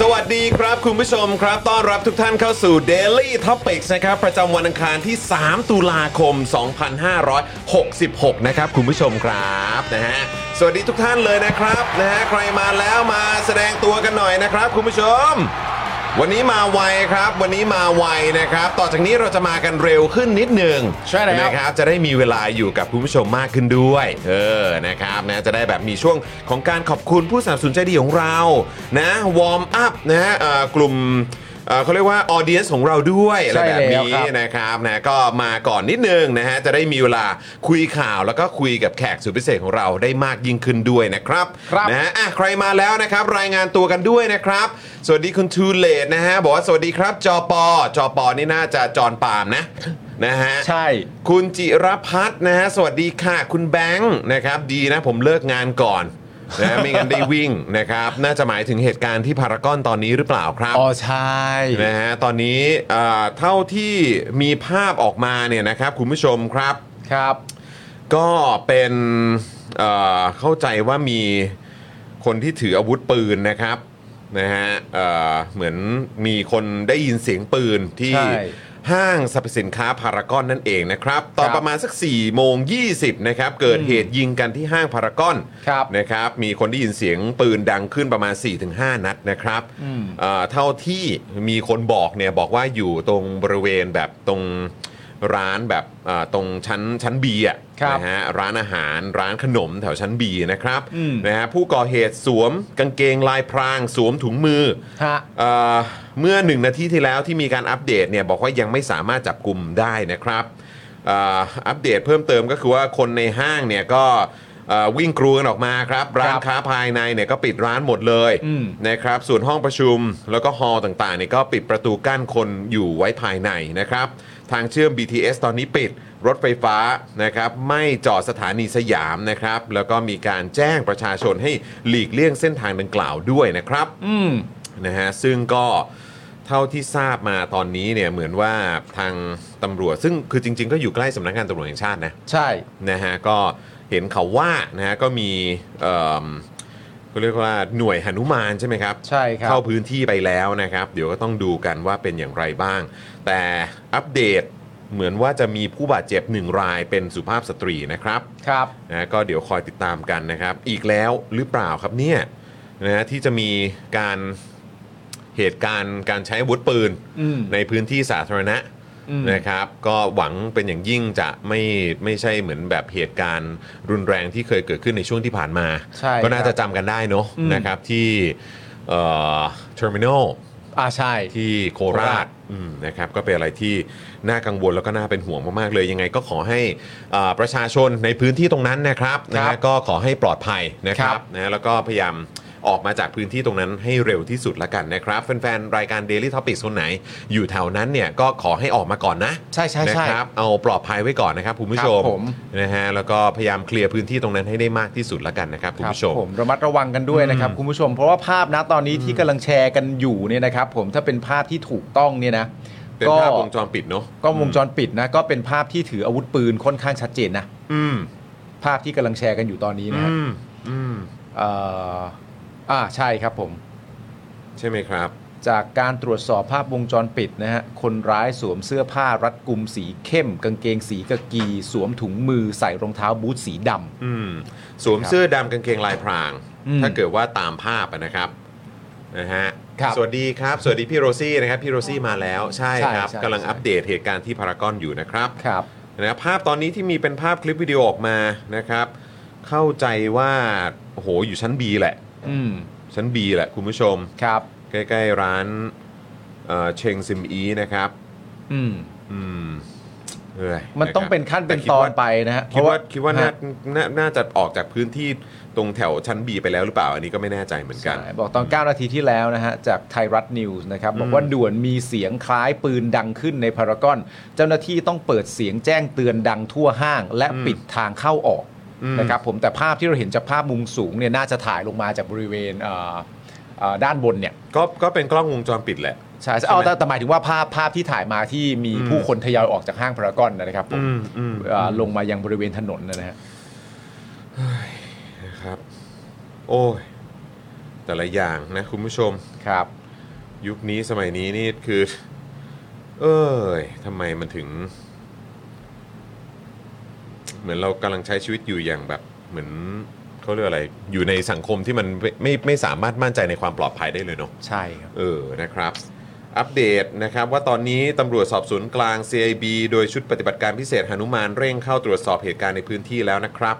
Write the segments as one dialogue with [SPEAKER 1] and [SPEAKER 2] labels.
[SPEAKER 1] สวัสดีครับคุณผู้ชมครับ ต้อนรับทุกท่านเข้าสู่ Daily Topics นะครับ ประจำวันอังคารที่ 3 ตุลาคม 2566 นะครับ คุณผู้ชมครับนะฮะสวัสดีทุกท่านเลยนะครับนะฮะใครมาแล้วมาแสดงตัวกันหน่อยนะครับ คุณผู้ชม วันนี้มาไวครับ วันนี้มาไวนะครับ ต่อจากนี้เราจะมากันเร็วขึ้นนิดหนึง
[SPEAKER 2] ใช่แล้ว
[SPEAKER 1] นะครับ จะได้มีเวลาอยู่กับคุณผู้ชมมากขึ้นด้วย เออนะครับนะจะได้แบบมีช่วงของการขอบคุณผู้สนับสนุนใจดีของเรานะวอร์มอัพนะฮะเอ่อกลุ่มเอ่อเขาเรียกว่าออเดียนของเราด้วยอะไรแบบนี้นะครับนะก็มาก่อนนิดนึงนะฮะจะได้มีเวลาคุยข่าวแล้วก็คุยกับแขกสุดพิเศษของเราได้มากยิ่งขึ้นด้วยนะครับ
[SPEAKER 2] ครับ
[SPEAKER 1] นะฮะอ่ะใครมาแล้วนะครับรายงานตัวกันด้วยนะครับ สวัสดีคุณทูเลตนะฮะบอกว่าสวัสดีครับจอปอจอปอนี่น่าจะจอนปาล์มนะนะฮะ
[SPEAKER 3] ใช่
[SPEAKER 1] คุณจิรพัฒน์นะฮะสวัสดีค่ะ คุณแบงค์นะครับดีนะผมเลิกงานก่อนนะไม่งั้นได้วิ่งนะครับน่าจะหมายถึงเหตุการณ์ที่พารากอนตอนนี้หรือเปล่าครับ
[SPEAKER 3] อ๋อ ใช่
[SPEAKER 1] นะฮะตอนนี้เอ่อเท่าที่มีภาพออกมาเนี่ยนะครับคุณผู้ชมครับ
[SPEAKER 3] ครับ
[SPEAKER 1] ก็เป็นเอ่อเข้าใจว่ามีคนที่ถืออาวุธปืนนะครับนะฮะเอ่อเหมือนมีคนได้ยินเสียงปืนที่
[SPEAKER 3] ใช่
[SPEAKER 1] ห้างสรรพสินค้าพารากอนนั่นเองนะครับ ตอน
[SPEAKER 3] ครับ
[SPEAKER 1] ประมาณสัก4ี่โมงยีนะครับเกิดเหตุยิงกันที่ห้างพารากอน
[SPEAKER 3] ครับ
[SPEAKER 1] นะครับมีคนได้ยินเสียงปืนดังขึ้นประมาณ 4-5 นัดนะครับ
[SPEAKER 3] อืม
[SPEAKER 1] เอ่อเท่าที่มีคนบอกเนี่ยบอกว่าอยู่ตรงบริเวณแบบตรงร้านแบบเอ่อตรงชั้นชั้นบีอ่ะ
[SPEAKER 3] ครับ
[SPEAKER 1] นะฮะร้านอาหารร้านขนมแถวชั้นบีนะครับ
[SPEAKER 3] อืม
[SPEAKER 1] นะฮะผู้ก่อเหตุสวมกางเกงลายพราง สวมถุงมือ
[SPEAKER 3] ฮะ
[SPEAKER 1] เอ่อเมื่อหนึ่งนาทีที่แล้วที่มีการอัปเดตเนี่ยบอกว่ายังไม่สามารถจับกลุ่มได้นะครับเอ่ออัปเดตเพิ่มเติมก็คือว่าคนในห้างเนี่ยก็เอ่อวิ่งกรูกันออกมาครับร้านค้าภายในเนี่ยก็ปิดร้านหมดเลย
[SPEAKER 3] อืม
[SPEAKER 1] นะครับส่วนห้องประชุมแล้วก็ฮอลล์ต่างๆเนี่ยก็ปิดประตูกั้นคนอยู่ไว้ภายในนะครับ ทางเชื่อม BTS ตอนนี้ปิด รถไฟฟ้านะครับไม่จอดสถานีสยามนะครับ แล้วก็มีการแจ้งประชาชนให้หลีกเลี่ยงเส้นทางดังกล่าวด้วยนะครับ
[SPEAKER 3] อืม
[SPEAKER 1] นะฮะซึ่งก็เท่าที่ทราบมาตอนนี้เนี่ยเหมือนว่าทางตำรวจ ซึ่งคือจริง ๆ ก็อยู่ใกล้สำนักงานตำรวจแห่งชาตินะ
[SPEAKER 3] ใช่
[SPEAKER 1] นะฮะก็เห็นเขาว่านะฮะก็มีเอิ่มเขาเรียกว่าหน่วยหนุมานใช่ไหมครับ
[SPEAKER 3] ใช่ครับ
[SPEAKER 1] เข้าพื้นที่ไปแล้วนะครับ เดี๋ยวก็ต้องดูกันว่าเป็นอย่างไรบ้าง แต่อัปเดตเหมือนว่าจะมีผู้บาดเจ็บหนึ่งรายเป็นสุภาพสตรีนะครับ
[SPEAKER 3] ครับ
[SPEAKER 1] นะก็เดี๋ยวคอยติดตามกันนะครับ อีกแล้วหรือเปล่าครับเนี่ยนะฮะที่จะมีการเหตุการณ์การใช้อาวุธปืน
[SPEAKER 3] อืม
[SPEAKER 1] ในพื้นที่สาธารณะ
[SPEAKER 3] อืม
[SPEAKER 1] นะครับก็หวังเป็นอย่างยิ่งจะไม่ไม่ใช่เหมือนแบบเหตุการณ์รุนแรงที่เคยเกิดขึ้นในช่วงที่ผ่านมา
[SPEAKER 3] ใช่
[SPEAKER 1] ก็น่า
[SPEAKER 3] ครับ
[SPEAKER 1] จะจำกันได้เนอะ
[SPEAKER 3] อืม
[SPEAKER 1] นะครับที่เทอร์มินอล
[SPEAKER 3] อ่าใช่
[SPEAKER 1] ที่โค
[SPEAKER 3] โค
[SPEAKER 1] รา
[SPEAKER 3] รา
[SPEAKER 1] ช
[SPEAKER 3] ช
[SPEAKER 1] อืมนะครับก็เป็นอะไรที่น่ากังวลแล้วก็น่าเป็นห่วงมาก ๆ เลย ยังไงก็ขอให้เอ่อประชาชนในพื้นที่ตรงนั้นนะครับนะฮะก็ขอให้ปลอดภัยนะครับนะแล้วก็พยายาม
[SPEAKER 4] ออกมาจากพื้นที่ตรงนั้นให้เร็วที่สุดละกันนะครับแฟนๆรายการ Daily Topics คนไหน อยู่แถวนั้นเนี่ยก็ขอให้ออกมาก่อนนะ
[SPEAKER 5] ใช่ใช่
[SPEAKER 4] นะ
[SPEAKER 5] ใช่
[SPEAKER 4] ครับ เอาปลอดภัยไว้ก่อนนะครับคุณผู้ชม
[SPEAKER 5] ครับผม
[SPEAKER 4] นะฮะ แล้วก็พยายามเคลียร์พื้นที่ตรงนั้นให้ได้มากที่สุดละกันนะครับคุณผู้ชม
[SPEAKER 5] ผมระมัดระวังกันด้วยนะครับคุณผู้ชม เพราะว่าภาพนะตอนนี้ที่กำลังแชร์กันอยู่เนี่ยนะครับผมถ้าเป็นภาพที่ถูกต้องเนี่ยนะ
[SPEAKER 4] เป็นภาพวงจรปิดเนอะ
[SPEAKER 5] ก็วงจรปิดนะก็เป็นภาพที่ถืออาวุธปืนค่อนข้างชัดเจนนะ
[SPEAKER 4] อืม
[SPEAKER 5] ภาพที่กำลังแชร์กันอยู่ตอนนี้นะ
[SPEAKER 4] อื
[SPEAKER 5] ฮะ
[SPEAKER 4] มอืม
[SPEAKER 5] เอ่ออ่าใช่ครับผม
[SPEAKER 4] ใช่ไหมครับ
[SPEAKER 5] จากการตรวจสอบภาพวงจรปิดนะฮะ คนร้ายสวมเสื้อผ้ารัดกุมสีเข้ม กางเกงสีกะกี สวมถุงมือใส่รองเท้าบูทสีด
[SPEAKER 4] อืมสวมเสื้อดำกางเกงลายพราง
[SPEAKER 5] อืม
[SPEAKER 4] ถ้าเกิดว่าตามภาพอะนะครับนะฮะ
[SPEAKER 5] ครับ
[SPEAKER 4] สวัสดีครับ สวัสดีพี่โรซี่นะครับพี่โรซี่มาแล้วใช่
[SPEAKER 5] ใช่
[SPEAKER 4] ครับ
[SPEAKER 5] ใช่
[SPEAKER 4] กำลัง
[SPEAKER 5] ใช่
[SPEAKER 4] อัปเดตเหตุการณ์ที่พารากอนอยู่นะครับ
[SPEAKER 5] ำครับ
[SPEAKER 4] นะภาพตอนนี้ที่มีเป็นภาพคลิปวิดีโอออกมานะครับ เข้าใจว่าโอ้โหอยู่ชั้น B แหละ
[SPEAKER 5] อืม
[SPEAKER 4] ชั้น B แหละคุณผู้ชม
[SPEAKER 5] ครับ
[SPEAKER 4] ใกล้ ๆ ร้านเอ่อเชงซิมอีนะครับ
[SPEAKER 5] อืม
[SPEAKER 4] อืมเอ้ย
[SPEAKER 5] มันต้อง
[SPEAKER 4] ะครับ
[SPEAKER 5] เป็นขั้นเป็น
[SPEAKER 4] แคิด
[SPEAKER 5] ตอน
[SPEAKER 4] ว่า
[SPEAKER 5] ไปนะฮะ
[SPEAKER 4] คิดว่าคิดว่าน่า
[SPEAKER 5] ฮะ
[SPEAKER 4] น่าน่าจะออกจากพื้นที่ตรงแถวชั้นบีไปแล้วหรือเปล่า อันนี้ก็ไม่แน่ใจเหมือนกัน
[SPEAKER 5] ใช่บอกตอน 9 นาทีที่แล้วนะฮะ จากไทยรัฐนิวส์นะครับ บอกว่าด่วนมีเสียงคล้ายปืนดังขึ้นในพารากอน เจ้าหน้าที่ต้องเปิดเสียงแจ้งเตือนดังทั่วห้าง และปิดทางเข้าออก
[SPEAKER 4] อืม
[SPEAKER 5] นะครับผมแต่ภาพที่เราเห็นจากภาพมุมสูงเนี่ยน่าจะถ่ายลงมาจากบริเวณเอ่อเอ่อด้านบนเนี่ย
[SPEAKER 4] ก็ก็เป็นกล้องวงจรปิดแหละ
[SPEAKER 5] ใช่
[SPEAKER 4] ใช่ไหม
[SPEAKER 5] เอาแต่แต่หมายถึงว่าภาพภาพที่ถ่ายมาที่มี
[SPEAKER 4] อืม
[SPEAKER 5] ผู้คนทยอยออกจากห้างพารากอนนะครับผม
[SPEAKER 4] อืม
[SPEAKER 5] เอ่อลงมายังบริเวณถนนนะฮะ
[SPEAKER 4] นะครับ โอ้ย แต่ละอย่างนะคุณผู้ชม
[SPEAKER 5] ครับ
[SPEAKER 4] ยุคนี้สมัยนี้นี่คือ เออยทำไมมันถึง เหมือนเรากำลังใช้ชีวิตอยู่อย่างแบบ เหมือนเขาเรียกอะไร อยู่ในสังคมที่มันไม่ไม่ไม่สามารถมั่นใจในความปลอดภัยได้เลยเนาะ
[SPEAKER 5] ใช่ครับ
[SPEAKER 4] เออ นะครับ อัปเดตนะครับ ว่าตอนนี้ตำรวจสอบสวนกลาง CIB โดยชุดปฏิบัติการพิเศษหนุมานเร่งเข้าตรวจสอบเหตุการณ์ในพื้นที่แล้วนะครับ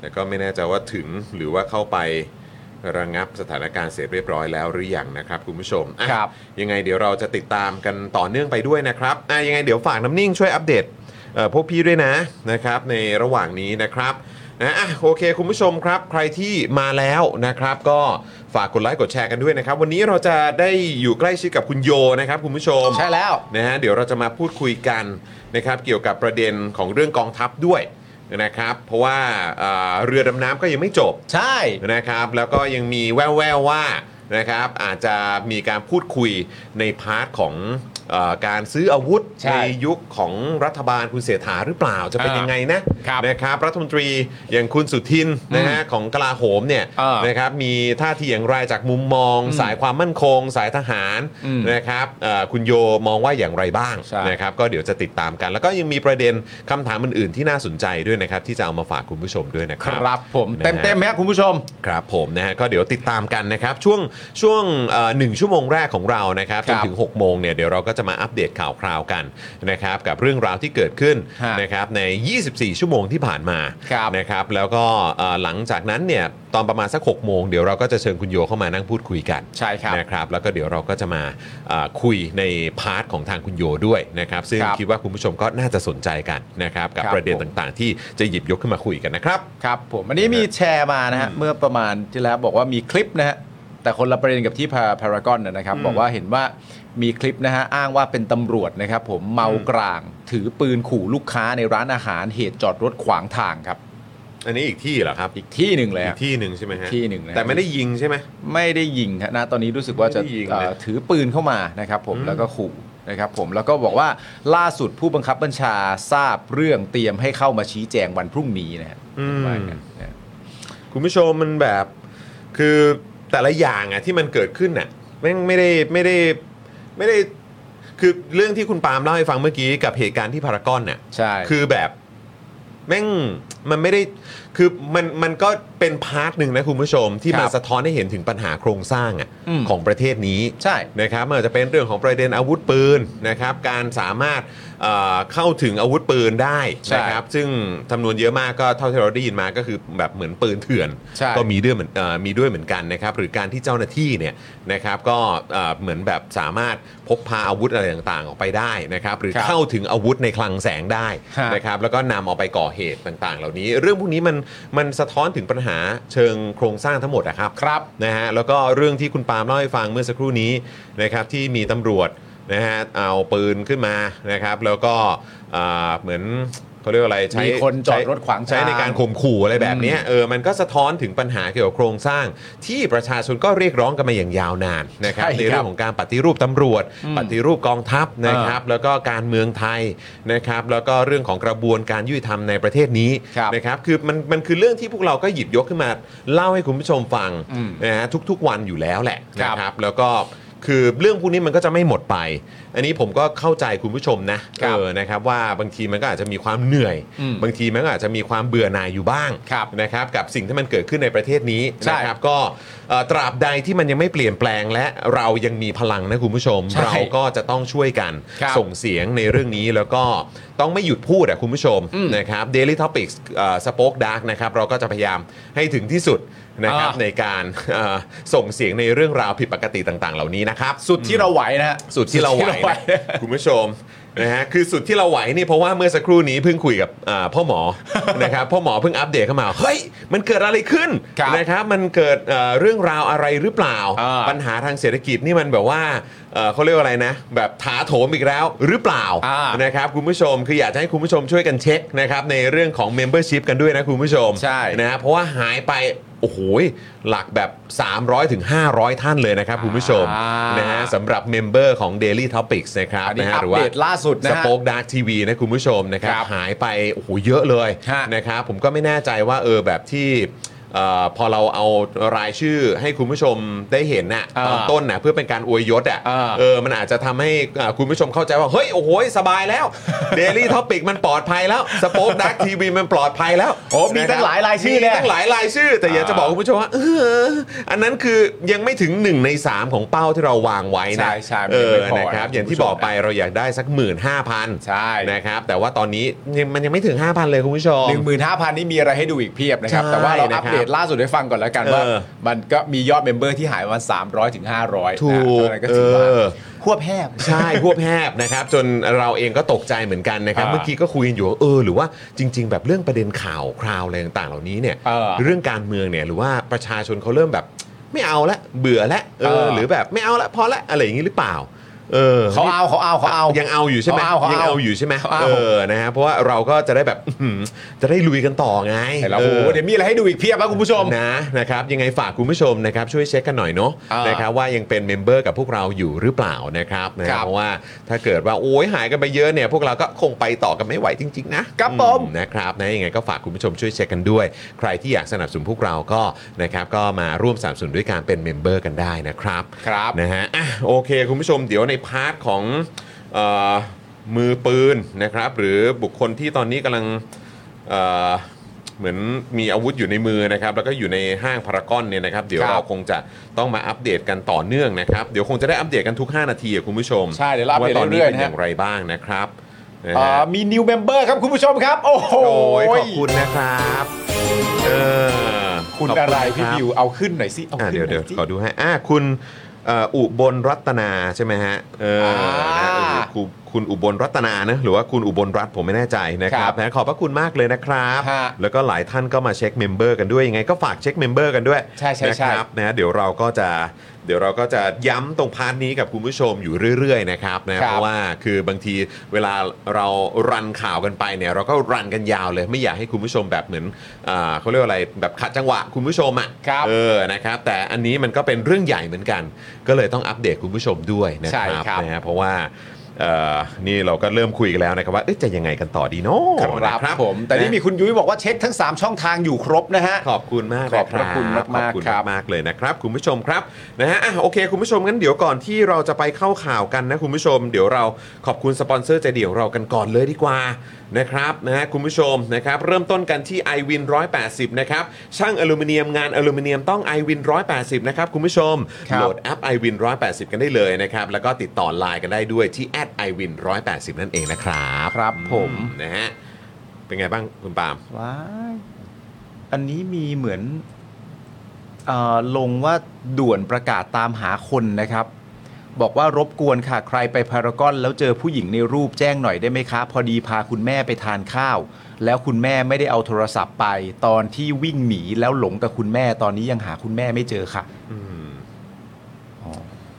[SPEAKER 4] แต่ก็ไม่แน่ใจว่าถึงหรือว่าเข้าไประงับสถานการณ์เสร็จเรียบร้อยแล้วหรือยังนะครับคุณผู้ชมอ่ะ
[SPEAKER 5] ครับ
[SPEAKER 4] ยังไงเดี๋ยวเราจะติดตามกันต่อเนื่องไปด้วยนะครับอ่ะยังไงเดี๋ยวฝากน้ำนิ่งช่วยอัปเดตเอ่อพวกพี่ด้วยนะนะครับ ในระหว่างนี้นะครับ นะอ่ะโอเค คุณผู้ชมครับ ใครที่มาแล้วนะครับ ก็ฝากกดไลค์กดแชร์กันด้วยนะครับ วันนี้เราจะได้อยู่ใกล้ชิดกับคุณโยนะครับคุณผู้ชม
[SPEAKER 5] ใช่แล้ว
[SPEAKER 4] นะฮะเดี๋ยวเราจะมาพูดคุยกันนะครับเกี่ยวกับประเด็นของเรื่องกองทัพด้วยนะครับ เพราะว่าเอ่อเรือดำน้ำก็ยังไม่จบ
[SPEAKER 5] ใช่
[SPEAKER 4] นะครับ แล้วก็ยังมีแว่วๆว่านะครับ อาจจะมีการพูดคุยในพาร์ทของเออการซื้ออาวุธ
[SPEAKER 5] ใช่
[SPEAKER 4] ยุคของรัฐบาลคุณเสถาหรือเปล่าจะเป็น
[SPEAKER 5] อ่ายั
[SPEAKER 4] ยังไงนะครับ นะครับ รัฐมนตรีอย่างคุณสุทินนะฮะของกลาโหมเนี่ย
[SPEAKER 5] อ่าน
[SPEAKER 4] นะครับมีท่าทีอย่างไรจากมุมมอง สายความมั่นคง สายทหาร
[SPEAKER 5] อืม
[SPEAKER 4] นะครับเอ่อคุณโยมองว่าอย่างไรบ้าง
[SPEAKER 5] ใช่
[SPEAKER 4] นะครับ ก็เดี๋ยวจะติดตามกัน แล้วก็ยังมีประเด็นคำถามอื่น ๆ ที่น่าสนใจด้วยนะครับ ที่จะเอามาฝากคุณผู้ชมด้วยนะค
[SPEAKER 5] ครับ รับผม
[SPEAKER 4] นะฮะ
[SPEAKER 5] เต็มเต็มๆไหมครับคุณผู้ชม
[SPEAKER 4] ครับผมนะฮะก็เดี๋ยวติดตามกันนะครับ ช่วงช่วงเอ่อหนึ่งชั่วโมงแรกของเรานะครับ
[SPEAKER 5] ค
[SPEAKER 4] จ
[SPEAKER 5] รั
[SPEAKER 4] น
[SPEAKER 5] บ
[SPEAKER 4] ถึง6โมงเนี่ยเดี๋ยวเราก็จะมาอัปเดตข่าวคราวกันนะครับกับเรื่องราวที่เกิดขึ้น
[SPEAKER 5] ฮะ
[SPEAKER 4] นะครับใน 24 ชั่วโมงที่ผ่านมา
[SPEAKER 5] ครับ
[SPEAKER 4] นะครับแล้วก็เอ่อหลังจากนั้นเนี่ยตอนประมาณสัก6โมงเดี๋ยวเราก็จะเชิญคุณโยเข้ามานั่งพูดคุยกัน
[SPEAKER 5] ใช่ครับ
[SPEAKER 4] นะครับแล้วก็เดี๋ยวเราก็จะมาเอ่อคุยในพาร์ทของทางคุณโยด้วยนะครับซึ่ง
[SPEAKER 5] ครับ
[SPEAKER 4] คิดว่าคุณผู้ชมก็น่าจะสนใจกันนะครับกับ
[SPEAKER 5] ครับ
[SPEAKER 4] ประเด็น
[SPEAKER 5] ผม
[SPEAKER 4] ต่างๆ ที่จะหยิบยกขึ้นมาคุยกันนะครับ
[SPEAKER 5] ครับผมอันนี้มีแชร์มานะฮะ เมื่อประมาณที่แล้วบอกว่ามีคลิปนะฮะ แต่คนละประเด็นกับที่พาพารากอนนะนะครับ บอกว่าเห็นว่ามีคลิปนะฮะ อ้างว่าเป็นตำรวจนะครับผมเมากลาง ถือปืนขู่ลูกค้าในร้านอาหารเหตุจอดรถขวางทางครับ
[SPEAKER 4] อันนี้อีกที่เหรอครับ
[SPEAKER 5] อีกที่หนึ่งเลย
[SPEAKER 4] อี
[SPEAKER 5] ฮะ
[SPEAKER 4] กที่หนึ่งใช่ไหมฮะ
[SPEAKER 5] ที่หนึ่งนะครับ
[SPEAKER 4] แต่ไม่ได้ยิงใช่ไหม
[SPEAKER 5] ไม่ได้ยิงฮะนะตอนนี้รู้สึกว่าจะ
[SPEAKER 4] ไม่ได้ยิงนะ
[SPEAKER 5] เอ่อถือปืนเข้ามานะครับผมแล้วก็ขู่นะครับผมแล้วก็บอกว่าล่าสุดผู้บังคับบัญชาทราบเรื่องเตรียมให้เข้ามาชี้แจงวันพรุ่งนี้นะฮะ
[SPEAKER 4] อืม
[SPEAKER 5] ว่าอย่างนั้นนะ
[SPEAKER 4] คุณผู้ชมมันแบบคือแต่ละอย่างอะที่มันเกิดขึ้นน่ะแม่งไม่ได้ไม่ได้ไม่ได้คือเรื่องที่คุณปาล์มเล่าให้ฟังเมื่อกี้กับเหตุการณ์ที่พารากอนน่ะ
[SPEAKER 5] ใช่
[SPEAKER 4] คือแบบแม่งมันไม่ได้คือมันมันก็เป็นพาร์ทหนึ่งนะคุณผู้ชม ที่มันสะท้อนให้เห็นถึงปัญหาโครงสร้างอะ
[SPEAKER 5] ม
[SPEAKER 4] ของประเทศนี้
[SPEAKER 5] ใช่
[SPEAKER 4] นะครับไม่ว่าจะเป็นเรื่องของประเด็นอาวุธปืนนะครับการสามารถเอ่อเข้าถึงอาวุธปืนได้
[SPEAKER 5] ใช่
[SPEAKER 4] นะครับซึ่งจำนวนเยอะมากก็เท่าที่เราได้ยินมาก็คือแบบเหมือนปืนเถื่อน
[SPEAKER 5] ใช่
[SPEAKER 4] ก็มีด้วยเหมือนเอ่อมีด้วยเหมือนกันนะครับหรือการที่เจ้าหน้าที่เนี่ยนะครับก็เอ่อเหมือนแบบสามารถพกพาอาวุธอะไรต่างๆ ออกไปได้นะครับหรือ
[SPEAKER 5] ครับ
[SPEAKER 4] เข้าถึงอาวุธในคลังแสงได้
[SPEAKER 5] ฮะ
[SPEAKER 4] นะครับแล้วก็นำเอาไปก่อเหตุต่างๆเหล่า ล่านี้ เรื่องพวกนี้มันมันสะท้อนถึงปัญหาเชิงโครงสร้างทั้งหมดอะครับ
[SPEAKER 5] ครับ
[SPEAKER 4] นะฮะแล้วก็เรื่องที่คุณปาล์มเล่าให้ฟังเมื่อสักครู่นี้นะครับที่มีตำรวจนะฮะเอาปืนขึ้นมานะครับแล้วก็อ่าเหมือนเขาเรียกว่าอะไรใช้
[SPEAKER 5] มีคนจอดรถขวางทาง
[SPEAKER 4] ใช้ในการข่มขู่อะไรแบบเนี้ยเออมันก็สะท้อนถึงปัญหาเกี่ยวกับโครงสร้าง ที่ประชาชนก็เรียกร้องกันมาอย่างยาวนานนะครับ
[SPEAKER 5] ใช่ครับ
[SPEAKER 4] ในเรื่องของการปฏิรูปตำรวจ
[SPEAKER 5] อืม
[SPEAKER 4] ปฏิรูปกองทัพนะครับแล้วก็การเมืองไทยนะครับแล้วก็เรื่องของกระบวนการยุติธรรมในประเทศนี้
[SPEAKER 5] ครับ
[SPEAKER 4] นะครับคือมันมันคือเรื่องที่พวกเราก็หยิบยกขึ้นมาเล่าให้คุณผู้ชมฟัง
[SPEAKER 5] อืม
[SPEAKER 4] นะฮะทุกๆวันอยู่แล้วแหละ
[SPEAKER 5] ครั
[SPEAKER 4] นะ
[SPEAKER 5] บ
[SPEAKER 4] ครับแล้วก็คือเรื่องพวกนี้มันก็จะไม่หมดไป อันนี้ผมก็เข้าใจคุณผู้ชมนะครับ เออนะครับว่าบางทีมันก็อาจจะมีความเหนื่อย
[SPEAKER 5] อืม
[SPEAKER 4] บางทีมันก็อาจจะมีความเบื่อหน่ายอยู่บ้าง
[SPEAKER 5] ครับ
[SPEAKER 4] นะครับกับสิ่งที่มันเกิดขึ้นในประเทศนี้
[SPEAKER 5] ใช่
[SPEAKER 4] นะครับก็เอ่อตราบใดที่มันยังไม่เปลี่ยนแปลงและเรายังมีพลังนะคุณผู้ชม
[SPEAKER 5] ใช่
[SPEAKER 4] เราก็จะต้องช่วยกัน
[SPEAKER 5] ครับ
[SPEAKER 4] ส่งเสียงในเรื่องนี้แล้วก็ต้องไม่หยุดพูดอะคุณผู้ชม
[SPEAKER 5] อืม
[SPEAKER 4] นะครับ Daily Topics สป็อคดาร์กนะครับเราก็จะพยายามให้ถึงที่สุดนะครับ
[SPEAKER 5] อ่า
[SPEAKER 4] ใน ในการ เอ่อส่งเสียงในเรื่องราวผิดปกติต่าง ๆ เหล่านี้นะครับ
[SPEAKER 5] สุดที่เราไหวนะฮะ
[SPEAKER 4] สุดที่เราไหวนะคุณผู้ชมนะฮะคือสุดที่เราไหวนี่เพราะว่าเมื่อสักครู่นี้เพิ่งคุยกับอ่าพ่อหม อ นะครับพ่อหมอเพิ่งอัปเดตเข้ามาเฮ้ยมันเกิดอะไรขึ้น
[SPEAKER 5] ครับ
[SPEAKER 4] นะครับมันเกิดเอ่อเรื่องราวอะไรหรือเปล่า
[SPEAKER 5] อ่า
[SPEAKER 4] ปัญหาทางเศรษฐกิจนี่มันแบบว่าเอ่อเขาเรียกว่าอะไรนะ แบบถาโถมอีกแล้วหรือเปล่า
[SPEAKER 5] อ่าน
[SPEAKER 4] นะครับคุณผู้ชมคืออยากจะให้คุณผู้ชมช่วยกันเช็คนะครับในเรื่องของ Membership กันด้วยนะคุณผู้ชม
[SPEAKER 5] ใช่
[SPEAKER 4] นะฮะเพราะว่าหายไป โอ้โหหลักแบบ 300ถึง500 ท่านเลยนะครับ คุณผู้ชม
[SPEAKER 5] อ่าน
[SPEAKER 4] นะฮะสำหรับเมมเบอร์ของ Daily Topics นะครับ
[SPEAKER 5] อันนี้
[SPEAKER 4] นะฮะ
[SPEAKER 5] อัปเดตล่าสุดนะ
[SPEAKER 4] ส
[SPEAKER 5] ฮะ
[SPEAKER 4] ป็อคดักทีวีนะคุณผู้ชมนะครับ
[SPEAKER 5] ครับ
[SPEAKER 4] หายไปโอ้โหเยอะเลย
[SPEAKER 5] ฮะ
[SPEAKER 4] นะครับผมก็ไม่แน่ใจว่าเออแบบที่เออพอเราเอารายชื่อให้คุณผู้ชมได้เห็นน่ะ
[SPEAKER 5] อ่า
[SPEAKER 4] ตอนต้นน่ะเพื่อเป็นการอวยยศอ่ะ
[SPEAKER 5] อ่า
[SPEAKER 4] เออมันอาจจะทำให้อ่าคุณผู้ชมเข้าใจว่า เฮ้ย โอ้โหสบาย แล้ว Daily Topic มันปลอดภัยแล้วสป็อคดักทีวีมันปลอดภัยแล้ว
[SPEAKER 5] โอ้มีตั้งหลายรายชื่อ
[SPEAKER 4] มี
[SPEAKER 5] เนี่ย
[SPEAKER 4] ตั้งหลาย หลายรายชื่อแต่อยากจะบอกคุณผู้ชมว่าเอออันนั้นคือยังไม่ถึง 1 ใน 3 ของเป้าที่เราวางไว้นะ
[SPEAKER 5] ใช่ใช่มัน
[SPEAKER 4] เอ
[SPEAKER 5] ยัง
[SPEAKER 4] อ
[SPEAKER 5] ไม่พอ
[SPEAKER 4] นะครับ
[SPEAKER 5] นะ
[SPEAKER 4] อย่างที่
[SPEAKER 5] คุณผู้ชม
[SPEAKER 4] บอกไปเราอยากได้สัก 1 5 0 0 0
[SPEAKER 5] ใช่
[SPEAKER 4] นะครับแต่ว่าตอนนี้ยังมันยังไม่ถึง 5,000 เลยคุณผู้ชม
[SPEAKER 5] หนึ่งหมื่นห้าพันนี่มีอะไรให้ดูอีกเพียบนะครับ
[SPEAKER 4] ใช่
[SPEAKER 5] แต่ว่าเรา
[SPEAKER 4] นะครับ
[SPEAKER 5] อัปเดตล่าสุดให้ฟังก่อนแล้วกันว่า
[SPEAKER 4] เออ
[SPEAKER 5] มันก็มียอดเมมเบอร์ที่หายประมาณสามร้อยถึงห้าร้อย
[SPEAKER 4] ถูก
[SPEAKER 5] นั้นก็ถือว่า
[SPEAKER 4] เออ
[SPEAKER 5] ควบแพบ
[SPEAKER 4] ใช่พวบแพบนะครับ จนเราเองก็ตกใจเหมือนกันนะครับ
[SPEAKER 5] อ่า
[SPEAKER 4] เมื่อกี้ก็คุยกันอยู่ว่าเออหรือว่าจริง ๆ แบบเรื่องประเด็นข่าวคราวอะไรต่างๆ เหล่านี้เนี่ย
[SPEAKER 5] เออ
[SPEAKER 4] เรื่องการเมืองเนี่ยหรือว่าประชาชนเขาเริ่มแบบไม่เอาละเบื่อละเอ
[SPEAKER 5] เอ
[SPEAKER 4] อ
[SPEAKER 5] อ
[SPEAKER 4] หรือแบบไม่เอาละพอละอะไรอย่างนี้หรือเปล่า เออ
[SPEAKER 5] เขาเอาเขาเอาเขาเอา
[SPEAKER 4] ยังเอาอยู่ใช่ไหม
[SPEAKER 5] เอาเอา
[SPEAKER 4] ยัง
[SPEAKER 5] เอา
[SPEAKER 4] เอาอยู่ใช่ไหม
[SPEAKER 5] เอาเอา
[SPEAKER 4] เออนะฮะเพราะว่าเราก็จะได้แบบ จะได้ลุยกันต่อไง
[SPEAKER 5] เห็นแล้วโอ้โห
[SPEAKER 4] ออ
[SPEAKER 5] เดี๋ยวมีอะไรให้ดูอีกเพียบนะคุณผู้ชม
[SPEAKER 4] นะนะครับยังไงฝากคุณผู้ชมนะครับช่วยเช็คกันหน่อยเนาะ
[SPEAKER 5] อ่าน
[SPEAKER 4] นะครับว่ายังเป็นเมมเบอร์กับพวกเราอยู่หรือเปล่านะครับนะฮะ
[SPEAKER 5] ครับ
[SPEAKER 4] เพราะว่าถ้าเกิดว่าโอ้ยหายกันไปเยอะเนี่ยพวกเราก็คงไปต่อกันไม่ไหวจริง ๆ นะครับ
[SPEAKER 5] ผม
[SPEAKER 4] อืนะครับนะยังไงก็ฝากคุณผู้ชมช่วยเช็คกันด้วย ใครที่อยากสนับสนุนพวกเราก็นะครับก็มาร่วมสนับสนุนด้วยการเป็นเมมเบอร์กันได้นะครับ
[SPEAKER 5] ครับ
[SPEAKER 4] นะฮะอ่ะโอเค คุณผู้ชมเดี๋ยวในพาร์ทของเออมือปืนนะครับ หรือบุคคลที่ตอนนี้กำลังเอ่อเหมือนมีอาวุธอยู่ในมือนะครับ แล้วก็อยู่ในห้างพารากอนเนี่ยนะครับ เดี๋ยว
[SPEAKER 5] ครับ
[SPEAKER 4] เราคงจะต้องมาอัปเดตกันต่อเนื่องนะครับ เดี๋ยวคงจะได้อัปเดตกันทุก 5 นาทีอะคุณผู้ชม
[SPEAKER 5] ใช่เดี๋ยวเราอัป
[SPEAKER 4] ว่า
[SPEAKER 5] เดต
[SPEAKER 4] ตอนนี้
[SPEAKER 5] เรื่อย
[SPEAKER 4] เป็
[SPEAKER 5] ๆ
[SPEAKER 4] น
[SPEAKER 5] นะ
[SPEAKER 4] อ
[SPEAKER 5] ฮะ
[SPEAKER 4] ย่างไรบ้างนะครับนะ
[SPEAKER 5] อ่า
[SPEAKER 4] ฮะ
[SPEAKER 5] มีนิวเมมเบอร์ครับคุณผู้ชมครับ โอ้โห
[SPEAKER 4] โอ้ยขอบคุณนะครับเออ
[SPEAKER 5] คุณอะไร
[SPEAKER 4] ขบ
[SPEAKER 5] พี่
[SPEAKER 4] น
[SPEAKER 5] บิวเอาขึ้นหน่อยสิเอาขึ้
[SPEAKER 4] อ่ะ
[SPEAKER 5] น
[SPEAKER 4] เดี๋ยว
[SPEAKER 5] ห
[SPEAKER 4] เดี๋
[SPEAKER 5] น่
[SPEAKER 4] ยว
[SPEAKER 5] อยสิ
[SPEAKER 4] ขอดูให้อ่ะคุณเอ่ออุบลรัตนาใช่ไหมฮะเออ
[SPEAKER 5] อ่า
[SPEAKER 4] เออคุณคุณอุบลรัตนานะหรือว่าคุณอุบลรัตน์ผมไม่แน่ใจนะ
[SPEAKER 5] ค
[SPEAKER 4] ครั
[SPEAKER 5] รั
[SPEAKER 4] บบ นะขอบพระคุณมากเลยนะครับ
[SPEAKER 5] ฮะ
[SPEAKER 4] แล้วก็หลายท่านก็มาเช็คเมมเบอร์กันด้วยยังไงก็ฝากเช็คเมมเบอร์กันด้วย
[SPEAKER 5] ใช่ใช่
[SPEAKER 4] นะ
[SPEAKER 5] ใช่
[SPEAKER 4] ครับนะเดี๋ยวเราก็จะเดี๋ยวเราก็จะย้ำตรงพาร์ทนี้กับคุณผู้ชมอยู่เรื่อยๆนะครับนะ
[SPEAKER 5] ครับ
[SPEAKER 4] เพราะว่าคือบางทีเวลาเรารันข่าวกันไปเนี่ยเราก็รันกันยาวเลย ไม่อยากให้คุณผู้ชมแบบเหมือนอ่าเขาเรียกว่าอะไรแบบขัดจังหวะคุณผู้ชมอ่ะ
[SPEAKER 5] ครับ
[SPEAKER 4] เออนะครับแต่อันนี้มันก็เป็นเรื่องใหญ่เหมือนกัน ก็เลยต้องอัปเดตคุณผู้ชมด้วยนะ
[SPEAKER 5] ใช่
[SPEAKER 4] ครั
[SPEAKER 5] ครับ
[SPEAKER 4] นะฮะเพราะว่าเอ่อนี่เราก็เริ่มคุยกันแล้วนะครับว่าเอ๊ะจะยังไงกันต่อดีเนาะ
[SPEAKER 5] ับ
[SPEAKER 4] นะ
[SPEAKER 5] ผม แต่นี่มีคุณยุ้ยบอกว่าเช็คทั้ง 3 ช่องทางอยู่ครบนะฮะ
[SPEAKER 4] ขอบคุณมากน
[SPEAKER 5] ขอบพระคุณมากๆ
[SPEAKER 4] ขอบคุณ
[SPEAKER 5] ครับ
[SPEAKER 4] มากๆเลยนะครับ คุณผู้ชมครับนะฮะอ่ะโอเค คุณผู้ชมงั้นเดี๋ยวก่อนที่เราจะไปเข้าข่าวกันนะคุณผู้ชม เดี๋ยวเราขอบคุณสปอนเซอร์ใจเดียวเรากันก่อนเลยดีกว่านะครับนะฮะคุณผู้ชมนะครับเริ่มต้นกันที่ i w วิน180 นะครับช่างอลูมิเนียมงานอลูมิเนียมต้อง i w วิน180 นะครับคุณผู้ชม
[SPEAKER 5] ครับ
[SPEAKER 4] โหลดแอป i w วิน180 กันได้เลยนะครับแล้วก็ติดต่อไลน์กันได้ด้วยที่ i w วิน180 นั่นเองนะครับ
[SPEAKER 5] ครับผม
[SPEAKER 4] อืนะฮะเป็นไงบ้างคุณปาล์ม
[SPEAKER 5] ว้ายอันนี้มีเหมือนเออลงว่าด่วนประกาศตามหาคนนะครับ บอกว่ารบกวนค่ะ ใครไปพารากอน แล้วเจอผู้หญิงในรูปแจ้งหน่อยได้ไหมคะ พอดีพาคุณแม่ไปทานข้าว แล้วคุณแม่ไม่ได้เอาโทรศัพท์ไป ตอนที่วิ่งหนีแล้วหลงกับคุณแม่ตอนนี้ยังหาคุณแม่ไม่เจอค่ะ
[SPEAKER 4] อืม
[SPEAKER 5] อ๋อ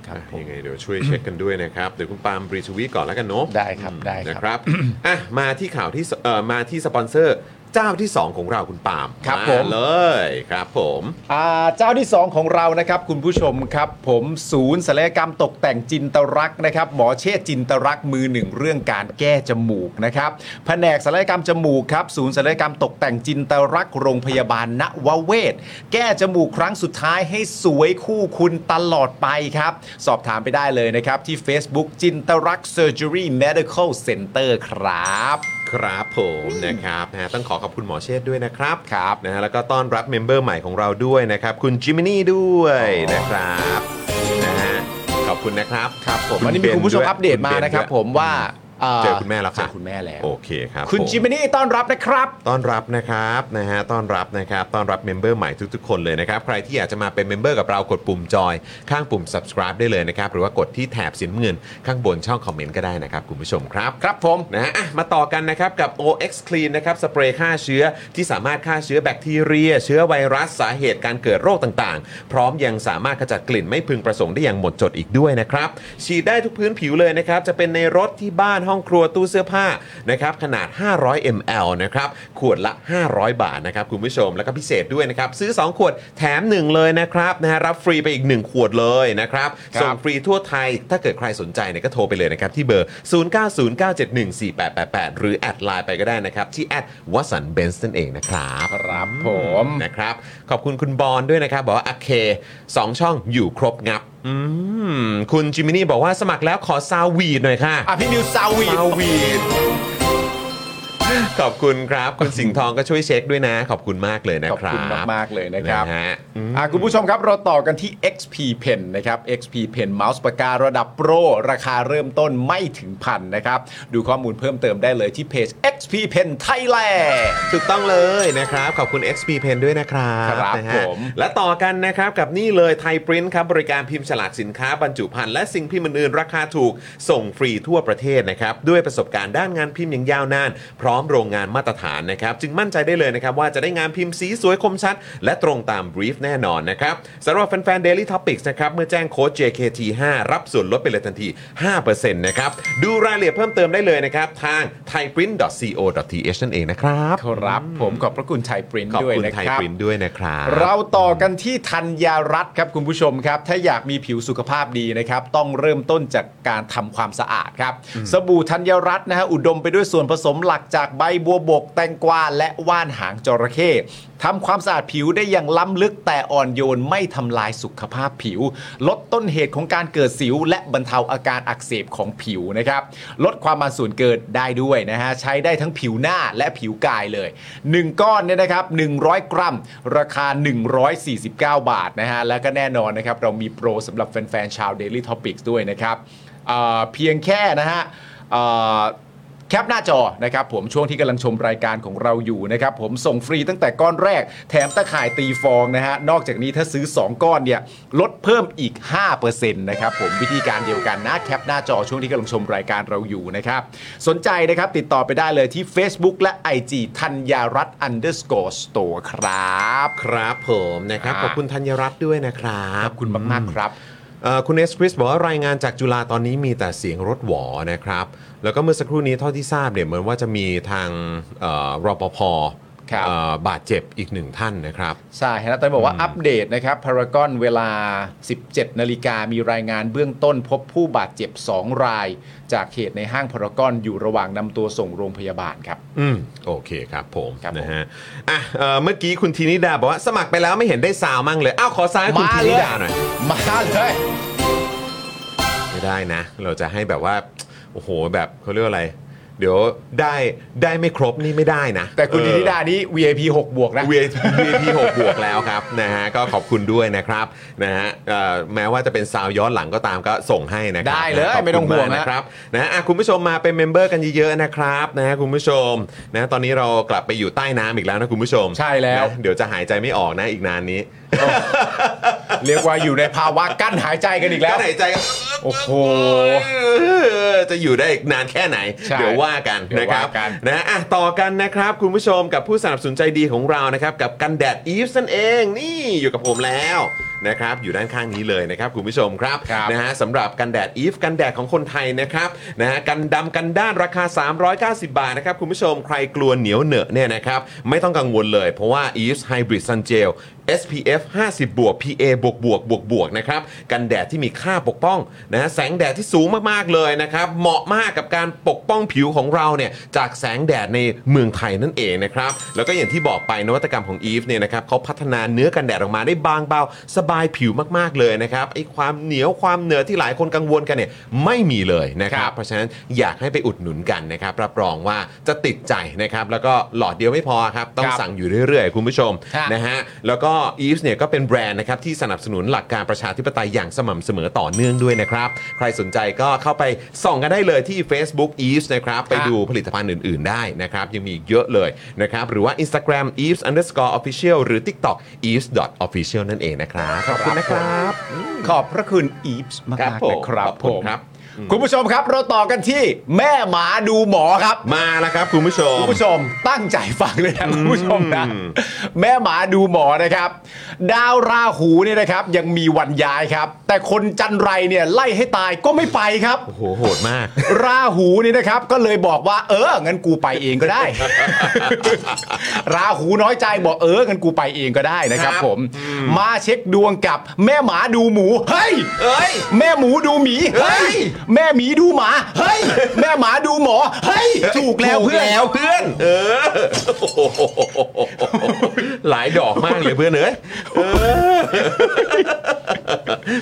[SPEAKER 5] ครับผม
[SPEAKER 4] ยังไงเดี๋ยวช่วยเช็คกันด้วยนะครับ เดี๋ยวคุณปาล์มรีทวีตก่อนแล้วกันเนาะ
[SPEAKER 5] ได้ครับได้ครับ
[SPEAKER 4] นะครับ อ่ะมาที่ข่าวที่สเอ่อมาที่สปอนเซอร์เจ้าที่ 2 ของเราคุณปาล์ม
[SPEAKER 5] ครับ
[SPEAKER 4] า
[SPEAKER 5] ผม
[SPEAKER 4] เลยครับผม
[SPEAKER 5] อ่าเจ้าที่ 2 ของเรานะครับคุณผู้ชมครับ ผมศูนย์ศัลยกรรมตกแต่งจินตรักษ์นะครับหมอเชษฐ์จินตรักษ์มือหนึ่งเรื่องการแก้จมูกนะครับแผนกศัลยกรรมจมูกครับศูนย์ศัลยกรรมตกแต่งจินตรักษ์โรงพยาบาลนวเวศ แก้จมูกครั้งสุดท้ายให้สวยคู่คุณตลอดไปครับ สอบถามไปได้เลยนะครับ ที่ Facebook จินตรักษ์ Surgery Medical Center ครับ
[SPEAKER 4] ครับผมนะครับนะฮะต้องขอขอบคุณหมอเชษฐ์ด้วยนะครับ
[SPEAKER 5] ครับ
[SPEAKER 4] นะฮะแล้วก็ต้อนรับเมมเบอร์ใหม่ของเราด้วยนะครับ คุณจิมินี่ด้วยนะครับนะฮะขอบคุณนะครับ
[SPEAKER 5] ครับผม
[SPEAKER 4] ณ
[SPEAKER 5] วันนี้มีคุณผู้ชม
[SPEAKER 4] เบวย
[SPEAKER 5] อัปเดตมานะครับ
[SPEAKER 4] ณเ
[SPEAKER 5] ผมว่า
[SPEAKER 4] เจอคุณแม่แล้ว
[SPEAKER 5] เจอ
[SPEAKER 4] ค่ะ
[SPEAKER 5] คุณแม่แล้ว
[SPEAKER 4] โอเคครับ
[SPEAKER 5] คุณ
[SPEAKER 4] ผม
[SPEAKER 5] จิมมี่ต้อนรับนะครับ
[SPEAKER 4] ต้อนรับนะครับนะฮะต้อนรับนะครับต้อนรับเมมเบอร์ใหม่ทุก ๆ คนเลยนะครับ ใครที่อยากจะมาเป็นเมมเบอร์กับเรากดปุ่มจอยข้างปุ่ม subscribe ได้เลยนะครับ หรือว่ากดที่แถบสีน้ำเงินข้างบนช่องคอมเมนต์ก็ได้นะครับ คุณผู้ชมครับ
[SPEAKER 5] ครับผม
[SPEAKER 4] นะฮะอ่ะมาต่อกันนะครับ กับ OX Clean นะครับ สเปรย์ฆ่าเชื้อที่สามารถฆ่าเชื้อแบคทีเรีย เชื้อไวรัสสาเหตุการเกิดโรคต่างๆ พร้อมยังสามารถขจัดกลิ่นไม่พึงประสงค์ได้อย่างหมดจดอีกด้วยนะครับฉีดได้ทุกพื้นผิวเลยนะครับจะเป็นในรถที่บ้านห้องครัวตู้เสื้อผ้า นะครับขนาด 500 ml นะครับ ขวดละ 500 บาทนะครับ คุณผู้ชม แล้วก็พิเศษด้วยนะครับ ซื้อ 2 ขวดแถม 1 เลยนะครับนะฮะรับฟรีไปอีก 1 ขวดเลยนะครับ
[SPEAKER 5] ครับ
[SPEAKER 4] ส่งฟรีทั่วไทย ถ้าเกิดใครสนใจเนี่ยก็โทรไปเลยนะครับ ที่เบอร์ 0909714888 หรือ แอดไลน์ไปก็ได้นะครับ ที่แอดวัสันเบนส์นั่นเองนะครับ
[SPEAKER 5] ครับผม
[SPEAKER 4] นะครับขอบคุณคุณบอลด้วยนะครับ บอกว่าโอเคสองช่องอยู่ครบงับอืมคุณจิมินี่บอกว่าสมัครแล้วขอซาววีดหน่อยค่ะ
[SPEAKER 5] อ่ะพี่นิวซาวี
[SPEAKER 4] ซาวีดขอบคุณครับ คุณสิงห์ทองก็ช่วยเช็คด้วยนะ ขอบคุณมากเลยนะ
[SPEAKER 5] ขอบ
[SPEAKER 4] ครับ
[SPEAKER 5] คุณมากๆเลยนะครับ
[SPEAKER 4] ฮอืม
[SPEAKER 5] อ่ะคุณผู้ชมครับเราต่อกันที่ XP Pen นะครับ XP Pen เมาส์ปากการะดับโปร ราคาเริ่มต้นไม่ถึงพันนะครับ ดูข้อมูลเพิ่มเติมได้เลยที่เพจ XP Pen Thailand
[SPEAKER 4] ถูกต้องเลยนะครับ ขอบคุณ XP Pen ด้วยนะครับ
[SPEAKER 5] ครับ
[SPEAKER 4] นะฮะ
[SPEAKER 5] ผม
[SPEAKER 4] และต่อกันนะครับกับนี่เลยไทยปริ้นครับ บริการพิมพ์ฉลากสินค้าบรรจุภัณฑ์และสิ่งพิมพ์อื่นๆราคาถูกส่งฟรีทั่วประเทศนะครับ ด้วยประสบการณ์ด้านงานพิมพ์อย่างยาวนาน พร้อมโรงงานมาตรฐานนะครับ จึงมั่นใจได้เลยนะครับ ว่าจะได้งานพิมพ์สีสวยคมชัด และตรงตามบรีฟแน่นอนนะครับสำหรับแฟนๆ Daily Topics นะครับเมื่อแจ้งโค้ด JKT5 รับส่วนลดไปเลยทันที 5%นะครับดูรายละเอียดเพิ่มเติมได้เลยนะครับทาง thaiprint.co.th นั่นเองนะครับ
[SPEAKER 5] ครับผมขอบพระคุณไทยปรินท์
[SPEAKER 4] ขอบ
[SPEAKER 5] ด้วย
[SPEAKER 4] คุณ
[SPEAKER 5] นะ
[SPEAKER 4] ไทย
[SPEAKER 5] ครับ
[SPEAKER 4] ปรินท์ด้วยนะครับ
[SPEAKER 5] เราต่อกันที่ธัญญารัตน์ครับคุณผู้ชมครับ ถ้าอยากมีผิวสุขภาพดีนะครับ ต้องเริ่มต้นจากการทำความสะอาดครับ สบู่ธัญญารัตน์นะฮะอุดมไปด้วยส่วนผสมหลักจากใบบัวบก แตงกวาและว่านหางจระเข้ทำความสะอาดผิวได้อย่างล้ำลึกแต่อ่อนโยนไม่ทำลายสุขภาพผิว ลดต้นเหตุของการเกิดสิว และบรรเทาอาการอักเสบของผิวนะครับ ลดความมันส่วนเกินได้ด้วยนะฮะ ใช้ได้ทั้งผิวหน้าและผิวกายเลย 1 ก้อนเนี่ยนะครับ 100 กรัม ราคา 149 บาทนะฮะ แล้วก็แน่นอนนะครับ เรามีโปรสำหรับแฟน ๆ ชาว Daily Topics ด้วยนะครับเอ่อเพียงแค่นะฮะเอ่อ แคปหน้าจอนะครับผมช่วงที่กำลังชมรายการของเราอยู่นะครับผมส่งฟรีตั้งแต่ก้อนแรก แถมตะข่ายตีฟองนะฮะนอกจากนี้ถ้าซื้อ 2 ก้อนเนี่ยลดเพิ่มอีก 5%นะครับผมวิธีการเดียวกันนะแคปหน้าจอช่วงที่กำลังชมรายการเราอยู่นะครับสนใจนะครับติดต่อไปได้เลยที่ Facebook และ IG ธัญญารัตน์ underscore store ครับ
[SPEAKER 4] ครับผมนะครับ
[SPEAKER 5] อ่า
[SPEAKER 4] ขอบคุณธัญรัตน์ด้วยนะครับ
[SPEAKER 5] ขอบคุณมากๆครับ
[SPEAKER 4] เอ่อคุณเอสคริสบอกว่ารายงานจากจุฬาตอนนี้มีแต่เสียงรถหวอนะครับ แล้วก็เมื่อสักครู่นี้เท่าที่ทราบเนี่ยเหมือนว่าจะมีทางเอ่อรปภ
[SPEAKER 5] ครับ
[SPEAKER 4] เอ่อบาดเจ็บอีกหนึ่งท่านนะครับ
[SPEAKER 5] ใช่ฮะแล้วตอนนบอกว่าอัปเดตนะครับพารากอนเวลา 17 นาฬิกามีรายงานเบื้องต้นพบผู้บาดเจ็บ 2 ราย จากเหตุในห้างพารากอนอยู่ระหว่างนำตัวส่งโรงพยาบาลครับ
[SPEAKER 4] อืมโอเคครับผม
[SPEAKER 5] ครับผม
[SPEAKER 4] นะฮะอ่ะเอ่อเมื่อกี้คุณทีนิดาบอกว่าสมัครไปแล้วไม่เห็นได้สาวมั่งเลยอ้าวขอซ้ายคุณทีนิดาหน่อย
[SPEAKER 5] มาเลย
[SPEAKER 4] ไม่ได้นะ เราจะให้แบบว่า โอ้โห แบบเขาเรียกว่าอะไร เดี๋ยวได้ได้ไม่ครบนี่ไม่ได้นะ
[SPEAKER 5] แต่คุณ
[SPEAKER 4] เอ
[SPEAKER 5] ดิ
[SPEAKER 4] อ
[SPEAKER 5] นิดานี้ VIP 6 บวกนะ
[SPEAKER 4] เวทีหกบวกแล้วครับนะฮะก็ขอบคุณด้วยนะครับนะฮะเอ่อแม้ว่าจะเป็นซาวย้อนหลังก็ตามก็ส่งให้นะครั
[SPEAKER 5] ได้เลย
[SPEAKER 4] นะขบคุณ
[SPEAKER 5] ไม่ต้องห่วง
[SPEAKER 4] าก
[SPEAKER 5] นะ
[SPEAKER 4] นะครับนะอ่ะคุณผู้ชมมาเป็นเมมเบอร์กันเยอะๆนะครับนะฮะคุณผู้ชมนะตอนนี้เรากลับไปอยู่ใต้น้ำอีกแล้วนะคุณผู้ชม
[SPEAKER 5] ใช่แล้ว
[SPEAKER 4] นะเดี๋ยวจะหายใจไม่ออกนะอีกนานนี้
[SPEAKER 5] เรียกว่าอยู่ในภาวะกั้นหายใจกันอีกแล้ว
[SPEAKER 4] ก็หายใจก็
[SPEAKER 5] โอ้โห
[SPEAKER 4] จะอยู่ได้อีกนานแค่ไหน
[SPEAKER 5] ใช่
[SPEAKER 4] เดี๋ยวว่ากัน
[SPEAKER 5] เดี๋ยว
[SPEAKER 4] นะครับ
[SPEAKER 5] ว่ากัน
[SPEAKER 4] นะอ่ะต่อกันนะครับคุณผู้ชมกับผู้สนับสนุนใจดีของเรานะครับ กับกันแดดอีฟนั่นเองนี่อยู่กับผมแล้วนะครับ อยู่ด้านข้างนี้เลยนะครับ คุณผู้ชมครับนะฮะสำหรับกันแดดอีฟกันแดดของคนไทยนะครับนะฮะกันดำกันด้านราคา 390 บาทนะครับ คุณผู้ชมใครกลัวเหนียวเหนอะเนี่ยนะครับไม่ต้องกังวลเลย เพราะว่า e v e s Hybrid Sun Gel SPF 50บวก PA บวกบวกบวกบวกนะครับกันแดดที่มีค่าปกป้องนะฮะแสงแดดที่สูงมาก ๆ เลยนะครับ เหมาะมากกับการปกป้องผิวของเราเนี่ยจากแสงแดดในเมืองไทยนั่นเองนะครับ แล้วก็อย่างที่บอกไปนวัตกรรมของ e v e เนี่ยนะครับเขาพัฒนาเนื้อกันแดดออกมาได้บางเบา สบายผิวมาก ๆ เลยนะครับไอ้ความเหนียวความเหนอะที่หลายคนกังวลกันเนี่ยไม่มีเลยนะค
[SPEAKER 5] ค
[SPEAKER 4] รั
[SPEAKER 5] รับ บ
[SPEAKER 4] เพราะฉะนั้นอยากให้ไปอุดหนุนกันนะครับรับรองว่าจะติดใจนะครับแล้วก็หลอดเดียวไม่พอครับต้อง
[SPEAKER 5] ครับ
[SPEAKER 4] สั่งอยู่เรื่อยๆ คุณผู้ชม
[SPEAKER 5] ครับ
[SPEAKER 4] นะฮะแล้วก็ e v e s เนี่ยก็เป็นแบรนด์นะครับที่สนับสนุนหลักการประชาธิปไตยอย่างสม่ำเสมอต่อเนื่องด้วยนะครับ ใครสนใจก็เข้าไปส่องกันได้เลยที่ Facebook e v e s นะครับไปดูผลิตภัณฑ์อื่น ๆ ได้นะครับ ยังมีอีกเยอะเลยนะครับ หรือว่า Instagram e v e s underscore official หรือ TikTok e v e s official นั่นเองนะครับ ขอบคุณนะครับ
[SPEAKER 5] ขอบพระคุณอีฟส์มาก
[SPEAKER 4] ครับ
[SPEAKER 5] ๆ
[SPEAKER 4] ผม
[SPEAKER 5] นะครับ
[SPEAKER 4] ขอบคุณครับ
[SPEAKER 5] คุณผู้ชมครับ เราต่อกันที่แม่หมาดูหมอครับ
[SPEAKER 4] มาแล้วครับคุณผู้ชม
[SPEAKER 5] คุณผู้ชมตั้งใจฟังเลยนะคุณผู้ชมนะแม่หมาดูหมอนะครับ ดาวราหูเนี่ยนะครับยังมีวันย้ายครับ แต่คนจันไรเนี่ยไล่ให้ตายก็ไม่ไปครับ
[SPEAKER 4] โอ้โหโหดมาก
[SPEAKER 5] ราหูนี่นะครับก็เลยบอกว่า เอองั้นกูไปเองก็ได้ ราหูน้อยใจบอกเอองั้นกูไปเองก็ได้นะครับ
[SPEAKER 4] ครับ
[SPEAKER 5] ผม มาเช็คดวงกับแม่หมาดูหมูเฮ้ย
[SPEAKER 4] เอ้ย
[SPEAKER 5] แม่หมูดูหมีเฮ้
[SPEAKER 4] เฮ้
[SPEAKER 5] ย
[SPEAKER 4] ย
[SPEAKER 5] แม่หมีดูหมาเฮ้ยแม่หมาดูหมอเฮ้ยถูกแล้วเพื่อน
[SPEAKER 4] แล้วเพื่อน เออโอ้โหหลายดอกมากเลยเพื่อนเอ้ยเออ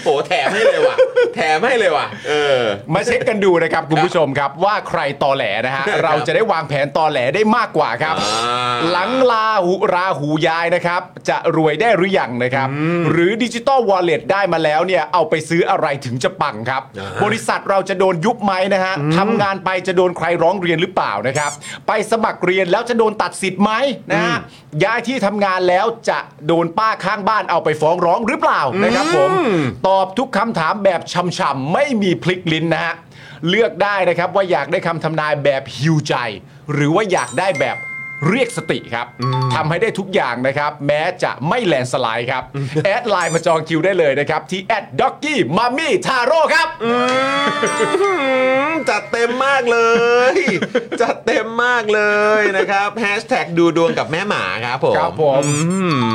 [SPEAKER 4] โอ้แถมให้เลยว่ะ แถมให้เลยว่ะ เออ
[SPEAKER 5] มาเช็คกันดูนะครับ คุณผู้ชมครับว่าใครตอแหลนะฮะ เราจะได้วางแผนตอแหลได้มากกว่าครับ
[SPEAKER 4] อ่า
[SPEAKER 5] หลังลาหูราหูย้ายนะครับ จะรวยได้หรือยังนะครับ หรือดิจิตอลวอลเล็ตได้มาแล้วเนี่ย เอาไปซื้ออะไรถึงจะปังครับ บริษัทเราจะโดนยุบไหมนะฮะทำงานไปจะโดนใครร้องเรียนหรือเปล่านะครับ ไปสมัครเรียนแล้วจะโดนตัดสิทธิ์ไหมนะฮะย้ายที่ทำงานแล้วจะโดนป้าข้างบ้านเอาไปฟ้องร้องหรือเปล่านะครับผม ตอบทุกคำถามแบบช่ำๆไม่มีพลิกลิ้นนะฮะ เลือกได้นะครับว่าอยากได้คำทำนายแบบฮิวใจ หรือว่าอยากได้แบบเรียกสติครับทำให้ได้ทุกอย่างนะครับ แม้จะไม่แลนสไลด์ครับ แอดไลน์มาจองคิวได้เลยนะครับ ที่แอดด็อกกี้มามี่ทาโร่ครับ
[SPEAKER 4] จัดเต็มมากเลย จัดเต็มมากเลยนะครับแฮชแท็กดูดวงกับแม่หมาครับผม
[SPEAKER 5] ครับผม
[SPEAKER 4] อืม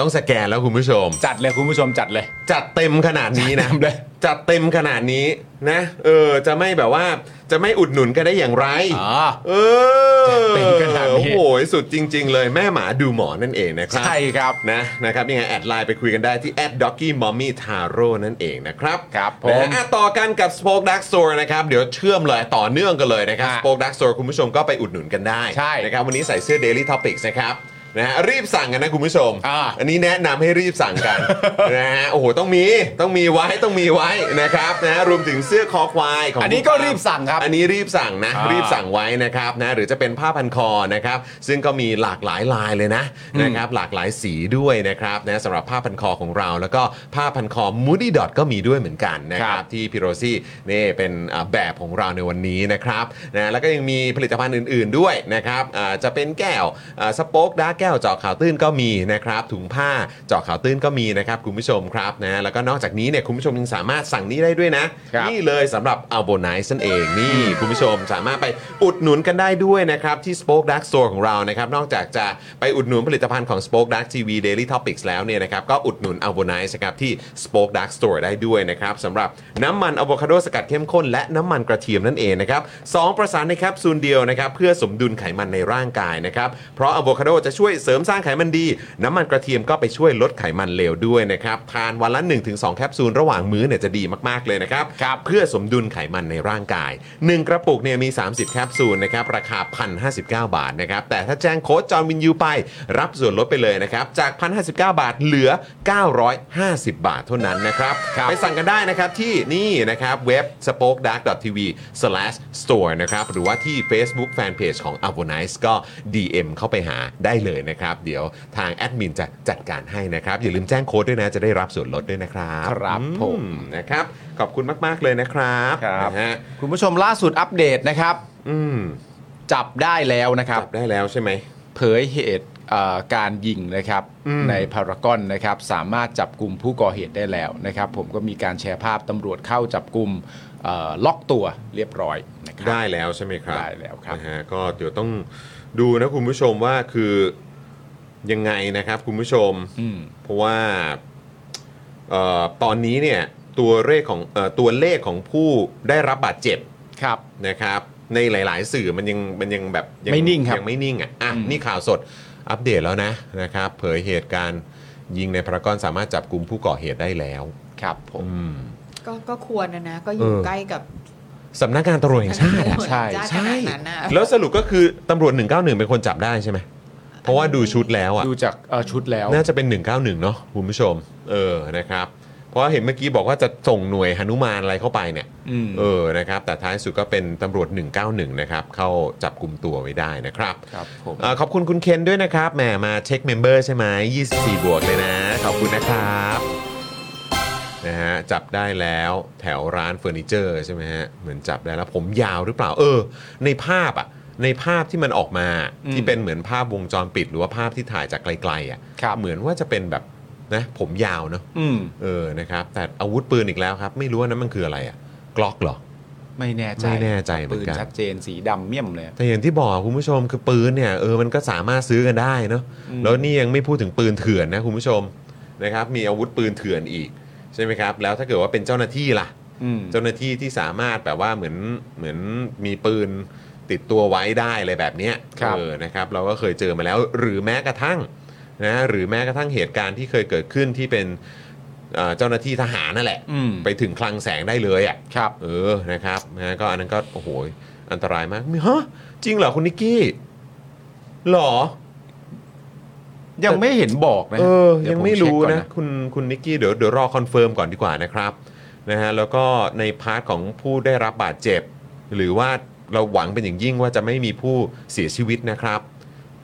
[SPEAKER 4] ต้องสแกนแล้วคุณผู้ชม
[SPEAKER 5] จัดเลยคุณผู้ชมจัดเลย
[SPEAKER 4] จัดเต็มขนาดนี้นะ
[SPEAKER 5] จัดเต็มเลย
[SPEAKER 4] จัดเต็มขนาดนี้นะ เออ จะไม่แบบว่า จะไม่อุดหนุนกันได้อย่างไร
[SPEAKER 5] อ่า
[SPEAKER 4] เออ
[SPEAKER 5] จัดเต็มขนาดนี้
[SPEAKER 4] โอ้โห สุดจริง ๆ เลยแม่หมาดูหมอนั่นเองนะครับ
[SPEAKER 5] ใช่ครับ
[SPEAKER 4] นะนะครับยังไงแอดไลน์ไปคุยกันได้ที่ d o c k y m o m m y t a r o นั่นเองนะครับ
[SPEAKER 5] ครับผม
[SPEAKER 4] นะฮะอ่ะต่อกันกับ Spoke Dark Store นะครับเดี๋ยวเชื่อมเลยต่อเนื่องกันเลยนะครับ
[SPEAKER 5] ฮะ
[SPEAKER 4] Spoke Dark Store คุณผู้ชมก็ไปอุดหนุนกันได้
[SPEAKER 5] ใช่
[SPEAKER 4] นะครับวันนี้ใส่เสื้อ Daily Topics นะครับนะฮะรีบสั่งกันนะคุณผู้ชม
[SPEAKER 5] อ่า
[SPEAKER 4] นนี้แนะนำให้รีบสั่ง กัน นะฮะโอ้โหต้องมีต้องมีไว้ต้องมีไว้นะครับนะฮะรวมถึงเสื้อคอควายของ
[SPEAKER 5] อันนี้ก็รีบสั่งครับ
[SPEAKER 4] อันนี้รีบสั่งนะ
[SPEAKER 5] อ่า
[SPEAKER 4] รีบสั่ง สั่งไว้นะครับนะหรือจะเป็นผ้าพันคอนะครับซึ่งก็มีหลากหลายลายเลยนะนะครับหลากหลายสีด้วยนะครับนะสำหรับผ้าพันคอของเรา แล้วก็ผ้าพันคอ moody dot ก็มีด้วยเหมือนกันนะ
[SPEAKER 5] ค
[SPEAKER 4] ค
[SPEAKER 5] รั
[SPEAKER 4] รับบ ที่พี่โรซี่นี่เป็นอ่าแบบของเราในวันนี้นะครับนะแล้วก็ยังมีผลิตภัณฑ์อื่นๆด้วยนะครับอ่าจะเป็นแก้วสป็อกดาแก้วเจาะข่าวตื้นก็มีนะครับถุงผ้าเจาะข่าวตื้นก็มีนะครับคุณผู้ชมครับนะแล้วก็นอกจากนี้เนี่ยคุณผู้ชมยังสามารถสั่งนี้ได้ด้วยนะ
[SPEAKER 5] ครับ
[SPEAKER 4] นี่เลยสำหรับ a l b o n i c e นั่นเองนี่คุณผู้ชมสามารถไปอุดหนุนกันได้ด้วยนะครับ ที่ Spoke Dark Store ของเรานะครับ นอกจากจะไปอุดหนุนผลิตภัณฑ์ของ Spoke Dark TV Daily Topics แล้วเนี่ยนะครับ ก็อุดหนุน a l b o n i c e นะครับที่ Spoke Dark Store ได้ด้วยนะครับสำหรับน้ำมันอะโวคาโดสกัดเข้มข้นและน้ำมันกระเทียมนั่นเองนะครับสองประสานในแคปซูลเดียวนะครับเพื่อสมดุลไขมันในร่างกายนะครับเพราะอะโวคาโดจะช่วยเสริมสร้างไขมันดี น้ำมันกระเทียมก็ไปช่วยลดไขมันเลวด้วยนะครับทานวันละ 1-2 แคปซูลระหว่างมื้อเนี่ยจะดีมากๆเลยนะครับ
[SPEAKER 5] ครับ
[SPEAKER 4] เพื่อสมดุลไขมันในร่างกาย 1 กระปุกเนี่ยมี 30 แคปซูลนะครับราคา 1,059 บาทนะครับแต่ถ้าแจ้งโค้ดจอห์นวินยูไป รับส่วนลดไปเลยนะครับจาก 1,059 บาทเหลือ 950 บาทเท่านั้นนะครับ
[SPEAKER 5] ครับ
[SPEAKER 4] ไปสั่งกันได้นะครับที่นี่นะครับเว็บ spokedark.tv/store นะครับหรือว่าที่ Facebook Fanpage ของ a v o n i c e ก็ DM เข้าไปหาได้เลย นะครับ เดี๋ยวทางแอดมินจะจัดการให้นะครับ อย่าลืมแจ้งโค้ดด้วยนะ จะได้รับส่วนลดด้วยนะครับ
[SPEAKER 5] ครับ
[SPEAKER 4] อื
[SPEAKER 5] ผม
[SPEAKER 4] นะครับ ขอบคุณมาก ๆ เลยนะครับ
[SPEAKER 5] ครับ
[SPEAKER 4] นะฮะ
[SPEAKER 5] คุณผู้ชมล่าสุดอัปเดตนะครับ
[SPEAKER 4] อืม
[SPEAKER 5] จับได้แล้วนะครับ
[SPEAKER 4] จับได้แล้วใช่ไหม
[SPEAKER 5] เผยเหตุเอ่อการยิงนะครับ
[SPEAKER 4] อืม
[SPEAKER 5] ในพารากอนนะครับ สามารถจับกลุ่มผู้ก่อเหตุได้แล้วนะครับ ผมก็มีการแชร์ภาพตำรวจเข้าจับกลุ่มเอ่อล็อกตัวเรียบร้อยนะครั
[SPEAKER 4] ได้แล้วใช่ไหมครับ
[SPEAKER 5] ได้แล้วครับ
[SPEAKER 4] นะฮะก็เดี๋ยวต้องดูนะคุณผู้ชมว่าคือยังไงนะครับคุณผู้ชม
[SPEAKER 5] อืม
[SPEAKER 4] เพราะว่าเออตอนนี้เนี่ยตัวเลขของเออตัวเลขของผู้ได้รับบาดเจ็บ
[SPEAKER 5] ครับ
[SPEAKER 4] นะครับ ในหลาย ๆ สื่อมันยังมันยังแบบยั
[SPEAKER 5] ไม่นิ่งครับ
[SPEAKER 4] ยังไม่นิ่งอ่ะอ่ะ
[SPEAKER 5] อืม
[SPEAKER 4] นี่ข่าวสดอัปเดตแล้วนะนะครับ เผยเหตุการณ์ยิงในพารากอนสามารถจับกลุ่มผู้ก่อเหตุได้แล้ว
[SPEAKER 5] ครับผม
[SPEAKER 4] อืม
[SPEAKER 6] ก็ก็ควรนะนะ ก็อยู่
[SPEAKER 4] เออ
[SPEAKER 6] ใกล้กับ
[SPEAKER 4] สำนักงานตำรวจแห่งชาติอะ
[SPEAKER 6] ถนน
[SPEAKER 5] ใช่
[SPEAKER 6] จ้าข
[SPEAKER 4] ใช่
[SPEAKER 6] นาดนั้นน่ะ
[SPEAKER 4] แล้วสรุปก็คือตำรวจ 191 เป็นคนจับได้ใช่ไหมเพราะว่าดูชุดแล้วอ่ะ
[SPEAKER 5] ดูจากเอ่อชุดแล้ว
[SPEAKER 4] น่าจะเป็น 191 เนาะคุณผู้ชม เออนะครับ เพราะเห็นเมื่อกี้บอกว่าจะส่งหน่วยหนุมานอะไรเข้าไปเนี่ย
[SPEAKER 5] อืม
[SPEAKER 4] เออนะครับ แต่ท้ายสุดก็เป็นตำรวจ 191 นะครับ เข้าจับกลุ่มตัวไว้ได้นะครับ
[SPEAKER 5] ครับผม
[SPEAKER 4] เอ่อขอบคุณคุณเคนด้วยนะครับแหมมาเช็คเมมเบอร์ใช่ไหม24 บวกเลยนะ ขอบคุณนะครับนะฮะจับได้แล้วแถวร้านเฟอร์นิเจอร์ใช่ไหมฮะเหมือนจับได้แล้วผมยาวหรือเปล่าเออ ในภาพอ่ะในภาพที่มันออกมา
[SPEAKER 5] อืม
[SPEAKER 4] ที่เป็นเหมือนภาพวงจรปิด หรือว่าภาพที่ถ่ายจากไกลๆอ่ะ
[SPEAKER 5] ครับ
[SPEAKER 4] เหมือนว่าจะเป็นแบบนะผมยาวเนอะ
[SPEAKER 5] อืม
[SPEAKER 4] เออนะครับแต่อาวุธปืนอีกแล้วครับ ไม่รู้ว่านั้นมันคืออะไรอะกล็อกเหรอ
[SPEAKER 5] ไม่แน่ใจ
[SPEAKER 4] ไม่แน่ใจเหมือ
[SPEAKER 5] ปื
[SPEAKER 4] น
[SPEAKER 5] น
[SPEAKER 4] กัน
[SPEAKER 5] ชัดเจนสีดำเมี่ยมเลย
[SPEAKER 4] แต่อย่างที่บอกคุณผู้ชมคือปืนเนี่ยเออมันก็สามารถซื้อกันได้เนอะ
[SPEAKER 5] อืม
[SPEAKER 4] แล้วนี่ยังไม่พูดถึงปืนเถื่อนนะคุณผู้ชมนะครับ มีอาวุธปืนเถื่อนอีกใช่ไหมครับ แล้วถ้าเกิดว่าเป็นเจ้าหน้าที่ล่ะ
[SPEAKER 5] อืม
[SPEAKER 4] เจ้าหน้าที่ที่สามารถแบบว่าเหมือนเหมือนมีปืนติดตัวไว้ได้อะไรแบบเนี้ย
[SPEAKER 5] ครับ
[SPEAKER 4] เออนะครับ เราก็เคยเจอมาแล้ว หรือแม้กระทั่งนะหรือแม้กระทั่งเหตุการณ์ที่เคยเกิดขึ้นที่เป็นเอ่อเจ้าหน้าที่ทหารนั่นแหละ
[SPEAKER 5] อืม
[SPEAKER 4] ไปถึงคลังแสงได้เลยอ่ะ
[SPEAKER 5] ครับ
[SPEAKER 4] เออนะครับนะก็อันนั้นก็โอ้โหอันตรายมากมีฮะจริงเหรอคุณนิกกี้หรอ
[SPEAKER 5] ยังไม่เห็นบอกนะ
[SPEAKER 4] เออ
[SPEAKER 5] เดี๋ว
[SPEAKER 4] ยัง
[SPEAKER 5] ผ
[SPEAKER 4] ไม่
[SPEAKER 5] เช็ค
[SPEAKER 4] รู้
[SPEAKER 5] ก่อ
[SPEAKER 4] นะ คุณคุณนิกกี้เดี๋ยวเดี๋ยวรอคอนเฟิร์มก่อนดีกว่านะครับนะฮะแล้วก็ในพาร์ทของผู้ได้รับบาดเจ็บ หรือว่าเราหวังเป็นอย่างยิ่งว่าจะไม่มีผู้เสียชีวิตนะครับ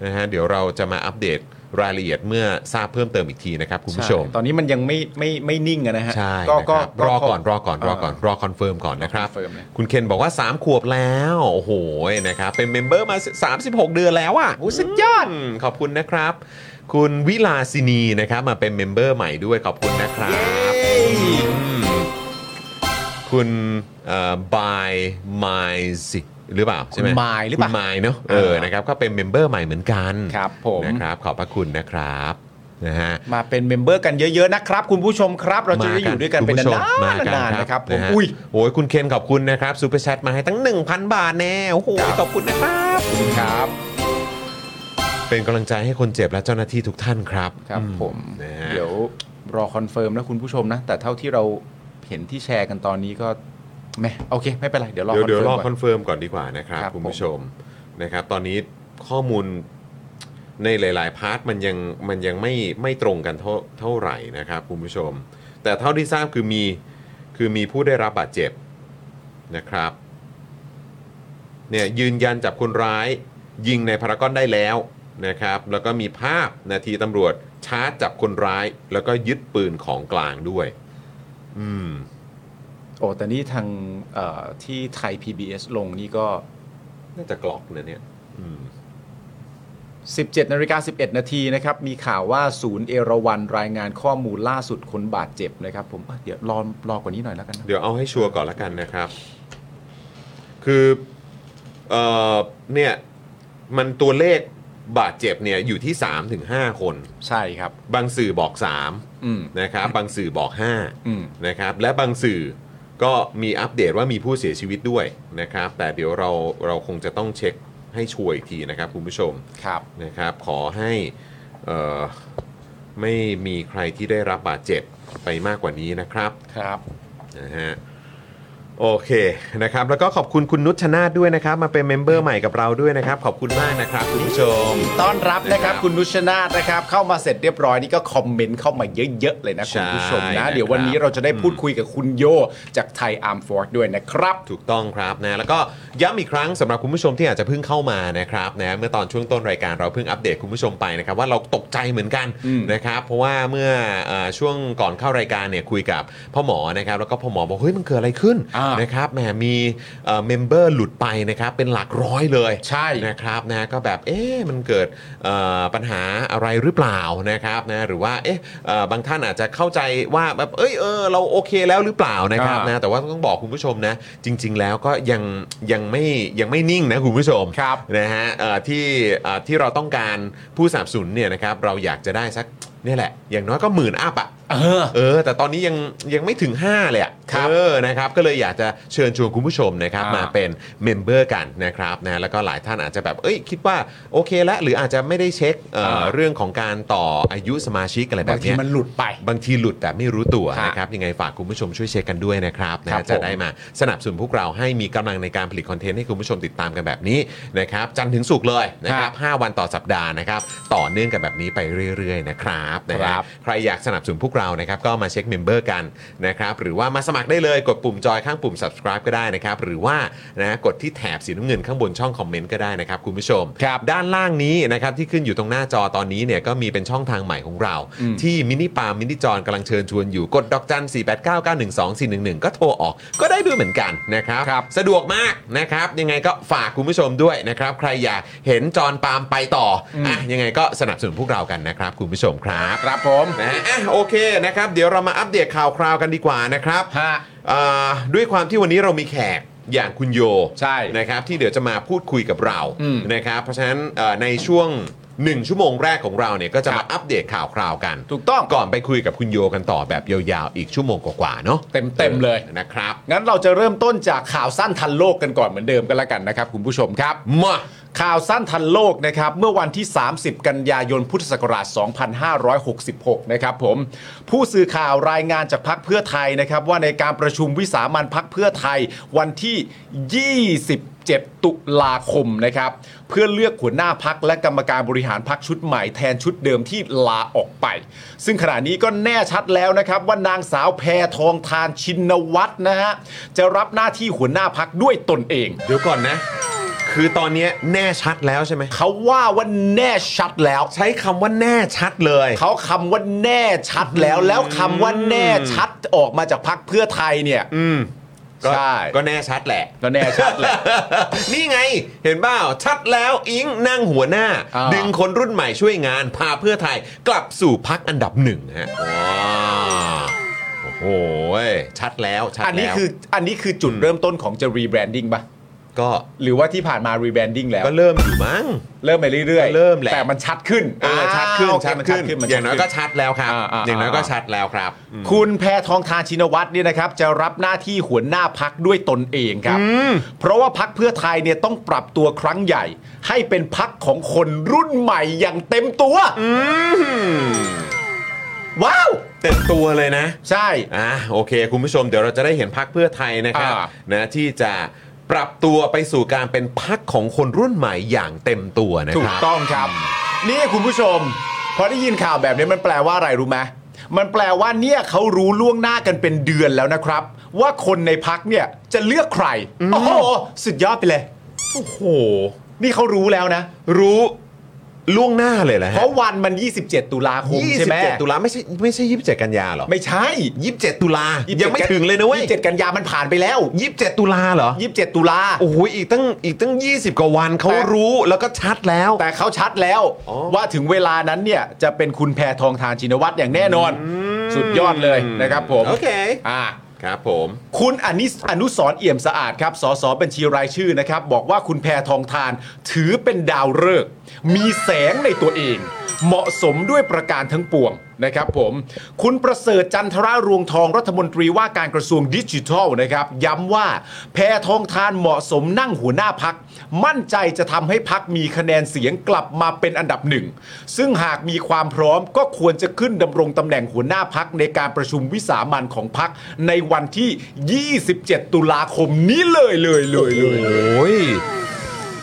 [SPEAKER 4] นะฮะเดี๋ยวเราจะมาอัปเดตรายละเอียดเมื่อทราบเพิ่มเติมอีกทีนะครับคุณผู้ชม
[SPEAKER 5] ใตอนนี้มันยังไม่ไม่ไม่นิ่งอะนะฮะ
[SPEAKER 4] ใช่
[SPEAKER 5] ก็
[SPEAKER 4] นะครับ
[SPEAKER 5] ก็
[SPEAKER 4] รอก่อนรอก่อนรอก่อน
[SPEAKER 5] เ
[SPEAKER 4] รอคอนเฟิร์มก่อนนะครับ
[SPEAKER 5] คอนเฟิร์มเลย
[SPEAKER 4] คุณเคนบอกว่า 3 ขวบแล้ว โอ้โหนะครับ เป็นเมมเบอร์มา 36 เดือนแล้วอ่ะโอ้สุดยอดขอบคุณนะครับ คุณวิลาสินีนะครับ มาเป็นเมมเบอร์ใหม่ด้วยขอบคุณนะครับอืมคุณบายมายสิหรือเปล่าใช่ไหม
[SPEAKER 5] คุณ My หรือเปล่า
[SPEAKER 4] คุณมายเนอะเออ
[SPEAKER 5] เออ
[SPEAKER 4] นะครับก็เป็นเมมเบอร์ใหม่เหมือนกัน
[SPEAKER 5] ครับผม
[SPEAKER 4] นะครับ ขอบพระคุณนะครับนะฮะ
[SPEAKER 5] มาเป็นเมมเบอร์กันเยอะๆนะครับ คุณผู้ชมครับ เราจะได้อยู่ด้วยกันเป็น
[SPEAKER 4] คุณผู้ช
[SPEAKER 5] นาม นๆนานๆนะครับผม
[SPEAKER 4] ฮ
[SPEAKER 5] อุ้ย
[SPEAKER 4] โอ้ยคุณเคนขอบคุณนะครับซูเปอร์แชทมาให้ตั้ง 1,000 บาทแน่โอ้โหขอบคุณนะครับ
[SPEAKER 5] ครับ
[SPEAKER 4] เป็นกำลังใจให้คนเจ็บและเจ้าหน้าที่ทุกท่านครับ
[SPEAKER 5] ครับผม
[SPEAKER 4] นะฮะ
[SPEAKER 5] เดี๋ยวรอคอนเฟิร์มนะคุณผู้ชมนะ แต่เท่าที่เราเห็นที่แชร์กันตอนนี้ก็แหมโอเค ไม่เป็นไร เดี๋ยวรอ
[SPEAKER 4] เดี๋ยวเดี๋ยวรอ
[SPEAKER 5] ค
[SPEAKER 4] ค
[SPEAKER 5] อนเฟิร์มก่อ
[SPEAKER 4] อน นเฟิร์มก่อนดีกว่านะครับ
[SPEAKER 5] ครับ
[SPEAKER 4] คุณผู้ชมนะครับ ตอนนี้ข้อมูลในหลาย ๆ พาร์ทมันยังมันยังไม่ไม่ตรงกันเท่าเท่าไหร่นะครับคุณผู้ชม แต่เท่าที่ทราบคือมีคือมีผู้ได้รับบาดเจ็บนะครับเนี่ยยืนยันจับคนร้าย ยิงในพารากอนได้แล้วนะครับ แล้วก็มีภาพนาทีตำรวจชาร์จจับคนร้าย แล้วก็ยึดปืนของกลางด้วย อืม
[SPEAKER 5] โอ้แต่นี่ทางเอ่อที่ไทย PBS ลงนี่ก็
[SPEAKER 4] น่าจะกล็อกนะเนี่ยอืม
[SPEAKER 5] 17นาฬิกา11 นาทีนะครับ มีข่าวว่าศูนย์เอราวันรายงานข้อมูลล่าสุดคนบาดเจ็บนะครับ ผมเอ้ยเดี๋ยวรอรอกว่านี้หน่อยแล้วกันนะ
[SPEAKER 4] เดี๋ยวเอาให้ชัวร์ก่อนละกันนะครับ คือเอ่อเนี่ย มันตัวเลขบาดเจ็บเนี่ยอยู่ที่ 3-5ถึงคน
[SPEAKER 5] ใช่ครับ
[SPEAKER 4] บางสื่อบอก
[SPEAKER 5] อืม
[SPEAKER 4] 3 นะครับ บางสื่อบอก
[SPEAKER 5] อืม
[SPEAKER 4] 5 นะครับ และบางสื่อก็มีอัปเดตว่ามีผู้เสียชีวิตด้วยนะครับ แต่เดี๋ยวเราเราคงจะต้องเช็คให้ชัวร์อีกทีนะครับคุณผู้ชม
[SPEAKER 5] ครับ
[SPEAKER 4] นะครับขอให้เอ่อไม่มีใครที่ได้รับบาดเจ็บไปมากกว่านี้นะครับ
[SPEAKER 5] ครับ
[SPEAKER 4] นะฮะ โอเคนะครับแล้วก็ขอบคุณคุณนุชชนาธด้วยนะครับ มาเป็นเมมเบอร์ใหม่กับเราด้วยนะครับ ขอบคุณมากนะครับคุณผู้ชม
[SPEAKER 5] ต้อนรับนะครับคุณนุชนาธนะครับ เข้ามาเสร็จเรียบร้อยนี่ก็คอมเมนต์เข้ามาเยอะ ๆ เลยนะคุณผู้ชม
[SPEAKER 4] ใช่นะครั
[SPEAKER 5] นะ
[SPEAKER 4] บ
[SPEAKER 5] เดี๋ยววันนี้เราจะได้พูดคุยกับคุณโยจากไทยอาร์มฟอร์ดด้วยนะครับ
[SPEAKER 4] ถูกต้องครับนะแล้วก็ย้ำอีกครั้งสำหรับคุณผู้ชมที่อาจจะเพิ่งเข้ามานะครับนะเมื่อตอนช่วงต้นรายการเราเพิ่งอัปเดตคุณผู้ชมไปนะครับว่าเราตกใจเหมือนกัน
[SPEAKER 5] อืม
[SPEAKER 4] นะครับเพราะว่าเมื่อเอ่อช่วงก่อนเข้ารายการเนี่ยคุยกับพ่อหมอนะครับแล้วก็พ่อหมอบอกเฮ้ยมันเกิดอะไรขึ้น
[SPEAKER 5] อ่าน
[SPEAKER 4] นะครับแหมมีเมมเบอร์หลุดไปนะครับเป็นหลักร้อยเลย
[SPEAKER 5] ใช่
[SPEAKER 4] นะครับนะก็แบบเอ๊ะมันเกิดเอ่อปัญหาอะไรหรือเปล่านะครับนะหรือว่าเอ๊ะเอ่อบางท่านอาจจะเข้าใจว่าแบบเอ้ยเออเราโอเคแล้วหรือเปล่านะครับ
[SPEAKER 5] อ่าน
[SPEAKER 4] นะแต่ว่าต้องบอกคุณผู้ชมนะจริง ๆ แล้วก็ยังยังไม่ยังไม่นิ่งนะคุณผู้ชม
[SPEAKER 5] ครับ
[SPEAKER 4] นะฮะเอ่อที่เอ่อที่เราต้องการผู้สนับสนุนเนี่ยนะครับเราอยากจะได้สักเนี่ยแหละ อย่างน้อยก็หมื่นอัพอะ
[SPEAKER 5] เออ
[SPEAKER 4] เออแต่ตอนนี้ยังยังไม่ถึง 5 เลยอะ
[SPEAKER 5] ครับ
[SPEAKER 4] เออนะครับก็เลยอยากจะเชิญชวนคุณผู้ชมนะครับ
[SPEAKER 5] อ่าม
[SPEAKER 4] มาเป็นเมมเบอร์กันนะครับนะแล้วก็หลายท่านอาจจะแบบเอ้ยคิดว่าโอเคละหรืออาจจะไม่ได้เช็คเอ่ออา เรื่องของการต่ออายุสมาชิกอะไรแบบ
[SPEAKER 5] า
[SPEAKER 4] บ
[SPEAKER 5] งที
[SPEAKER 4] เนี้ย
[SPEAKER 5] มันหลุดไป
[SPEAKER 4] บางทีหลุดแต่ไม่รู้ตัว
[SPEAKER 5] ฮะ
[SPEAKER 4] นะครับยังไงฝากคุณผู้ชมช่วยเช็คกันด้วยนะครับ
[SPEAKER 5] ครั
[SPEAKER 4] นะ
[SPEAKER 5] บ
[SPEAKER 4] จะ
[SPEAKER 5] ผม
[SPEAKER 4] ได้มาสนับสนุนพวกเราให้มีกำลังในการผลิตคอนเทนต์ให้คุณผู้ชมติดตามกันแบบนี้นะครับจันทร์ถึงสุกร์เลยนะครับห้าวันต่อสัปดาห์นะครับต่อเนื่องกันแบบนี้ไปเรื่อยๆนะครับนะฮะ
[SPEAKER 5] ครับ
[SPEAKER 4] ใครอยากสนับสนุนพวกเรานะครับก็มาเช็คเมมเบอร์กันนะครับหรือว่ามาสมัครได้เลยกดปุ่มจอยข้างปุ่ม subscribe ก็ได้นะครับหรือว่านะกดที่แถบสีน้ำเงินข้างบนช่องคอมเมนต์ก็ได้นะครับคุณผู้ชม
[SPEAKER 5] ครับ
[SPEAKER 4] ด้านล่างนี้นะครับที่ขึ้นอยู่ตรงหน้าจอตอนนี้เนี่ยก็มีเป็นช่องทางใหม่ของเรา
[SPEAKER 5] อืม
[SPEAKER 4] ที่มินิปามินิจอนกำลังเชิญชวนอยู่กดดอกจัน 4 8 9 9 1 2 4 1 1 ก็โทรออกก็ได้ด้วยเหมือนกันนะครับ
[SPEAKER 5] ครับ
[SPEAKER 4] สะดวกมากนะครับ ยังไงก็ฝากคุณผู้ชมด้วยนะครับ ใครอยากเห็นจอนปาล์มไปต่อ
[SPEAKER 5] ม
[SPEAKER 4] อ่ะยังไงก็สนับสนุนพวกเรากันนะครับคุณผู้ชมครับ
[SPEAKER 5] ครับผม
[SPEAKER 4] นะอ่ะโอเคนะครับ เดี๋ยวเรามาอัปเดตข่าวคราวกันดีกว่านะครับ
[SPEAKER 5] ฮะ
[SPEAKER 4] อ่าด้วยความที่วันนี้เรามีแขกอย่างคุณโย
[SPEAKER 5] ใช่
[SPEAKER 4] นะครับที่เดี๋ยวจะมาพูดคุยกับเรา
[SPEAKER 5] อืม
[SPEAKER 4] นะครับเพราะฉะนั้นเอ่อในช่วง 1 ชั่วโมงแรกของเราเนี่ยก็จะ
[SPEAKER 5] ครั
[SPEAKER 4] มา
[SPEAKER 5] บ
[SPEAKER 4] อัปเดตข่าวคราวกัน
[SPEAKER 5] ถูกต้อง
[SPEAKER 4] ก่อนไปคุยกับคุณโยกันต่อแบบยาวๆ อีกชั่วโมงกว่าๆเนาะ
[SPEAKER 5] เต็มๆเลย
[SPEAKER 4] นะครับ
[SPEAKER 5] งั้นเราจะเริ่มต้นจากข่าวสั้นทันโลกกันก่อนเหมือนเดิมกันแล้วกันนะครับคุณผู้ชมครับ
[SPEAKER 4] มา
[SPEAKER 5] ข่าวสั้นทันโลกนะครับเมื่อวันที่ 30 กันยายนพุทธศักราช 2566 นะครับผมผู้สื่อข่าวรายงานจากพักเพื่อไทยนะครับว่าในการประชุมวิสามันพักเพื่อไทยวันที่ 27 ตุลาคมนะครับเพื่อเลือกหัวหน้าพักและกรรมการบริหารพักชุดใหม่แทนชุดเดิมที่ลาออกไป ซึ่งขณะนี้ก็แน่ชัดแล้วนะครับว่านางสาวแพทองทานชินวัตรนะฮะจะรับหน้าที่หัวหน้าพักด้วยตนเอง
[SPEAKER 4] เดี๋ยวก่อนนะ คือตอนเนี้ยแน่ชัดแล้วใช่ไหม
[SPEAKER 5] เขาว่าว่าแน่ชัดแล้ว
[SPEAKER 4] ใช้คำว่าแน่ชัดเลย
[SPEAKER 5] เขาคำว่าแน่ชัดแล้ว แล้วคำว่าแน่ชัดออกมาจากพักเพื่อไทยเนี่ย
[SPEAKER 4] อืมก็
[SPEAKER 5] ใช่
[SPEAKER 4] ก็แน่ชัดแหละ
[SPEAKER 5] ก็แน่ชัดแหละ
[SPEAKER 4] นี่ไงเห็นเปล่าชัดแล้วอิงนั่งหัวหน้า
[SPEAKER 5] อ่า
[SPEAKER 4] ดึงคนรุ่นใหม่ช่วยงาน พาเพื่อไทยกลับสู่พักอันดับหนึ่งฮะว้าวโอ้โหชัดแล้วชัด
[SPEAKER 5] อันนี้
[SPEAKER 4] แล้ว
[SPEAKER 5] คืออันนี้คือจุดเริ่มต้นของจะรีแบรนดิ้งปะ
[SPEAKER 4] ก็
[SPEAKER 5] หรือว่าที่ผ่านมารีแบรนดิ้งแล้ว
[SPEAKER 4] ก็เริ่มอยู่มั้ง
[SPEAKER 5] เริ่มไปเรื่อย
[SPEAKER 4] ก็เริ่มแหละ
[SPEAKER 5] แต่มันชัดขึ้น
[SPEAKER 4] เออชัดขึ้น
[SPEAKER 5] อ่าโอเค
[SPEAKER 4] ชัด
[SPEAKER 5] มัน
[SPEAKER 4] ขึ้น
[SPEAKER 5] มั
[SPEAKER 4] อย่างน้อยก็
[SPEAKER 5] ชัด
[SPEAKER 4] ชัดแล้วครับ
[SPEAKER 5] อ่าอ่าอ่า
[SPEAKER 4] อย่างน้อยก็ชัดแล้วครับอืม
[SPEAKER 5] คุณแพทองทานชินวัตรเนี่ยนะครับ จะรับหน้าที่หัวหน้าพักด้วยตนเองครับ เพราะว่าพักเพื่อไทยเนี่ยต้องปรับตัวครั้งใหญ่ ให้เป็นพักของคนรุ่นใหม่อย่างเต็มตัวว้าว
[SPEAKER 4] เต็มตัวเลยนะ
[SPEAKER 5] ใช่
[SPEAKER 4] อ่ะโอเค คุณผู้ชมเดี๋ยวเราจะได้เห็นพักเพื่อไทยนะครับ
[SPEAKER 5] อ่า
[SPEAKER 4] นะที่จะปรับตัวไปสู่การเป็นพักของคนรุ่นใหม่อย่างเต็มตัวนะ
[SPEAKER 5] ถู
[SPEAKER 4] ค
[SPEAKER 5] ก
[SPEAKER 4] รับ
[SPEAKER 5] ต้องครับ นี่คุณผู้ชม พอได้ยินข่าวแบบนี้มันแปลว่าอะไรรู้ไหมมันแปลว่าเนี่ยเขารู้ล่วงหน้ากันเป็นเดือนแล้วนะครับ ว่าคนในพักเนี่ยจะเลือกใครโอ้โหสุดยอดไปเลย
[SPEAKER 4] โอ้โห
[SPEAKER 5] นี่เขารู้แล้วนะ
[SPEAKER 4] รู้ล่วงหน้าเลยเหรอ
[SPEAKER 5] เพ
[SPEAKER 4] ฮะ
[SPEAKER 5] ราะวันมัน 27 ตุลาคม
[SPEAKER 4] ยี่
[SPEAKER 5] ใช่
[SPEAKER 4] สิบ
[SPEAKER 5] ไหม
[SPEAKER 4] เจ็ดตุลาไม่ใช่ไม่ใช่ยี่สิบเจ็ดกันยาเหรอ
[SPEAKER 5] ไม่ใช่
[SPEAKER 4] ยี่สิบเจ็ดตุลา
[SPEAKER 5] 27
[SPEAKER 4] ยังไม่ถึงเลยนะเว้ย
[SPEAKER 5] 27 กันยามันผ่านไปแล้ว
[SPEAKER 4] ยี่สิบเจ็ดตุลาเหรอ
[SPEAKER 5] 27 ตุลา
[SPEAKER 4] โอ้โหอีกตั้งอีกตั้งยี่สิบกว่าวันเขา
[SPEAKER 5] แต่
[SPEAKER 4] รู้แล้วก็ชัดแล้ว
[SPEAKER 5] แต่เขาชัดแล้ว
[SPEAKER 4] อ๋อ
[SPEAKER 5] ว่าถึงเวลานั้นเนี่ยจะเป็นคุณแพทองทานชินวัตรอย่างแน่นอน สุดยอดเลยนะครับผม
[SPEAKER 4] โอเค
[SPEAKER 5] อ่า
[SPEAKER 4] ครับผม
[SPEAKER 5] คุณอนิสอนุสรณ์เอี่ยมสะอาดครับ สสบัญชีรายชื่อนะครับ บอกว่าคุณแพทองทานถือเป็นดาวฤกษ์มีแสงในตัวเอง เหมาะสมด้วยประการทั้งปวงนะครับผม คุณประเสริฐจันทรารวงทองรัฐมนตรีว่าการกระทรวงดิจิทัลนะครับ ย้ำว่าแพทองทานเหมาะสมนั่งหัวหน้าพัก มั่นใจจะทำให้พักมีคะแนนเสียงกลับมาเป็นอันดับหนึ่ง ซึ่งหากมีความพร้อมก็ควรจะขึ้นดำรงตำแหน่งหัวหน้าพักในการประชุมวิสามันของพักในวันที่ 27 ตุลาคมนี้เลยเลยเลยเลยเลย
[SPEAKER 4] โอ้ย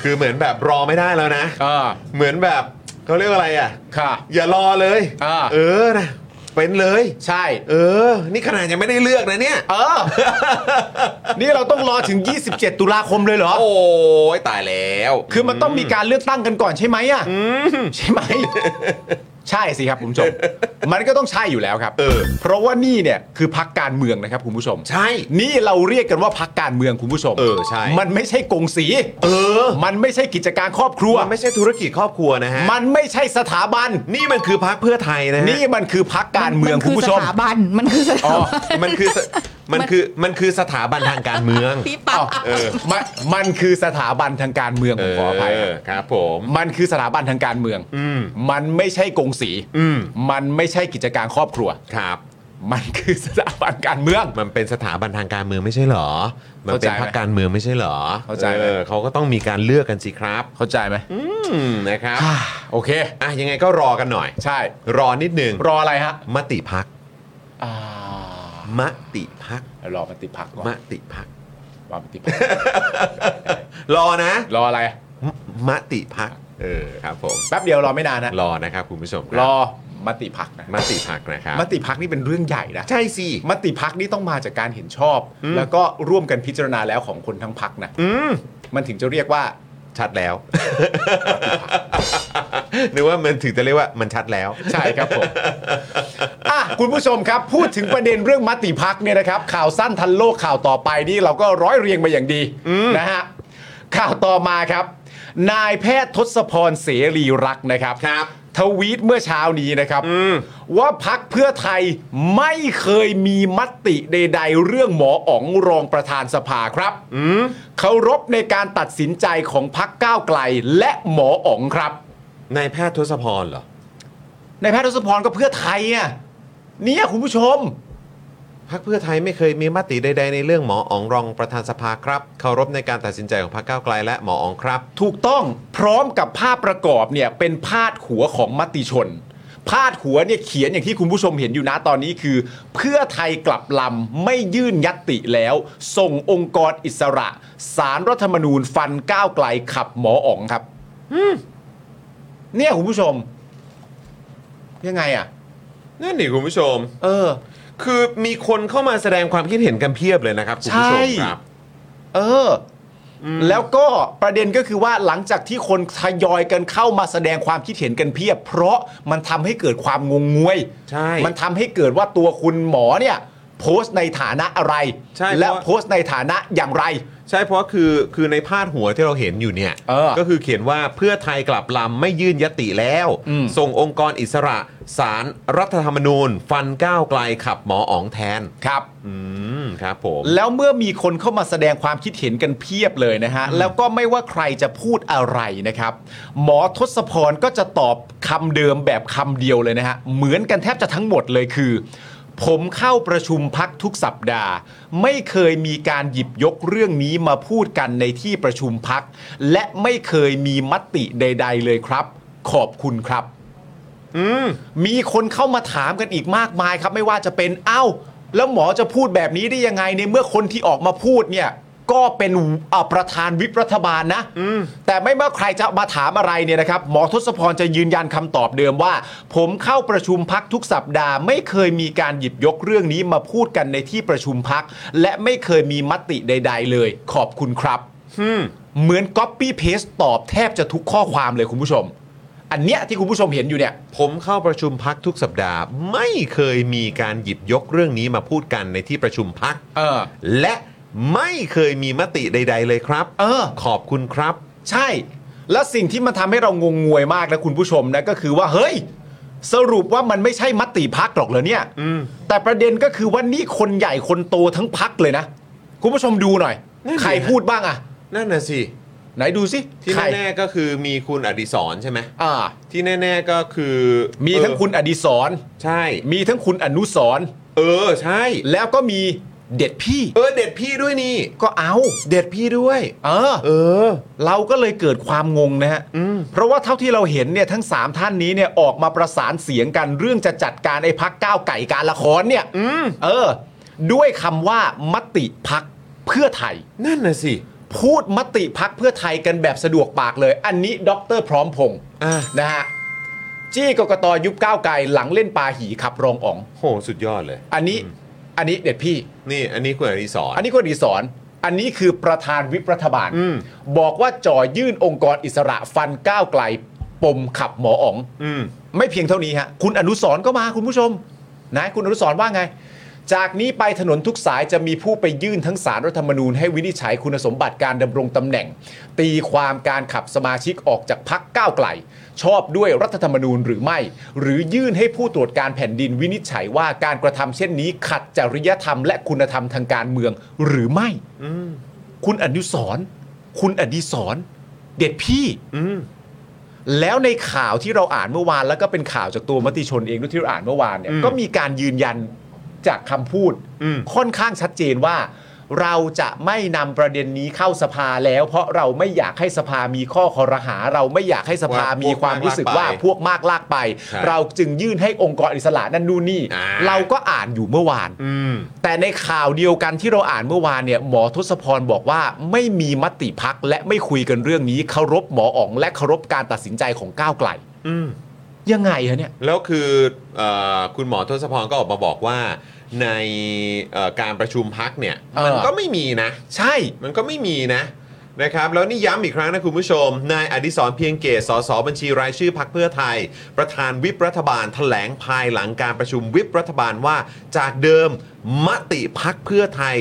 [SPEAKER 4] คือเหมือนแบบรอไม่ได้แล้วนะ
[SPEAKER 5] อ่า
[SPEAKER 4] เหมือนแบบเขาเรียกอะไรอ่ะ
[SPEAKER 5] ค่ะ
[SPEAKER 4] อย่ารอเลย
[SPEAKER 5] อ่า
[SPEAKER 4] เออนะเป็นเลย
[SPEAKER 5] ใช่
[SPEAKER 4] เออ นี่ขนาดยังไม่ได้เลือกนะเนี่ย
[SPEAKER 5] เออ นี่เราต้องรอถึง 27 ตุลาคมเลยเหรอ
[SPEAKER 4] โอ้ยตายแล้ว
[SPEAKER 5] คือมันต้องมีการเลือกตั้งกันก่อนใช่ไหมอ่ะใช่ไหม ใช่สิครับคุณ ผู้ชม มันก็ต้องใช่อยู่แล้วครับ
[SPEAKER 4] เออ
[SPEAKER 5] เพราะว่านี่เนี่ยคือพักการเมืองนะครับคุณผู้ชม
[SPEAKER 4] ใช่
[SPEAKER 5] นี่เราเรียกกันว่าพักการเมืองคุณผู้ชม
[SPEAKER 4] เออใช่
[SPEAKER 5] มันไม่ใช่กงสี
[SPEAKER 4] เออ
[SPEAKER 5] มันไม่ใช่กิจการครอบครัว
[SPEAKER 4] มันไม่ใช่ธุรกิจครอบครัวนะฮะ
[SPEAKER 5] มันไม่ใช่สถาบัน
[SPEAKER 4] นี่มันคือพักเพื่อไทยนะฮะ
[SPEAKER 5] นี่มันคือพักการเมืองคุณผู้ชม
[SPEAKER 6] นอสถาบัน มันคือสถาบัน
[SPEAKER 4] มันคือสมันคือมันคือสถาบันทางการเมือง
[SPEAKER 6] พี่ปัก
[SPEAKER 4] เออ
[SPEAKER 5] มันมันคือสถาบันทางการเมือง
[SPEAKER 4] เอ
[SPEAKER 5] ผม
[SPEAKER 4] อ
[SPEAKER 5] ขออภัย
[SPEAKER 4] ครับผม
[SPEAKER 5] มันคือสถาบันทางการเมือง
[SPEAKER 4] อืม
[SPEAKER 5] มันไม่ใช่กงสี
[SPEAKER 4] อืม
[SPEAKER 5] มันไม่ใช่กิจการครอบครัว
[SPEAKER 4] ครับ
[SPEAKER 5] มันคือสถาบันการเมือง
[SPEAKER 4] มันเป็นสถาบันทางการเมืองไม่ใช่เหรอ มันเป็นพรรคการเมืองไม่ใช่เหรอ
[SPEAKER 5] เข้าใจไหม
[SPEAKER 4] ออเขาก็ต้องมีการเลือกกันสิครับ
[SPEAKER 5] เข้าใจไหม
[SPEAKER 4] อืม นะครับ
[SPEAKER 5] อ่าโอเค
[SPEAKER 4] อ่ะ ยังไงก็รอกันหน่อย
[SPEAKER 5] ใช่
[SPEAKER 4] รอนิดนึง
[SPEAKER 5] รออะไรฮะ
[SPEAKER 4] มติพัก
[SPEAKER 5] อ่าม
[SPEAKER 4] ติพัก
[SPEAKER 5] เดี๋ยวรอมติพักก่อน
[SPEAKER 4] มติพัก
[SPEAKER 5] รอมติพัก
[SPEAKER 4] รอนะ
[SPEAKER 5] รออะไร
[SPEAKER 4] มมติพัก เออ ครับผม
[SPEAKER 5] แป๊บเดียวรอไม่นานนะ
[SPEAKER 4] รอนะครับคุณผู้ชมคบ
[SPEAKER 5] รอมติพักนะ
[SPEAKER 4] มติพักนะครับ
[SPEAKER 5] มติพักนี่เป็นเรื่องใหญ่นะ
[SPEAKER 4] ใช่สิ
[SPEAKER 5] มติพักนี่ต้องมาจากการเห็นชอบ แล้วก็ร่วมกันพิจารณาแล้วของคนทั้งพักนะ
[SPEAKER 4] อืม
[SPEAKER 5] มันถึงจะเรียกว่า
[SPEAKER 4] ชัดแล้ว หรือว่ามันถึงจะเรียกว่ามันชัดแล้ว
[SPEAKER 5] ใช่ครับผม อ่ะคุณผู้ชมครับ พูดถึงประเด็นเรื่องมติพักเนี่ยนะครับ ข่าวสั้นทันโลกข่าวต่อไปนี่เราก็ร้อยเรียงมาอย่างดีนะฮะข่าวต่อมาครับ นายแพทย์ทศพรเสรีรักษ์นะครับ
[SPEAKER 4] ครับ
[SPEAKER 5] ทวีตเมื่อเช้านี้นะครับ ว่าพักเพื่อไทยไม่เคยมีมติใด ๆ เรื่องหมออ๋องรองประธานสภาครับเคารพในการตัดสินใจของพักก้าวไกลและหมออ๋องครับ
[SPEAKER 4] นายแพทย์ทศพรเหรอ
[SPEAKER 5] ในายแพทย์ทศพรก็เพื่อไทยอ่ะเนี่ยคุณผู้ชม
[SPEAKER 4] พักเพื่อไทยไม่เคยมีมติใดๆในเรื่องหมออ๋องรองประธานสภาครับ เคารพในการตัดสินใจของพรรคก้าวไกลและหมออ๋องครับ
[SPEAKER 5] ถูกต้องพร้อมกับภาพประกอบเนี่ยเป็นพาดหัวของมติชน พาดหัวเนี่ยเขียนอย่างที่คุณผู้ชมเห็นอยู่นะตอนนี้คือ เพื่อไทยกลับลำไม่ยื่นยัตติแล้ว ส่งองค์กรอิสระสารรัฐธรรมนูญฟันก้าวไกลขับหมออ๋องครับเนี่ยคุณผู้ชม ยังไงอ่ะ
[SPEAKER 4] นั่นดิคุณผู้ชม
[SPEAKER 5] เออ
[SPEAKER 4] คือมีคนเข้ามาแสดงความคิดเห็นกันเพียบเลยนะครับคุณผู้ชมครับ
[SPEAKER 5] เอออ แล้วก็ประเด็นก็คือว่าหลังจากที่คนทยอยกันเข้ามาแสดงความคิดเห็นกันเพียบ เพราะมันทำให้เกิดความงงงวย
[SPEAKER 4] ใช่
[SPEAKER 5] มันทำให้เกิดว่าตัวคุณหมอเนี่ย โพสต์ในฐานะอะไร
[SPEAKER 4] ใช่
[SPEAKER 5] และ
[SPEAKER 4] เพราะว่า
[SPEAKER 5] โพสต์ในฐานะอย่างไร
[SPEAKER 4] ใช่เพราะคือคือในพาดหัวที่เราเห็นอยู่เนี่ย
[SPEAKER 5] เออ
[SPEAKER 4] ก็คือเขียนว่าเพื่อไทยกลับลำไม่ยื่นยติแล้ว
[SPEAKER 5] อืม
[SPEAKER 4] ส่งองค์กรอิสระสารรัฐธรรมนูญ ฟันก้าวไกลขับหมออ๋องแทน
[SPEAKER 5] ครับ
[SPEAKER 4] อืมครับผม
[SPEAKER 5] แล้วเมื่อมีคนเข้ามาแสดงความคิดเห็นกันเพียบเลยนะฮะ แล้วก็ไม่ว่าใครจะพูดอะไรนะครับ หมอทศพรก็จะตอบคำเดิมแบบคำเดียวเลยนะฮะ เหมือนกันแทบจะทั้งหมดเลยคือ ผมเข้าประชุมพักทุกสัปดาห์ ไม่เคยมีการหยิบยกเรื่องนี้มาพูดกันในที่ประชุมพัก และไม่เคยมีมติใด ๆ เลยครับ ขอบคุณครับ มีคนเข้ามาถามกันอีกมากมายครับ ไม่ว่าจะเป็นเอ้า แล้วหมอจะพูดแบบนี้ได้ยังไงในเมื่อคนที่ออกมาพูดเนี่ย ก็เป็นเอ่อประธานวิปรัฐบาลนะแต่ไม่ว่าใครจะมาถามอะไรเนี่ยนะครับ หมอทศพรจะยืนยันคำตอบเดิมว่า ผมเข้าประชุมพักทุกสัปดาห์ ไม่เคยมีการหยิบยกเรื่องนี้มาพูดกันในที่ประชุมพัก และไม่เคยมีมติใด ๆ เลย ขอบคุณครับ เหมือนก๊อปปี้เพสตอบแทบจะทุกข้อความเลยคุณผู้ชม อันเนี้ยที่คุณผู้ชมเห็นอยู่เนี่ย
[SPEAKER 4] ผมเข้าประชุมพักทุกสัปดาห์ ไม่เคยมีการหยิบยกเรื่องนี้มาพูดกันในที่ประชุมพัก
[SPEAKER 5] เออ
[SPEAKER 4] และไม่เคยมีมติใด ๆ เลยครับ
[SPEAKER 5] เออ
[SPEAKER 4] ขอบคุณครับ
[SPEAKER 5] ใช่ และสิ่งที่มันทำให้เรางงงวยมากนะคุณผู้ชมนะก็คือว่าเฮ้ย สรุปว่ามันไม่ใช่มติพักหรอกเหรอเนี่ยแต่ประเด็นก็คือว่านี่คนใหญ่คนโตทั้งพักเลยนะ คุณผู้ชมดูหน่อย
[SPEAKER 4] นั่นดิ
[SPEAKER 5] ใครพูดบ้างอะ
[SPEAKER 4] นั่นน่ะสิ
[SPEAKER 5] ไหนดูสิ
[SPEAKER 4] ที่
[SPEAKER 5] ใคร
[SPEAKER 4] แน่ๆก็คือมีคุณอดิศรใช่ไหม
[SPEAKER 5] อ่า
[SPEAKER 4] ที่แน่ๆก็คือ
[SPEAKER 5] มีทั้งคุณอดิศร
[SPEAKER 4] ใช่
[SPEAKER 5] มีทั้งคุณอนุสรณ์
[SPEAKER 4] เออใช่
[SPEAKER 5] แล้วก็มีเด็ดพี่
[SPEAKER 4] เออเด็ดพี่ด้วยนี่
[SPEAKER 5] ก็เอา
[SPEAKER 4] เด็ดพี่ด้วย
[SPEAKER 5] เออ
[SPEAKER 4] เออ
[SPEAKER 5] เราก็เลยเกิดความงงนะฮะ
[SPEAKER 4] อืม
[SPEAKER 5] เพราะว่าเท่าที่เราเห็นเนี่ยทั้ง 3 ท่านนี้เนี่ยออกมาประสานเสียงกันเรื่องจะจัดการไอ้พักก้าวไก่การละครเนี่ย
[SPEAKER 4] อืม
[SPEAKER 5] เออ ด้วยคำว่ามติพักเพื่อไทย
[SPEAKER 4] นั่นน่ะสิ
[SPEAKER 5] พูดมติพักเพื่อไทยกันแบบสะดวกปากเลย อันนี้ดอกเตอรพร้อมพงศ์
[SPEAKER 4] อ่า
[SPEAKER 5] นะฮะจี้กกตยุบก้าวไกลหลังเล่นปาหีขับรองอ๋อง
[SPEAKER 4] โหสุดยอดเลย
[SPEAKER 5] อันนี้อันนี้เด็ดพี่
[SPEAKER 4] นี่อันนี้คุณอดิศร
[SPEAKER 5] อันนี้คุณอดีศรอันนี้คือประธานวิปรัฐบาล
[SPEAKER 4] อืม
[SPEAKER 5] บอกว่าจ่อยื่นองค์กรอิสระฟันก้าวไกล ปมขับหมออ๋อง
[SPEAKER 4] อืม
[SPEAKER 5] ไม่เพียงเท่านี้ฮะ คุณอนุสรณ์ก็มาคุณผู้ชม นะคุณอนุสรณ์ว่าไง จากนี้ไปถนนทุกสายจะมีผู้ไปยื่นทั้งสารรัฐธรรมนูญให้วินิจฉัยคุณสมบัติการดำรงตำแหน่ง ตีความการขับสมาชิกออกจากพักก้าวไกล ชอบด้วยรัฐธรรมนูญหรือไม่ หรือยื่นให้ผู้ตรวจการแผ่นดินวินิจฉัยว่าการกระทำเช่นนี้ขัดจริยธรรมและคุณธรรมทางการเมืองหรือไม่
[SPEAKER 4] อืม
[SPEAKER 5] คุณอนุสรณ์คุณอดีศรณ์เด็ดพี่
[SPEAKER 4] อืม
[SPEAKER 5] แล้วในข่าวที่เราอ่านเมื่อวานแล้วก็เป็นข่าวจากตัวมติชนเองด้วยที่เราอ่านเมื่อวานเนี่ย
[SPEAKER 4] อืม
[SPEAKER 5] ก็มีการยืนยันจากคำพูด
[SPEAKER 4] อืม
[SPEAKER 5] ค่อนข้างชัดเจนว่า เราจะไม่นำประเด็นนี้เข้าสภาแล้ว เพราะเราไม่อยากให้สภามีข้อคอรหา เราไม่อยากให้สภามีความรู้สึกว่าพวกมากลากไป
[SPEAKER 4] ครับ
[SPEAKER 5] เราจึงยื่นให้องค์กรอิสระนั่นนู่นนี่
[SPEAKER 4] อ่า
[SPEAKER 5] เราก็อ่านอยู่เมื่อวาน
[SPEAKER 4] อืม
[SPEAKER 5] แต่ในข่าวเดียวกันที่เราอ่านเมื่อวานเนี่ยหมอทศพรบอกว่าไม่มีมติพักและไม่คุยกันเรื่องนี้เคารพหมออ๋อง และเคารพการตัดสินใจของก้าวไกล
[SPEAKER 4] อืม
[SPEAKER 5] ยังไงฮะเนี่ย
[SPEAKER 4] แล้วคือเออคุณหมอทศพรก็ออกมาบอกว่าในเอ่อการประชุมพักเนี่ย
[SPEAKER 5] เออ
[SPEAKER 4] มันก็ไม่มีนะ
[SPEAKER 5] ใช่
[SPEAKER 4] มันก็ไม่มีนะนะครับแล้วนี่ย้ำอีกครั้งนะคุณผู้ชม นายอดิศรเพียงเกตสสบัญชีรายชื่อพักเพื่อไทย ประธานวิปรัฐบาลแถลงภายหลังการประชุมวิปรัฐบาลว่า จากเดิมมติพักเพื่อไทย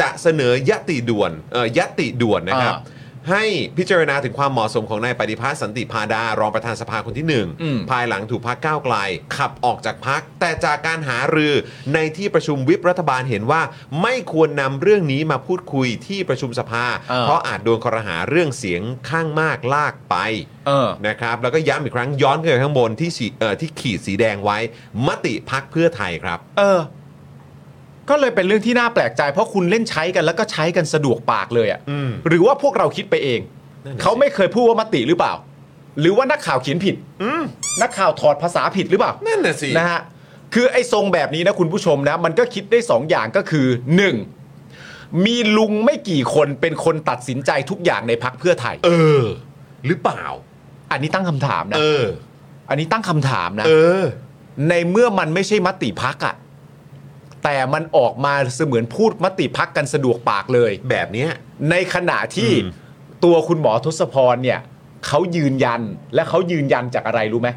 [SPEAKER 4] จะเสนอยติด่วนเอ่อยติด่วนนะครับ
[SPEAKER 5] อ่า
[SPEAKER 4] ให้พิจารณาถึงความเหมาะสมของนายปฏิภาสสันติพาดารองประธานสภาคนที่
[SPEAKER 5] อืม
[SPEAKER 4] 1 ภายหลังถูกพักก้าวไกล ขับออกจากพัก แต่จากการหารือในที่ประชุมวิปรัฐบาลเห็นว่า ไม่ควรนำเรื่องนี้มาพูดคุยที่ประชุมสภา
[SPEAKER 5] เออ
[SPEAKER 4] เพราะอาจโดนคอรหาเรื่องเสียงข้างมากลากไป
[SPEAKER 5] เออ
[SPEAKER 4] นะครับ แล้วก็ย้ำอีกครั้งย้อนขึ้นไปข้างบนที่ฉีเอ่อที่ขีดสีแดงไว้ มติพักเพื่อไทยครับ
[SPEAKER 5] เออ ก็เลยเป็นเรื่องที่น่าแปลกใจ เพราะคุณเล่นใช้กันแล้วก็ใช้กันสะดวกปากเลยอะ
[SPEAKER 4] อืม
[SPEAKER 5] หรือว่าพวกเราคิดไปเอง
[SPEAKER 4] นั่นน่ะสิ
[SPEAKER 5] เขาไม่เคยพูดว่ามติหรือเปล่า หรือว่านักข่าวเขียนผิด
[SPEAKER 4] อืม
[SPEAKER 5] นักข่าวถอดภาษาผิดหรือเปล่า
[SPEAKER 4] นั่นน่ะสิ
[SPEAKER 5] นะฮะ คือไอ้ทรงแบบนี้นะคุณผู้ชมนะ มันก็คิดได้สองอย่างก็คือหนึ่งมีลุงไม่กี่คนเป็นคนตัดสินใจทุกอย่างในพักเพื่อไทย
[SPEAKER 4] เออ หรือเปล่า
[SPEAKER 5] อันนี้ตั้งคำถามนะ
[SPEAKER 4] เออ
[SPEAKER 5] อันนี้ตั้งคำถามนะ
[SPEAKER 4] เออ
[SPEAKER 5] ในเมื่อมันไม่ใช่มติพักอะแต่มันออกมาเสมือนพูดมติพักกันสะดวกปากเลย
[SPEAKER 4] แบบเนี้ย
[SPEAKER 5] ในขณะที่
[SPEAKER 4] อืม
[SPEAKER 5] ตัวคุณหมอทศพรเนี่ยเขายืนยันและเขายืนยันจากอะไรรู้ไหม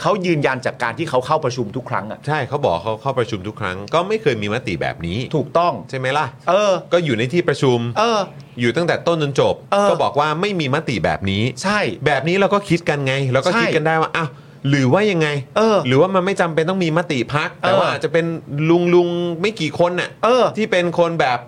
[SPEAKER 5] เขายืนยันจากการที่เขาเข้าประชุมทุกครั้งอะ
[SPEAKER 4] ใช่เขาบอกเขาเข้าประชุมทุกครั้ง ก็ไม่เคยมีมติแบบนี้
[SPEAKER 5] ถูกต้อง
[SPEAKER 4] ใช่ไหมล่ะ
[SPEAKER 5] เออ
[SPEAKER 4] ก็อยู่ในที่ประชุม
[SPEAKER 5] เออ
[SPEAKER 4] อยู่ตั้งแต่ต้นจนจบ
[SPEAKER 5] เออ
[SPEAKER 4] ก็บอกว่าไม่มีมติแบบนี้
[SPEAKER 5] ใช่
[SPEAKER 4] แบบนี้เราก็คิดกันไง เราก็คิดกันได้ว่าอ้าวหรือว่ายังไง
[SPEAKER 5] เออ
[SPEAKER 4] หรือว่ามันไม่จำเป็นต้องมีมติพัก แต่
[SPEAKER 5] เออ
[SPEAKER 4] ว่าอาจจะเป็นลุงลุงไม่กี่คนน่ะ
[SPEAKER 5] เออ
[SPEAKER 4] ที่เป็นคนแบบ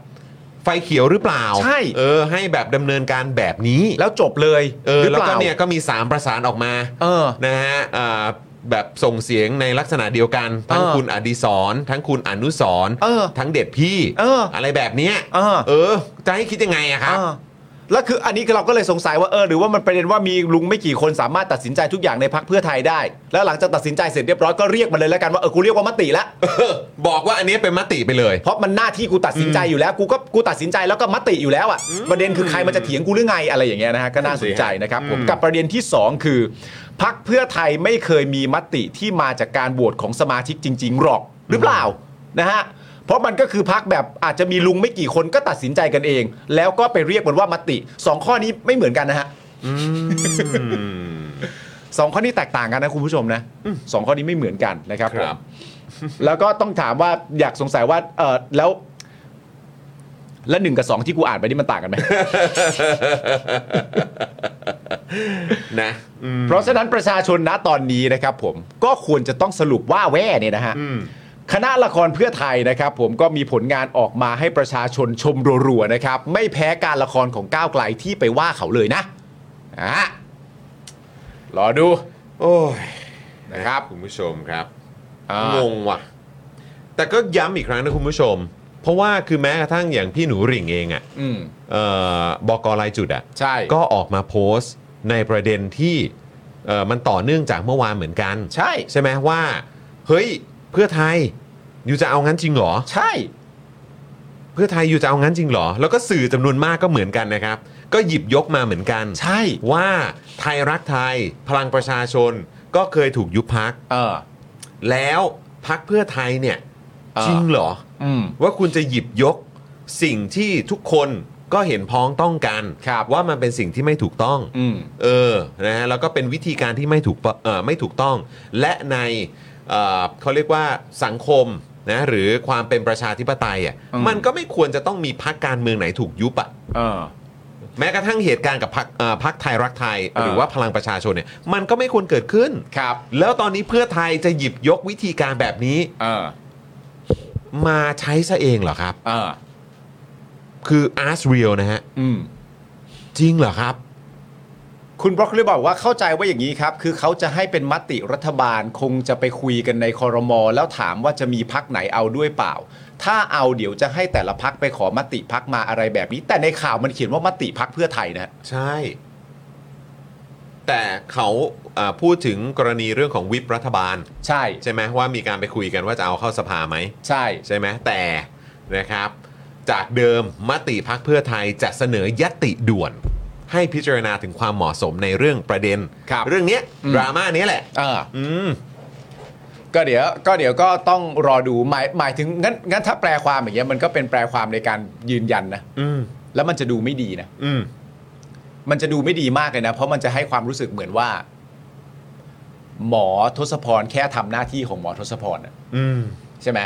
[SPEAKER 4] ไฟเขียวหรือเปล่า
[SPEAKER 5] ใช่
[SPEAKER 4] เออ ให้แบบดำเนินการแบบนี้
[SPEAKER 5] แล้วจบเลย
[SPEAKER 4] เอ
[SPEAKER 5] ห
[SPEAKER 4] อ
[SPEAKER 5] รือ
[SPEAKER 4] แล้ว
[SPEAKER 5] เป
[SPEAKER 4] ก็
[SPEAKER 5] ล่า
[SPEAKER 4] เนี่ยก็มีสามประสานออกมา
[SPEAKER 5] เออ
[SPEAKER 4] นะฮะเอ่อแบบส่งเสียงในลักษณะเดียวกัน ทั้ง
[SPEAKER 5] เออ
[SPEAKER 4] คุณอดิศรทั้งคุณอนุสรณ์
[SPEAKER 5] เออ
[SPEAKER 4] ทั้งเด็ดพี่
[SPEAKER 5] เออ
[SPEAKER 4] อะไรแบบเนี้ย
[SPEAKER 5] เออ
[SPEAKER 4] เออ จะให้คิดยังไงอะครับ
[SPEAKER 5] อ่าแล้วคืออันนี้เราก็เลยสงสัยว่าเออหรือว่ามันประเด็นว่ามีลุงไม่กี่คนสามารถตัดสินใจทุกอย่างในพักเพื่อไทยได้ แล้วหลังจากตัดสินใจเสร็จเรียบร้อยก็เรียกมันเลยแล้วกันว่าเออกูเรียกว่ามติละ
[SPEAKER 4] บอกว่าอันนี้เป็นมติไปเลย
[SPEAKER 5] เพราะมันหน้าที่กูตัดสินใจอยู่แล้วกูก็กูตัดสินใจแล้วก็มติอยู่แล้วอ่ะประเด็นคือใครมันจะเถียงกูหรือไงอะไรอย่างเงี้ยนะฮะก็น่าสนใจนะครับผม
[SPEAKER 4] อืม
[SPEAKER 5] กับประเด็นที่สองคือพักเพื่อไทยไม่เคยมีมติที่มาจากการโหวตของสมาชิกจริง ๆ หรอกหรือเปล่านะฮะเพราะมันก็คือพักแบบอาจจะมีลุงไม่กี่คนก็ตัดสินใจกันเอง แล้วก็ไปเรียกมันว่ามติสองข้อนี้ไม่เหมือนกันนะฮะสองข้อนี้แตกต่างกันนะคุณผู้ชมนะสองข้อนี้ไม่เหมือนกันนะครับผม แล้วก็ต้องถามว่าอยากสงสัยว่าเออแล้ว แล้วหนึ่งกับสองที่กูอ่านไปนี่มันต่างกันไหม
[SPEAKER 4] นะอืม
[SPEAKER 5] เพราะฉะนั้นประชาชนนะตอนนี้นะครับผมก็ควรจะต้องสรุปว่าแว่เนี่ยนะฮะ
[SPEAKER 4] อืม
[SPEAKER 5] คณะละครเพื่อไทยนะครับผมก็มีผลงานออกมาให้ประชาชนชมรัวๆนะครับ ไม่แพ้การละครของก้าวไกลที่ไปว่าเขาเลยนะ นะฮะรอดู
[SPEAKER 4] โอ้ย
[SPEAKER 5] นะครับ
[SPEAKER 4] คุณผู้ชมครับ
[SPEAKER 5] อ่าง
[SPEAKER 4] งว่ะ แต่ก็ย้ำอีกครั้งนะคุณผู้ชม เพราะว่าคือแม้กระทั่งอย่างพี่หนูหริ่งเองอะ
[SPEAKER 5] อืม
[SPEAKER 4] เอ่อบอกรายจุดอะ
[SPEAKER 5] ใช่
[SPEAKER 4] ก็ออกมาโพสต์ในประเด็นที่เอ่อมันต่อเนื่องจากเมื่อวานเหมือนกัน
[SPEAKER 5] ใช่
[SPEAKER 4] ใช่ไหมว่า เฮ้ยเพื่อไทยอยู่จะเอางั้นจริงเหรอ
[SPEAKER 5] ใช่
[SPEAKER 4] เพื่อไทยอยู่จะเอางั้นจริงเหรอ แล้วก็สื่อจำนวนมากก็เหมือนกันนะครับ ก็หยิบยกมาเหมือนกัน
[SPEAKER 5] ใช่
[SPEAKER 4] ว่าไทยรักไทยพลังประชาชนก็เคยถูกยุบพัก
[SPEAKER 5] เออ
[SPEAKER 4] แล้วพักเพื่อไทยเนี่ย
[SPEAKER 5] เออ
[SPEAKER 4] จริงเหรอ
[SPEAKER 5] อืม
[SPEAKER 4] ว่าคุณจะหยิบยกสิ่งที่ทุกคนก็เห็นพ้องต้องกัน
[SPEAKER 5] ครับ
[SPEAKER 4] ว่ามันเป็นสิ่งที่ไม่ถูกต้อง
[SPEAKER 5] อืม
[SPEAKER 4] เออ นะฮะ แล้วก็เป็นวิธีการที่ไม่ถูกปะเอ่อไม่ถูกต้อง และในเอ่อเขาเรียกว่าสังคมนะหรือความเป็นประชาธิปไตยอ่ะ
[SPEAKER 5] อืม
[SPEAKER 4] มันก็ไม่ควรจะต้องมีพักการเมืองไหนถูกยุบอ่ะ
[SPEAKER 5] เออ
[SPEAKER 4] แม้กระทั่งเหตุการณ์กับพักพักไทยรักไทย
[SPEAKER 5] เออ
[SPEAKER 4] หรือว่าพลังประชาชนเนี่ย มันก็ไม่ควรเกิดขึ้น
[SPEAKER 5] ครับ
[SPEAKER 4] แล้วตอนนี้เพื่อไทยจะหยิบยกวิธีการแบบนี้
[SPEAKER 5] เออ
[SPEAKER 4] มาใช้ซะเองเหรอครับ
[SPEAKER 5] เออ
[SPEAKER 4] คือ a r s real นะฮะ
[SPEAKER 5] อืม
[SPEAKER 4] จริงเหรอครับ
[SPEAKER 5] คุณบรอกเลยบอกว่าเข้าใจว่าอย่างนี้ครับ คือเขาจะให้เป็นมติรัฐบาลคงจะไปคุยกันในคอรมอแล้วถามว่าจะมีพักไหนเอาด้วยเปล่า ถ้าเอาเดี๋ยวจะให้แต่ละพักไปขอมติพักมาอะไรแบบนี้ แต่ในข่าวมันเขียนว่ามติพักเพื่อไทยนะฮะ
[SPEAKER 4] ใช่ แต่เขาเอ่อพูดถึงกรณีเรื่องของวิปรัฐบาล
[SPEAKER 5] ใช่
[SPEAKER 4] ใช่ไหมว่ามีการไปคุยกันว่าจะเอาเข้าสภาไหม
[SPEAKER 5] ใช่
[SPEAKER 4] ใช่ไหมแต่นะครับ จากเดิมมติพักเพื่อไทยจะเสนอยติด่วน ให้พิจารณาถึงความเหมาะสมในเรื่องประเด็น
[SPEAKER 5] ครับ
[SPEAKER 4] เรื่องเนี้ย
[SPEAKER 5] อืม
[SPEAKER 4] ดราม่าเนี้ยแหละ
[SPEAKER 5] เออ
[SPEAKER 4] อืม
[SPEAKER 5] ก็เดี๋ยวก็เดี๋ยวก็ต้องรอดูหมายหมายถึงงั้นงั้นถ้าแปลความอย่างเงี้ยมันก็เป็นแปลความในการยืนยันนะ
[SPEAKER 4] อืม
[SPEAKER 5] แล้วมันจะดูไม่ดีนะ
[SPEAKER 4] อืม
[SPEAKER 5] มันจะดูไม่ดีมากเลยนะ เพราะมันจะให้ความรู้สึกเหมือนว่า หมอทศพรแค่ทำหน้าที่ของหมอทศพรน่ะ
[SPEAKER 4] อืม
[SPEAKER 5] ใช่ไหม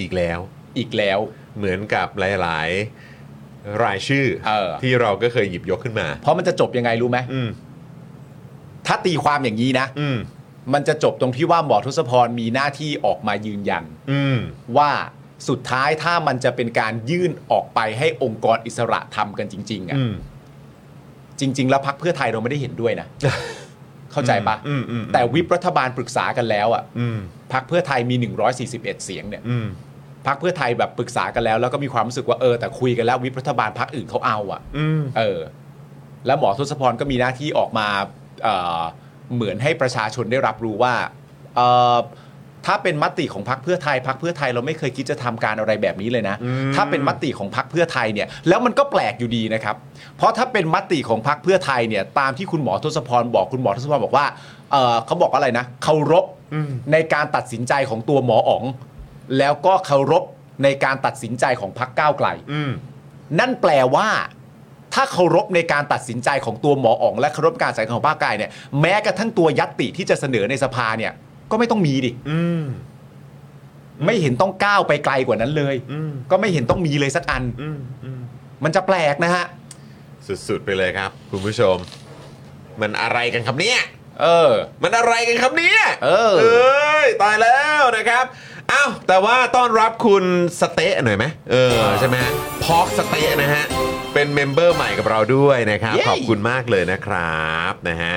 [SPEAKER 4] อีกแล้ว
[SPEAKER 5] อีกแล้ว
[SPEAKER 4] เหมือนกับหลาย ๆ รายชื่อ
[SPEAKER 5] เออ
[SPEAKER 4] ที่เราก็เคยหยิบยกขึ้นมา
[SPEAKER 5] เพราะมันจะจบยังไงรู้ไหม
[SPEAKER 4] อืม
[SPEAKER 5] ถ้าตีความอย่างนี้นะ
[SPEAKER 4] อืม
[SPEAKER 5] มันจะจบตรงที่ว่าหมอทศพรมีหน้าที่ออกมายืนยัน
[SPEAKER 4] อืม
[SPEAKER 5] ว่าสุดท้ายถ้ามันจะเป็นการยื่นออกไปให้องค์กรอิสระทำกันจริงๆอะ
[SPEAKER 4] อืม
[SPEAKER 5] จริง ๆ แล้วพักเพื่อไทยเราไม่ได้เห็นด้วยนะ เข้าใจปะ
[SPEAKER 4] อืมอืมอืม
[SPEAKER 5] แต่วิปรัฐบาลปรึกษากันแล้วอะ
[SPEAKER 4] อืม
[SPEAKER 5] พักเพื่อไทยมี 141 เสียงเนี่ย
[SPEAKER 4] อืม
[SPEAKER 5] พักเพื่อไทยแบบปรึกษากันแล้วแล้วก็มีความรู้สึกว่าเออแต่คุยกันแล้ววิปรัฐบาลพักอื่นเขาเอาอ่ะ
[SPEAKER 4] อืม
[SPEAKER 5] เออ แล้วหมอทศพรก็มีหน้าที่ออกมาเออเหมือนให้ประชาชนได้รับรู้ว่าเออถ้าเป็นมติของพักเพื่อไทยพักเพื่อไทยเราไม่เคยคิดจะทำการอะไรแบบนี้เลยนะ
[SPEAKER 4] อืม
[SPEAKER 5] ถ้าเป็นมติของพักเพื่อไทยเนี่ยแล้วมันก็แปลกอยู่ดีนะครับ เพราะถ้าเป็นมติของพักเพื่อไทยเนี่ยตามที่คุณหมอทศพรบอกคุณหมอทศพรบอกว่าเออเขาบอกอะไรนะเคารพ
[SPEAKER 4] อืม
[SPEAKER 5] ในการตัดสินใจของตัวหมออ๋อง แล้วก็เคารพในการตัดสินใจของพักก้าวไกล
[SPEAKER 4] อืม
[SPEAKER 5] นั่นแปลว่า ถ้าเคารพในการตัดสินใจของตัวหมออ๋อง และเคารพการตัดสินใจของพรรคก้าวไกลเนี่ยแม้กระทั่งตัวยัตติที่จะเสนอในสภาเนี่ย ก็ไม่ต้องมีดิ
[SPEAKER 4] อืม
[SPEAKER 5] ไม่เห็นต้องก้าวไปไกลกว่านั้นเลย
[SPEAKER 4] อืม
[SPEAKER 5] ก็ไม่เห็นต้องมีเลยสักอัน
[SPEAKER 4] อืม อืม
[SPEAKER 5] มันจะแปลกนะฮะ
[SPEAKER 4] สุด ๆ ไปเลยครับ คุณผู้ชม มันอะไรกันครับเนี่ย
[SPEAKER 5] เออ
[SPEAKER 4] มันอะไรกันครับเนี่ย
[SPEAKER 5] เออ
[SPEAKER 4] ยตายแล้วนะครับ อ้าว แต่ว่าต้อนรับคุณสเต๊ะหน่อยไหมเออ ใช่ไหมพอกสเต๊ะนะฮะ เป็นเมมเบอร์ใหม่กับเราด้วยนะครับ
[SPEAKER 5] เย้
[SPEAKER 4] ขอบคุณมากเลยนะครับนะฮะ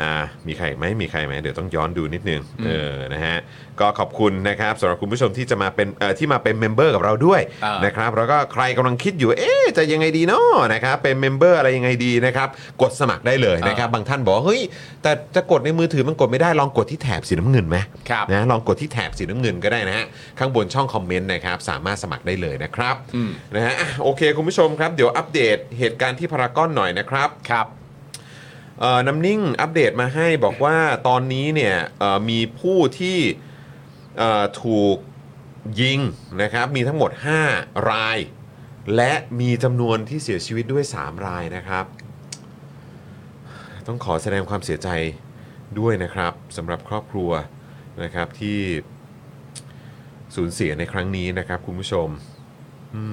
[SPEAKER 4] อ่า มีใครไหมมีใครไหมเดี๋ยวต้องย้อนดูนิดนึง เออ นะฮะ ก็ขอบคุณนะครับสำหรับคุณผู้ชมที่จะมาเป็น เอ่อ ที่มาเป็นเมมเบอร์กับเราด้วย
[SPEAKER 5] อ่าน
[SPEAKER 4] นะครับแล้วก็ใครกำลังคิดอยู่ เอ๊ะจะยังไงดีเนาะนะครับเป็นเมมเบอร์อะไรยังไงดีนะครับกดสมัครได้เลยนะครับบางท่านบอกว่าเฮ้ยแต่จะกดในมือถือมันกดไม่ได้ลองกดที่แถบสีน้ำเงินไหม
[SPEAKER 5] ครับ
[SPEAKER 4] นะลองกดที่แถบสีน้ำเงินก็ได้นะฮะข้างบนช่องคอมเมนต์นะครับสามารถสมัครได้เลยนะครับ
[SPEAKER 5] อืม
[SPEAKER 4] นะฮะอ่ะโอเคคุณผู้ชมครับเดี๋ยวอัปเดตเหตุการณ์ที่พารากอนหน่อยนะครับ
[SPEAKER 5] ครับ
[SPEAKER 4] เอ่อน้ำนิ่งอัปเดตมาให้บอกว่าตอนนี้เนี่ยเอ่อมีผู้ที่เอ่อถูกยิงนะครับ มีทั้งหมด 5 ราย และมีจำนวนที่เสียชีวิตด้วย 3 รายนะครับ ต้องขอแสดงความเสียใจด้วยนะครับสำหรับครอบครัวนะครับที่สูญเสียในครั้งนี้นะครับคุณผู้ชม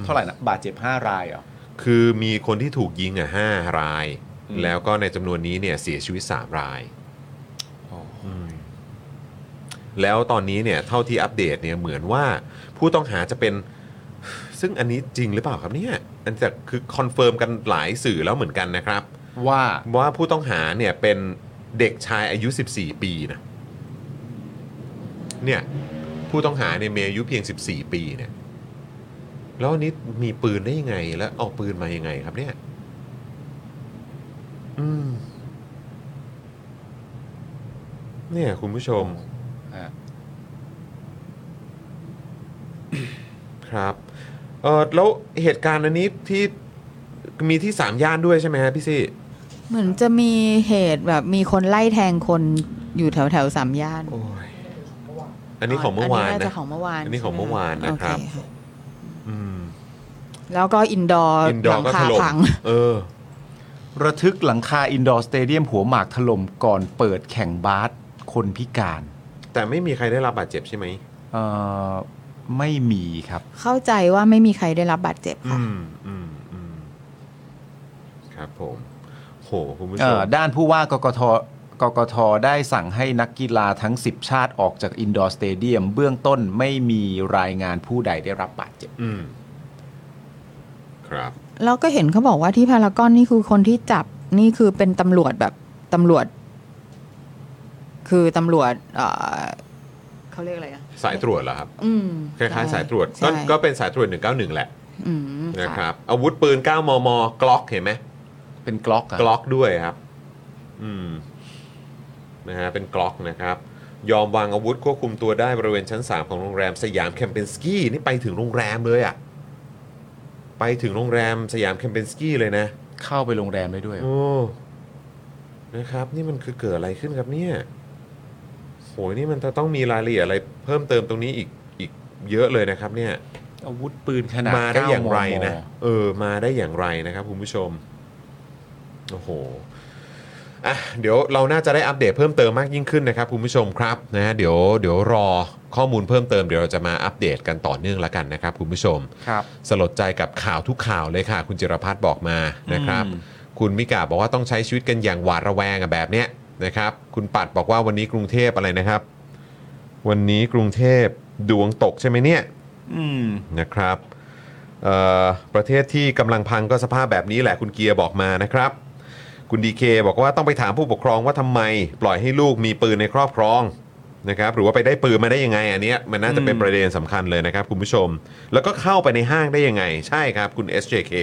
[SPEAKER 5] เท่าไหร่นะบาดเจ็บห้ารายเหรอ
[SPEAKER 4] คือมีคนที่ถูกยิงอ่ะห้าราย
[SPEAKER 5] อืม
[SPEAKER 4] แล้วก็ในจำนวนนี้เนี่ยเสียชีวิต 3 ราย แล้วตอนนี้เนี่ยเท่าที่อัปเดตเนี่ยเหมือนว่าผู้ต้องหาจะเป็น ซึ่งอันนี้จริงหรือเปล่าครับเนี่ยอันจะคือคอนเฟิร์มกันหลายสื่อแล้วเหมือนกันนะครับ
[SPEAKER 5] ว่า
[SPEAKER 4] ว่าผู้ต้องหาเนี่ยเป็นเด็กชายอายุ 14 ปีนะเนี่ยผู้ต้องหาเนี่ยมีอายุเพียง 14 ปีเนี่ยแล้วอันนี้มีปืนได้ยังไง แล้วเอาปืนมายังไงครับเนี่ย อืมเนี่ยคุณผู้ชม
[SPEAKER 5] ฮะ
[SPEAKER 4] ครับเออแล้วเหตุการณ์อันนี้ที่มีที่สามย่านด้วยใช่ไหมฮะพี่ซี่
[SPEAKER 6] เหมือนจะมีเหตุแบบมีคนไล่แทงคนอยู่แถวแถวๆสามย่าน
[SPEAKER 4] โอ้ยอันนี้ของเมื่อวาน
[SPEAKER 6] นนี้
[SPEAKER 4] นะ
[SPEAKER 6] จะของเมื่อวาน
[SPEAKER 4] อันนี้ของเมื่อวาน
[SPEAKER 6] ใช่ไห
[SPEAKER 4] นะครับ
[SPEAKER 6] โอเะ
[SPEAKER 4] อืม
[SPEAKER 6] แล้วก็อินดอร์
[SPEAKER 4] อินดอร์ก็ถล่ม
[SPEAKER 6] พัง
[SPEAKER 4] เออ
[SPEAKER 5] ระทึกหลังคาอินดอร์สเตเดียมหัวหมากถล่มก่อนเปิดแข่งบาสคนพิการ
[SPEAKER 4] แต่ไม่มีใครได้รับบาดเจ็บใช่ไหม
[SPEAKER 5] เอ่อไม่มีครับ
[SPEAKER 6] เข้าใจว่าไม่มีใครได้รับบาดเจ็บ
[SPEAKER 4] อื
[SPEAKER 6] ค่ะ
[SPEAKER 4] มอืมอืมครับผม โห คุณผู้ช
[SPEAKER 5] เอ่
[SPEAKER 4] ม
[SPEAKER 5] อด้านผู้ว่ากกทกกทได้สั่งให้นักกีฬาทั้ง 10 ชาติออกจากอินดอร์สเตเดียมเบื้องต้นไม่มีรายงานผู้ใดได้รับบาดเจ็บ
[SPEAKER 4] อืม ครับ
[SPEAKER 6] แล้วก็เห็นเขาบอกว่าที่พารากอนนี่คือคนที่จับนี่คือเป็นตำรวจแบบตำรวจ คือตำรวจเอ่อเขาเรียกอะไรอ่ะ
[SPEAKER 4] สายตรวจเหรอครับ
[SPEAKER 6] อืม
[SPEAKER 4] คล้ายๆ
[SPEAKER 6] ใช่
[SPEAKER 4] สายตรวจ ก็
[SPEAKER 6] ใช่
[SPEAKER 4] ก็เป็นสายตรวจ 191 แหละ
[SPEAKER 6] อืม
[SPEAKER 4] นะค
[SPEAKER 6] ค่ะ
[SPEAKER 4] รับ อาวุธปืน 9 มม กล็อกเห็นไหม
[SPEAKER 5] เป็นกล็อกอะ
[SPEAKER 4] กล็อกด้วยครับ อืม นะฮะ เป็นกล็อกนะครับ ยอมวางอาวุธควบคุมตัวได้บริเวณชั้น 3 ของโรงแรมสยามแคมเปนสกี้นี่ไปถึงโรงแรมเลยอะ่ะ ไปถึงโรงแรมสยามแคมเปนสกี้เลยนะ
[SPEAKER 5] เข้าไปโรงแรมได้ด้วย
[SPEAKER 4] โอ้ นะครับ นี่มันคือเกิดอะไรขึ้นครับเนี่ยโหยนี่มันจะต้องมีรายละเอียดอะไรเพิ่มเติมตรงนี้อีกอีกเยอะเลยนะครับ เนี่ย
[SPEAKER 5] อาวุธปืนขนาด
[SPEAKER 4] มาได้
[SPEAKER 5] 9
[SPEAKER 4] อย่างไร
[SPEAKER 5] มม
[SPEAKER 4] นะ เออ มาได้อย่างไรนะครับคุณผู้ชม โอ้โห อ่ะ เดี๋ยวเราน่าจะได้อัปเดตเพิ่มเติมมากยิ่งขึ้นนะครับคุณผู้ชมครับนะฮะเดี๋ยวเดี๋ยวรอข้อมูลเพิ่มเติมเดี๋ยวเราจะมาอัปเดตกันต่อเนื่องละกันนะครับคุณผู้ชม
[SPEAKER 5] ครับ
[SPEAKER 4] สลดใจกับข่าวทุกข่าวเลยค่ะ คุณจิรพัฒน์บอกมานะครับ
[SPEAKER 5] อืม
[SPEAKER 4] คุณมิกาบอกว่าต้องใช้ชีวิตกันอย่างหวาดระแวงอะแบบเนี้ยนะครับ คุณปัดบอกว่าวันนี้กรุงเทพอะไรนะครับ วันนี้กรุงเทพดวงตกใช่ไหมเนี่ย
[SPEAKER 5] อืม
[SPEAKER 4] นะครับเอ่อประเทศที่กำลังพังก็สภาพแบบนี้แหละคุณเกียร์บอกมานะครับ คุณดีเคบอกว่าต้องไปถามผู้ปกครองว่าทำไม ปล่อยให้ลูกมีปืนในครอบครองนะครับหรือว่าไปได้ปืนมาได้ยังไง อันเนี้ยมันน่าจะเป็น
[SPEAKER 5] อืม
[SPEAKER 4] ประเด็นสำคัญเลยนะครับคุณผู้ชม แล้วก็เข้าไปในห้างได้ยังไง ใช่ครับคุณ SJK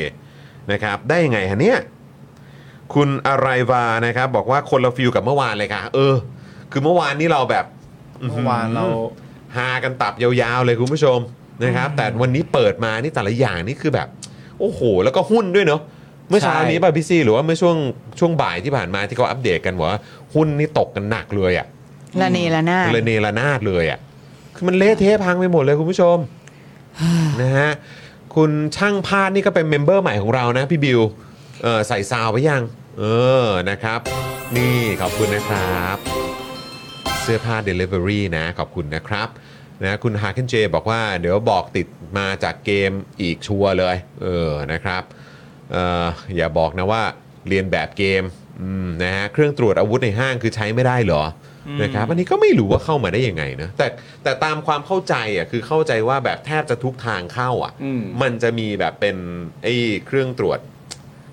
[SPEAKER 4] นะครับได้ยังไงฮะเนี่ยคุณอะไรวานะครับบอกว่าคนละฟิลกับเมื่อวานเลยค่ะ เออ คือเมื่อวานนี้เราแบบ
[SPEAKER 5] เมื่อวานเรา
[SPEAKER 4] ฮากันตับยาวๆเลยคุณผู้ชมนะครับ แต่วันนี้เปิดมานี่แต่ละอย่างนี่คือแบบ โอ้โห แล้วก็หุ้นด้วยเนาะเมื่อเช้านี้ป่ะพี่ซีหรือว่าเมื่อช่วงช่วงบ่ายที่ผ่านมาที่เขาอัปเดตกันว่าหุ้นนี่ตกกันหนักเลยอะ
[SPEAKER 6] ละเนละนาด
[SPEAKER 4] เลยเนระนาดเลยอะคือมันเละเทะพังไปหมดเลยคุณผู้ชม นะฮะคุณช่างภาพนี่ก็เป็นเมมเบอร์ใหม่ของเรานะพี่บิวเออใส่ซาวไปยัง เออนะครับ นี่ขอบคุณนะครับ เสื้อผ้า Delivery นะ ขอบคุณนะครับนะคุณฮา k คนเจบอกว่าเดี๋ยวบอกติดมาจากเกมอีกชัวร์เลย เออนะครับเอออย่าบอกนะว่าเรียนแบบเกมอืมนะฮะเครื่องตรวจอาวุธในห้างคือใช้ไม่ได้เหรออนะครับอันนี้ก็ไม่รู้ว่าเข้ามาได้ยังไงนะแต่แต่ตามความเข้าใจอ่ะคือเข้าใจว่าแบบแทบจะทุกทางเข้าอ่ะ
[SPEAKER 5] อืม
[SPEAKER 4] นจะมีแบบเป็นไอ้เครื่องตรวจ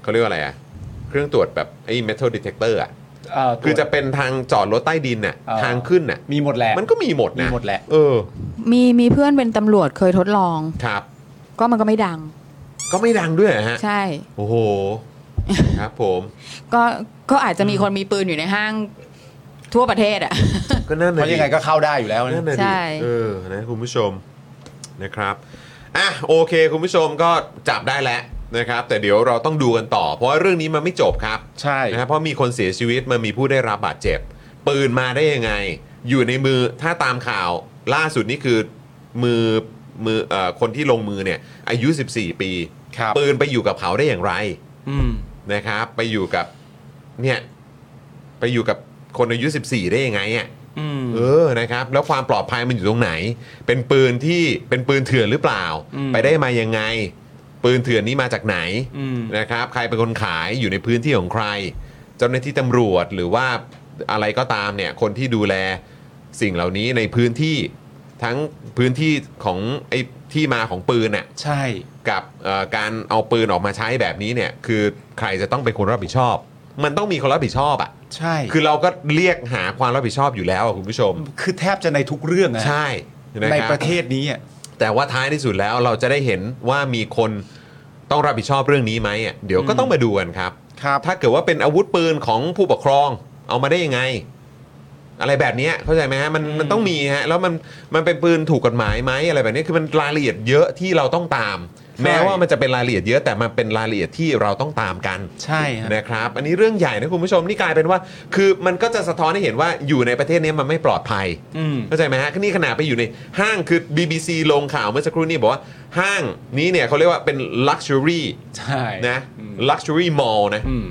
[SPEAKER 4] เขาเรียกว่าอะไรอ่ะเครื่องตรวจแบบไอ้ metal detector อ่ะ
[SPEAKER 5] เอ่อ
[SPEAKER 4] คือจะเป็นทางจอดรถใต้ดินน่ะ
[SPEAKER 5] เอ่อ
[SPEAKER 4] ทางขึ้นน่ะ
[SPEAKER 5] มีหมดแหละ
[SPEAKER 4] มันก็มีหมดนะ
[SPEAKER 5] มีหมดแหละ
[SPEAKER 4] เออ
[SPEAKER 6] มีมีเพื่อนเป็นตำรวจเคยทดลอง
[SPEAKER 4] ครับ
[SPEAKER 6] ก็มันก็ไม่ดัง
[SPEAKER 4] ก็ไม่ดังด้วยเหรอฮะ
[SPEAKER 6] ใช่
[SPEAKER 4] โอ้โห ครับผม
[SPEAKER 6] ก็ก็อาจจะมีคนมีปืนอยู่ในห้างทั่วประเทศอ่ะ
[SPEAKER 4] ก็นั่น
[SPEAKER 5] เพ
[SPEAKER 4] นะ
[SPEAKER 5] ราะยังไงก็เข้าได้อยู่แล้วนะ
[SPEAKER 4] นั่นนะดิ
[SPEAKER 6] ใช่
[SPEAKER 4] เออ นะคุณผู้ชม นะครับ อ่ะ โอเค คุณผู้ชมก็จับได้แล้วนะครับ แต่เดี๋ยวเราต้องดูกันต่อ เพราะว่าเรื่องนี้มันไม่จบครับ
[SPEAKER 5] ใช่
[SPEAKER 4] นะฮะเพราะมีคนเสียชีวิตมันมีผู้ได้รับบาดเจ็บ ปืนมาได้ยังไง อยู่ในมือถ้าตามข่าวล่าสุดนี่คือมือมือเอ่อคนที่ลงมือเนี่ยอายุ 14 ปี
[SPEAKER 5] ครับ
[SPEAKER 4] ปืนไปอยู่กับเขาได้อย่างไร
[SPEAKER 5] อืม
[SPEAKER 4] นะครับ ไปอยู่กับเนี่ยไปอยู่กับคนอายุ 14 ได้ยังไงอ่ะ
[SPEAKER 5] อืม
[SPEAKER 4] เออนะครับ แล้วความปลอดภัยมันอยู่ตรงไหน เป็นปืนที่เป็นปืนเถื่อนหรือเปล่า
[SPEAKER 5] อืม
[SPEAKER 4] ไปได้มายังไง ปืนเถื่อนนี้มาจากไหน
[SPEAKER 5] อืม
[SPEAKER 4] นะครับใครเป็นคนขายอยู่ในพื้นที่ของใคร เจ้าหน้าที่ตำรวจหรือว่าอะไรก็ตามเนี่ยคนที่ดูแลสิ่งเหล่านี้ในพื้นที่ทั้งพื้นที่ของไอ้ที่มาของปืนน่ะ
[SPEAKER 5] ใช่
[SPEAKER 4] กับเอ่อการเอาปืนออกมาใช้แบบนี้เนี่ยคือใครจะต้องเป็นคนรับผิดชอบ มันต้องมีคนรับผิดชอบอ่ะ
[SPEAKER 5] ใช่
[SPEAKER 4] คือเราก็เรียกหาความรับผิดชอบอยู่แล้วอะคุณผู้ชม
[SPEAKER 5] คือแทบจะในทุกเรื่องอะ
[SPEAKER 4] ใช่นะคบ
[SPEAKER 5] ในประเทศนี้อะ
[SPEAKER 4] แต่ว่าท้ายที่สุดแล้วเราจะได้เห็นว่ามีคนต้องรับผิดชอบเรื่องนี้ไหมอ่ะเดี๋ยวก็ต้องมาดูกันครับ
[SPEAKER 5] ครับ
[SPEAKER 4] ถ้าเกิดว่าเป็นอาวุธปืนของผู้ปกครองเอามาได้ยังไง อะไรแบบเนี้ยเข้าใจไหมฮะมันมันต้องมีฮะแล้วมันมันเป็นปืนถูกกฎหมายไหมอะไรแบบนี้คือมันรายละเอียดเยอะที่เราต้องตาม แม้ว่ามันจะเป็นรายละเอียดเยอะแต่มันเป็นรายละเอียดที่เราต้องตามกัน
[SPEAKER 5] ใช่ฮะ
[SPEAKER 4] นะครับอันนี้เรื่องใหญ่นะคุณผู้ชมนี่กลายเป็นว่า คือมันก็จะสะท้อนให้เห็นว่าอยู่ในประเทศนี้มันไม่ปลอดภัย
[SPEAKER 5] อืม
[SPEAKER 4] เข้าใจไหมฮะนี่ขนาดไปอยู่ในห้างคือ BBC ลงข่าวเมื่อสักครู่นี้บอกว่าห้างนี้เนี่ยเขาเรียกว่าเป็น Luxury
[SPEAKER 5] ใช่
[SPEAKER 4] นะ
[SPEAKER 5] อืม
[SPEAKER 4] Luxury Mall นะ
[SPEAKER 5] อืม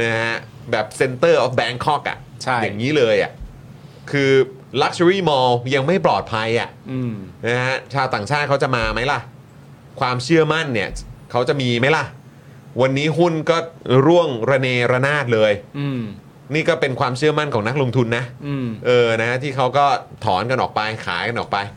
[SPEAKER 4] นะฮะแบบ Center of Bangkok อ่ะ
[SPEAKER 5] ใช่
[SPEAKER 4] อย่างนี้เลยอ่ะคือ Luxury Mall ยังไม่ปลอดภัยอ่ะ
[SPEAKER 5] อืม
[SPEAKER 4] นะฮะชาวต่างชาติเขาจะมาไหมล่ะ ความเชื่อมั่นเนี่ยเขาจะมีไหมล่ะ วันนี้หุ้นก็ร่วงระเนระนาดเลย
[SPEAKER 5] อืม
[SPEAKER 4] นี่ก็เป็นความเชื่อมั่นของนักลงทุนนะ
[SPEAKER 5] อืม
[SPEAKER 4] เออนะฮะที่เขาก็ถอนกันออกไปขายกันออกไป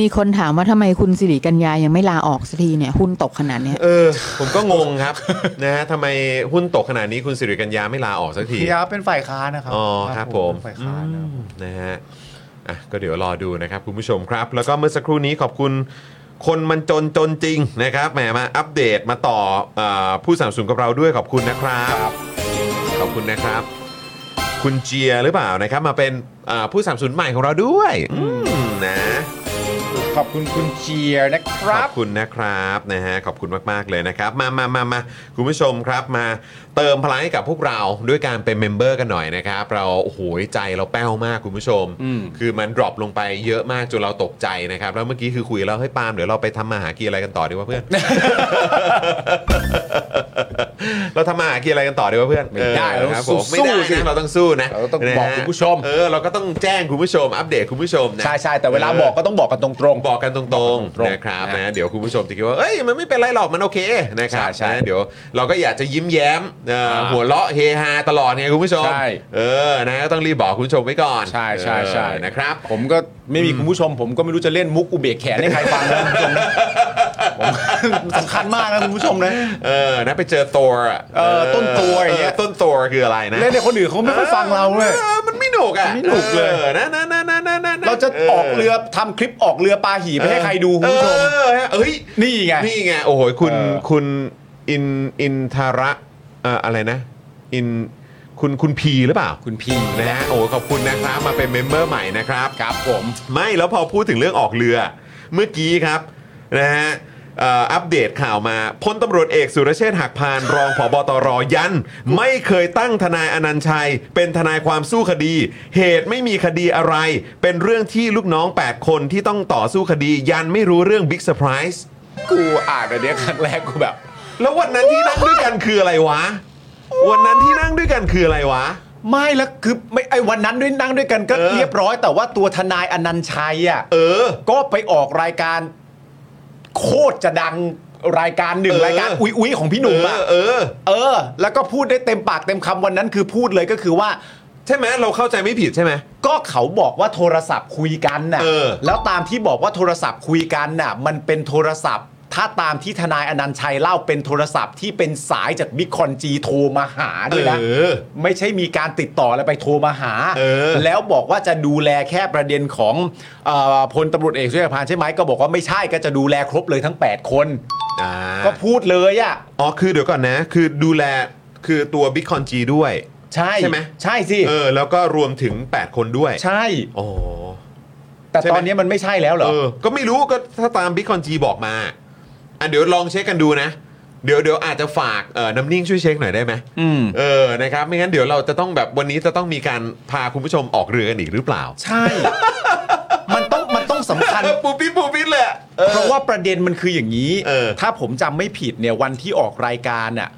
[SPEAKER 6] มีคนถามว่าทำไมคุณสิริกัญญายังไม่ลาออกสักทีเนี่ยหุ้นตกขนาดเนี้ย
[SPEAKER 4] เออ ผมก็งงครับ นะฮะทำไมหุ้นตกขนาดนี้คุณสิริกัญญาไม่ลาออกสักที
[SPEAKER 5] พี่ยาเป็นฝ่ายค้านนะครั
[SPEAKER 4] อ๋อครับผม
[SPEAKER 5] เป็นฝ่ายค้านนะครับ
[SPEAKER 4] อืมนะฮะอ่ะก็เดี๋ยวรอดูนะครับคุณผู้ชมครับ แล้วก็เมื่อสักครู่นี้ขอบคุณคนมันจนจนจริงนะครับแหมมาอัปเดตมาต่อเออผู้สนับสนุนกับเราด้วยขอบคุณนะครับ ขอบคุณนะครับ คุณเจียหรือเปล่านะครับมาเป็นเอ่อผู้สนับสนุนใหม่ของเราด้วยอืมนะ
[SPEAKER 5] ขอบคุณคุณเจียร์นะค
[SPEAKER 4] ข
[SPEAKER 5] รั
[SPEAKER 4] อ
[SPEAKER 5] บบ
[SPEAKER 4] คุณนะครับนะฮะขอบคุณมากๆเลยนะครับมามามามาคุณผู้ชมครับมาเติมพลังให้กับพวกเราด้วยการเป็นเมมเบอร์กันหน่อยนะครับเราโอ้โหใจเราแป้วมากคุณผู้ชม
[SPEAKER 5] อืม
[SPEAKER 4] คือมันดรอปลงไปเยอะมากจนเราตกใจนะครับ แล้วเมื่อกี้คือคุยแล้วให้ยปาล์มเดี๋ยวเราไปทำมาหากินอะไรกันต่อดีว่าเพื่อน เราทำมาหากินอะไรกันต่อดีว่าเพื่อน
[SPEAKER 5] ไม่ได้
[SPEAKER 4] เออครับผม
[SPEAKER 5] เราต้อง
[SPEAKER 4] ไม่ได้
[SPEAKER 5] สู้สิ
[SPEAKER 4] นะเราต้องสู้นะ
[SPEAKER 5] เราต้อง
[SPEAKER 4] นะฮะ
[SPEAKER 5] บอกคุณผู้ชม
[SPEAKER 4] เออเราก็ต้องแจ้งคุณผู้ชม อัปเดตคุณผู้ชมนะ
[SPEAKER 5] ใช่ใช่แต่เวลาบอกก็ต้องบอกกันตรงๆ
[SPEAKER 4] บอกกันตรง
[SPEAKER 5] ตรง
[SPEAKER 4] ๆนะครับ
[SPEAKER 5] นะ
[SPEAKER 4] นะเดี๋ยวคุณผู้ชมจะคิดว่าเอ้ยมันไม่เป็นไรหรอกมันโอเคนะครับ
[SPEAKER 5] ใช่ใช่
[SPEAKER 4] นะเดี๋ยวเราก็อยากจะยิ้มแย้มเอ่ออา หัวเราะเฮฮาตลอดไงคุณผู้ชม
[SPEAKER 5] ใช่
[SPEAKER 4] เออนะก็ต้องรีบบอกคุณผู้ชมไว้ก่อน
[SPEAKER 5] ใช่ใช่ใช่
[SPEAKER 4] เออนะครับ
[SPEAKER 5] ผมก็ไม่มีคุณผู้ชม ผมก็ไม่รู้จะเล่นมุกอุเบกแขนให้ใครฟัง นะคุณผู้ชมนะผมสำคัญมากนะคุณผู้ชมนะ
[SPEAKER 4] เออนะไปเจอ Thor อะ
[SPEAKER 5] เออต้น Thor อย่างเงี้ย
[SPEAKER 4] อต้น Thor คืออะไรนะ
[SPEAKER 5] เล่นในคนอื่นเขาไม่ค่อยฟังเราเลย
[SPEAKER 4] ออมันไม่หนุกอ่ะ
[SPEAKER 5] มันไม่หนุกเลย
[SPEAKER 4] ออนะนะนะนะนะนะ
[SPEAKER 5] เราจะออกเรือทำคลิปออกเรือปลาหีไปให้ใครดูคุณผู้ชม
[SPEAKER 4] เออเอ้ย
[SPEAKER 5] นี่ไง
[SPEAKER 4] นี่ไงโอ้โหคุณ
[SPEAKER 5] เออ
[SPEAKER 4] คุณอินอินทาระเอ่ออะไรนะอินคุณคุณพีหรือเปล่า
[SPEAKER 5] คุณพี่
[SPEAKER 4] นะฮะโอ้โหขอบคุณนะครับมาเป็นเมมเบอร์ใหม่นะครับ
[SPEAKER 5] ครับผม
[SPEAKER 4] ไม่แล้วพอพูดถึงเรื่องออกเรือ เมื่อกี้ครับนะฮะเอ่ออัปเดตข่าวมาพลตำรวจเอกสุรเชษฐ์หักพาน รองผบตรยัน ไม่เคยตั้งทนายอนันต์ชัย เป็นทนายความสู้คดี เหตุไม่มีคดีอะไร เป็นเรื่องที่ลูกน้อง 8 คนที่ต้องต่อสู้คดี ยันไม่รู้เรื่องบิ๊กเซอร์ไพรส์
[SPEAKER 5] กูอ่านอันเนี้ยครั้งแรกกูแบบ
[SPEAKER 4] แล้ววันนั้นที่นั่งด้วยกันคืออะไรวะ วันนั้นที่นั่งด้วยกันคืออะไรวะ
[SPEAKER 5] ไม่แล้วคือไม่ไอ้วันนั้นด้วยนั่งด้วยกันก็
[SPEAKER 4] เออ
[SPEAKER 5] เรียบร้อย แต่ว่าตัวทนายอนันต์ชัยอ่ะ
[SPEAKER 4] เออ
[SPEAKER 5] ก็ไปออกรายการโคตรจะดังรายการหนึ่ง
[SPEAKER 4] เออ
[SPEAKER 5] รายการอุ้ยอุ้ยของพี่หนุ่มอะ
[SPEAKER 4] เออ
[SPEAKER 5] เออ แล้วก็พูดได้เต็มปากเต็มคำวันนั้นคือพูดเลยก็คือว่า
[SPEAKER 4] ใช่ไหมเราเข้าใจไม่ผิดใช่ไหม
[SPEAKER 5] ก็เขาบอกว่าโทรศัพท์คุยกันน่ะ
[SPEAKER 4] เออ
[SPEAKER 5] แล้วตามที่บอกว่าโทรศัพท์คุยกันน่ะ มันเป็นโทรศัพท์ ถ้าตามที่ทนายอนันต์ชัยเล่าเป็นโทรศัพท์ที่เป็นสายจากบิ๊กคอนจีโทรมาหาด้วยนะ
[SPEAKER 4] เออ
[SPEAKER 5] ไม่ใช่มีการติดต่อแล้วไปโทรมาหา
[SPEAKER 4] เออ
[SPEAKER 5] แล้วบอกว่าจะดูแลแค่ประเด็นของเออพลตำรวจเอกสุริยพานใช่ไหมก็บอกว่าไม่ใช่ก็จะดูแลครบเลยทั้ง 8 คน
[SPEAKER 4] อ่า
[SPEAKER 5] ก็พูดเลยอ่ะ
[SPEAKER 4] อ๋อ คือเดี๋ยวก่อนนะ คือดูแลคือตัวบิ๊กคอนจีด้วย
[SPEAKER 5] ใช่
[SPEAKER 4] ใช่ไหม
[SPEAKER 5] ใช่สิ
[SPEAKER 4] เออ แล้วก็รวมถึง 8 คนด้วย
[SPEAKER 5] ใช่
[SPEAKER 4] โอ้โห
[SPEAKER 5] แต่
[SPEAKER 4] ใช่ไหม
[SPEAKER 5] ตอนนี้มันไม่ใช่แล้วเหรอ
[SPEAKER 4] เออ ก็ไม่รู้ก็ถ้าตามบิ๊กคอนจีบอกมา อ่ะเดี๋ยวลองเช็คกันดูนะ เดี๋ยวเดี๋ยวอาจจะฝากเอ่อน้ำนิ่งช่วยเช็คหน่อยได้ไหม
[SPEAKER 5] อืม
[SPEAKER 4] เออ นะครับ ไม่งั้นเดี๋ยวเราจะต้องแบบวันนี้จะต้องมีการพาคุณผู้ชมออกเรือกันอีกหรือเปล่า
[SPEAKER 5] ใช่ มันต้องมันต้องสำคัญ
[SPEAKER 4] เออปูปิดปูปิดเลยอะ
[SPEAKER 5] เพราะว่าประเด็นมันคืออย่างนี้
[SPEAKER 4] เออ
[SPEAKER 5] ถ้าผมจำไม่ผิดเนี่ยวันที่ออกรายการอ่ะ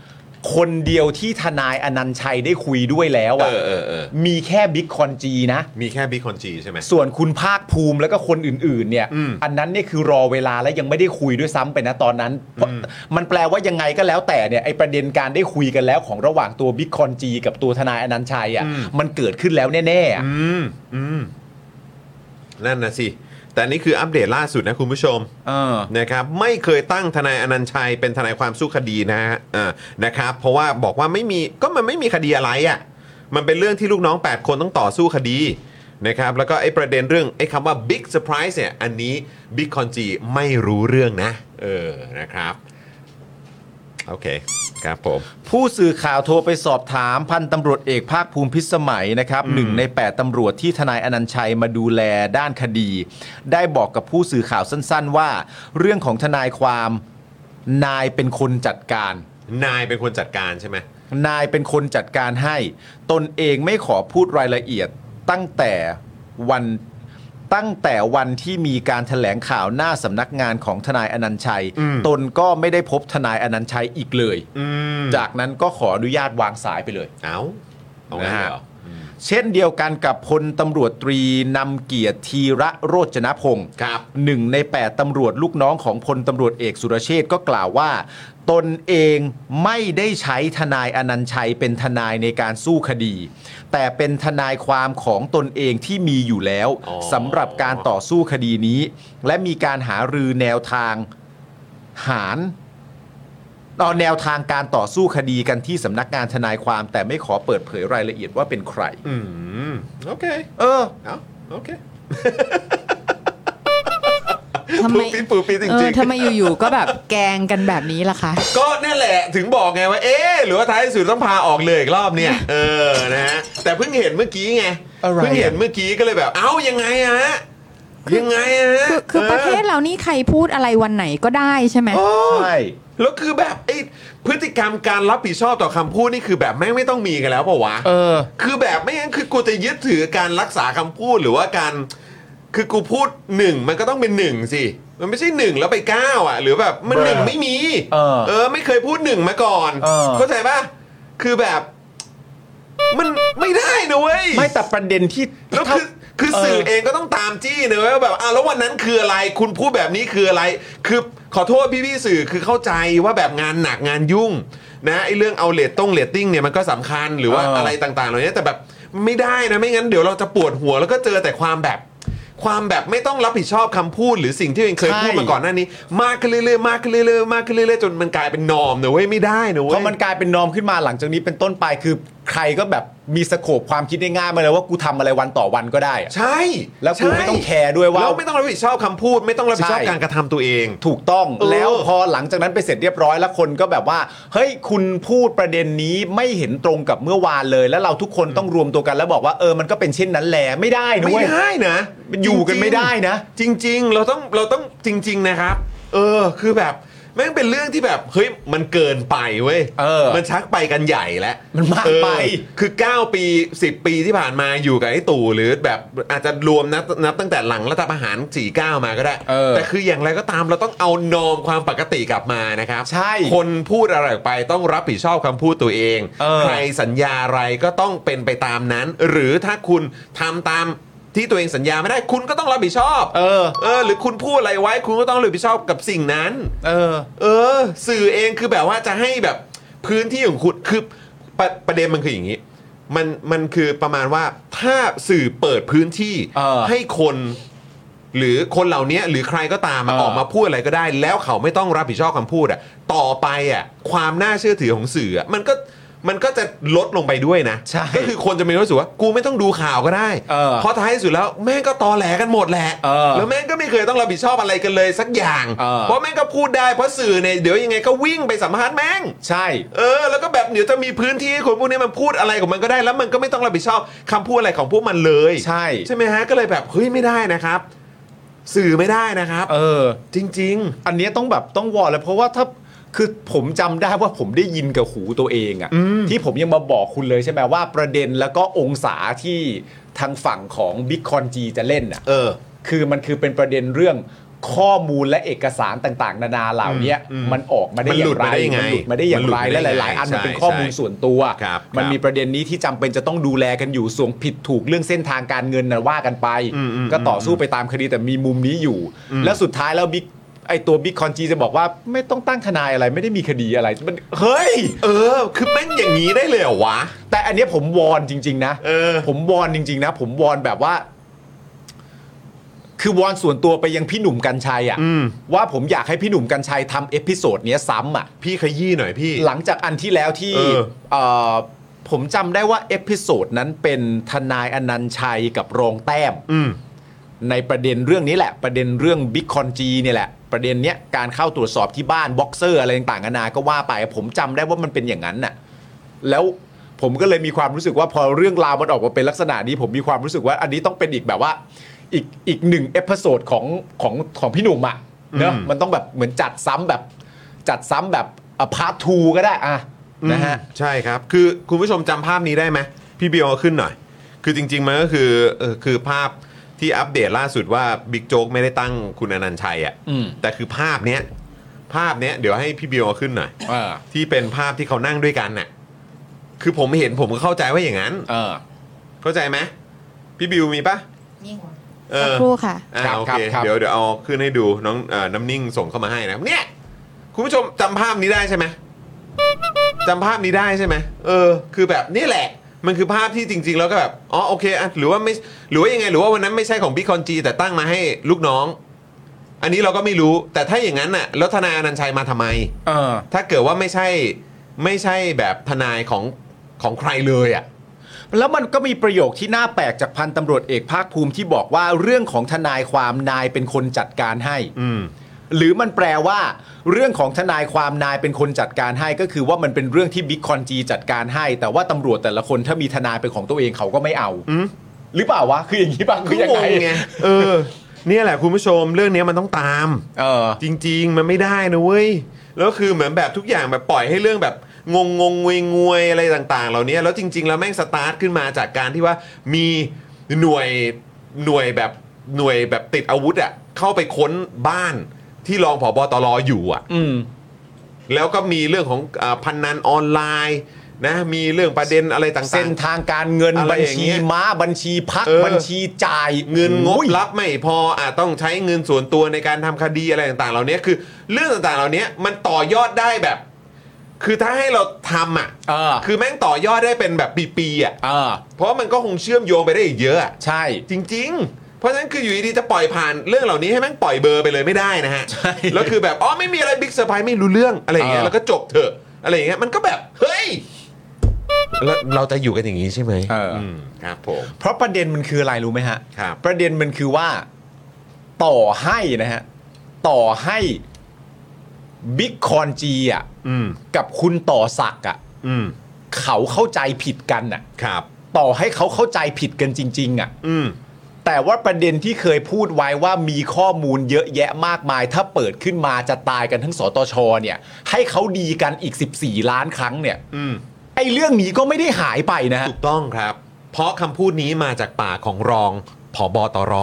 [SPEAKER 5] คนเดียวที่ทนายอนันต์ชัยได้คุยด้วยแล้ว
[SPEAKER 4] เอ
[SPEAKER 5] อ่ะ
[SPEAKER 4] อเออเออ
[SPEAKER 5] มีแค่บิ๊กคอนจีนะ
[SPEAKER 4] มีแค่บิ๊กคอนจีใช่ไหม
[SPEAKER 5] ส่วนคุณภาคภูมิแล้วก็คนอื่นๆ เนี่ย
[SPEAKER 4] อืม
[SPEAKER 5] อันนั้นเนี่ยคือรอเวลาและยังไม่ได้คุยด้วยซ้ำไปนะตอนนั้นเพราะมันแปลว่ายังไงก็แล้วแต่เนี่ยไอประเด็นการได้คุยกันแล้วของระหว่างตัวบิ๊กคอนจีกับตัวทนายอนันต์ชัย
[SPEAKER 4] อืม
[SPEAKER 5] อะ่ะมันเกิดขึ้นแล้วแน่ๆอะ
[SPEAKER 4] อืมอืมนั่นนะสิ แต่อันนี้คืออัปเดตล่าสุดนะคุณผู้ชม
[SPEAKER 5] เออ
[SPEAKER 4] นะครับไม่เคยตั้งทนายอนันต์ชัยเป็นทนายความสู้คดีนะฮะอ่านะครับเพราะว่าบอกว่าไม่มีก็มันไม่มีคดีอะไรอะ่ะมันเป็นเรื่องที่ลูกน้อง 8 คนต้องต่อสู้คดีนะครับแล้วก็ไอ้ประเด็นเรื่องไอ้คำว่า Big Surprise เนี่ยอันนี้ Big คอนจีไม่รู้เรื่องนะ เออนะครับโอเคครับผม
[SPEAKER 5] ผู้สื่อข่าวโทรไปสอบถามพันตำรวจเอกภาคภูมิพิสมัยนะครับหนึ่งใน 8ตำรวจที่ทนายอนันต์ชัยมาดูแลด้านคดี ได้บอกกับผู้สื่อข่าวสั้น ๆ ว่า เรื่องของทนายความนายเป็นคนจัดการ
[SPEAKER 4] นายเป็นคนจัดการใช่ไหม
[SPEAKER 5] นายเป็นคนจัดการให้ ตนเองไม่ขอพูดรายละเอียดตั้งแต่วันตั้งแต่วันที่มีการแถลงข่าวหน้าสำนักงานของทนายอนันต์ชัย ตนก็ไม่ได้พบทนายอนันต์ชัยอีกเลย
[SPEAKER 4] อืม
[SPEAKER 5] จากนั้นก็ขออนุญาตวางสายไปเลย
[SPEAKER 4] เอาเอางั้นเลยเหรอ
[SPEAKER 5] เช่นเดียวกันกับพลตำรวจตรีนำเกียรติธีระโรจนพงศ์
[SPEAKER 4] ครับ
[SPEAKER 5] หนึ่งใน 8ตำรวจลูกน้องของพลตำรวจเอกสุรเชษฐ์ก็กล่าวว่า ตนเองไม่ได้ใช้ทนายอนันต์ชัยเป็นทนายในการสู้คดี แต่เป็นทนายความของตนเองที่มีอยู่แล้ว
[SPEAKER 4] อ๋อ
[SPEAKER 5] สำหรับการต่อสู้คดีนี้ และมีการหารือแนวทางหารเอาแนวทางการต่อสู้คดีกันที่สำนักงานทนายความ แต่ไม่ขอเปิดเผยรายละเอียดว่าเป็นใคร
[SPEAKER 4] อืมโอเค
[SPEAKER 5] เออ
[SPEAKER 4] เอาโอเค
[SPEAKER 6] ทำไม
[SPEAKER 4] ปูปีปูปีจริง
[SPEAKER 6] เอ
[SPEAKER 4] ๆ
[SPEAKER 6] อทำไมอยู่ๆก็แบบแกล้งกันแบบนี้ล่ะคะ
[SPEAKER 4] ก็นั่นแหละถึงบอกไงว่าเอ๊ะหรือว่าท้ายสุดต้องพาออกเลยอีกรอบเนี่ย เออนะฮะแต่เพิ่งเห็นเมื่อกี้ไง
[SPEAKER 5] อะไรอ่ะ
[SPEAKER 4] เพิ่งเห็นเมื่อกี้ก็เลยแบบเอ้ายังไงอะฮะยังไงอะฮะ
[SPEAKER 6] คือคือประเทศ
[SPEAKER 4] ออ
[SPEAKER 6] เรานี่ใครพูดอะไรวันไหนก็ได้ใช่ไหม
[SPEAKER 4] โอ้
[SPEAKER 5] ใช่
[SPEAKER 4] แล้วคือแบบไอ้พฤติกรรมการรับผิดชอบต่อคำพูดนี่คือแบบแม่งไม่ต้องมีกันแล้วเปล่าวะ
[SPEAKER 5] เออ
[SPEAKER 4] คือแบบไม่งั้นคือกูจะยึดถือการรักษาคำพูดหรือว่าการ คือกูพูดหนึ่งมันก็ต้องเป็นหนึ่งสิ มันไม่ใช่หนึ่งแล้วไปเก้าอ่ะ หรือแบบมันหนึ่งไม่มี
[SPEAKER 5] เออ
[SPEAKER 4] เออ ไม่เคยพูดหนึ่งมาก่อน
[SPEAKER 5] เออ
[SPEAKER 4] เข้าใจป่ะ คือแบบ มันไม่ได้นะเว้ย
[SPEAKER 5] ไม่แต่ประเด็นที่
[SPEAKER 4] แล้วคือ
[SPEAKER 5] ถ้า
[SPEAKER 4] คือ
[SPEAKER 5] เออ
[SPEAKER 4] สื่อเองก็ต้องตามจี้นะเว้ยว่าแบบอ่ะแล้ววันนั้นคืออะไร คุณพูดแบบนี้คืออะไร คือขอโทษพี่ๆสื่อคือเข้าใจว่าแบบงานหนักงานยุ่ง นะไอ้เรื่องเอาเลตต้งเลตติ้งเนี่ยมันก็สำคัญหรือว่า
[SPEAKER 5] เอออ
[SPEAKER 4] อะไรต่างๆเหล่านี้แต่แบบไม่ได้นะไม่งั้นเดี๋ยวเราจะปวดหัวแล้วก็เจอแต่ความแบบ ความแบบไม่ต้องรับผิดชอบคำพูดหรือสิ่งที่ตัวเองเคย
[SPEAKER 5] ใช่
[SPEAKER 4] พูดมาก่อนหน้านี้ มากขึ้นเรื่อยๆมากขึ้นเรื่อยๆมากขึ้นเรื่อยๆจนมันกลายเป็นนอมนะเว้ยไม่ได้นะเว้
[SPEAKER 5] พ
[SPEAKER 4] ย
[SPEAKER 5] อมันกลายเป็นนอมขึ้นมาหลังจากนี้เป็นต้นไปคือใครก็แบบมีสโคปความคิดได้ง่ายมาเลยว่ากูทำอะไรวันต่อวันก็ได้อะ
[SPEAKER 4] ใช่
[SPEAKER 5] แล้วกู
[SPEAKER 4] ใช่
[SPEAKER 5] ไม่ต้องแคร์ด้วยว่า
[SPEAKER 4] แล้วไม่ต้องรับผิดชอบคำพูด ไม่ต้องรับผิดชอบ
[SPEAKER 5] ใช่
[SPEAKER 4] การกระทำตัวเอง
[SPEAKER 5] ถูกต้อง
[SPEAKER 4] เออ
[SPEAKER 5] แล้วพอหลังจากนั้นไปเสร็จเรียบร้อยแล้วคนก็แบบว่า เฮ้ยคุณพูดประเด็นนี้ไม่เห็นตรงกับเมื่อวานเลย แล้วเราทุกคนต้องรวมตัวกันแล้วบอกว่าเออมันก็เป็นเช่นนั้นแหละไม่ได้นะ
[SPEAKER 4] ไม่
[SPEAKER 5] เว้ย
[SPEAKER 4] ได้นะ
[SPEAKER 5] มันอยู่กันไม่ได้นะ
[SPEAKER 4] จริง ๆ เราต้องเราต้องจริง ๆ นะครับ เออคือแบบแม่งเป็นเรื่องที่แบบเฮ้ยมันเกินไปเว้ย
[SPEAKER 5] เออ
[SPEAKER 4] มันชักไปกันใหญ่แล้ว
[SPEAKER 5] มันมาก
[SPEAKER 4] เออ
[SPEAKER 5] ไป
[SPEAKER 4] คือ 9 ปี 10 ปีที่ผ่านมาอยู่กับไอ้ตู่หรือแบบอาจจะรวมนับนับตั้งแต่หลังรัฐประหาร 49 มาก็ได้
[SPEAKER 5] เออ
[SPEAKER 4] แต่คืออย่างไรก็ตามเราต้องเอานอมความปกติกลับมานะครับ
[SPEAKER 5] ใช่
[SPEAKER 4] คนพูดอะไรออกไปต้องรับผิดชอบคำพูดตัวเอง
[SPEAKER 5] เออ
[SPEAKER 4] ใคร ใครสัญญาอะไรก็ต้องเป็นไปตามนั้น หรือถ้าคุณทำตามที่ตัวเองสัญญาไม่ได้ คุณก็ต้องรับผิดชอบ
[SPEAKER 5] เออ
[SPEAKER 4] เออ หรือคุณพูดอะไรไว้ คุณก็ต้องรับผิดชอบกับสิ่งนั้น
[SPEAKER 5] เออ
[SPEAKER 4] เออ สื่อเองคือแบบว่าจะให้แบบพื้นที่ของคุณคือประประเด็นมันคืออย่างนี้ มันมันคือประมาณว่าถ้าสื่อเปิดพื้นที่
[SPEAKER 5] เออ
[SPEAKER 4] ให้คน หรือคนเหล่านี้หรือใครก็ตามมา
[SPEAKER 5] เออ
[SPEAKER 4] ออกมาพูดอะไรก็ได้ แล้วเขาไม่ต้องรับผิดชอบคำพูดอ่ะต่อไปอ่ะความน่าเชื่อถือของสื่ออะมันก็มันก็จะลดลงไปด้วยนะ
[SPEAKER 5] ใช่
[SPEAKER 4] ก็คือคนจะมีความรู้สึกว่ากูไม่ต้องดูข่าวก็ได้
[SPEAKER 5] เออ
[SPEAKER 4] ราะท้ายสุดแล้วแม่งก็ตอแหลกันหมดแหละ
[SPEAKER 5] เออ
[SPEAKER 4] แล้วแม่งก็ไม่เคยต้องรับผิดชอบอะไรกันเลยสักอย่าง
[SPEAKER 5] เออ
[SPEAKER 4] เพราะ แม่งก็พูดได้เพราะสื่อเนี่ยเดี๋ยวยังไงก็วิ่งไปสัมภาษณ์แม่ง
[SPEAKER 5] ใช่
[SPEAKER 4] เออ แล้วก็แบบเดี๋ยวจะมีพื้นที่ให้คนพวกนี้มันพูดอะไรของมันก็ได้ แล้วมันก็ไม่ต้องรับผิดชอบคำพูดอะไรของพวกมันเลย
[SPEAKER 5] ใช่
[SPEAKER 4] ใช่ไหมฮะก็เลยแบบเฮ้ยไม่ได้นะครับ สื่อไม่ได้นะครับ
[SPEAKER 5] เออ
[SPEAKER 4] จริง
[SPEAKER 5] อันเนี้ยต้องแบบต้องวอร์เลยเพราะว่าถ้าคือผมจำได้ว่าผมได้ยินกับหูตัวเองอะที่ผมยังมาบอกคุณเลยใช่ไหมว่าประเด็นแล้วก็องศาที่ทางฝั่งของบิ๊กคอนจีจะเล่นอะ
[SPEAKER 4] ๆ เออ
[SPEAKER 5] คือมันคือเป็นประเด็นเรื่องข้อมูลและเอกสารต่างๆ นานาเหล่าเนี้ย
[SPEAKER 4] อืมอืม
[SPEAKER 5] มันออกมาได้
[SPEAKER 4] มัน
[SPEAKER 5] อ
[SPEAKER 4] หลุ
[SPEAKER 5] ย่าง
[SPEAKER 4] ด
[SPEAKER 5] ไร
[SPEAKER 4] มาได้ยังไง
[SPEAKER 5] มัหลุดมาได้อย่างไร
[SPEAKER 4] มันหลุดมาได้
[SPEAKER 5] และ
[SPEAKER 4] ยังไง
[SPEAKER 5] หลาย ๆ อันมันเป็น
[SPEAKER 4] ใช่
[SPEAKER 5] ข้อมูล
[SPEAKER 4] ใช่
[SPEAKER 5] ส่วนตัว
[SPEAKER 4] ครับ
[SPEAKER 5] มั
[SPEAKER 4] คนรับ
[SPEAKER 5] มีประเด็นนี้ที่จำเป็นจะต้องดูแลกันอยู่ส่วนผิดถูกเรื่องเส้นทางการเงินนะว่ากันไป
[SPEAKER 4] อืมอืม
[SPEAKER 5] ก็ต่อสู้ไปตามคดีแต่มีมุมนี้อยู่ แล้วสุดท้ายแล้วบิ๊กไอตัวบิ๊กคอนจีจะบอกว่าไม่ต้องตั้งทนายอะไรไม่ได้มีคดีอะไรมันเฮ้ย
[SPEAKER 4] เออ คือแม่งอย่างนี้ได้เลยเหรอวะ
[SPEAKER 5] แต่อันเนี้ยผมวอนจริง ๆ นะ
[SPEAKER 4] เออ
[SPEAKER 5] ผมวอนจริง ๆ นะ ผมวอนแบบว่า คือวอนส่วนตัวไปยังพี่หนุ่มกัญชัยอ่ะว่าผมอยากให้พี่หนุ่มกัญชัยทำเอพิโซดเนี้ยซ้ำอ่ะ
[SPEAKER 4] พี่ขยี้หน่อยพี่
[SPEAKER 5] หลังจากอันที่แล้วที่
[SPEAKER 4] เออ
[SPEAKER 5] เอ่อผมจำได้ว่าเอพิโซดนั้นเป็นทนายอนันต์ชัยกับรองแต้ม
[SPEAKER 4] อืม
[SPEAKER 5] ในประเด็นเรื่องนี้แหละ ประเด็นเรื่องบิ๊กคอนจีเนี่ยแหละ ประเด็นเนี้ยการเข้าตรวจสอบที่บ้านบ็อกเซอร์อะไรต่างๆนานาก็ว่าไป ผมจำได้ว่ามันเป็นอย่างนั้นน่ะแล้วผมก็เลยมีความรู้สึกว่าพอเรื่องราวมันออกมาเป็นลักษณะนี้ผมมีความรู้สึกว่าอันนี้ต้องเป็นอีกแบบว่า อีกอีกหนึ่งเอพิโซดของของของพี่หนุ่มอะเนอะ
[SPEAKER 4] อืม
[SPEAKER 5] มันต้องแบบเหมือนจัดซ้ำแบบ จัดซ้ำแบบพาร์ททูก็ได้อะนะฮะ
[SPEAKER 4] ใช่ครับ คือคุณผู้ชมจำภาพนี้ได้ไหมพี่เบียวเอาขึ้นหน่อย คือจริง ๆ มันก็คือเออคือภาพที่อัปเดตล่าสุดว่าบิ๊กโจ๊กไม่ได้ตั้งคุณอนันต์ชัยอะ
[SPEAKER 5] อืม
[SPEAKER 4] แต่คือภาพเนี้ยภาพเนี้ยเดี๋ยวให้พี่เบียวเอาขึ้นหน่อย
[SPEAKER 5] เออ
[SPEAKER 4] ที่เป็นภาพที่เขานั่งด้วยกันน่ะ คือผมเห็นผมก็เข้าใจว่าอย่างนั้น
[SPEAKER 5] เออ
[SPEAKER 4] เข้าใจไหมพี่บิวมีปะเอ
[SPEAKER 6] สัก
[SPEAKER 4] อ
[SPEAKER 6] ครู่ค่ะ
[SPEAKER 4] อ่า
[SPEAKER 5] ครับ
[SPEAKER 4] โอ
[SPEAKER 5] ครั
[SPEAKER 4] เค
[SPEAKER 5] บครับ
[SPEAKER 4] เดี๋ยวเดี๋ยวเอาขึ้นให้ดูน้องเอ่อน้ำนิ่งส่งเข้ามาให้นะครับเนี่ยคุณผู้ชมจำภาพนี้ได้ใช่ไหมจำภาพนี้ได้ใช่ไหมเออ คือแบบนี่แหละ มันคือภาพที่จริง ๆ แล้วก็แบบอ๋อโอเคอ่ะหรือว่าไม่หรือว่ายังไง หรือว่าวันนั้นไม่ใช่ของบิ๊กคอนจีแต่ตั้งมาให้ลูกน้อง อันนี้เราก็ไม่รู้ แต่ถ้าอย่างนั้นน่ะแล้วทนายอนันต์ชัยมาทำไม
[SPEAKER 5] เออ
[SPEAKER 4] ถ้าเกิดว่าไม่ใช่ไม่ใช่แบบทนายของของใครเลยอ่ะ
[SPEAKER 5] แล้วมันก็มีประโยคที่น่าแปลกจากพันตำรวจเอกภาคภูมิที่บอกว่าเรื่องของทนายความนายเป็นคนจัดการให้
[SPEAKER 4] อืม
[SPEAKER 5] หรือมันแปลว่า เรื่องของทนายความนายเป็นคนจัดการให้ก็คือว่ามันเป็นเรื่องที่บิ๊กคอนจีจัดการให้ แต่ว่าตำรวจแต่ละคนถ้ามีทนายเป็นของตัวเองเขาก็ไม่เอา
[SPEAKER 4] อืม
[SPEAKER 5] หรือเปล่าวะคืออย่างนี้ป่ะคือยังไง
[SPEAKER 4] เออ เนี่ยแหละคุณผู้ชมเรื่องเนี้ยมันต้องตาม
[SPEAKER 5] เออ
[SPEAKER 4] จริง ๆ มันไม่ได้นะเว้ย แล้วคือเหมือนแบบทุกอย่างแบบปล่อยให้เรื่องแบบงงงงวยงวยๆอะไรต่าง ๆ เหล่านี้แล้วจริง ๆ แล้วแม่งสตาร์ทขึ้นมาจากการที่ว่ามีหน่วยหน่วยแบบหน่วยแบบติดอาวุธอ่ะเข้าไปค้นบ้านที่รองผอบตรอยู่อ่ะ
[SPEAKER 5] อืม
[SPEAKER 4] แล้วก็มีเรื่องของอาพันนันออนไลน์นะมีเรื่องประเด็นอะไรต่างๆ
[SPEAKER 5] เส้นทางการเงิน
[SPEAKER 4] อะไร
[SPEAKER 5] บัญ
[SPEAKER 4] อย่าง
[SPEAKER 5] ชี
[SPEAKER 4] เงี้ย
[SPEAKER 5] ม้าบัญชีพัก
[SPEAKER 4] เออ
[SPEAKER 5] บัญชีจ่าย
[SPEAKER 4] เงินงบ
[SPEAKER 5] อุ้ย
[SPEAKER 4] รับไม่พออาจต้องใช้เงินส่วนตัวในการทำคดีอะไรต่างๆ เหล่านี้คือเรื่องต่างๆ เหล่านี้มันต่อยอดได้แบบ คือถ้าให้เราทำอ่ะ
[SPEAKER 5] เออ
[SPEAKER 4] คือแม่งต่อยอดได้เป็นแบบปีๆอ่ะ
[SPEAKER 5] เออ
[SPEAKER 4] เพราะมันก็คงเชื่อมโยงไปได้อีกเยอะอะ
[SPEAKER 5] ใช่
[SPEAKER 4] จริง ๆ เพราะฉะนั้นคืออยู่ดีๆจะปล่อยผ่านเรื่องเหล่านี้ให้แม่งปล่อยเบอร์ไปเลยไม่ได้นะฮะ แล้วคือแบบอ๋อไม่มีอะไรบิ๊กเซอร์ไพรส์ไม่รู้เรื่องอะไรอย่างเงี้ยแล้วก็จบเถอะอะไรอย่างเงี้ยมันก็แบบเฮ้ยแล้วเราจะอยู่กันอย่างนี้ใช่ไหม
[SPEAKER 5] เอออ
[SPEAKER 4] มครับผม
[SPEAKER 5] เพราะประเด็นมันคืออะไรรู้ไหมฮะ
[SPEAKER 4] ครับ
[SPEAKER 5] ประเด็นมันคือว่าต่อให้นะฮะ ต่อให้บิ๊กคอนจีอ่ะ
[SPEAKER 4] อืม
[SPEAKER 5] กับคุณต่อศักดิ์อ่ะ
[SPEAKER 4] อืม
[SPEAKER 5] เขาเข้าใจผิดกันอ่ะ
[SPEAKER 4] ครับ
[SPEAKER 5] ต่อให้เขาเข้าใจผิดกันจริง ๆ อ่ะ
[SPEAKER 4] อืม
[SPEAKER 5] แต่ว่าประเด็นที่เคยพูดไว้ว่ามีข้อมูลเยอะแยะมากมาย ถ้าเปิดขึ้นมาจะตายกันทั้งสตชเนี่ย ให้เขาดีกันอีก 14 ล้านครั้งเนี่ย
[SPEAKER 4] อืม
[SPEAKER 5] ไอ้เรื่องนี้ก็ไม่ได้หายไปนะฮะ
[SPEAKER 4] ถูกต้องครับ เพราะคำพูดนี้มาจากปากของรองผอบอตร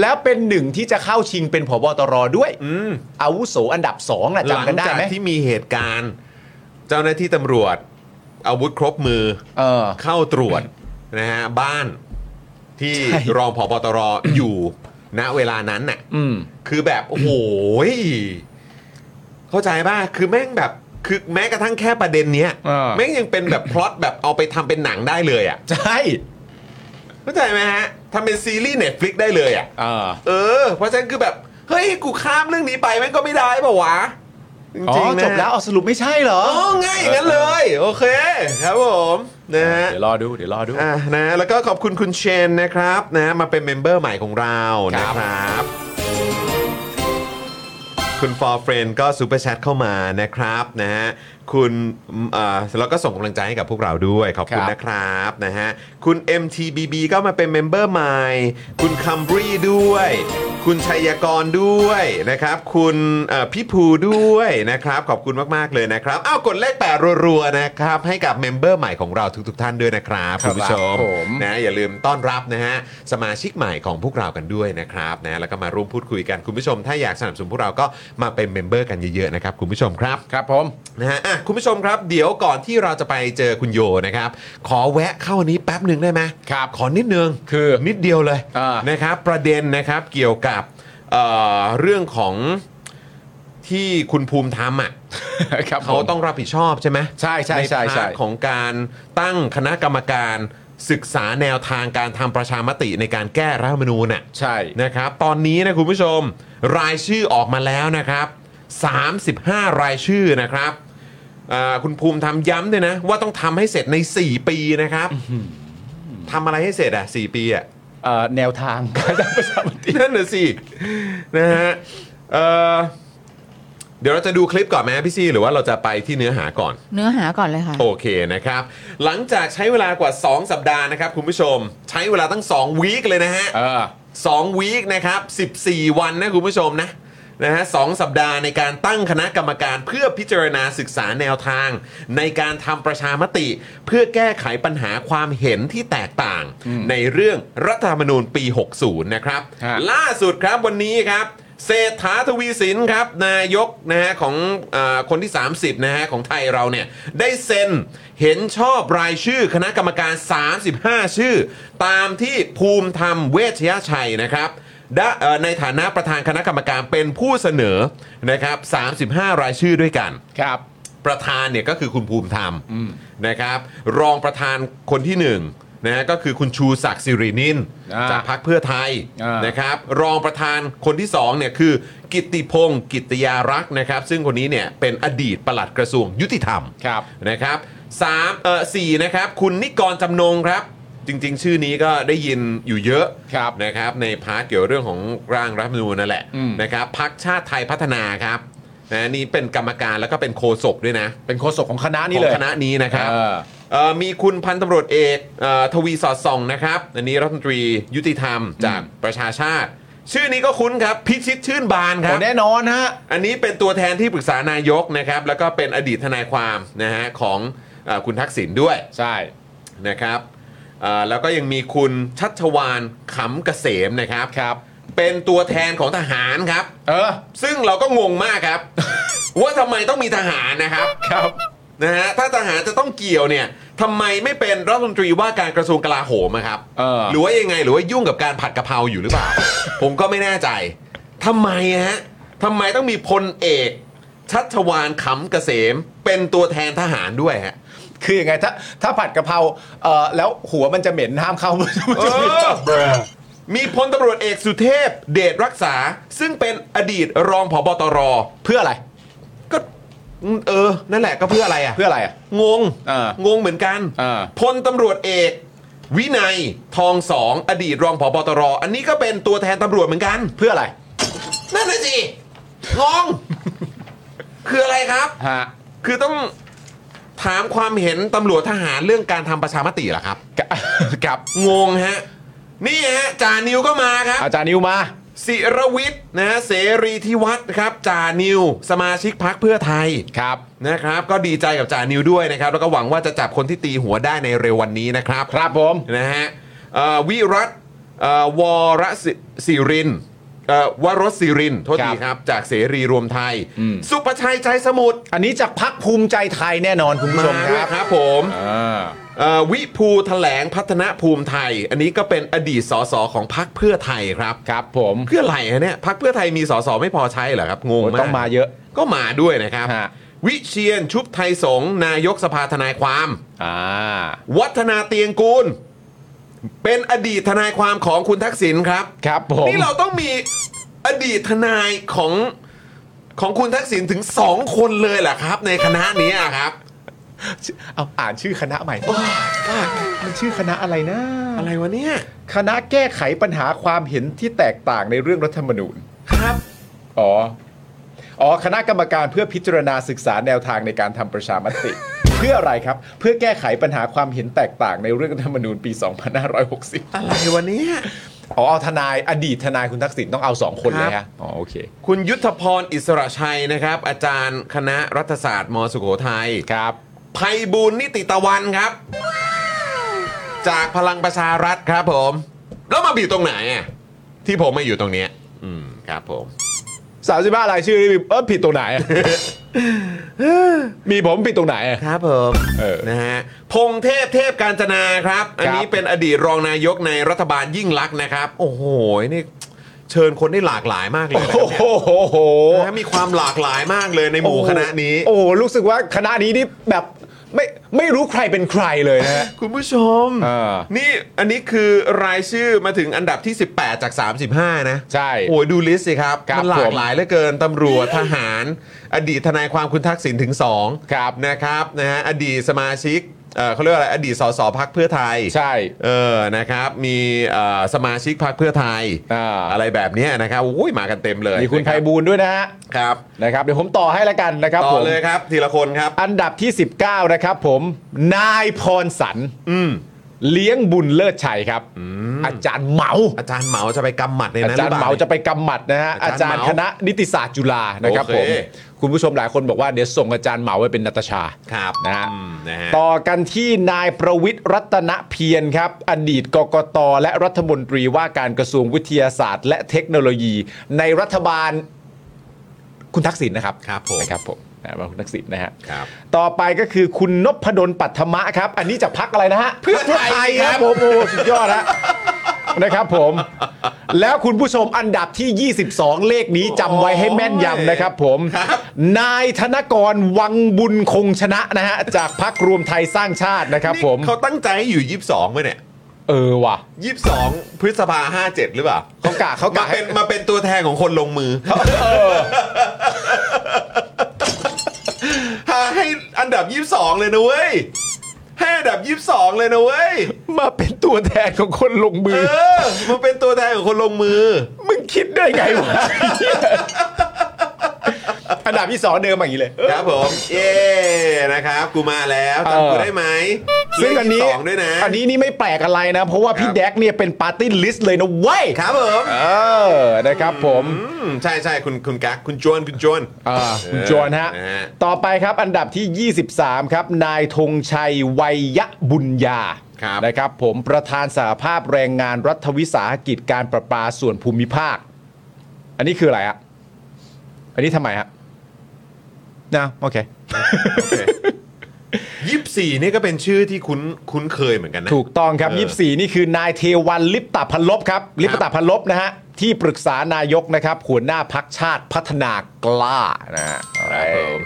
[SPEAKER 5] แล้วเป็นหนึ่งที่จะเข้าชิงเป็นผบตรด้วย
[SPEAKER 4] อืม
[SPEAKER 5] อาวุโสอันดับสองนะ
[SPEAKER 4] หลั
[SPEAKER 5] จำกันได้
[SPEAKER 4] จาก
[SPEAKER 5] ไหม
[SPEAKER 4] ที่มีเหตุการณ์ เจ้าหน้าที่ตำรวจ อาวุธครบมือ
[SPEAKER 5] เออ
[SPEAKER 4] เข้าตรวจนะฮะบ้านที่
[SPEAKER 5] ใช่
[SPEAKER 4] รองผอบอตร อยู่ณเวลานั้นน่ะ
[SPEAKER 5] อืม
[SPEAKER 4] คือแบบ โอ้โหยเข้าใจป่ะ คือแม่งแบบคือแม้กระทั่งแค่ประเด็นเนี้ย
[SPEAKER 5] อ่า
[SPEAKER 4] แม่งยังเป็นแบบพล็อตแบบเอาไปทำเป็นหนังได้เลยอ่ะ
[SPEAKER 5] ใช่
[SPEAKER 4] เข้าใจไหมฮะทำเป็นซีรีส์เน็ตฟลิกได้เลยอ่ะ
[SPEAKER 5] เออ
[SPEAKER 4] เออ เพราะฉะนั้นคือแบบ เฮ้ย กูข้ามเรื่องนี้ไปแม่งก็ไม่ได้ป่าวะ จ
[SPEAKER 5] อ๋อ
[SPEAKER 4] ริงๆนะ
[SPEAKER 5] จบแล้วเอาสรุปไม่ใช่เหรอ
[SPEAKER 4] อ๋อง่ายอย่างนั้นเลย โอเค ครับผมนะฮะ
[SPEAKER 5] เดี๋ยวรอดูเดี๋ยวรอดู
[SPEAKER 4] อ่ะนะแล้วก็ขอบคุณคุณเชนนะครับนะมาเป็นเมมเบอร์ใหม่ของเรานะครับ คุณ for friend ก็ซูเปอร์แชทเข้ามานะครับนะฮะคุณเอ่อแล้วก็ส่งกำลังใจให้กับพวกเราด้วย ขอบคุ
[SPEAKER 5] ค
[SPEAKER 4] ณ
[SPEAKER 5] รับ
[SPEAKER 4] นะครับนะฮะคุณ MTBB ก็มาเป็นเมมเบอร์ใหม่ คุณคัมบรีด้วย คุณชัยกรด้วยนะครับ คุณเอ่อพี่ภูด้วยนะครับ ขอบคุณมาก ๆ เลยนะครับอ้าวกดเลขแปดรัวๆนะครับ ให้กับเมมเบอร์ใหม่ของเราทุก ๆ ท่านด้วยนะครับ คุณผู้ชม
[SPEAKER 5] ครับผม
[SPEAKER 4] นะอย่าลืมต้อนรับนะฮะสมาชิกใหม่ของพวกเรากันด้วยนะครับนะแล้วก็มาร่วมพูดคุยกันคุณผู้ชม ถ้าอยากสนับสนุนพวกเราก็มาเป็นเมมเบอร์กันเยอะๆนะครับคุณผู้ชมครับ
[SPEAKER 5] ครับผม
[SPEAKER 4] นะฮะอ่ะคุณผู้ชมครับ เดี๋ยวก่อนที่เราจะไปเจอคุณโยนะครับ ขอแวะเข้าอันนี้แป๊บหนึ่งได้ไหม
[SPEAKER 5] ครับ
[SPEAKER 4] ขอนิดนึง
[SPEAKER 5] คือ
[SPEAKER 4] นิดเดียวเลย
[SPEAKER 5] อ่าน
[SPEAKER 4] นะครับประเด็นนะครับเกี่ยวกับเอ่อเรื่องของที่คุณภูมิทำอ่ะ เขาต้องรับผิดชอบใช่ไหม
[SPEAKER 5] ใช่ใช่ใช่ใช่
[SPEAKER 4] นพาร์ทของการตั้งคณะกรรมการ ศึกษาแนวทางการทำประชามติในการแก้รัฐธรรมนูญน่ะ
[SPEAKER 5] ใช่
[SPEAKER 4] นะครับตอนนี้นะคุณผู้ชมรายชื่อออกมาแล้วนะครับ 35 รายชื่อนะครับอ่าคุณภูมิทำย้ำด้วยนะ ว่าต้องทำให้เสร็จใน 4 ปีนะครับทำอะไรให้เสร็จอ่ะ 4 ปีอ่ะ
[SPEAKER 5] เอ่อแนวทาง การทำประชามติ
[SPEAKER 4] นั่นน่ะสิ นะฮะเอ่อเดี๋ยวเราจะดูคลิปก่อนไหมพี่ซีหรือว่าเราจะไปที่เนื้อหาก่อน
[SPEAKER 6] เนื้อหาก่อนเลยค่ะ
[SPEAKER 4] โอเคนะครับ หลังจากใช้เวลากว่า 2 สัปดาห์นะครับคุณผู้ชม ใช้เวลาตั้ง 2 วีคเลยนะฮะ
[SPEAKER 5] เออ
[SPEAKER 4] 2วีคนะครับ 14 วันนะคุณผู้ชมนะนะฮะสองสัปดาห์ในการตั้งคณะกรรมการเพื่อพิจารณาศึกษาแนวทาง ในการทำประชามติ เพื่อแก้ไขปัญหาความเห็นที่แตกต่าง ในเรื่องรัฐธรรมนูญปี 60 นะครับ
[SPEAKER 5] ฮะ
[SPEAKER 4] ล่าสุดครับวันนี้ครับ เศรษฐาทวีสินครับ นายกนะฮะของเออคนที่ 30นะฮะของไทยเราเนี่ย ได้เซ็นเห็นชอบรายชื่อคณะกรรมการ 35 ชื่อ ตามที่ภูมิธรรมเวชยชัยนะครับดะเอ่อในฐานะประธานคณะกรรมการเป็นผู้เสนอนะครับ35 รายชื่อด้วยกัน
[SPEAKER 5] ครับ
[SPEAKER 4] ประธานเนี่ยก็คือคุณภูมิธรรมนะครับรองประธานคนที่หนึ่งนะฮะก็คือคุณชูศักดิ์สิรินิน
[SPEAKER 5] อ่า
[SPEAKER 4] จากพรรคเพื่อไทย
[SPEAKER 5] อ่าน
[SPEAKER 4] นะครับรองประธานคนที่สองเนี่ยคือกิตติพงศ์กิตตยารักษ์นะครับซึ่งคนนี้เนี่ยเป็นอดีตปลัดกระทรวงยุติธรรม
[SPEAKER 5] ครับ
[SPEAKER 4] นะครับสามเออสี่นะครับ คุณนิกรจำนงครับ จริง ๆ ชื่อนี้ก็ได้ยินอยู่เยอะ
[SPEAKER 5] ครับ
[SPEAKER 4] นะครับ ในพาร์ทเกี่ยวเรื่องของร่างรัฐธรรมนูญนั่นแหละ
[SPEAKER 5] อืม
[SPEAKER 4] นะครับพักชาติไทยพัฒนาครับนะนี่เป็นกรรมการแล้วก็เป็นโคศกด้วยนะ
[SPEAKER 5] เป็นโฆษกของคณะนี้เลย
[SPEAKER 4] ของคณะนี้นะครับ
[SPEAKER 5] เออ
[SPEAKER 4] เอ่อมีคุณพันตำรวจเอกเอ่อทวีสอดส่องนะครับอันนี้รัฐมนตรียุติธรรมจากประชาชาติ ชื่อนี้ก็คุ้นครับ พิชิตชื่นบานค
[SPEAKER 5] โอ้
[SPEAKER 4] รับ
[SPEAKER 5] แน่นอนฮะ
[SPEAKER 4] อันนี้เป็นตัวแทนที่ปรึกษานายกนะครับ แล้วก็เป็นอดีตทนายความนะฮะของเออคุณทักษิณด้วย
[SPEAKER 5] ใช่
[SPEAKER 4] นะครับเอ่อแล้วก็ยังมีคุณชัชวานขำเกษมนะครับ
[SPEAKER 5] ครับ
[SPEAKER 4] เป็นตัวแทนของทหารครับ
[SPEAKER 5] เออ
[SPEAKER 4] ซึ่งเราก็งงมากครับ ว่าทำไมต้องมีทหารนะครับ
[SPEAKER 5] ครับ
[SPEAKER 4] นะฮะถ้าทหารจะต้องเกี่ยวเนี่ยทำไมไม่เป็นรัฐมนตรีว่าการกระทรวงกลาโหมอะครับ
[SPEAKER 5] เออ
[SPEAKER 4] หรือว่ายังไงหรือว่ายุ่งกับการผัดกะเพราอยู่หรือเปล่า ผมก็ไม่แน่ใจทำไมอะฮะทำไมต้องมีพลเอก ชัชวานขำเกษม เป็นตัวแทนทหารด้วยฮะ
[SPEAKER 5] คือยังไงถ้าถ้าผัดกะเพราเออแล้วหัวมันจะเหม็นห้ามเข้า มันจะ
[SPEAKER 4] เออ
[SPEAKER 5] เหม็นจัด
[SPEAKER 4] มีพลตำรวจเอกสุเทพ เดชรักษา ซึ่งเป็นอดีตรองผบตร
[SPEAKER 5] เพื่ออะไร
[SPEAKER 4] ก็เออ นั่นแหละก็เพื่ออะไรอะ
[SPEAKER 5] เพื่ออะไรอ่ะ
[SPEAKER 4] งง
[SPEAKER 5] อ่าง
[SPEAKER 4] งเหมือนกัน
[SPEAKER 5] อ่า
[SPEAKER 4] พลตำรวจเอก วินัยทองสองอดีตรองผบตร อันนี้ก็เป็นตัวแทนตำรวจเหมือนกัน
[SPEAKER 5] เพื่ออะไร
[SPEAKER 4] นั่นน่ะสิ งง คืออะไรครับ
[SPEAKER 5] ฮะ
[SPEAKER 4] คือต้องถามความเห็นตำรวจทหารเรื่องการทำประชามติเหรอครับ
[SPEAKER 5] กะ กับ
[SPEAKER 4] งงฮะ นี่ฮะ จานิวก็มาครับ
[SPEAKER 5] อาจารย์นิวมา
[SPEAKER 4] ศิรวิทย์นะฮะเสรีที่วัดครับจานิว สมาชิกพักเพื่อไทย
[SPEAKER 5] ครับ
[SPEAKER 4] นะครับก็ดีใจกับจานิวด้วยนะครับ แล้วก็หวังว่าจะจับคนที่ตีหัวได้ในเร็ววันนี้นะครับ
[SPEAKER 5] ครับผม
[SPEAKER 4] นะฮะเอ่อวิรัตเอ่อวรศิศิรินเอ่อวรสศิรินโทษ
[SPEAKER 5] ค
[SPEAKER 4] ที
[SPEAKER 5] รับ
[SPEAKER 4] ครับ จากเสรีรวมไทย
[SPEAKER 5] อืม
[SPEAKER 4] สุประชัยใจสมุทร
[SPEAKER 5] อันนี้จากพักภูมิใจไทยแน่นอนคุณผู้
[SPEAKER 4] มา
[SPEAKER 5] ชมค
[SPEAKER 4] ด้วย
[SPEAKER 5] รับ
[SPEAKER 4] ครับผม
[SPEAKER 5] อ่า
[SPEAKER 4] เอ่อวิภูแถลงพัฒนภูมิไทย อันนี้ก็เป็นอดีตสสของพักเพื่อไทยครับ
[SPEAKER 5] ครับผม
[SPEAKER 4] เพื่ออะไรฮะเนี่ยพักเพื่อไทยมีสสไม่พอใช้เหรอครับงงมาก
[SPEAKER 5] ต้องมาเยอะ
[SPEAKER 4] ก็มาด้วยนะครับ
[SPEAKER 5] ฮะ
[SPEAKER 4] วิเชียนชุบไทยสงฆ์นายกสภาทนายความ
[SPEAKER 5] อ่า
[SPEAKER 4] วัฒนาเตียงกูล เป็นอดีตทนายความของคุณทักษิณครับ
[SPEAKER 5] ครับผม
[SPEAKER 4] นี่เราต้องมีอดีตทนายของของคุณทักษิณถึง 2 คนเลยแหละครับ ในคณะนี้อะครับ
[SPEAKER 5] เอาอ่านชื่อคณะใหม่
[SPEAKER 4] โอ้ยบ้า
[SPEAKER 5] มันชื่อคณะอะไรนะ
[SPEAKER 4] อะไรวะเนี่ย
[SPEAKER 5] คณะแก้ไขปัญหาความเห็นที่แตกต่างในเรื่องรัฐธรรมนูญ
[SPEAKER 4] ครับ
[SPEAKER 5] อ๋อ อ๋อ คณะกรรมการเพื่อพิจารณาศึกษาแนวทางในการทำประชามติ เพื่ออะไรครับ เพื่อแก้ไขปัญหาความเห็นแตกต่างในเรื่องรัฐธรรมนูญปี 2560
[SPEAKER 4] อะไรวะเนี่ย
[SPEAKER 5] อ๋อ เอาทนายอดีตทนายคุณทักษิณต้องเอา 2 คนเลย
[SPEAKER 4] ครั
[SPEAKER 5] ฮะ
[SPEAKER 4] บ
[SPEAKER 5] อ๋อ โอเค
[SPEAKER 4] คุณยุทธพรอิสระชัยนะครับ อาจารย์คณะรัฐศาสตร์มสุโขทัย
[SPEAKER 5] ครับ
[SPEAKER 4] ภัยบูลย์นิติตะวันครับ จากพลังประชารัฐครับผม แล้วมาบีตรงไหนอ่ะที่ผมมาอยู่ตรงเนี้ยอืมครับผม
[SPEAKER 5] 35รายชื่อนี่เออผิดตรงไหนอะ มีผมผิดตรงไหนอะ
[SPEAKER 4] ครับผม
[SPEAKER 5] เออ
[SPEAKER 4] นะฮะพงเทพเทพการจนาครับ อันนี้เป็นอดีตรองนายกในรัฐบาลยิ่งลักษณ์นะครับ โอ้โหนี่เชิญคนได้หลากหลายมากเลยนะครับเนี่ย
[SPEAKER 5] โอ้โห
[SPEAKER 4] นะฮะมีความหลากหลายมากเลยในหมู่คณะนี้
[SPEAKER 5] โอ้โหรู้สึกว่าคณะนี้นี่แบบ ไม่ไม่รู้ใครเป็นใครเลย นะฮะ
[SPEAKER 4] คุณผู้ชม
[SPEAKER 5] อ่า
[SPEAKER 4] นี่อันนี้คือรายชื่อมาถึงอันดับที่ 18 จาก 35 นะ
[SPEAKER 5] ใช่
[SPEAKER 4] โอ้ยดูลิสต์สิครับ
[SPEAKER 5] ครับ
[SPEAKER 4] มัหลา
[SPEAKER 5] ผ
[SPEAKER 4] ก
[SPEAKER 5] ม
[SPEAKER 4] หลายเหลือเกินตำรวจ ทหาร อดีตทนายความคุณทักษิณถึง 2
[SPEAKER 5] ครับ
[SPEAKER 4] นะครับนะฮะอดีตสมาชิกเอ่อเขาเรียกว่าอะไร อดีตสสพักเพื่อไทย
[SPEAKER 5] ใช่
[SPEAKER 4] เออ นะครับ มีเอ่อสมาชิกพรรคเพื่อไทย
[SPEAKER 5] อ่า
[SPEAKER 4] ไรแบบเนี้ยนะครับอุ้ยมากันเต็มเลย
[SPEAKER 5] มีคุณไพบูลย์ด้วยนะฮะ
[SPEAKER 4] ครับ
[SPEAKER 5] นะครับ เดี๋ยวผมต่อให้ละกันนะครับ
[SPEAKER 4] ต่
[SPEAKER 5] ผ
[SPEAKER 4] อ
[SPEAKER 5] ม
[SPEAKER 4] เลยครับ ทีละคนครับ
[SPEAKER 5] อันดับที่ 19 นะครับผมนายพรสัน
[SPEAKER 4] อืม
[SPEAKER 5] เลี้ยงบุญเลิศชัยครับ อาจารย์เหมา
[SPEAKER 4] อาจารย์เหมาจะไปกำหมัดใน
[SPEAKER 5] อา
[SPEAKER 4] นั้น
[SPEAKER 5] จาร
[SPEAKER 4] ห
[SPEAKER 5] ย์
[SPEAKER 4] ป
[SPEAKER 5] เห
[SPEAKER 4] ล่
[SPEAKER 5] มาจะไปกำหมัดนะฮะอา
[SPEAKER 4] อา
[SPEAKER 5] จา
[SPEAKER 4] จาร รย์
[SPEAKER 5] ย์
[SPEAKER 4] เหมา
[SPEAKER 5] คณะนิติศาสตร์จุฬานะครับ
[SPEAKER 4] โอเค
[SPEAKER 5] ผมคุณผู้ชมหลายคนบอกว่าเดี๋ยวส่งอาจารย์เหมาไว้เป็นนัตชา
[SPEAKER 4] ครับ
[SPEAKER 5] นะฮะ
[SPEAKER 4] อืมนะฮะ
[SPEAKER 5] ต่อกันที่นายประวิทย์รัตนเพียรครับ อดีตกกตและรัฐมนตรีว่าการกระทรวงวิทยาศาสตร์ และเทคโนโลยี ในรัฐบาลคุณทักษิณนะครับ
[SPEAKER 4] ครับผม
[SPEAKER 5] นะครับผมนะมาคุณทักษิณนะฮะ
[SPEAKER 4] ครับ
[SPEAKER 5] ต่อไปก็คือคุณนพดลปัทมะครับ อันนี้จากพักอะไรนะฮะเพื่อไทยครับผมโอ้สุดยอดฮะ นะครับผม แล้วคุณผู้ชมอันดับที่ 22 เลขนี้จำไว้ให้แม่นยำนะครับผม นายธนกรวังบุญคงชนะนะฮะ จากพักรวมไทยสร้างชาตินะครับ
[SPEAKER 4] นี่
[SPEAKER 5] ผม
[SPEAKER 4] เขาตั้งใจให้อยู่ 22ไหมเนี่ย
[SPEAKER 5] เออว่ะ
[SPEAKER 4] 22 พฤษภา57 หรือเปล่า
[SPEAKER 5] เขากะเขากะ
[SPEAKER 4] มา
[SPEAKER 5] ให้
[SPEAKER 4] เป็นมาเป็นตัวแทนของคนลงมือหาให้อันดับ 22 เลยนะเว้ยให้อันดับ 22 เลยนะเว้ย
[SPEAKER 5] มาเป็นตัวแทนของคนลงมื
[SPEAKER 4] เอ
[SPEAKER 5] อ
[SPEAKER 4] อมันเป็นตัวแทนของคนลงมือ
[SPEAKER 5] มึงคิดได้ไงวะ อันดับที่สองเดิมมาอย่างนี้เลย
[SPEAKER 4] ครับผม เย้นะครับ กูมาแล้ว
[SPEAKER 5] เอ
[SPEAKER 4] จำ
[SPEAKER 5] อ
[SPEAKER 4] กูได้ไหม
[SPEAKER 5] ซึ่งอันนี้
[SPEAKER 4] เลข22ด้วยนะ
[SPEAKER 5] อันนี้นี่ไม่แปลกอะไรนะ เพราะว่าพี่
[SPEAKER 4] ครับ
[SPEAKER 5] แดกเนี่ยเป็นปาร์ตี้ลิสต์เลยนะเว้ย
[SPEAKER 4] ครับผม
[SPEAKER 5] เออนะครับผม
[SPEAKER 4] อืมใช่ใช่คุณคุณกั๊กคุณจวนคุณจวน
[SPEAKER 5] อ่าคุณจวนฮะ
[SPEAKER 4] เออนะฮะ
[SPEAKER 5] ต่อไปครับอันดับที่ 23 ครับ นายธงชัยวัยบุญญา
[SPEAKER 4] ครับ
[SPEAKER 5] นะครับ ผมประธานสหภาพแรงงานรัฐวิสาหกิจการประปาส่วนภูมิภาค อันนี้คืออะไรอะอันนี้ทำไมฮะนะโอเค
[SPEAKER 4] ยี่สี่นี่ก็เป็นชื่อที่คุ้นคุ้นเคยเหมือนกันนะ
[SPEAKER 5] ถูกต้องครับ
[SPEAKER 4] เออ
[SPEAKER 5] 24 นี่คือนายเทวันลิปตาพันลบครับ ลิปตาพันลบนะฮะ ที่ปรึกษานายกนะครับ หัวหน้าพักชาติพัฒนากล้านะฮะ
[SPEAKER 4] ผม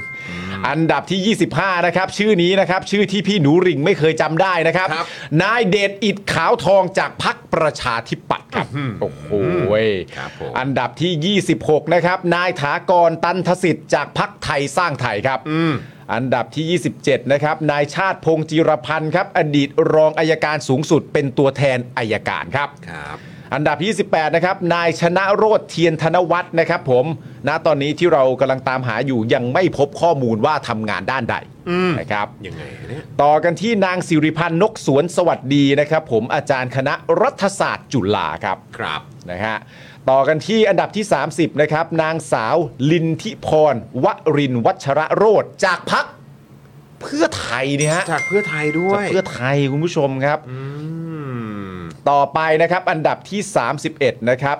[SPEAKER 5] อันดับที่ 25 นะครับ ชื่อนี้นะครับ ชื่อที่พี่หนูหริ่งไม่เคยจำได้นะครับ
[SPEAKER 4] ครับ
[SPEAKER 5] นายเดชอิดขาวทองจากพักประชาธิปัตย์ครับ โอ้โหย
[SPEAKER 4] ครับผม
[SPEAKER 5] อันดับที่ 26 นะครับ นายถากรตันทสิทธิ์จากพักไทยสร้างไทยครับ อันดับที่ 27 นะครับ นายชาติพงศ์จิรพันธ์ครับ อดีตรองอายการสูงสุดเป็นตัวแทนอายการครับ
[SPEAKER 4] ครับ
[SPEAKER 5] อันดับที่28 นะครับ นายชนะโรธเทียนธนวัฒน์นะครับผมณตอนนี้ที่เรากำลังตามหาอยู่ยังไม่พบข้อมูลว่าทำงานด้านใดนะครับ
[SPEAKER 4] ยังไงเนี่ย
[SPEAKER 5] ต่อกันที่นางสิริพันธ์นกสวนสวัสดีนะครับผมอาจารย์คณะรัฐศาสตร์จุฬาครับ
[SPEAKER 4] ครับ
[SPEAKER 5] นะฮะต่อกันที่อันดับที่ 30 นะครับ นางสาวลินทิพรวรินทร์วัชระโรธจากพักเพื่อไทยเนี่ยฮะจา
[SPEAKER 4] จากเพื่อไทยด้ว
[SPEAKER 5] ก
[SPEAKER 4] ย
[SPEAKER 5] เพื่อไทยคุณผู้ชมครับ
[SPEAKER 4] อืม
[SPEAKER 5] ต่อไปนะครับ อันดับที่ 31 นะครับ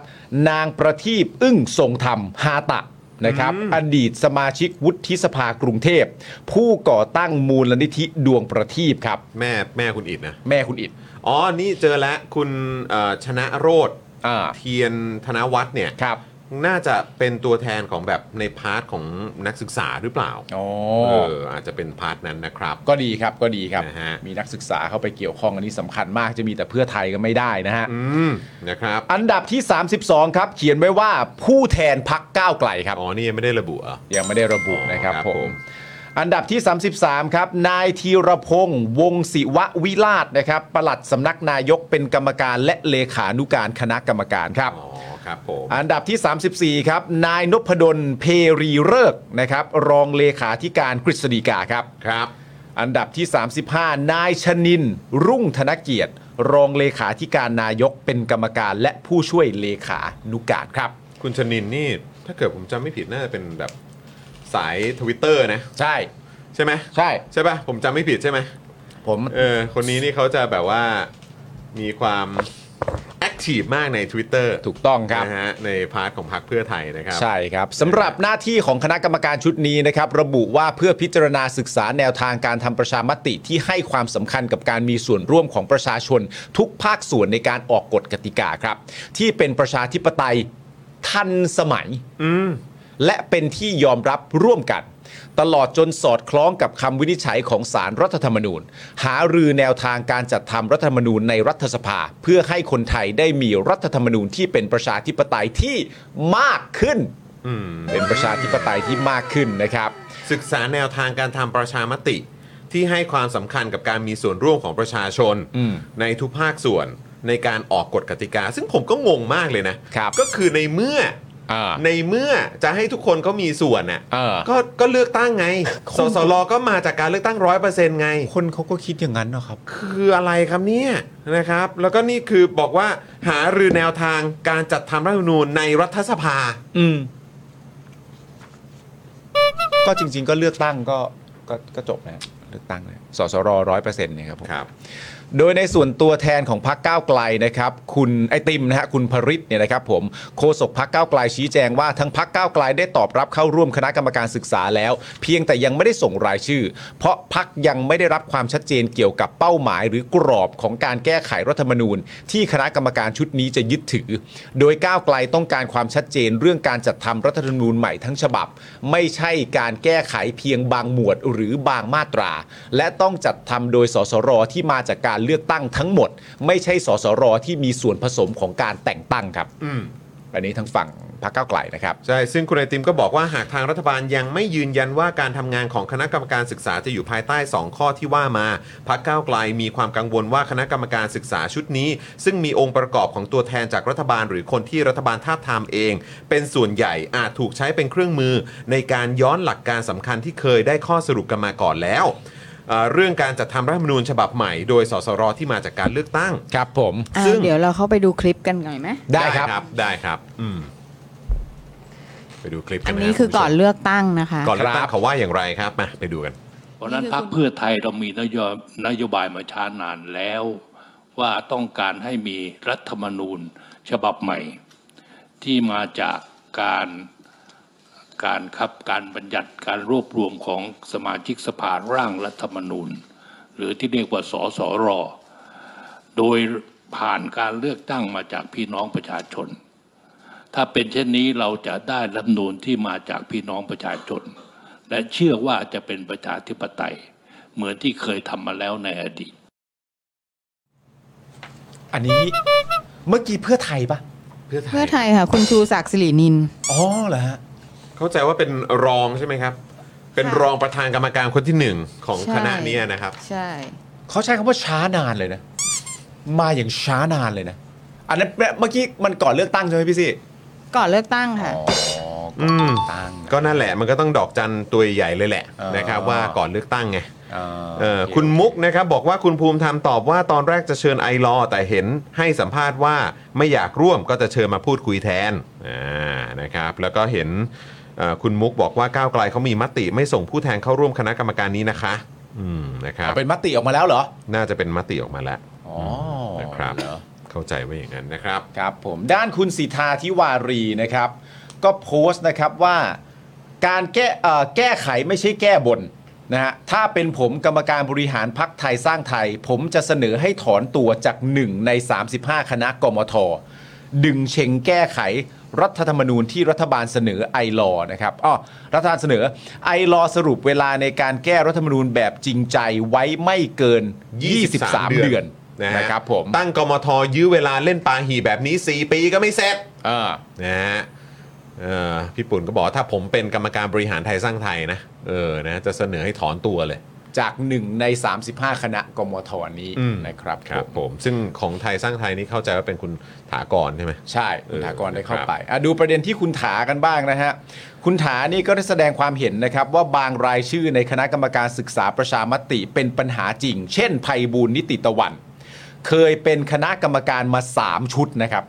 [SPEAKER 5] นางประทีปอึ้งทรงธรรมฮาตะนะครับ อดีตสมาชิกวุฒิสภากรุงเทพ ผู้ก่อตั้งมูลนิธิดวงประทีปครับ
[SPEAKER 4] แม่แม่คุณอิดนะ
[SPEAKER 5] แม่คุณอิด
[SPEAKER 4] อ๋อ นี่เจอแล้วคุณเอ่อชนะโรธ
[SPEAKER 5] อ่า
[SPEAKER 4] เทียนธนวัฒน์เนี่ย
[SPEAKER 5] ครับ
[SPEAKER 4] น่าจะเป็นตัวแทนของแบบในพาร์ทของนักศึกษาหรือเปล่า
[SPEAKER 5] อ๋อ
[SPEAKER 4] เอออาจจะเป็นพาร์ทนั้นนะครับ
[SPEAKER 5] ก็ดีครับก็ดีครับ
[SPEAKER 4] นะฮะ
[SPEAKER 5] มีนักศึกษาเข้าไปเกี่ยวข้องอันนี้สำคัญมากจะมีแต่เพื่อไทยก็ไม่ได้นะฮะ
[SPEAKER 4] อืมนะครับ
[SPEAKER 5] อันดับที่ 32 ครับ เขียนไว้ว่าผู้แทนพักก้าวไกลครับ
[SPEAKER 4] อ๋อ นี่ยังไม่ได้ระบุเหรอ
[SPEAKER 5] ยังไม่ได้ระบุนะครับ
[SPEAKER 4] อ๋อครับ
[SPEAKER 5] ผ
[SPEAKER 4] ผม ม
[SPEAKER 5] อันดับที่ 33 ครับ นายธีรพงศ์วงศ์ศิวะวิลาศนะครับปลัดสำนักนายกเป็นกรรมการและเลขานุการคณะกรรมการครับ
[SPEAKER 4] อ๋อ ครับผม
[SPEAKER 5] อันดับที่ 34 ครับ นายนพดลเพรีเริกษ์นะครับรองเลขาธิการกฤษฎีกาครับ
[SPEAKER 4] ครับ
[SPEAKER 5] อันดับที่ 35 นายชนิน รุ่งธนเกียรติ รองเลขาธิการนายกเป็นกรรมการและผู้ช่วยเลขานุการครับ
[SPEAKER 4] คุณชนินนี่ ถ้าเกิดผมจำไม่ผิดน่าจะเป็นแบบสายทวิตเตอร์นะ
[SPEAKER 5] ใช่
[SPEAKER 4] ใช่ไหม
[SPEAKER 5] ใช่
[SPEAKER 4] ใช่ปะผมจำไม่ผิดใช่ไหม
[SPEAKER 5] ผม
[SPEAKER 4] เออ คนนี้นี่เขาจะแบบว่ามีความแอคทีฟมากใน Twitter
[SPEAKER 5] ถูกต้องครับ
[SPEAKER 4] นะฮะในพาร์ทของพรรคเพื่อไทยนะครับ
[SPEAKER 5] ใช่ครับสำหรับหน้าที่ของคณะกรรมการชุดนี้นะครับ ระบุว่าเพื่อพิจารณาศึกษาแนวทางการทำประชามติที่ให้ความสำคัญกับการมีส่วนร่วมของประชาชน ทุกภาคส่วนในการออกกฎกติกาครับ ที่เป็นประชาธิปไตยทันสมัย
[SPEAKER 4] อืม
[SPEAKER 5] และเป็นที่ยอมรับร่วมกัน ตลอดจนสอดคล้องกับคำวินิจฉัยของสารรัฐธรรมนูญ หารือแนวทางการจัดทำรัฐธรรมนูญในรัฐสภา เพื่อให้คนไทยได้มีรัฐธรรมนูญที่เป็นประชาธิปไตยที่มากขึ้น
[SPEAKER 4] อืม
[SPEAKER 5] เป็นประชาธิปไตยที่มากขึ้นนะครับ
[SPEAKER 4] ศึกษาแนวทางการทำประชามติ ที่ให้ความสำคัญกับการมีส่วนร่วมของประชาชน
[SPEAKER 5] อืม
[SPEAKER 4] ในทุกภาคส่วนในการออกกฎกติกา ซึ่งผมก็งงมากเลยนะครับ ก็คือในเมื่อ
[SPEAKER 5] อ่า
[SPEAKER 4] ในเมื่อจะให้ทุกคนเขามีส่วนน่ะ
[SPEAKER 5] เออ
[SPEAKER 4] ก็ก็เลือกตั้งไง สสลก็มาจากการเลือกตั้งร้อยเปอร์เซ็นต์ไง
[SPEAKER 5] คนเขาก็คิดอย่างนั้นนะครับ
[SPEAKER 4] คืออะไรครับเนี่ยนะครับ แล้วก็นี่คือบอกว่าหารือแนวทางการจัดทำรัฐธรรมนูญในรัฐสภา
[SPEAKER 5] อืม ก็จริง ๆ ก็เลือกตั้งก็ก็ก็จบนะฮะเลือกตั้งเลยสสรร้อยเปอร์เซ็นต์เนี่ยครับผม
[SPEAKER 4] ครับ
[SPEAKER 5] โดยในส่วนตัวแทนของพักก้าวไกลนะครับ คุณไอติมนะฮะคุณพริศเนี่ยนะครับผมโฆษกพักก้าวไกลชี้แจงว่าทั้งพักก้าวไกลได้ตอบรับเข้าร่วมคณะกรรมการศึกษาแล้ว เพียงแต่ยังไม่ได้ส่งรายชื่อ เพราะพักยังไม่ได้รับความชัดเจนเกี่ยวกับเป้าหมายหรือกรอบของการแก้ไขรัฐธรรมนูญ ที่คณะกรรมการชุดนี้จะยึดถือ โดยก้าวไกลต้องการความชัดเจนเรื่องการจัดทำรัฐธรรมนูญใหม่ทั้งฉบับ ไม่ใช่การแก้ไขเพียงบางหมวดหรือบางมาตรา และต้องจัดทำโดยสสรที่มาจากการเลือกตั้งทั้งหมด ไม่ใช่สสรที่มีส่วนผสมของการแต่งตั้งครับ
[SPEAKER 4] อืม
[SPEAKER 5] อันนี้ทางฝั่งพรรคก้าวไกลนะครับ
[SPEAKER 4] ใช่ ซึ่งคุณไอติมก็บอกว่าหากทางรัฐบาลยังไม่ยืนยันว่าการทำงานของคณะกรรมการศึกษาจะอยู่ภายใต้ 2 ข้อที่ว่ามาพักก้าวไกลมีความกังวลว่าคณะกรรมการศึกษาชุดนี้ ซึ่งมีองค์ประกอบของตัวแทนจากรัฐบาล หรือคนที่รัฐบาลทาบทามเอง เป็นส่วนใหญ่อาจถูกใช้เป็นเครื่องมือ ในการย้อนหลักการสำคัญที่เคยได้ข้อสรุปกันมาก่อนแล้วเอ่อเรื่องการจัดทำรัฐธรรมนูญฉบับใหม่ โดยสสรที่มาจากการเลือกตั้ง
[SPEAKER 5] ครับผม
[SPEAKER 6] อ่ะ
[SPEAKER 4] ซึ่ง
[SPEAKER 6] เดี๋ยวเราเข้าไปดูคลิปกันหน่อยไหม
[SPEAKER 5] ได้ครับ
[SPEAKER 4] ได้ครับ อืมไปดูคลิปกั
[SPEAKER 6] อั
[SPEAKER 4] น
[SPEAKER 6] น
[SPEAKER 4] นะ
[SPEAKER 6] นี้
[SPEAKER 4] รับ
[SPEAKER 6] คือ
[SPEAKER 4] ณผู้ชม
[SPEAKER 6] ก่อนเลือกตั้งนะคะ
[SPEAKER 4] ก่อนเลือกตั้งเขาว่าอย่างไรครับมาไปดูกัน
[SPEAKER 7] เพราะฉะนั้น
[SPEAKER 6] นี่คือ
[SPEAKER 7] พรรค
[SPEAKER 6] คุณ
[SPEAKER 7] เพื่อไทยเรามีนโยบายนโยบายมาช้านานแล้ว ว่าต้องการให้มีรัฐธรรมนูญฉบับใหม่ ที่มาจากการการครับการบัญญัติการรวบรวมของสมาชิกสภาร่างรัฐธรรมนูญ หรือที่เรียกว่าสสร โดยผ่านการเลือกตั้งมาจากพี่น้องประชาชน ถ้าเป็นเช่นนี้เราจะได้รัฐธรรมนูญที่มาจากพี่น้องประชาชน และเชื่อว่าจะเป็นประชาธิปไตย เหมือนที่เคยทำมาแล้วในอดีต
[SPEAKER 5] อันนี้เมื่อกี้เพื่อไทยปะ
[SPEAKER 6] เพื่อไทยค่ะ คุณชูศักดิ์สิรินิน
[SPEAKER 5] อ๋อเหรอฮะ
[SPEAKER 4] เข้าใจว่าเป็นรองใช่ไหมครับ เป็นรองประธานกรรมการคนที่หนึ่งของ
[SPEAKER 6] ใช่
[SPEAKER 4] คณะเนี้นะครับ
[SPEAKER 6] ใช่
[SPEAKER 5] เขาใช้คำว่าช้านานเลยนะ มาอย่างช้านานเลยนะ อันนั้นแปลเมื่อกี้มันก่อนเลือกตั้งใช่ไหมพี่ซี่
[SPEAKER 6] ก่อนเลือกตั้งค่ะ
[SPEAKER 4] อืม
[SPEAKER 5] ตั้ง
[SPEAKER 4] ก็นั่นแหละมันก็ต้องดอกจันตัวใหญ่เลยแหละ
[SPEAKER 5] เออ
[SPEAKER 4] นะครับว่าก่อนเลือกตั้งไง
[SPEAKER 5] อ่า
[SPEAKER 4] เออ
[SPEAKER 5] โอเ
[SPEAKER 4] คุณมุกนะครับบอกว่าคุณภูมิธรรมตอบว่าตอนแรกจะเชิญไอรอว์แต่เห็นให้สัมภาษณ์ว่าไม่อยากร่วมก็จะเชิญมาพูดคุยแทนอ่านะครับ แล้วก็เห็นเอ่อคุณมุกบอกว่าก้าวไกลเขามีมติไม่ส่งผู้แทนเข้าร่วมคณะกรรมการนี้นะคะ อืมนะครับ
[SPEAKER 5] เป็นมติออกมาแล้วเหรอ
[SPEAKER 4] น่าจะเป็นมติออกมาแล้ว
[SPEAKER 5] อ๋อ
[SPEAKER 4] นะครับ
[SPEAKER 5] เหรอ
[SPEAKER 4] เข้าใจว่าอย่างนั้นนะครับ
[SPEAKER 5] ครับผมด้านคุณสิทธาธิวารีนะครับ ก็โพสต์นะครับว่าการแก้เอ่อแก้ไขไม่ใช่แก้บนนะฮะถ้าเป็นผมกรรมการบริหารพักไทยสร้างไทย ผมจะเสนอให้ถอนตัวจาก 1 ใน 35 คณะกมท ดึงเชงแก้ไขรัฐธรรมนูญที่รัฐบาลเสนอไอรอนะครับอ๋อรัฐบาลเสนอไอรอสรุปเวลาในการแก้รัฐธรรมนูญแบบจริงใจไว้ไม่เกิน 23 เดือน
[SPEAKER 4] นะฮะ
[SPEAKER 5] นะครับผม
[SPEAKER 4] ตั้งกมทยื้อเวลาเล่นปาหีแบบนี้ 4 ปีก็ไม่เสร็จ
[SPEAKER 5] อ่า
[SPEAKER 4] นะฮะเออพี่ปุ่นก็บอกว่าถ้าผมเป็นกรรมการบริหารไทยสร้างไทยนะเออนะจะเสนอให้ถอนตัวเลย
[SPEAKER 5] จากหนึ่งใน 35 คณะกมทนี้
[SPEAKER 4] อืม
[SPEAKER 5] นะครับ
[SPEAKER 4] ครับ
[SPEAKER 5] ผม
[SPEAKER 4] ผมซึ่งของไทยสร้างไทยนี่เข้าใจว่าเป็นคุณถากรใช่ไหม
[SPEAKER 5] ใช่คุณถากรได้เข้า
[SPEAKER 4] เออครับ
[SPEAKER 5] ไปอ่ะดูประเด็นที่คุณถากันบ้างนะฮะ คุณถานี่ก็ได้แสดงความเห็นนะครับ ว่าบางรายชื่อในคณะกรรมการศึกษาประชามติเป็นปัญหาจริง เช่นภัยบูลย์นิติตะวัน เคยเป็นคณะกรรมการมา 3 ชุดนะครับ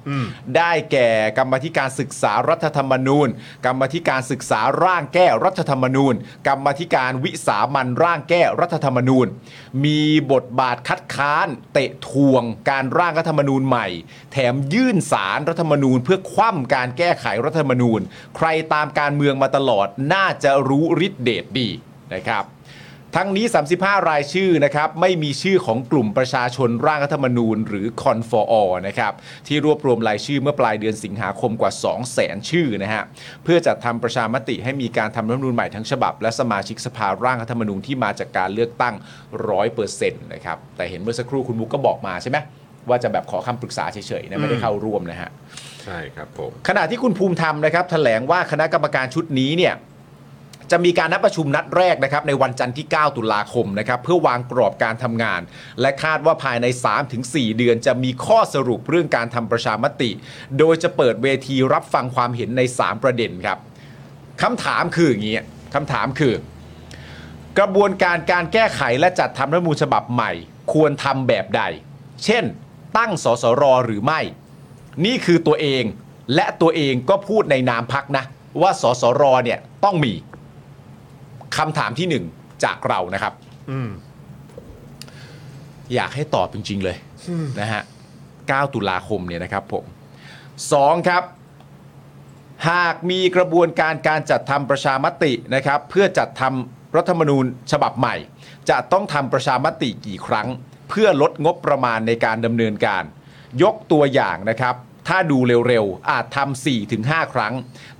[SPEAKER 5] ได้แก่กรรมาธิการศึกษารัฐธรรมนูญ กรรมาธิการศึกษาร่างแก้รัฐธรรมนูญ กรรมาธิการวิสามันร่างแก้รัฐธรรมนูญ มีบทบาทคัดค้าน เตะทวง การร่างรัฐธรรมนูญใหม่ แถมยื่นสารรัฐธรรมนูญ เพื่อคว่ำการแก้ไขรัฐธรรมนูญ ใครตามการเมืองมาตลอดน่าจะรู้ฤทธิเดชดีนะครับ ทั้งนี้ 35 รายชื่อนะครับไม่มีชื่อของกลุ่มประชาชนร่างรัฐธรรมนูญ หรือคอนฟอร์นะครับที่รวบรวมรายชื่อเมื่อปลายเดือนสิงหาคมกว่า 2 0 0 0 0 0 ชื่อนะฮะเพื่อจัดทำประชามติให้มีการทำรัฐธรรมนูญใหม่ทั้งฉบับ และสมาชิกสภาร่างรัฐธรรมนูญที่มาจากการเลือกตั้ง 100%นะครับแต่เห็นเมื่อสักครู่คุณมุกก็บอกมาใช่ไหมว่าจะแบบขอคำปรึกษาเฉยๆนะไม่ได้เข้าร่วมนะฮะ
[SPEAKER 1] ใช่ครับผม
[SPEAKER 5] ขณะที่คุณภูมิธรรมนะครับแถลงว่าคณะกรรมการชุดนี้เนี่ยจะมีการนัดประชุมนัดแรกนะครับในวันจันทร์ที่ 9 ตุลาคมนะครับเพื่อวางกรอบการทำงาน และคาดว่าภายใน 3-4 เดือนจะมีข้อสรุปเรื่องการทำประชามติ โดยจะเปิดเวทีรับฟังความเห็นใน 3 ประเด็นครับคำถามคืออย่างนี้คำถามคือ กระบวนการการแก้ไขและจัดทำรัฐธรรมนูญฉบับใหม่ ควรทำแบบใด เช่น ตั้งสสรหรือไม่ นี่คือตัวเองและตัวเองก็พูดในนามพักนะ ว่าสสรเนี่ยต้องมีคำถามที่หนึ่งจากเรานะครับ อยากให้ตอบจริง ๆ เลยนะฮะ 9 ตุลาคมเนี่ยนะครับผม 2 ครับ หากมีกระบวนการการจัดทำประชามตินะครับ เพื่อจัดทำรัฐธรรมนูญฉบับใหม่ จะต้องทำประชามติกี่ครั้ง เพื่อลดงบประมาณในการดำเนินการ ยกตัวอย่างนะครับ ถ้าดูเร็วๆ อาจทำ4ถึง5ครั้ง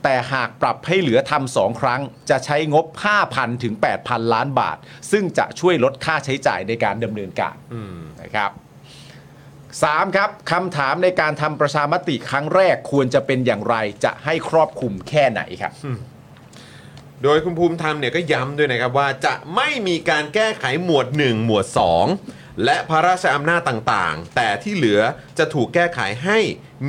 [SPEAKER 5] แต่หากปรับให้เหลือทำสองครั้ง จะใช้งบ 5,000ถึง8,000 ล้านบาท ซึ่งจะช่วยลดค่าใช้จ่ายในการดำเนินการนะครับ 3ครับคำถามในการทำประชามติครั้งแรกควรจะเป็นอย่างไรจะให้ครอบคลุมแค่ไหนครับ
[SPEAKER 1] โดยคุณภูมิธรรมเนี่ยก็ย้ำด้วยนะครับว่าจะไม่มีการแก้ไขหมวด 1 หมวด 2 และพระราชอำนาจต่างๆ แต่ที่เหลือจะถูกแก้ไขให้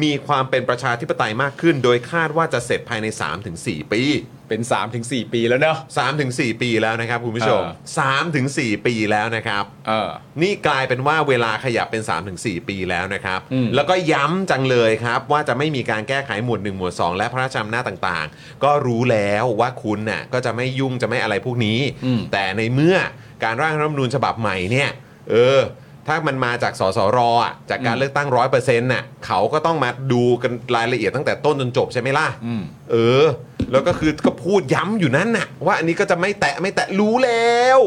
[SPEAKER 1] มีความเป็นประชาธิปไตยมากขึ้น โดยคาดว่าจะเสร็จภายใน 3-4 ปี
[SPEAKER 5] เป็น 3-4 ปีแล้วเนอะ
[SPEAKER 1] 3-4ถึง4ปีแล้วนะครับคุณผู้ชม
[SPEAKER 5] เออ
[SPEAKER 1] 3-4ถึง4ปีแล้วนะครับ
[SPEAKER 5] เออ
[SPEAKER 1] นี่กลายเป็นว่าเวลาขยับเป็น 3-4 ปีแล้วนะครับ
[SPEAKER 5] อืม
[SPEAKER 1] แล้วก็ย้ำจังเลยครับ ว่าจะไม่มีการแก้ไขหมวด 1 หมวด 2 และพระราชอำนาจต่างๆ ก็รู้แล้วว่าคุณน่ะก็จะไม่ยุ่งจะไม่อะไรพวกนี้ แต่ในเมื่อการร่างรัฐธรรมนูญฉบับใหม่เนี่ย เออ ถ้ามันมาจากสสรอ่ะจากการเลือกตั้งร้อยเปอร์เซ็นต์น่ะเขาก็ต้องมาดูกันรายละเอียดตั้งแต่ต้นจนจบใช่ไหมล่ะ
[SPEAKER 5] อืม
[SPEAKER 1] เออ แล้วก็คือก็พูดย้ำอยู่นั่นน่ะ ว่าอันนี้ก็จะไม่แตะไม่แตะรู้แล้ว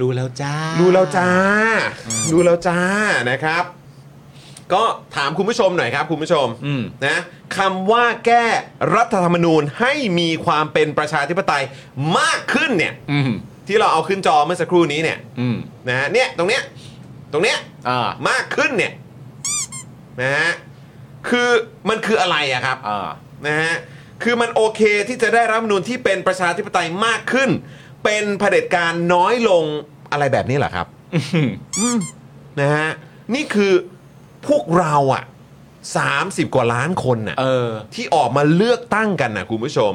[SPEAKER 5] รู้แล้วจ้า
[SPEAKER 1] ดูแล้วจ้า ดูแล้วจ้านะครับ ก็ถามคุณผู้ชมหน่อยครับคุณผู้ชม
[SPEAKER 5] อืม
[SPEAKER 1] นะคำว่าแก้รัฐธรรมนูญให้มีความเป็นประชาธิปไตยมากขึ้นเนี่ย
[SPEAKER 5] อืม
[SPEAKER 1] ที่เราเอาขึ้นจอเมื่อสักครู่นี้เนี่ย
[SPEAKER 5] อืม
[SPEAKER 1] นะฮะเนี่ยตรงเนี้ยตรงเนี้ย
[SPEAKER 5] อ่าม
[SPEAKER 1] ากขึ้นเนี่ยนะฮะคือมันคืออะไรอะครับ
[SPEAKER 5] อ่า
[SPEAKER 1] นะฮะ คือมันโอเคที่จะได้รัฐธรรมนูญที่เป็นประชาธิปไตยมากขึ้น เป็นเผด็จการน้อยลงอะไรแบบนี้เหรอครับ อืมนะฮะ นี่คือพวกเราอะ30 กว่าล้านคนน่ะ
[SPEAKER 5] เออ
[SPEAKER 1] ที่ออกมาเลือกตั้งกันน่ะคุณผู้ชม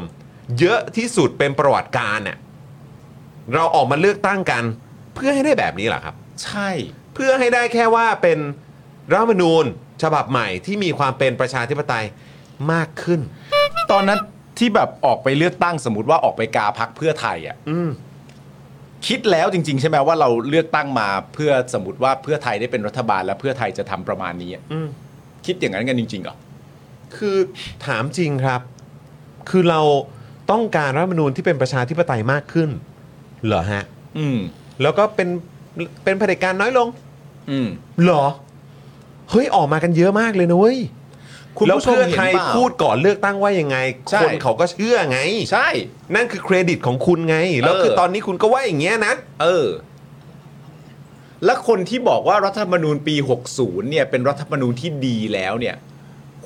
[SPEAKER 1] เยอะที่สุดเป็นประวัติการน่ะเราออกมาเลือกตั้งกัน เพื่อให้ได้แบบนี้เหรอครับ
[SPEAKER 5] ใช่
[SPEAKER 1] เพื่อให้ได้แค่ว่าเป็นรัฐธรรมนูญฉบับใหม่ที่มีความเป็นประชาธิปไตยมากขึ้น
[SPEAKER 5] ตอนนั้นที่แบบออกไปเลือกตั้งสมมติว่าออกไปกาพักเพื่อไทยอ่ะ
[SPEAKER 1] อืม
[SPEAKER 5] คิดแล้วจริง ๆ ใช่ไหมว่าเราเลือกตั้งมาเพื่อสมมติว่าเพื่อไทยได้เป็นรัฐบาล แล้วเพื่อไทยจะทำประมาณนี้อะ
[SPEAKER 1] อืม
[SPEAKER 5] คิดอย่างนั้นกันจริงๆเหรอ
[SPEAKER 1] คือถามจริงครับ คือเราต้องการรัฐธรรมนูญที่เป็นประชาธิปไตยมากขึ้น เหรอฮะ
[SPEAKER 5] อืม
[SPEAKER 1] แล้วก็เป็นเป็นเผด็จการน้อยลง
[SPEAKER 5] อืม
[SPEAKER 1] เหรอ เฮ้ยออกมากันเยอะมากเลยนะเว้ย
[SPEAKER 5] คุณ
[SPEAKER 1] แล้ว
[SPEAKER 5] ผู้ชม
[SPEAKER 1] เพื่อ
[SPEAKER 5] เห็น
[SPEAKER 1] ไทย
[SPEAKER 5] เปล่า
[SPEAKER 1] พูดก่อนเลือกตั้งว่ายังไง
[SPEAKER 5] ใช่
[SPEAKER 1] คนเขาก็เชื่อไง
[SPEAKER 5] ใช่
[SPEAKER 1] นั่นคือเครดิตของคุณไง แล้ว
[SPEAKER 5] เออ
[SPEAKER 1] คือตอนนี้คุณก็ว่าอย่างเงี้ยนะ
[SPEAKER 5] เออ และคนที่บอกว่ารัฐธรรมนูญปี 60 เนี่ย เป็นรัฐธรรมนูญที่ดีแล้วเนี่ย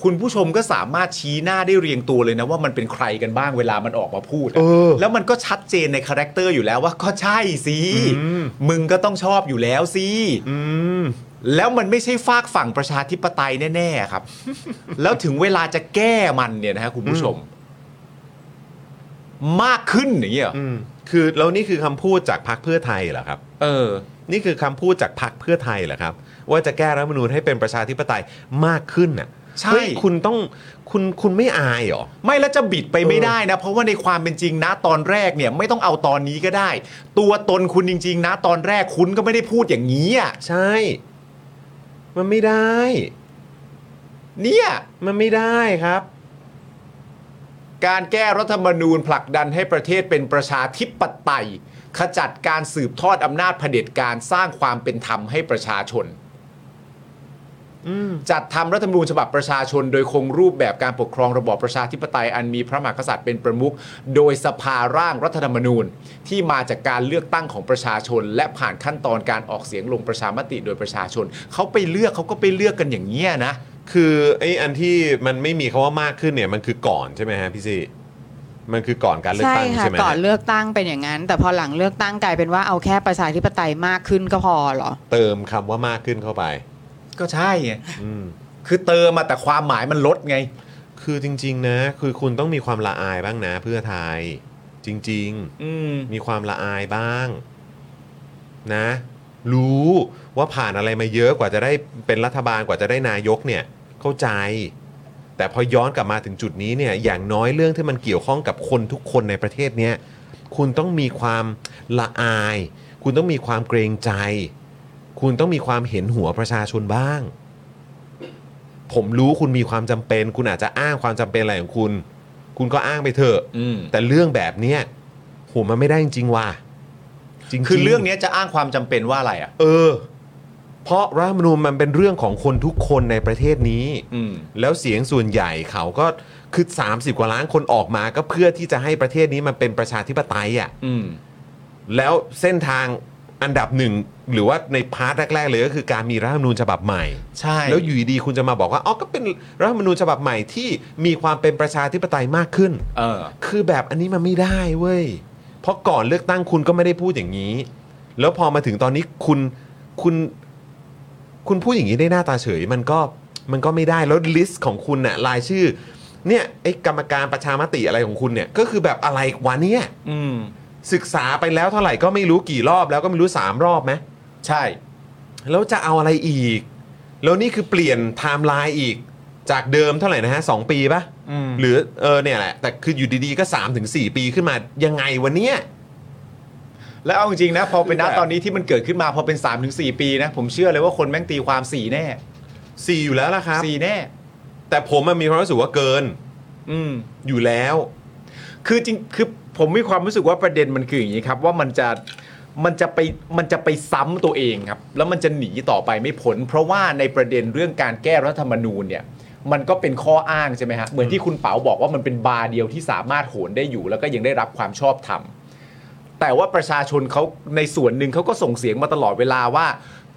[SPEAKER 5] คุณผู้ชมก็สามารถชี้หน้าได้เรียงตัวเลยนะว่ามันเป็นใครกันบ้างเวลามันออกมาพูดอะ
[SPEAKER 1] เออ
[SPEAKER 5] แล้วมันก็ชัดเจนในคาแรคเตอร์อยู่แล้วว่าก็ใช่สิ
[SPEAKER 1] อืม
[SPEAKER 5] มึงก็ต้องชอบอยู่แล้วสิ
[SPEAKER 1] อืม
[SPEAKER 5] แล้วมันไม่ใช่ฝากฝั่งประชาธิปไตยแน่ๆครับ แล้วถึงเวลาจะแก้มันเนี่ยนะฮะคุณผู้ชม มากขึ้นอย่างเงี้ยเหรอ
[SPEAKER 1] อืม คือแล้วนี่คือคำพูดจากพรรคเพื่อไทยเหรอครับ
[SPEAKER 5] เออ
[SPEAKER 1] นี่คือคำพูดจากพรรคเพื่อไทยเหรอครับ ว่าจะแก้รัฐธรรมนูญให้เป็นประชาธิปไตยมากขึ้นน่ะ
[SPEAKER 5] ใช่
[SPEAKER 1] เฮ้ยคุณต้องคุณคุณไม่อายเหรอ
[SPEAKER 5] ไม่แล้วจะบิดไปไม่ได้นะ เพราะว่าในความเป็นจริงนะตอนแรกเนี่ยไม่ต้องเอาตอนนี้ก็ได้ ตัวตนคุณจริง ๆ นะตอนแรกคุณก็ไม่ได้พูดอย่างนี้อ่ะ
[SPEAKER 1] ใช่ มันไม่ได้
[SPEAKER 5] เนี่ย
[SPEAKER 1] มันไม่ได้ครับ
[SPEAKER 5] การแก้รัฐธรรมนูญผลักดันให้ประเทศเป็นประชาธิปไตย ขจัดการสืบทอดอำนาจเผด็จการสร้างความเป็นธรรมให้ประชาชน จัดทำรัฐธรรมนูญฉบับประชาชน โดยคงรูปแบบการปกครองระบอบประชาธิปไตยอันมีพระมหากษัตริย์เป็นประมุขโดยสภาร่างรัฐธรรมนูญ ที่มาจากการเลือกตั้งของประชาชน และผ่านขั้นตอนการออกเสียงลงประชามติโดยประชาชน เขาไปเลือกเขาก็ไปเลือกกันอย่างเงี้ยนะ
[SPEAKER 1] คือไอ้อันที่มันไม่มีคาว่ามากขึ้นเนี่ยมันคือก่อนใช่ไหมฮะพี่ซี่มันคือก่อนการเลือก
[SPEAKER 6] ใช่
[SPEAKER 1] ตั้ง
[SPEAKER 6] ค่ะ
[SPEAKER 1] ใช่ไหมฮ
[SPEAKER 6] ก่อนเลือกตั้งเป็นอย่างนั้น แต่พอหลังเลือกตั้งกลายเป็นว่าเอาแค่ประชาธิปไตยมากขึ้นก็พอเหรอ
[SPEAKER 1] เติมคำว่ามากขึ้นเข้าไป
[SPEAKER 5] ก็ใช่ไง
[SPEAKER 1] อืม
[SPEAKER 5] คือเติมมาแต่ความหมายมันลดไง
[SPEAKER 1] คือจริง ๆ นะ คือคุณต้องมีความละอายบ้างนะ เพื่อไทย จริง
[SPEAKER 5] อืม
[SPEAKER 1] ๆ มีความละอายบ้าง นะ รู้ว่าผ่านอะไรมาเยอะกว่าจะได้เป็นรัฐบาลกว่าจะได้นายกเนี่ย เข้าใจ แต่พอย้อนกลับมาถึงจุดนี้เนี่ย อย่างน้อยเรื่องที่มันเกี่ยวข้องกับคนทุกคนในประเทศเนี้ยคุณต้องมีความละอาย คุณต้องมีความเกรงใจ คุณต้องมีความเห็นหัวประชาชนบ้าง ผมรู้คุณมีความจำเป็น คุณอาจจะอ้างความจำเป็นอะไรของคุณ คุณก็อ้างไปเถอะ
[SPEAKER 5] อืม
[SPEAKER 1] แต่เรื่องแบบเนี้ยโหมันไม่ได้จริงๆว่ะจริงๆ
[SPEAKER 5] คือเรื่องเนี้ยจะอ้างความจำเป็นว่าอะไรอ่ะ
[SPEAKER 1] เออ เพราะรัฐธรรมนูญมันเป็นเรื่องของคนทุกคนในประเทศนี้
[SPEAKER 5] อืม
[SPEAKER 1] แล้วเสียงส่วนใหญ่เขาก็คือ 30 กว่าล้านคนออกมาก็เพื่อที่จะให้ประเทศนี้มันเป็นประชาธิปไตยอ่ะ
[SPEAKER 5] อืม
[SPEAKER 1] แล้วเส้นทางอันดับหนึ่ง หรือว่าในพาร์ทแรก ๆ เลยก็คือการมีรัฐธรรมนูญฉบับใหม่
[SPEAKER 5] ใช่
[SPEAKER 1] แล้วอยู่ดีๆคุณจะมาบอกว่าอ๋อก็เป็นรัฐธรรมนูญฉบับใหม่ที่มีความเป็นประชาธิปไตยมากขึ้น
[SPEAKER 5] เออ
[SPEAKER 1] คือแบบอันนี้มันไม่ได้เว้ย เพราะก่อนเลือกตั้งคุณก็ไม่ได้พูดอย่างนี้ แล้วพอมาถึงตอนนี้คุณคุณคุณพูดอย่างนี้ได้หน้าตาเฉย มันก็มันก็ไม่ได้แล้วลิสต์ของคุณน่ะรายชื่อ เนี่ยไอ้กรรมการประชามติอะไรของคุณเนี่ยก็คือแบบอะไรวะเนี่ย
[SPEAKER 5] อืม
[SPEAKER 1] ศึกษาไปแล้วเท่าไหร่ก็ไม่รู้กี่รอบแล้วก็ไม่รู้ 3 รอบไหม
[SPEAKER 5] ใช่
[SPEAKER 1] แล้วจะเอาอะไรอีก แล้วนี่คือเปลี่ยนไทม์ไลน์อีกจากเดิมเท่าไหร่นะฮะสองปีปะ
[SPEAKER 5] อืม
[SPEAKER 1] หรือเออเนี่ยแหละ แต่คืออยู่ดีๆ ก็3-4ถึง4ปีขึ้นมายังไงวันเนี้ย
[SPEAKER 5] แล้วเอาจริงๆนะพอเป็นณ
[SPEAKER 1] แบบ
[SPEAKER 5] ตอนนี้ที่มันเกิดขึ้นมาพอเป็น 3-4 ปีนะ ผมเชื่อเลยว่าคนแม่งตีความ 4 แน่
[SPEAKER 1] สี่อยู่แล้วล่ะครับ
[SPEAKER 5] 4 แน่
[SPEAKER 1] แต่ผมมันมีความรู้สึกว่าเกิน
[SPEAKER 5] อืม
[SPEAKER 1] อยู่แล้ว
[SPEAKER 5] คือจริงคือผมมีความรู้สึกว่าประเด็นมันคืออย่างนี้ครับ ว่ามันจะมันจะไปมันจะไปซ้ำตัวเองครับ แล้วมันจะหนีต่อไปไม่พ้นเพราะว่าในประเด็นเรื่องการแก้รัฐธรรมนูญเนี่ยมันก็เป็นข้ออ้างใช่ไหมฮะเหมือนที่คุณเป๋าบอกว่ามันเป็นบาร์เดียวที่สามารถโหนได้อยู่ แล้วก็ยังได้รับความชอบธรรม แต่ว่าประชาชนเขาในส่วนหนึ่งเขาก็ส่งเสียงมาตลอดเวลาว่า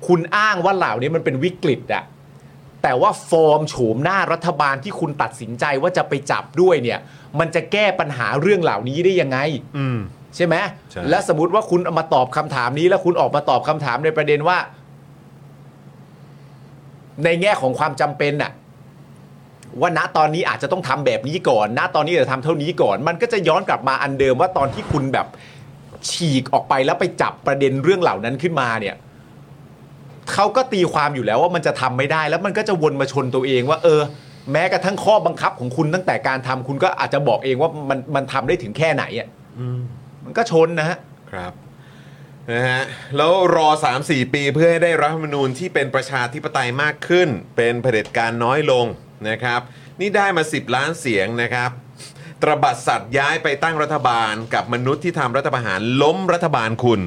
[SPEAKER 5] คุณอ้างว่าเหล่านี้มันเป็นวิกฤตอะ แต่ว่าฟอร์มโฉมหน้ารัฐบาลที่คุณตัดสินใจว่าจะไปจับด้วยเนี่ย มันจะแก้ปัญหาเรื่องเหล่านี้ได้ยังไง
[SPEAKER 1] อืม
[SPEAKER 5] ใช่ไหม
[SPEAKER 1] ใช่
[SPEAKER 5] และสมมติว่าคุณเอามาตอบคำถามนี้แล้วคุณออกมาตอบคำถามในประเด็นว่า ในแง่ของความจำเป็นน่ะ ว่าณตอนนี้อาจจะต้องทำแบบนี้ก่อน ณตอนนี้อาจจะทำเท่านี้ก่อน มันก็จะย้อนกลับมาอันเดิมว่าตอนที่คุณแบบฉีกออกไปแล้วไปจับประเด็นเรื่องเหล่านั้นขึ้นมาเนี่ยเขาก็ตีความอยู่แล้วว่ามันจะทำไม่ได้ แล้วมันก็จะวนมาชนตัวเองว่า เออ แม้กระทั่งข้อบังคับของคุณตั้งแต่การทำคุณก็อาจจะบอกเองว่ามันมันทำได้ถึงแค่ไหนอ่ะ มันก็ชนนะฮะ
[SPEAKER 1] ครับนะฮะแล้วรอ 3-4 ปีเพื่อให้ได้รัฐธรรมนูญที่เป็นประชาธิปไตยมากขึ้น เป็นเผด็จการน้อยลงนะครับ นี่ได้มา 10 ล้านเสียงนะครับ ตระบัดสัตว์ย้ายไปตั้งรัฐบาล กับมนุษย์ที่ทำรัฐประหารล้มรัฐบาลคุณ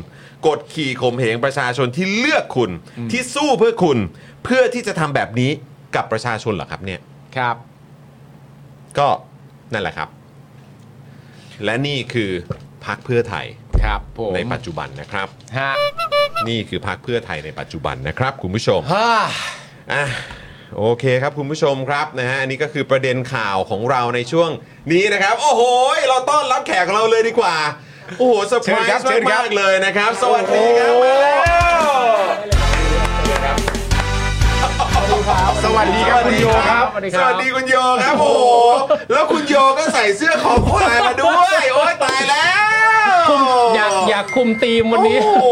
[SPEAKER 1] กดขี่ข่มเหงประชาชนที่เลือกคุณ ที่สู้เพื่อคุณ เพื่อที่จะทำแบบนี้กับประชาชนเหรอครับเนี่ย
[SPEAKER 5] ครับ
[SPEAKER 1] ก็นั่นแหละครับ และนี่คือพักเพื่อไทย
[SPEAKER 5] ครับผม
[SPEAKER 1] ในปัจจุบันนะครับ
[SPEAKER 5] ฮะ
[SPEAKER 1] นี่คือพักเพื่อไทยในปัจจุบันนะครับคุณผู้ชม
[SPEAKER 5] ฮ่า
[SPEAKER 1] อ่ะโอเคครับคุณผู้ชมครับนะฮะอันนี้ก็คือประเด็นข่าวของเราในช่วงนี้นะครับ โอ้โห เราต้อนรับแขกของเราเลยดีกว่า โอ้โหเซอร์ไพร
[SPEAKER 5] เชิญครับ
[SPEAKER 1] ส์
[SPEAKER 5] เชิญครับ
[SPEAKER 1] มากๆเลยนะครับ สวัสดีครับมาแล้ว
[SPEAKER 5] สวัสดีครับคุณโยครับ
[SPEAKER 1] สวัสดีคุณโยครับโอ้โหแล้วคุณโยก็ใส่เสื้อของควายมาด้วย โอ้ยตายแล้ว
[SPEAKER 8] อยากอยากคุมทีมวันนี้
[SPEAKER 1] โอ้โห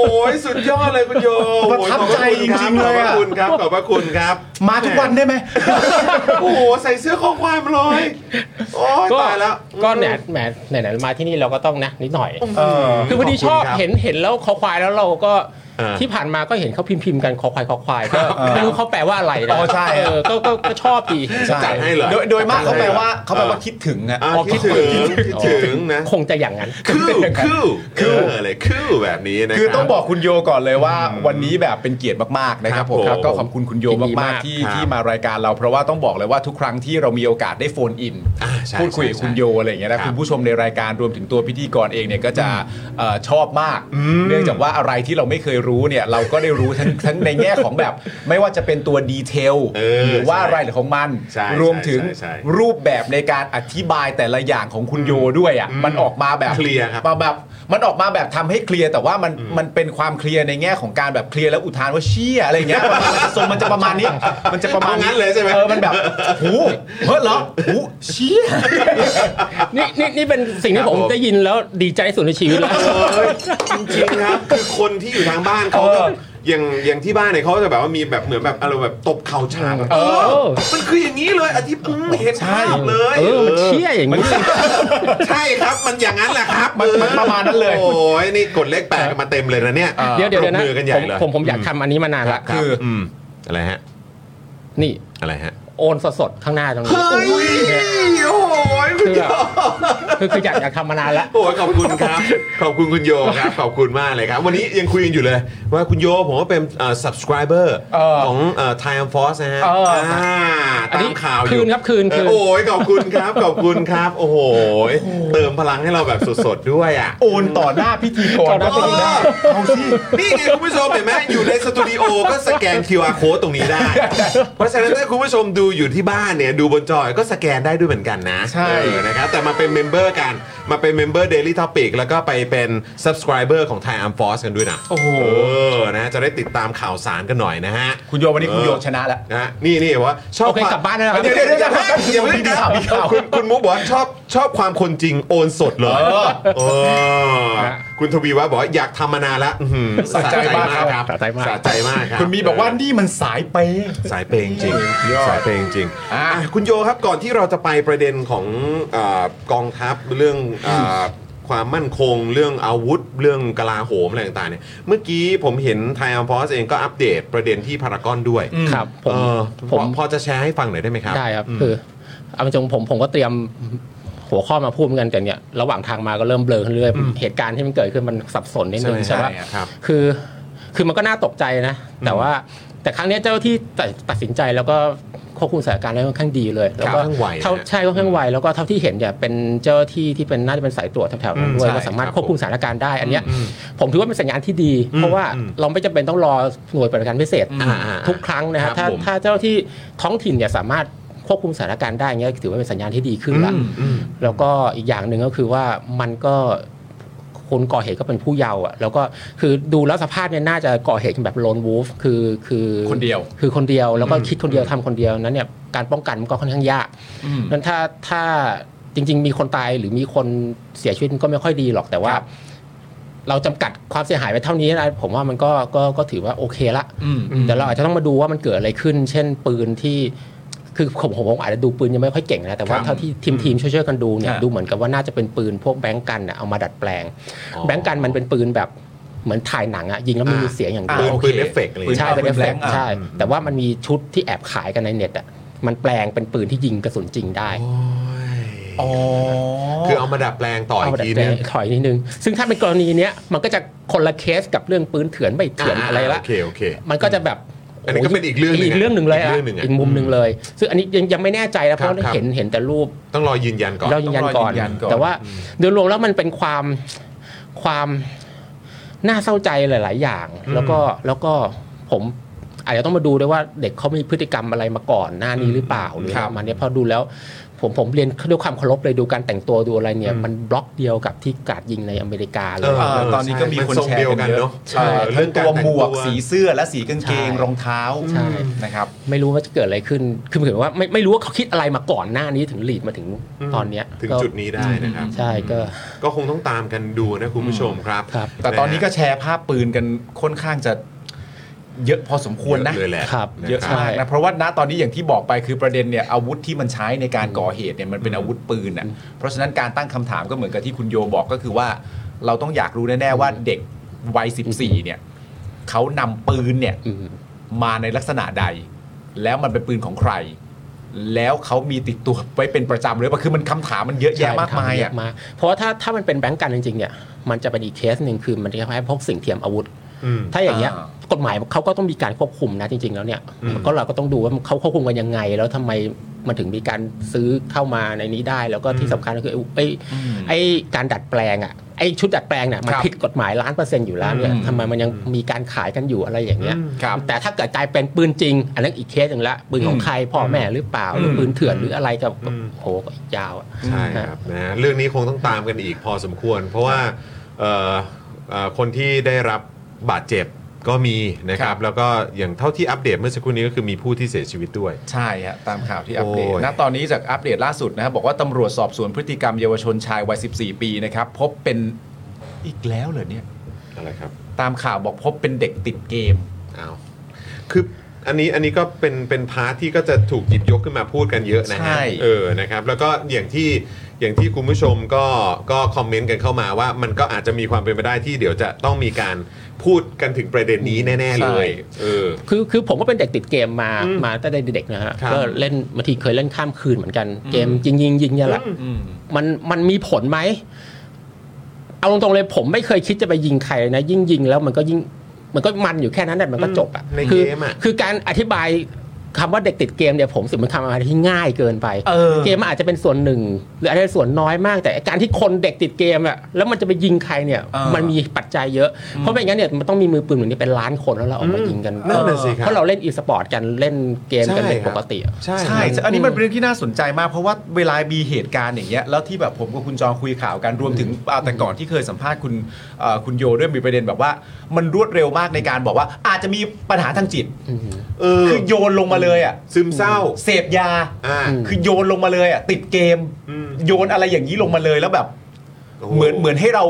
[SPEAKER 1] สุดยอดเลยคุณโย
[SPEAKER 5] ประทับใจจริงๆเลย
[SPEAKER 1] ขอบพ
[SPEAKER 5] อะ
[SPEAKER 1] ระคุณครับขอบพระคุณครับ
[SPEAKER 5] มาทุกวันได้ไหม
[SPEAKER 1] โอ้โห ใส่เสื้อข้อความเลย โอ้ย
[SPEAKER 8] ก็
[SPEAKER 1] ตายแล้ว
[SPEAKER 8] ก็แหนแหมไหนๆมาที่นี่เราก็ต้องนะนิดหน่อย คือพอดีชอบ
[SPEAKER 1] ขณรับ
[SPEAKER 8] เห็นเห็นแล้วเขาควายแล้วเราก็
[SPEAKER 4] อ่า
[SPEAKER 8] ที่ผ่านมาก็เห็นเขาพิมพ์พิมพ์ๆกันคอควายคอควายก็ไม่รู้เขาแปลว่าอะไรนะ
[SPEAKER 4] อ๋อใช่
[SPEAKER 8] เออก็ก็ก็ชอบดี
[SPEAKER 4] ใช่ จัดให้เหรอ
[SPEAKER 5] โดยโดยมาก
[SPEAKER 4] จั
[SPEAKER 5] เขา
[SPEAKER 4] ดให้
[SPEAKER 5] แปล
[SPEAKER 4] เหรอ
[SPEAKER 5] ว่าเขาแปลว่า
[SPEAKER 4] อ่า
[SPEAKER 5] คิดถึงอะ
[SPEAKER 4] อ่ะ
[SPEAKER 8] อ๋อ
[SPEAKER 4] คิดถึ
[SPEAKER 8] คิดถึ
[SPEAKER 4] ง
[SPEAKER 8] ง
[SPEAKER 4] คิดถึงนะ
[SPEAKER 8] คงจะอย่างนั้น
[SPEAKER 4] คือคือคืออะไรคือแบบนี้นะ
[SPEAKER 5] คือ
[SPEAKER 4] รับ
[SPEAKER 5] ต้องบอกคุณโยก่อนเลยว่า วันนี้แบบเป็นเกียรติมากๆนะครับผม
[SPEAKER 4] ครับผม
[SPEAKER 5] ก็ขอบคุณคุณโย
[SPEAKER 8] ยิน
[SPEAKER 5] มาม
[SPEAKER 8] ดีาก ก
[SPEAKER 5] ๆที่
[SPEAKER 4] ครับ
[SPEAKER 5] ที่มารายการเราเพราะว่าต้องบอกเลยว่าทุกครั้งที่เรามีโอกาสได้โฟนอิน
[SPEAKER 4] อ่าใช่
[SPEAKER 5] พูดคุยกับ
[SPEAKER 4] ใช่
[SPEAKER 5] คุณโยอะไรอย่างเงี้ย
[SPEAKER 4] ครั
[SPEAKER 5] นะ
[SPEAKER 4] บ
[SPEAKER 5] คุณผู้ชมในรายการรวมถึงตัวพิธีกรเองเนี่ยก็จะเอ่อชอบมาก เนื่องจากว่าอะไรที่เราไม่เคยรู้เนี่ยเราก็ได้รู้ทั้งทั้งในแง่ของแบบ ไม่ว่าจะเป็นตัวดีเทล
[SPEAKER 4] เออ
[SPEAKER 5] หรือว่า
[SPEAKER 4] ใช่
[SPEAKER 5] รายละเอียดของมัน
[SPEAKER 4] ใช่
[SPEAKER 5] รวมถึง
[SPEAKER 4] ใช่ใช่ใช่
[SPEAKER 5] รูปแบบในการอธิบายแต่ละอย่างของคุณโยด้วยอ่ะมันออกมาแบบ
[SPEAKER 4] เคลียร์ครับ
[SPEAKER 5] มา แบบมันออกมาแบบทำให้เคลียร์แต่ว่ามันมันเป็นความเคลียร์ในแง่ของการแบบเคลียร์แล้วอุทานว่าเชี่ยอะไรเงี้ยประมาณทรงมันจะประมาณนี้มันจะประมาณ
[SPEAKER 4] เอางั้นเลยใช่ไหม
[SPEAKER 5] เออมันแบบหูเฮ้ยเหรอหูเชี่ย
[SPEAKER 8] นี่นี่นี่เป็นสิ่ง
[SPEAKER 4] ค
[SPEAKER 8] ที่
[SPEAKER 4] รับ
[SPEAKER 8] ผ
[SPEAKER 4] ผม ม
[SPEAKER 8] ได้ยินแล้วดีใจสุดในชีวิตแล้ว
[SPEAKER 4] เอ้ยจริงๆครับคือคนที่อยู่ทางบ้านเขาก็อย่างอย่างที่บ้านเนี่ยเขาจะแบบว่ามีแบบเหมือนแบบอะไรแบบตบเข่าฉากอะ
[SPEAKER 8] เออ
[SPEAKER 4] เออมันคืออย่างนี้เลยอธิบอืมเห็นภาพเลย
[SPEAKER 8] เออมันเชี่ยอย่างนี้
[SPEAKER 4] ใช่ครับมันอย่างนั้นแหละครับ
[SPEAKER 5] มันมันประมาณนั้นเลย
[SPEAKER 4] โอ้ยนี่กดเลขแปดกันมาเต็มเลยนะเนี่ย
[SPEAKER 8] เดี๋ยวเดี๋ยว
[SPEAKER 4] ปรบ
[SPEAKER 8] เดี๋ยวนะ
[SPEAKER 4] มือกันใหญ่เลย
[SPEAKER 8] ผมผมผมอยากทำอันนี้มานานละ
[SPEAKER 4] คื
[SPEAKER 8] คืออ
[SPEAKER 4] อืมอะไรฮะ
[SPEAKER 8] นี่
[SPEAKER 4] อะไรฮะ
[SPEAKER 8] โอนสดๆข้างหน้าตรงนี้
[SPEAKER 4] เฮ้ย
[SPEAKER 8] เนี่ย
[SPEAKER 4] โอ้ยคุณโย
[SPEAKER 8] คือคืออยากอยากทำมานานละ
[SPEAKER 4] โอ้ยขอบคุณครับ ขอบคุณคุณโยครับขอบคุณมากเลยครับ วันนี้ยังคุยกันอยู่เลย ว่าคุณโยผมว่าเป็นเอ่อ subscriber
[SPEAKER 5] เออ
[SPEAKER 4] ของเอ่อ Time Force นะฮะ
[SPEAKER 8] เออ
[SPEAKER 4] า
[SPEAKER 8] อ่อันนี้
[SPEAKER 4] ตามข่าวอยู่
[SPEAKER 8] คืนครับคืนคืน
[SPEAKER 4] เออโอ้ยขอบคุณครับขอบคุณครับ โอ้โหเติมพลังให้เราแบบสดๆด้วยอ่ะ
[SPEAKER 5] โอนต่อหน้าพิธีกรก็เป็นได้
[SPEAKER 4] เอาสินี่ไงคุณผู้ชมเห็นไหมอยู่ในสตูดิโอก็สแกน QR code ตรงนี้ได้ เพราะฉะนั้นถ้าคุณผู้ชมดูอยู่ที่บ้านเนี่ย ดูบนจอยก็สแกนได้ด้วยเหมือนกันนะใช่นะครับแต่มาเป็นเมมเบอร์กัน มาเป็นเมมเบอร์ Daily Topic แล้วก็ไปเป็น subscriber ของ Thai Arm Force กันด้วยนะ โอ้โหนะจะได้ติดตามข่าวสารกันหน่อยนะฮะ
[SPEAKER 5] คุณโยวันนี้คุณโยชนะแล้ว
[SPEAKER 4] นะฮะนี่นี่ว่าชอบ
[SPEAKER 8] โอเค
[SPEAKER 4] ควม
[SPEAKER 8] กลับบ้านได้แล้วครับ
[SPEAKER 4] เดี๋ยวเดี๋ยวเดี๋ยวอย่าเพิ่งอย่าเพิ่ง
[SPEAKER 5] มี
[SPEAKER 4] นะ
[SPEAKER 5] ข่าวมีข่าว
[SPEAKER 4] คุณคุณมุกบอกว่าชอบชอบความคนจริงโอนสดเลยเออคุณทวีว่าบอกว่าอยากทำมานานละอื้อหือ
[SPEAKER 5] สะใจมากครับ
[SPEAKER 4] สะใจมากสะใจมากรับ
[SPEAKER 5] คุณมีบอกว่านี่มันสายเปย์
[SPEAKER 4] สายเพลงจริง
[SPEAKER 5] ยอด
[SPEAKER 4] สายเพลงจริง
[SPEAKER 5] อ่ะ
[SPEAKER 4] อ่ะคุณโยครับก่อนที่เราจะไปประเด็นของเอ่อกองทัพเรื่องเอ่อความมั่นคงเรื่องอาวุธ เรื่องกลาโหมอะไรต่างๆเนี่ยเมื่อกี้ผมเห็นไทยอัมพอสเองก็อัปเดตประเด็นที่พารากอนด้วย
[SPEAKER 8] ครับ ผ
[SPEAKER 4] เอ
[SPEAKER 8] ม
[SPEAKER 4] อพ
[SPEAKER 8] ผ
[SPEAKER 4] อ
[SPEAKER 8] ม
[SPEAKER 4] พอจะแชร์ให้ฟังหน่อยได้ไหมครับ
[SPEAKER 8] ได้ครับคือเอาจริงๆผมผมก็เตรียมหัวข้อมาพูดเหมือนกันแต่เนี่ยระหว่างทางมาก็เริ่มเบลอขึ้นเรื่อยเหตุการณ์ที่มันเกิดขึ้นมันสับสนนิดนึง
[SPEAKER 4] ใช่
[SPEAKER 8] ใช่
[SPEAKER 4] ไหม
[SPEAKER 8] ไหม
[SPEAKER 4] ครับ
[SPEAKER 8] คือ คือมันก็น่าตกใจนะ แต่ว่าแต่ครั้งเนี้ยเจ้าหน้าที่ตัดตัดสินใจแล้วก็ควบคุมสถานการณ์ได้ค่อนข้างดีเลยแล้ว
[SPEAKER 4] ค่
[SPEAKER 8] ก็
[SPEAKER 4] อนข้างไว
[SPEAKER 8] เท่า
[SPEAKER 4] นะ
[SPEAKER 8] ใช่ค่อนข้างไวแล้วก็เท่าที่เห็นเนี่ยเป็นเจ้าหน้าที่ที่เป็นน่าจะเป็นสายตรวจแถวๆนั้นด้ว
[SPEAKER 4] อื
[SPEAKER 8] ย
[SPEAKER 4] ม
[SPEAKER 8] ก็สามารถ
[SPEAKER 4] ใช่ครับ
[SPEAKER 8] ควบคุมสถานการณ์ได้อันเนี้ยผมถือว่าเป็นสัญญาณที่ดี เพราะว่า
[SPEAKER 4] อืม
[SPEAKER 8] เราไม่จำเป็นต้องรอหน่วยปฏิบัติการพิเศษ
[SPEAKER 4] อ่าอ่า
[SPEAKER 8] ทุกครั้งนะ
[SPEAKER 4] ครั
[SPEAKER 8] ฮะ
[SPEAKER 4] บ
[SPEAKER 8] ถ้า
[SPEAKER 4] ผม
[SPEAKER 8] ถ้าเจ้าหน้าที่ท้องถิ่นเนี่ยสามารถควบคุมสถานการณ์ได้เงี้ยถือว่าเป็นสัญญาณที่ดีขึ้นละ แล้วก็อีกอย่างหนึ่งก็คือว่ามันก็คนก่อเหตุก็เป็นผู้เยาว์อะแล้วก็คือดูแล้วสภาพเนี่ยน่าจะก่อเหตุแบบโลนวูฟคือคือ
[SPEAKER 5] คนเดียว
[SPEAKER 8] คือคนเดียวแล้วก็คิดคนเดียวทำคนเดียวนั้นเนี่ยการป้องกันมันก็ค่อนข้างยากนั้นถ้าถ้าจริง ๆ มีคนตายหรือมีคนเสียชีวิตมันก็ไม่ค่อยดีหรอกแต่ว่า เราจำกัดความเสียหายไว้เท่านี้นะผมว่ามันก็ก็ก็ถือว่าโอเคละ แต่เราอาจจะต้องมาดูว่ามันเกิดอะไรขึ้น เช่นปืนที่คือผมผมผมอาจจะดูปืนยังไม่ค่อยเก่งนะแต่ว่า
[SPEAKER 5] ครับ
[SPEAKER 8] เท่าที่ทีมทีมช่วยๆกันดูเนี่ย
[SPEAKER 5] ครับ
[SPEAKER 8] ดูเหมือนกับว่าน่าจะเป็นปืนพวกแบงก์กันน่ะเอามาดัดแปลง
[SPEAKER 4] อ๋อ
[SPEAKER 8] แบงก์กันมันเป็นปืนแบบเหมือนถ่ายหนังอะยิงแล้วมันมีเสียงอย่างเดี
[SPEAKER 4] ปื
[SPEAKER 8] ย
[SPEAKER 4] น
[SPEAKER 8] ว
[SPEAKER 4] ปืนเอฟเฟกต์อะไรอย่าง
[SPEAKER 8] ใช่
[SPEAKER 4] เงี้ย
[SPEAKER 8] เป็นเอฟเฟกต์
[SPEAKER 5] อ่ะ
[SPEAKER 8] ใช่ แต่ว่ามันมีชุดที่แอบขายกันในเน็ตอ่ะมันแปลงเป็นปืนที่ยิงกระสุนจริงได้
[SPEAKER 5] อ๋อ
[SPEAKER 4] คือเอามาดัดแปลงต่ออี
[SPEAKER 8] เอา
[SPEAKER 4] ก
[SPEAKER 8] ดัด
[SPEAKER 4] ที
[SPEAKER 8] แปล
[SPEAKER 4] นึ
[SPEAKER 8] ง
[SPEAKER 4] ง
[SPEAKER 8] ถอยนิดนึง ซึ่งถ้าเป็นกรณีเนี้ยมันก็จะคนละเคสกับเรื่องปืนเถื่อนไม่เถื่อน
[SPEAKER 4] อ่า
[SPEAKER 8] อะไรละ
[SPEAKER 4] โอเคโอเค
[SPEAKER 8] มันก็จะแบบ
[SPEAKER 4] อันนี้ก็เป็นอีกเรื่องหนึ่ง
[SPEAKER 8] อีกเรื่องหนึ่งเลย
[SPEAKER 4] อีก
[SPEAKER 8] อะ
[SPEAKER 4] เรื่องหนึ่งอะ
[SPEAKER 8] อีกมุมหนึ่งเลย ซึ่งอันนี้ยังยังไม่แน่ใจนะเพราะ
[SPEAKER 4] ครับครับ
[SPEAKER 8] เห็นเห็นแต่รูป
[SPEAKER 4] ต้องรอยืนยันก่อน
[SPEAKER 8] เรายืนยันก่
[SPEAKER 5] ต้อ
[SPEAKER 8] อน
[SPEAKER 5] งรอยืนยันก่อน
[SPEAKER 8] แต่ว่าโดยรวมแล้วมันเป็นความความน่าเศร้าใจหลาย ๆ อย่าง แล้วก็แล้วก็ผมอาจจะต้องมาดูด้วยว่าเด็กเขามีพฤติกรรมอะไรมาก่อนหน้านี้หรือเปล่าหรืออะไรประมาณเนี้ยเพอดูแล้ว ผมผมเรียนด้วยความเคารพเลยดูการแต่งตัวดูอะไรเนี่ย มันบล็อกเดียวกับที่กราดยิงในอเมริกาเล
[SPEAKER 4] เ
[SPEAKER 8] ย
[SPEAKER 5] เออ
[SPEAKER 4] เออ
[SPEAKER 5] ตอนนี้ก็มี
[SPEAKER 4] ใช่
[SPEAKER 5] คนแช
[SPEAKER 4] มันทรงเดีย
[SPEAKER 5] ร์
[SPEAKER 4] วกั
[SPEAKER 5] กัน นเย
[SPEAKER 4] เน
[SPEAKER 5] อะ
[SPEAKER 4] อะ
[SPEAKER 5] ใช่
[SPEAKER 4] เออเรื่
[SPEAKER 5] เรื่
[SPEAKER 4] อ
[SPEAKER 5] อง ง
[SPEAKER 4] การ
[SPEAKER 5] ตัว
[SPEAKER 4] แต่ง
[SPEAKER 5] หมวก
[SPEAKER 4] ตัว
[SPEAKER 5] สีเสื้อและสีกางเกง
[SPEAKER 8] ใช่
[SPEAKER 5] รองเท้า
[SPEAKER 8] ใช่
[SPEAKER 5] นะครับ
[SPEAKER 8] ไม่รู้ว่าจะเกิดอะไรขึ้น คือเหมือนว่าไม่ไม่รู้ว่าเขาคิดอะไรมาก่อนหน้านี้ถึงหลีดมาถึงตอนเนี้ย
[SPEAKER 4] ถึง
[SPEAKER 8] ก็
[SPEAKER 4] จุดนี้ได้นะครับ
[SPEAKER 8] ใช่ก็
[SPEAKER 4] ก็คงต้องตามกันดูนะคุณผู้ชมครับ
[SPEAKER 8] ครับ
[SPEAKER 5] แต่ตอนนี้ก็แชร์ภาพปืนกันค่อนข้างจะเยอะพอสมควรนะ
[SPEAKER 4] เยอเลยแหละ
[SPEAKER 8] ครับ
[SPEAKER 4] น
[SPEAKER 5] เยอะ
[SPEAKER 4] ครับ
[SPEAKER 5] มากนะเพราะว่าณตอนนี้อย่างที่บอกไปคือประเด็นเนี่ยอาวุธที่มันใช้ในการก่อเหตุเนี่ยมันเป็นอาวุธปืนอ่ะเพราะฉะนั้นการตั้งคำถามก็เหมือนกับที่คุณโยบอกก็คือว่า เราต้องอยากรู้แน่ๆว่าเด็กวัย14เนี่ย เขานำปืนเนี่ย
[SPEAKER 8] อืม
[SPEAKER 5] มาในลักษณะใด แล้วมันเป็นปืนของใคร แล้วเขามีติดตัวไว้เป็นประจำหรือเปล่าคือมันคำถามมันเยอะแยะมากมาย
[SPEAKER 8] ใช่
[SPEAKER 5] อ่ะ
[SPEAKER 8] ครับเยกเพราะว่าถ้าถ้ามันเป็นแบงก์กันจริงๆเนี่ยมันจะเป็นอีกเคสหนึ่งคือมันจะคล้ายๆพกสิ่งเทียมอาวุธ
[SPEAKER 4] อืม
[SPEAKER 8] ถ้าอย่างเงี้ย
[SPEAKER 5] อ่าก
[SPEAKER 8] ฎหมายเขาก็ต้องมีการควบคุมนะจริง ๆ แล้วเนี่ยก็เราก็ต้องดูว่าเขาควบคุมกันยังไง แล้วทำไมมันถึงมีการซื้อเข้ามาในนี้ได้ แล้วก็ที่สำคัญก็คือไอ้
[SPEAKER 5] อืม
[SPEAKER 8] ไอ้การดัดแปลงอ่ะไอ้ชุดดัดแปลงเนี่ยมัน
[SPEAKER 5] ครับ
[SPEAKER 8] ผิดกฎหมายล้านเปอร์เซ็นต์อยู่แล้วเนี่ย
[SPEAKER 5] อืม
[SPEAKER 8] ทำไมมันยังมีการขายกันอยู่อะไรอย่างเงี้ย
[SPEAKER 5] ครับ
[SPEAKER 8] แต่ถ้าเกิดกลายเป็นปืนจริง อันนั้นอีกเคสหนึ่งละปืนของใครพ่อแม่หรือเปล่าหรือปืนเถื่อนหรืออะไรกับ
[SPEAKER 4] อืม
[SPEAKER 8] โหก็อีกยาวอะ
[SPEAKER 4] ใช่ครับนะเรื่องนี้คงต้องตามกันอีกพอสมควร เพราะว่าเอ่อเอ่อคนที่ได้รับบาดเจ็บก็มีนะค
[SPEAKER 5] ครั
[SPEAKER 4] รับ
[SPEAKER 5] บ
[SPEAKER 4] แล้วก็อย่างเท่าที่อัปเดตเมื่อสักครู่นี้ก็คือมีผู้ที่เสียชีวิตด้วย
[SPEAKER 5] ใช่ฮะตามข่าวที่อัปเดต
[SPEAKER 4] โอ้ย
[SPEAKER 5] ณตอนนี้จากอัปเดตล่าสุดนะครับบอกว่าตำรวจสอบสวนพฤติกรรมเยาวชนชายวัย 14 ปีนะครับพบเป็นอีกแล้วเหรอเนี่ย
[SPEAKER 4] อะไรครับ
[SPEAKER 5] ตามข่าวบอกพบเป็นเด็กติดเกม
[SPEAKER 4] อ้าวคืออันนี้อันนี้ก็เป็นเป็นพาร์ทที่ก็จะถูกหยิบยกขึ้นมาพูดกันเยอะนะ
[SPEAKER 5] ใช่
[SPEAKER 4] ฮะเออนะครับ แล้วก็อย่างที่อย่างที่คุณผู้ชมก็ก็คอมเมนต์กันเข้ามาว่ามันก็อาจจะมีความเป็นไปได้ที่เดี๋ยวจะต้องมีการพูดกันถึงประเด็นนี้แน่ ๆ เลยเออ
[SPEAKER 8] คือคือผมก็เป็นเด็กติดเกมมา
[SPEAKER 4] อืม
[SPEAKER 8] มาตั้งแต่เด็กๆนะฮะ
[SPEAKER 4] ครับ
[SPEAKER 8] ก็เล่นบางทีเคยเล่นข้ามคืนเหมือนกัน เกมยิงยิงยิงเนี่ยแหละ
[SPEAKER 5] อืม
[SPEAKER 8] มันมันมีผลไหมเอาตรงๆเลยผมไม่เคยคิดจะไปยิงใครเลยนะยิ่งยิงแล้วมันก็ยิ่งมันก็มันอยู่แค่นั้นแหละมันก็จบอ่ะ
[SPEAKER 4] ใน
[SPEAKER 8] คื
[SPEAKER 4] เกมอะ
[SPEAKER 8] คือการอธิบายคำว่าเด็กติดเกมเนี่ยผมรู้สึกมันคำอธิบายที่ง่ายเกินไป
[SPEAKER 5] เออ
[SPEAKER 8] มมันอาจจะเป็นส่วนหนึ่ง หรืออาจจะเป็นส่วนน้อยมาก แต่การที่คนเด็กติดเกมอะแล้วมันจะไปยิงใครเนี่ย
[SPEAKER 5] เออ
[SPEAKER 8] มันมีปัจจัยเยอะเพราะไม่งั้นเนี่ยมันต้องมีมือปืนเหมือนนี้เป็นล้านคนแล้วเราออกมายิงกัน
[SPEAKER 4] นั่นน่ะสิครับ
[SPEAKER 8] เพราะเราเล่นอีสปอร์ตกันเล่นเกมกันเป็นปกติอะ
[SPEAKER 4] ใช่
[SPEAKER 5] ใช่อันนี้มันเป็นเรื่องที่น่าสนใจมาก เพราะว่าเวลามีเหตุการณ์อย่างเงี้ยแล้วที่แบบผมกับคุณจองคุยข่าวกันรวมถึงอ่าแต่ก่อนที่เคยสัมภาษณ์คุณเอ่อคุณโยด้วยมีประเด็นแบบว่า มันรวดเร็วมากในการบอกว่า อาจจะมีปัญหาทางจิต
[SPEAKER 4] เออ
[SPEAKER 5] คือโยนลงมาเลยอ่ะ
[SPEAKER 4] ซึมเศร้า
[SPEAKER 5] เสพยา
[SPEAKER 4] อ่า
[SPEAKER 5] คือโยนลงมาเลยอ่ะติดเกม
[SPEAKER 4] อืม
[SPEAKER 5] โยนอะไรอย่างนี้ลงมาเลยแล้วแบบ
[SPEAKER 4] โโ
[SPEAKER 5] เหมือนเหมือนให้เรา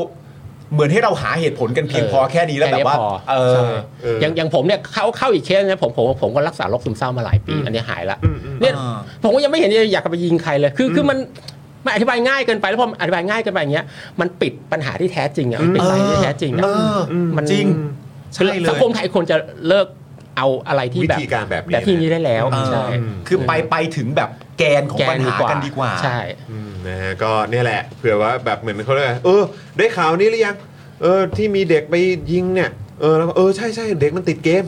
[SPEAKER 5] เหมือนให้เราหาเหตุผลกันเพียงพอแค่นี้แล้วแบบว่า
[SPEAKER 8] แค่นี้พอ
[SPEAKER 5] เอ
[SPEAKER 8] ใช่
[SPEAKER 5] อ
[SPEAKER 4] เออ
[SPEAKER 8] อ
[SPEAKER 4] อ
[SPEAKER 8] ย่างอย่างผมเนี่ยเข้าเข้าอีกเคสนะผมผมผมก็รักษาโรคซึมเศร้ามาหลายปี อันนี้หายละเนี่ย
[SPEAKER 5] อ่า
[SPEAKER 8] ผมก็ยังไม่เห็นจะอยากจะไปยิงใครเลย คือคือมันมันอธิบายง่ายเกินไปแล้วพออธิบายง่ายเกินไปอย่างเงี้ยมันปิดปัญหาที่แท้จริงอ่ะมันเป็นสาเหตุที่แท้จริงอ่ะ
[SPEAKER 5] เออ
[SPEAKER 8] มัน
[SPEAKER 5] จริง
[SPEAKER 8] คือ
[SPEAKER 5] ใช่เลย
[SPEAKER 8] สังคมไทยควรจะเลิกเอาอะไรที่
[SPEAKER 4] วิ
[SPEAKER 8] แบบ
[SPEAKER 4] ธีการแบบนี้
[SPEAKER 8] แบบที่นี้ได้แล้ว
[SPEAKER 5] เออ
[SPEAKER 8] ใช่
[SPEAKER 5] คือไปไปถึงแบบแกนของ
[SPEAKER 8] แก
[SPEAKER 5] ปัญหากันดีกว่า
[SPEAKER 8] ใช่
[SPEAKER 4] อืมนะฮะก็เนี่ยแหละเผื่อว่าแบบเหมือนเขาเลยกอะไรเออ ได้ข่าวนี้หรือยัง เออ ที่มีเด็กไปยิงเนี่ย เออแล้วก็เออ ใช่ใช่เด็กมันติดเกม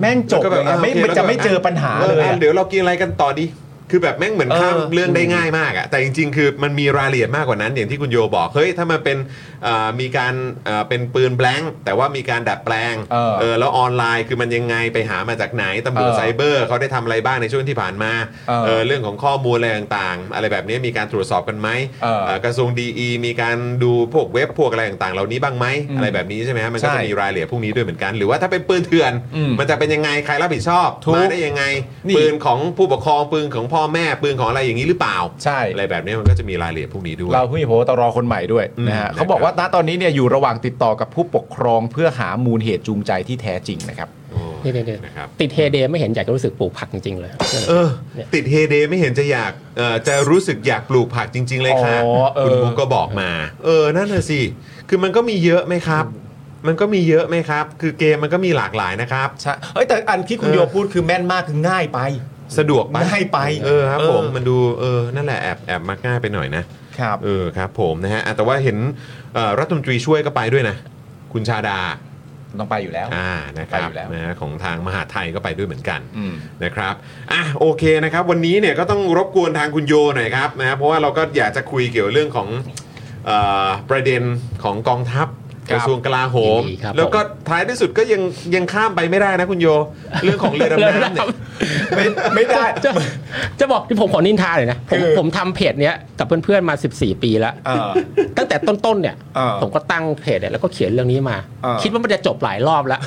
[SPEAKER 5] แม่งจบเลย
[SPEAKER 4] ล้วก็
[SPEAKER 5] อะ
[SPEAKER 4] อ่
[SPEAKER 5] ไม่
[SPEAKER 4] โค
[SPEAKER 5] ไม่
[SPEAKER 4] แล้วก็
[SPEAKER 5] จะไม่เจอปัญหาเลย
[SPEAKER 4] ออ
[SPEAKER 5] อะ
[SPEAKER 4] เดี๋ยวเรากินอะไรกันต่อดี คือแบบแม่งเหมือน
[SPEAKER 5] เออ
[SPEAKER 4] ข้ามเรื่องได้ง่ายมากอะแต่จริง ๆ คือมันมีรายละเอียดมากกว่านั้น อย่างที่คุณโยบอก เฮ้ย ถ้ามันเป็นเอ่อมีการเอ่อเป็นปืนแบล็งก์แต่ว่ามีการดัดแปลง
[SPEAKER 5] เออ
[SPEAKER 4] เออแล้วออนไลน์คือมันยังไงไปหามาจากไหนตำรวจ
[SPEAKER 5] เออ
[SPEAKER 4] ไซเบอร์เขาได้ทำอะไรบ้างในช่วงที่ผ่านมา
[SPEAKER 5] เออ
[SPEAKER 4] เออเรื่องของข้อมูลอะไรต่างๆ อะไรแบบนี้มีการตรวจสอบกันไหม
[SPEAKER 5] เออ
[SPEAKER 4] เอ่อกระทรวงดีมีการดูพวกเว็บพวกอะไรต่างๆ เหล่านี้บ้างไหม
[SPEAKER 5] อืม
[SPEAKER 4] อะไรแบบนี้ใช่ไหมฮะมันก็
[SPEAKER 5] ใช่
[SPEAKER 4] จะมีรายละเอียดพวกนี้ด้วยเหมือนกัน หรือว่าถ้าเป็นปืนเถื่อน
[SPEAKER 5] อืม
[SPEAKER 4] มันจะเป็นยังไงใครรับผิดชอบ
[SPEAKER 5] ถูก
[SPEAKER 4] มาได้ยังไง
[SPEAKER 5] นี่
[SPEAKER 4] ปืนของผู้ปกครองปืนของพ่อแม่ปืนของอะไรอย่างนี้หรือเปล่า
[SPEAKER 5] ใช่
[SPEAKER 4] อะไรแบบนี้มันก็จะมีรายละเอียดพวกนี้ด้วย
[SPEAKER 5] เราเพิ่งมีพบตรคนใหม่ด้วย
[SPEAKER 4] อืม
[SPEAKER 5] นะฮะ
[SPEAKER 4] นะครับ
[SPEAKER 5] เขาบอกว่าณตอนนี้เนี่ยอยู่ระหว่างติดต่อกับผู้ปกครองเพื่อหามูลเหตุจูงใจที่แท้จริงนะครับ
[SPEAKER 4] โอ้
[SPEAKER 8] นี่ๆๆ
[SPEAKER 4] นะครับ
[SPEAKER 8] ติดเฮเดไม่เห็นอยากจะรู้สึกปลูกผักจริงๆเลย
[SPEAKER 4] เออติดเฮเดไม่เห็นจะอยากเอ่อจะรู้สึกอยากปลูกผักจริง ๆ เลยค่ะ
[SPEAKER 5] อ๋อเออ
[SPEAKER 4] คุณบุ๊กก็บอกมา เออ นั่นน่ะสิ คือมันก็มีเยอะไหมครับ มันก็มีเยอะไหมครับ คือเกมมันก็มีหลากหลายนะครับ
[SPEAKER 5] ใช่เอ้ยแต่อันที่คุณโยพูดคือแม่นมากคือง่ายไป
[SPEAKER 4] สะดวกปะ
[SPEAKER 5] ง่ายไป
[SPEAKER 4] เออครับ
[SPEAKER 5] เออ
[SPEAKER 4] ผมมันดูเออนั่นแหละแอบแอบมักง่ายไปหน่อยนะครับ เออครับ ผมนะฮะอ่ะแต่ว่าเห็นเอ่อรัฐมนตรีช่วยก็ไปด้วยนะ คุณชาดา
[SPEAKER 5] ต้องไปอยู่แล้ว
[SPEAKER 4] อ่านะครับ
[SPEAKER 5] ไปอยู่แล้ว
[SPEAKER 4] นะฮะของทางมหาดไทยก็ไปด้วยเหมือนกัน
[SPEAKER 5] อืม
[SPEAKER 4] นะครับอ่ะโอเคนะครับวันนี้เนี่ยก็ต้องรบกวนทางคุณโยหน่อยครับนะเพราะว่าเราก็อยากจะคุยเกี่ยวเรื่องของเออประเด็นของกองทัพ
[SPEAKER 5] ค
[SPEAKER 4] ก
[SPEAKER 5] รับ
[SPEAKER 4] ระทรวงกลาโหม
[SPEAKER 8] ยินดีครับ
[SPEAKER 4] แล้วก็ท้ายที่สุดก็ยังยังข้ามไปไม่ได้นะคุณโย เรื่องของเรือดำน้ำเนี่ย
[SPEAKER 5] ไม่ไม่ได้
[SPEAKER 8] จะจะบอกที่ผมขอนินทาเลยนะ ผม
[SPEAKER 5] คือ
[SPEAKER 8] ผมทำเพจเนี้ยกับเพื่อนๆมา 14 ปีแล้ว
[SPEAKER 5] เออ
[SPEAKER 8] ตั้งแต่ต้นๆเนี่ย
[SPEAKER 5] เออ
[SPEAKER 8] ผมก็ตั้งเพจเนี่ยแล้วก็เขียนเรื่องนี้มา
[SPEAKER 5] เออ
[SPEAKER 8] คิดว่ามันจะจบหลายรอบแล้ว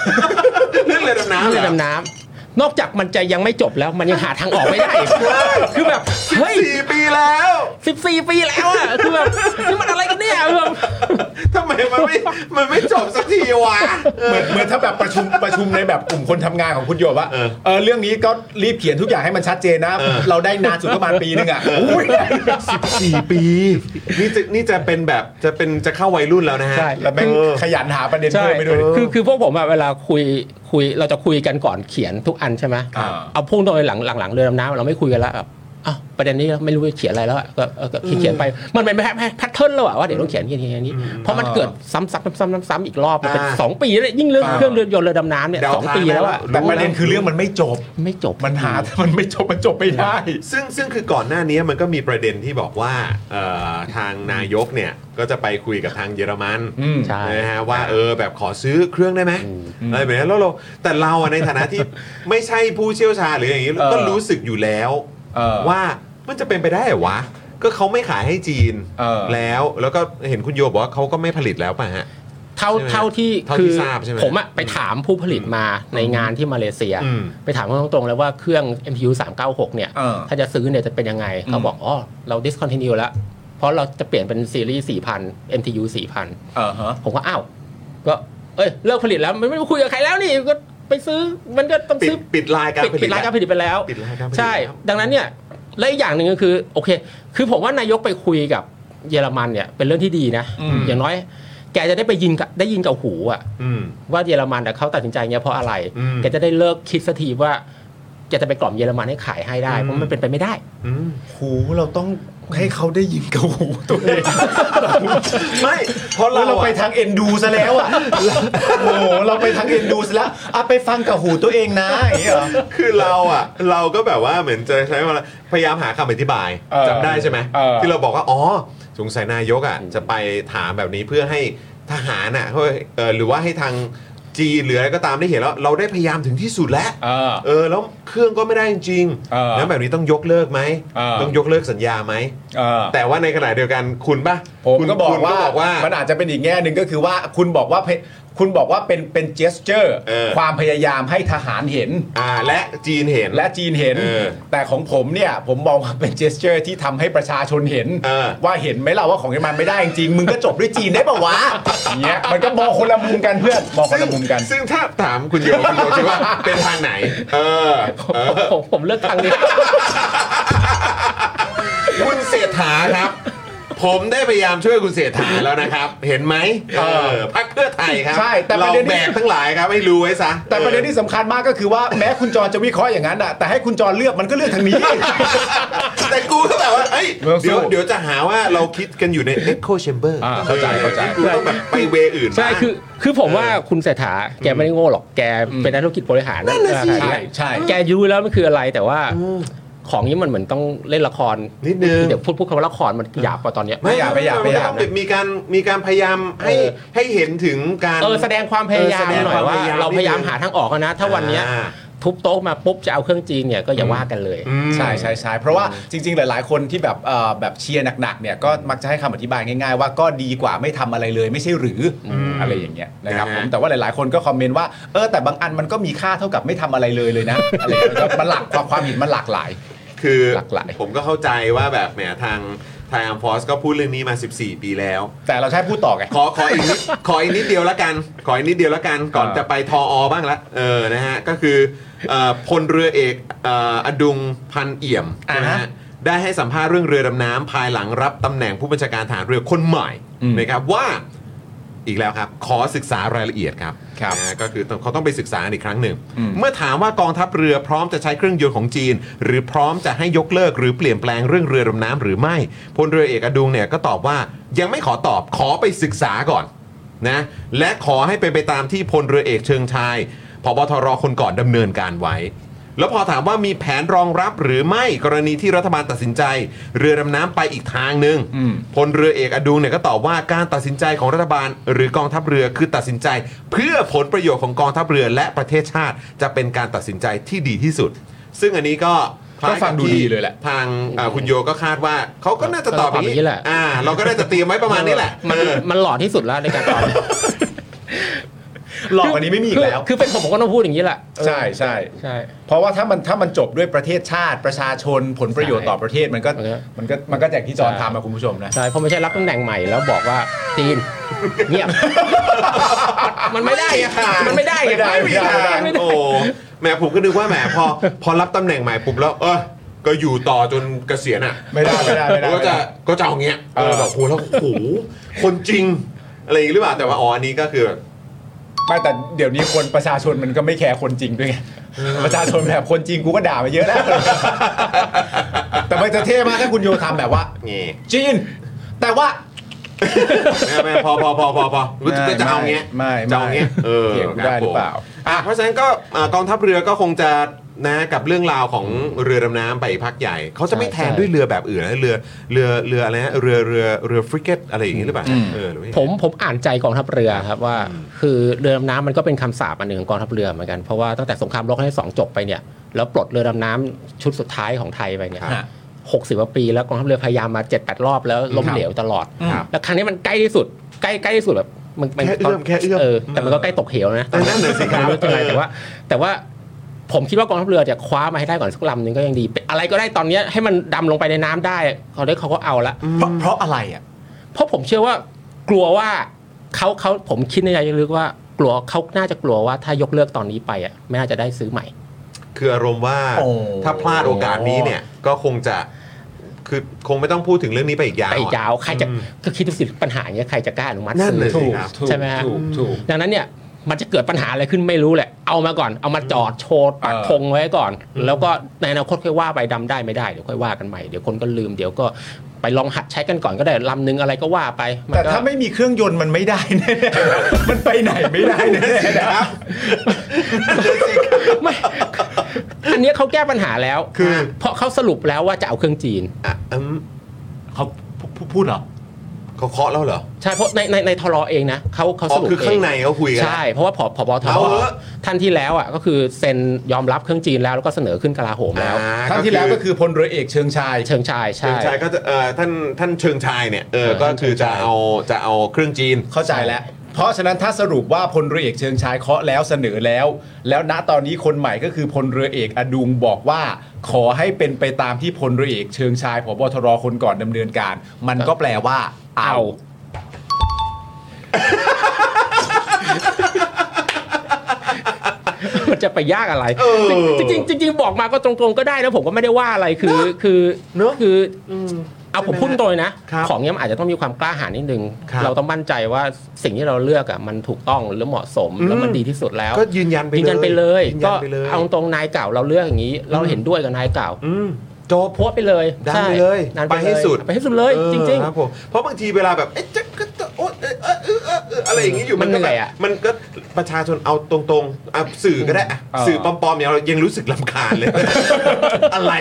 [SPEAKER 4] เรื่องเรือดำน้ำ
[SPEAKER 8] เรื่
[SPEAKER 4] เหร
[SPEAKER 8] อง
[SPEAKER 4] อ
[SPEAKER 8] ดำน้ำ นอกจากมันจะยังไม่จบแล้วมันยังหาทางออกไม่ได้ คือแบบเฮ้ย
[SPEAKER 4] สี่ปีแล้ว
[SPEAKER 8] 14 ปีแล้วอ่ะคือแบบ นี่มันอะไรกันเนี่ยคือแบบ
[SPEAKER 4] ทำไมมันไม่มันไม่จบสักทีวะ
[SPEAKER 5] เหมือนเหมือนถ้าแบบประชุมประชุมในแบบกลุ่มคนทำงานของคุณโยว่า
[SPEAKER 4] เออ
[SPEAKER 5] เออเรื่องนี้ก็รีบเขียนทุกอย่างให้มันชัดเจนนะ เราได้นานสุดประมาณปีนึ งอ่ะอุ้ย
[SPEAKER 4] สิบสี่ปี นี่จะนี่จะเป็นแบบจะเป็นจะเข้าวัยรุ่นแล้วนะฮะ
[SPEAKER 8] ใช่
[SPEAKER 5] แล้วแม่งขยันหาประเด็น
[SPEAKER 8] ใช่
[SPEAKER 5] เพิ่มไปด้วย
[SPEAKER 8] คือคือพวกผมอะเวลาคุยคุยเราจะคุยกันก่อนเขียนทุกอันใช่ไหม
[SPEAKER 5] อ่า
[SPEAKER 8] เอาพุ่งโดยหลังหลังหลังเรือดำน้ำเราไม่คุยกันแล้วแบบอ้าวประเด็นนี้ไม่รู้จะเขียนอะไรแล้วอะก็เออก็เขียนไปมันเป็นแพทเทิร์นแล้วอะว่าเดี๋ยวต้องเขียนอย่างนี้อย่างนี้เพราะมันเกิดซ้ำๆซ้ำๆซ้ำๆอีกรอบมันเป็น
[SPEAKER 4] อ่า
[SPEAKER 8] สองปีแล้วเนี่ยยิ่งเรื่อง
[SPEAKER 4] อ่า
[SPEAKER 8] เครื่องเรือยนต์เรือดำน้ำเนี่ย
[SPEAKER 4] เดา
[SPEAKER 8] สอง
[SPEAKER 4] ทาง
[SPEAKER 8] ปีแล้วอะ
[SPEAKER 4] ได้แล้ว
[SPEAKER 5] แต่ประเด็นคือเรื่องมันไม่จบ
[SPEAKER 8] ไม่จบ
[SPEAKER 5] มันหา มันไม่จบ มันจบไม่ได้
[SPEAKER 4] ซึ่งซึ่งคือก่อนหน้านี้มันก็มีประเด็นที่บอกว่าเอ่อทางนายกเนี่ย ก็จะไปคุยกับทางเยอรมัน
[SPEAKER 5] อืม
[SPEAKER 8] ใช่
[SPEAKER 4] นะฮะว่าเออแบบขอซื้อเครื่องได้ไหมอะไรแบบนี้แล้วเราแต่เราอะในฐานะที่ ไม่ใช่ผู้เชี่ยวชาญหรืออย่างนี้
[SPEAKER 5] เออ
[SPEAKER 4] ก็รู้สึกอยู่แล้ว
[SPEAKER 5] เออ
[SPEAKER 4] ว่ามันจะเป็นไปได้เหรอวะ ก็เขาไม่ขายให้จีน
[SPEAKER 5] เออ
[SPEAKER 4] แล้วแล้วก็เห็นคุณโยบอกว่าเขาก็ไม่ผลิตแล้วป่ะฮะ
[SPEAKER 8] เท่า
[SPEAKER 4] ใช่ไหม
[SPEAKER 8] เท่าที่
[SPEAKER 4] เท่าที่
[SPEAKER 8] คือ
[SPEAKER 4] ทราบใช่ไหม
[SPEAKER 8] ผมอะไปถามผู้ผลิตมาในงานที่มาเลเซีย
[SPEAKER 4] อืม
[SPEAKER 8] ไปถามเขาตรงๆแล้วว่าเครื่อง MPU 396 เนี่ย
[SPEAKER 5] เออ
[SPEAKER 8] ถ้าจะซื้อเนี่ยจะเป็นยังไง เขาบอกอ๋อเรา discontinue แล้ว เพราะเราจะเปลี่ยนเป็นซีรีส์ 4,000 MTU 4,000
[SPEAKER 5] เออฮะ
[SPEAKER 8] ผมก็อ้าว ก็เอ้ยเลิกผลิตแล้วไม่ไม่คุยกับใครแล้วนี่ก็ไปซื้อมันก็ต้อง
[SPEAKER 4] ปิด
[SPEAKER 8] ซื้อ
[SPEAKER 4] ปิดลายการ
[SPEAKER 8] ปิด
[SPEAKER 4] ผลิต
[SPEAKER 8] ปิดรายการผลิตไปแล้ว
[SPEAKER 4] ปิดลายการผลิต
[SPEAKER 8] ใช่
[SPEAKER 4] แล้ว
[SPEAKER 8] ดังนั้นเนี่ย และอีกอย่างหนึ่งก็คือ โอเค คือผมว่านายกไปคุยกับเยอรมันเนี่ย เป็นเรื่องที่ดีนะ
[SPEAKER 5] อืม
[SPEAKER 8] อย่างน้อย แกจะได้ไปยินกับได้ยินกับหูอะ
[SPEAKER 4] อืม
[SPEAKER 8] ว่าเยอรมันอะเขาตัดสินใจเงี้ยเพราะอะไร
[SPEAKER 4] อืม
[SPEAKER 8] แกจะได้เลิกคิดสักทีว่าแกจะไปกล่อมเยอรมันให้ขายให้ได้
[SPEAKER 4] อืม
[SPEAKER 8] เพราะมันเป็นไปไม่ได้
[SPEAKER 4] อืม
[SPEAKER 5] หูเราต้องให้เขาได้ยินกับหูตัวเอง
[SPEAKER 4] ไม่เพราะ
[SPEAKER 5] แล้ว
[SPEAKER 4] เรา
[SPEAKER 5] เราไป
[SPEAKER 4] อะ
[SPEAKER 5] ทางเอ็นดูซะแล้วอ่ะ โอ้โห เราไปทางเอ็นดูซะแล้วอ่ะไปฟังกับหูตัวเองนะอย่างเงี้ยเหรอ
[SPEAKER 4] คือเราอ่ะ เราก็แบบว่าเหมือนจะใช้ว่าพยายามหาคำอธิบาย
[SPEAKER 5] เออ
[SPEAKER 4] จำได้ใช่ไหม
[SPEAKER 5] เออ
[SPEAKER 4] ที่เราบอกว่า อ๋อ สงสัยนายกอ่ะ จะไปถามแบบนี้เพื่อให้ทหารอ่ะเขาเออหรือว่าให้ทางจีนหรืออะไรก็ตามได้เห็นแล้ว เราได้พยายามถึงที่สุดแล้ว
[SPEAKER 5] เออ
[SPEAKER 4] เออแล้วเครื่องก็ไม่ได้จริง
[SPEAKER 5] เออ
[SPEAKER 4] แล้วแบบนี้ต้องยกเลิกไหม
[SPEAKER 5] เออ
[SPEAKER 4] ต้องยกเลิกสัญญาไหม
[SPEAKER 5] เออ
[SPEAKER 4] แต่ว่าในขณะเดียวกันคุณป่ะ
[SPEAKER 5] ผม
[SPEAKER 4] คุณ
[SPEAKER 5] ก็บอก
[SPEAKER 4] คุณ
[SPEAKER 5] ว่า
[SPEAKER 4] บอกว่า
[SPEAKER 5] นอาจจะเป็นอีกแง่หนึ่งก็คือว่าคุณบอกว่าเพคุณบอกว่าเป็นเป็นเจสเจอร์
[SPEAKER 4] เออ
[SPEAKER 5] ความพยายามให้ทหารเห็น
[SPEAKER 4] อ่าและจีนเห็น
[SPEAKER 5] และจีนเห็น
[SPEAKER 4] เออ
[SPEAKER 5] แต่ของผมเนี่ย ผมมองว่าเป็นเจสเจอร์ที่ทำให้ประชาชนเห็น
[SPEAKER 4] เออ
[SPEAKER 5] ว่าเห็นไหมล่ะว่าของเยอรมันไม่ได้จริงๆมึงก็จบด้วยจีนได้ปะวะอย่างเงี้ยมันก็มองคนละมุมกันเพื่อนมองคนละมุมกัน
[SPEAKER 4] ซึ่งถ้าถามคุณโยคุณโยคิดว่าเป็นทางไหน เออ
[SPEAKER 8] ผมผมเลิกทางนี้
[SPEAKER 4] คุณเศรษฐาครับ ผมได้พยายามช่วยคุณเศรษฐาแล้วนะครับ เห็นไหมเออพักเพื่อไทยครับ
[SPEAKER 5] ใช่แต่ป
[SPEAKER 4] เรา
[SPEAKER 5] ระเด็นนี้
[SPEAKER 4] แบกทั้งหลายครับให้รู้ไว้ซะ
[SPEAKER 5] แต่ประเด็นที่สำคัญมากก็คือว่าแม้คุณจรจะวิเคราะห์อย่างนั้นอ่ะแต่ให้คุณจรเลือกมันก็เลือกทางนี้
[SPEAKER 4] แต่กูก็แบบว่าเอ้ย
[SPEAKER 5] เมืองสู้
[SPEAKER 4] เดี๋ยวเดี๋ยวจะหาว่าเราคิดกันอยู่ใน echo chamber
[SPEAKER 5] อ่าเข้าใจเข้าใจ
[SPEAKER 4] กูต้องแบบไปเวอื่น
[SPEAKER 8] ใช่คือคือผมว่าคุณเศรษฐาแกไม่ได้โง่หรอกแกเป็นนักธุรกิจบริหารนั่นแหละ
[SPEAKER 5] ใช่ใช่
[SPEAKER 8] แกรู้แล้วมันคืออะไรแต่ว่าของนี้มันเหมือนต้องเล่นละคร
[SPEAKER 4] นิดนึง
[SPEAKER 8] เดี๋ยวพูดพูดคำว่าละครมันหยาบกว่าตอนเนี้ย
[SPEAKER 5] ไม่อยากไม่อยากไม่อยาก
[SPEAKER 4] นต้งมีการมีการพยายามให้ให้เห็นถึงการ
[SPEAKER 8] เออแสดงความพยายา
[SPEAKER 4] เออ
[SPEAKER 8] ม
[SPEAKER 4] แสดง
[SPEAKER 8] หน่
[SPEAKER 4] ค
[SPEAKER 8] อ
[SPEAKER 4] วาย ม
[SPEAKER 8] ว่า
[SPEAKER 4] พยายาม
[SPEAKER 8] เราพยายาม
[SPEAKER 4] นิดนึง
[SPEAKER 8] หาทางออกแล้วนะ ถ้าวันเนี้ย
[SPEAKER 4] อ่า
[SPEAKER 8] ทุบโต๊ะมาปุ๊บจะเอาเครื่องจีนเนี่ยก็อย่าว่ากันเลย
[SPEAKER 4] อืม
[SPEAKER 5] ใช่ใช่ใช่เพราะว่าจริง ๆ หลาย ๆ คนที่แบบเอ่อแบบเชียร์หนัก ๆ เนี่ยก็มักจะให้คำอธิบายง่าย ๆ ว่าก็ดีกว่าไม่ทำอะไรเลยไม่ใช่หรืออ
[SPEAKER 4] ม
[SPEAKER 5] อะไรอย่างเงี้ยนะครับ
[SPEAKER 4] นะ
[SPEAKER 5] ผ
[SPEAKER 4] ฮะ
[SPEAKER 5] มแต่ว่าหลาย ๆ คนก็คอมเมนต์ว่าเออแต่บางอันมันก็มีค่าเท่ากับไม่ทำอะไรเลยเลยนะอะไรอย่างเงี้ยก็มันหลากความความเห็นมันหลากหลาย
[SPEAKER 4] คือ
[SPEAKER 5] หลากหลาย
[SPEAKER 4] ผมก็เข้าใจว่าแบบแหมทางทางอัมฟอสก็พูดเรื่องนี้มา 14 ปีแล้ว
[SPEAKER 5] แต่เราจะใช้พูดต่อไง
[SPEAKER 4] ขอขออีกนิดขออีกนิดเดียวละกัน ขออีกนิดเดียวละกันก่อน
[SPEAKER 5] อ่า
[SPEAKER 4] จะไปทออบ้างละเออนะฮะก็คือเอ่อพลเรือเอกเอ่ออดุงพันเอี่ยม
[SPEAKER 5] อ่าฮะ
[SPEAKER 4] ใช่ไหมฮะได้ให้สัมภาษณ์เรื่องเรือดำน้ำภายหลังรับตำแหน่งผู้บัญชาการฐานเรือคนใหม่
[SPEAKER 5] อืม
[SPEAKER 4] นะครับว่าอีกแล้วครับ ขอศึกษารายละเอียดครับ
[SPEAKER 5] ครับ
[SPEAKER 4] นะฮะก็คือต้องเขาต้องไปศึกษาอีกครั้งหนึ่ง
[SPEAKER 5] อืม
[SPEAKER 4] เมื่อถามว่ากองทัพเรือพร้อมจะใช้เครื่องยนต์ของจีน หรือพร้อมจะให้ยกเลิกหรือเปลี่ยนแปลงเรื่องเรือดำน้ำหรือไม่พลเรือเอกอดุงเนี่ยก็ตอบว่ายังไม่ขอตอบขอไปศึกษาก่อนนะและขอให้เป็นไปตามที่พลเรือเอกเชิงชายพบทรคนก่อนดำเนินการไว้ แล้วพอถามว่ามีแผนรองรับหรือไม่กรณีที่รัฐบาลตัดสินใจ เรือดำน้ำไปอีกทางหนึ่ง
[SPEAKER 5] อืม
[SPEAKER 4] พลเรือเอกอดุงเนี่ยก็ตอบว่าการตัดสินใจของรัฐบาล หรือกองทัพเรือคือตัดสินใจ เพื่อผลประโยชน์ของกองทัพเรือและประเทศชาติจะเป็นการตัดสินใจที่ดีที่สุด ซึ่งอันนี้ก็คล้าย
[SPEAKER 5] ก็ฟังดู
[SPEAKER 4] กับที่
[SPEAKER 5] ดีเลยแหละ
[SPEAKER 4] ทางอ่าคุณโยก็คาดว่าเขาก็น่าจะตอบอย่าง
[SPEAKER 8] ตอบอย่างนี้แหละ
[SPEAKER 4] อ่า เราก็น่าจะเตรียมไว้ประมาณนี้แหละ
[SPEAKER 8] มัน
[SPEAKER 4] เออ
[SPEAKER 8] มันหล่อที่สุดแล้วในการตอบ
[SPEAKER 5] หลอกอันนี้ไม่มีอีกแล้ว
[SPEAKER 8] คือคือเป็นผมผมก็ต้องพูดอย่างนี้แหละเออ
[SPEAKER 5] ใช่ใช่
[SPEAKER 8] ใช่
[SPEAKER 5] เพราะว่าถ้ามันถ้ามันจบด้วยประเทศชาติประชาชนผลประโยชน์ต่อประเทศมันก็
[SPEAKER 8] มันก็
[SPEAKER 5] มันก็มันก็แจกที่จอนทำมาคุณผู้ชมนะ
[SPEAKER 8] ใช่เพราะไม่ใช่รับตำแหน่งใหม่แล้วบอกว่าจีนเงียบ มันไม่ได้อะมันไม่ได้
[SPEAKER 4] ไม่
[SPEAKER 8] อะ
[SPEAKER 4] ได้
[SPEAKER 8] ไม่
[SPEAKER 4] ไม่
[SPEAKER 8] ได้
[SPEAKER 4] ได้
[SPEAKER 8] ไม่ได้
[SPEAKER 4] โอ้แหมผมก็นึกว่าแหมพอพอรับตำแหน่งใหม่ปุ๊บแล้วเออก็อยู่ต่อจนเกษียณอ่ะ
[SPEAKER 5] ไม่ได้ไม่ได้ไม่ได้
[SPEAKER 4] ก็จะก็จะเอาเงี้ยเออ
[SPEAKER 5] เออ
[SPEAKER 4] แบบโหแล้วโหคนจริงอะไรอย่างงี้หรือเปล่าแต่ว่าอ๋ออันนี้ก็คือแบบ
[SPEAKER 5] ไม่แต่เดี๋ยวนี้คนประชาชนมันก็ไม่แคร์คนจริง ด้วยไงประชาชนแบบคนจริงกูก็ด่ามาเยอะแล้ว แต่มันจะเท่มากถ้าคุณโยทำแบบว่า
[SPEAKER 4] นี่
[SPEAKER 5] จีน แต่ว่า
[SPEAKER 4] ไม่ไม่พอพอพอพอพอรู้สึกว่าจะเอาเงี้ย
[SPEAKER 5] ไม่ไม่
[SPEAKER 4] จะเอาเงี้ยเออ
[SPEAKER 5] เถียงกูได้
[SPEAKER 4] คบ
[SPEAKER 5] หรือเปล่า
[SPEAKER 4] ผมอ่ะเพราะฉะนั้นก็อ่ากองทัพเรือก็คงจะนะกับเรื่องราวของเรือดำน้ำไปพักใหญ่เขาจะไม่แทนด้วยเรือแบบอื่นนะเรือเรือเรืออะไรนะเรือเรือเรือฟริเกตอะไรอย่างงี้หรือเปล่าเออหรือว่ายังไง
[SPEAKER 8] ผมผมอ่านใจกองทัพเรือครับว่า คือเรือดำน้ำมันก็เป็นคำสาปอันหนึ่งของกองทัพเรือเหมือนกันเพราะว่าตั้งแต่สงครามโลกครั้งที่สองจบไปเนี่ยแล้วปลดเรือดำน้ำชุดสุดท้ายของไทยไปเนี่ย
[SPEAKER 5] ฮะ
[SPEAKER 8] หกสิบกว่าปีแล้วกองทัพเรือพยายามมาเจ็ดแปดรอบแล้วล้มเหลวตลอด
[SPEAKER 4] ครับ
[SPEAKER 8] แล้วครั้งนี้มันใกล้ที่สุดใกล้ใกล้ที่สุดแบบมันมัน
[SPEAKER 4] แค่เอื้อมแค่เอื้อม
[SPEAKER 8] แต่มันก็ใกล้ตกเหวนะ
[SPEAKER 4] เออนั่นน่ะสิครับ
[SPEAKER 8] ไม่รู้เป็นไร
[SPEAKER 4] เออ
[SPEAKER 8] แต่ว่าแต่ว่า ผมคิดว่ากองทัพเรือจะคว้ามาให้ได้ก่อนสักลำหนึ่งก็ยังดี อะไรก็ได้ตอนเนี้ยให้มันดำลงไปในน้ำได้เขาได้เขาก็เอาละ
[SPEAKER 5] เพราะเพราะอะไรอ่ะ
[SPEAKER 8] เพราะผมเชื่อว่ากลัวว่าเขาเขาผมคิดในใจลึกๆว่ากลัวเขาน่าจะกลัวว่าถ้ายกเลิกตอนนี้ไปอ่ะไม่น่าจะได้ซื้อใหม่
[SPEAKER 4] คืออารมณ์ว่า
[SPEAKER 5] โอ้
[SPEAKER 4] ถ้าพลาดโอกาสนี้เนี่ยก็คงจะคือคงไม่ต้องพูดถึงเรื่องนี้ไปอีกยาว
[SPEAKER 8] ไป
[SPEAKER 4] อะ
[SPEAKER 8] ยาวใครจะ
[SPEAKER 4] อืม
[SPEAKER 8] ก็คิดดูสิปัญหาอย่างเงี้ยใครจะกล้าอนุมัติ
[SPEAKER 4] นั่น
[SPEAKER 8] ซื้
[SPEAKER 5] ถู
[SPEAKER 4] น่ะสิ
[SPEAKER 8] อ
[SPEAKER 5] ก
[SPEAKER 4] ครับ
[SPEAKER 5] ถูก
[SPEAKER 8] ใช่ไหมฮะ
[SPEAKER 5] ถูกถูก
[SPEAKER 8] ดังนั้นเนี่ยมันจะเกิดปัญหาอะไรขึ้นไม่รู้แหละเอามาก่อนเอามาจอดโชว์ปัก
[SPEAKER 5] เออ
[SPEAKER 8] ธงไว้ก่อน แล้วก็ในอนาคตค่อยว่าไปดำได้ไม่ได้เดี๋ยวค่อยว่ากันใหม่เดี๋ยวคนก็ลืมเดี๋ยวก็ไปลองหัดใช้กันก่อนก็ได้ลำนึงอะไรก็ว่าไปน
[SPEAKER 5] แต่
[SPEAKER 8] ก็
[SPEAKER 5] ถ้าไม่มีเครื่องยนต์มันไม่ได้แน่ๆมันไปไหนไม่ได้แน่ๆนะครับ
[SPEAKER 8] ไม่ อันเนี้ยเขาแก้ปัญหาแล้ว
[SPEAKER 4] คือ
[SPEAKER 8] เพราะเขาสรุปแล้วว่าจะเอาเครื่องจีน
[SPEAKER 4] อ่ะอืม
[SPEAKER 5] เขาพูดเหรอ
[SPEAKER 4] เขาเคาะแล้วเหรอ
[SPEAKER 8] ใช่เพราะในในในทรอเองนะเขาเขา
[SPEAKER 4] อ๋อ
[SPEAKER 8] สรุป
[SPEAKER 4] คือข้างในเขาคุยกัน
[SPEAKER 8] ใช่เพราะว่าผอผบท
[SPEAKER 4] เอาเหอะ
[SPEAKER 8] ท่านที่แล้วอ่ะก็คือเซ็นยอมรับเครื่องจีนแล้วแล้วก็เสนอขึ้นกลาโหมแล้ว
[SPEAKER 4] อ่
[SPEAKER 5] ครั้งที่แล้วก็คือพลเรือเอกเชิงชาย
[SPEAKER 8] เชิงชาย
[SPEAKER 4] เชิ
[SPEAKER 8] ใช่
[SPEAKER 4] งชายก็จะเอ่อท่านท่านเชิงชายเนี่ยเออ
[SPEAKER 8] เออ
[SPEAKER 4] ก็
[SPEAKER 8] ท่านเชิ
[SPEAKER 4] คืองจะ
[SPEAKER 8] ชาย
[SPEAKER 4] เอาจะเอาเครื่องจีน
[SPEAKER 5] เข้าใจแล้ว เพราะฉะนั้นถ้าสรุปว่าพลเรือเอกเชิงชายเคาะแล้วเสนอแล้ว แล้วณตอนนี้คนใหม่ก็คือพลเรือเอกอดุงบอกว่า ขอให้เป็นไปตามที่พลเรือเอกเชิงชายผบทรคนก่อนดำเนินการ มันก็แปลว่า เอา
[SPEAKER 8] เอา มันจะไปยากอะไร
[SPEAKER 4] เออ
[SPEAKER 8] จริงจริงๆจริงๆบอกมาก็ตรงๆก็ได้นะผมก็ไม่ได้ว่าอะไรคือคือคือเอาผมพูดตรงเลยนะ
[SPEAKER 4] ครับ
[SPEAKER 8] ของเนี้ยมันอาจจะต้องมีความกล้าหาญนิดนึง
[SPEAKER 4] ครับ
[SPEAKER 8] เราต้องมั่นใจว่าสิ่งที่เราเลือกอ่ะมันถูกต้องหรือเหมาะสมแล้วมันดีที่สุดแล้ว
[SPEAKER 4] ก็ยืนยันไปเลย
[SPEAKER 8] ยืนยันไปเลย
[SPEAKER 4] ยืน
[SPEAKER 8] ก็
[SPEAKER 4] ยันไปเลย
[SPEAKER 8] เอาตรงนายเก่าเราเลือกอย่างนี้ เราเห็นด้วยกับนายเก่า
[SPEAKER 4] อืม
[SPEAKER 8] โจพัวไปเลย
[SPEAKER 4] ดัน
[SPEAKER 8] ใช่
[SPEAKER 4] ไปเลย
[SPEAKER 8] ดัน
[SPEAKER 4] ไปให้
[SPEAKER 8] เย
[SPEAKER 4] สุด
[SPEAKER 8] ไปให้สุดเลย
[SPEAKER 4] ออ
[SPEAKER 8] จริง
[SPEAKER 4] ครับผมเพราะบางทีเวลาแบบเอ๊ะจะก็จะโอ๊ยเอ๊ะเอ๊ะเอ๊ะเอ๊ะเอ๊ะอะไรอย่างงี้อยู่
[SPEAKER 8] มัน
[SPEAKER 4] ก็
[SPEAKER 8] เห
[SPEAKER 4] แบ
[SPEAKER 8] นื่อย
[SPEAKER 4] บ
[SPEAKER 8] อะ
[SPEAKER 4] มันก็ประชาชนเอาตรงๆอ่ะสื่อก็ได้อ่ะ
[SPEAKER 5] เออ
[SPEAKER 4] สื่อปลอมๆอย่างเรายังรู้สึกลำคาญเลย อะไร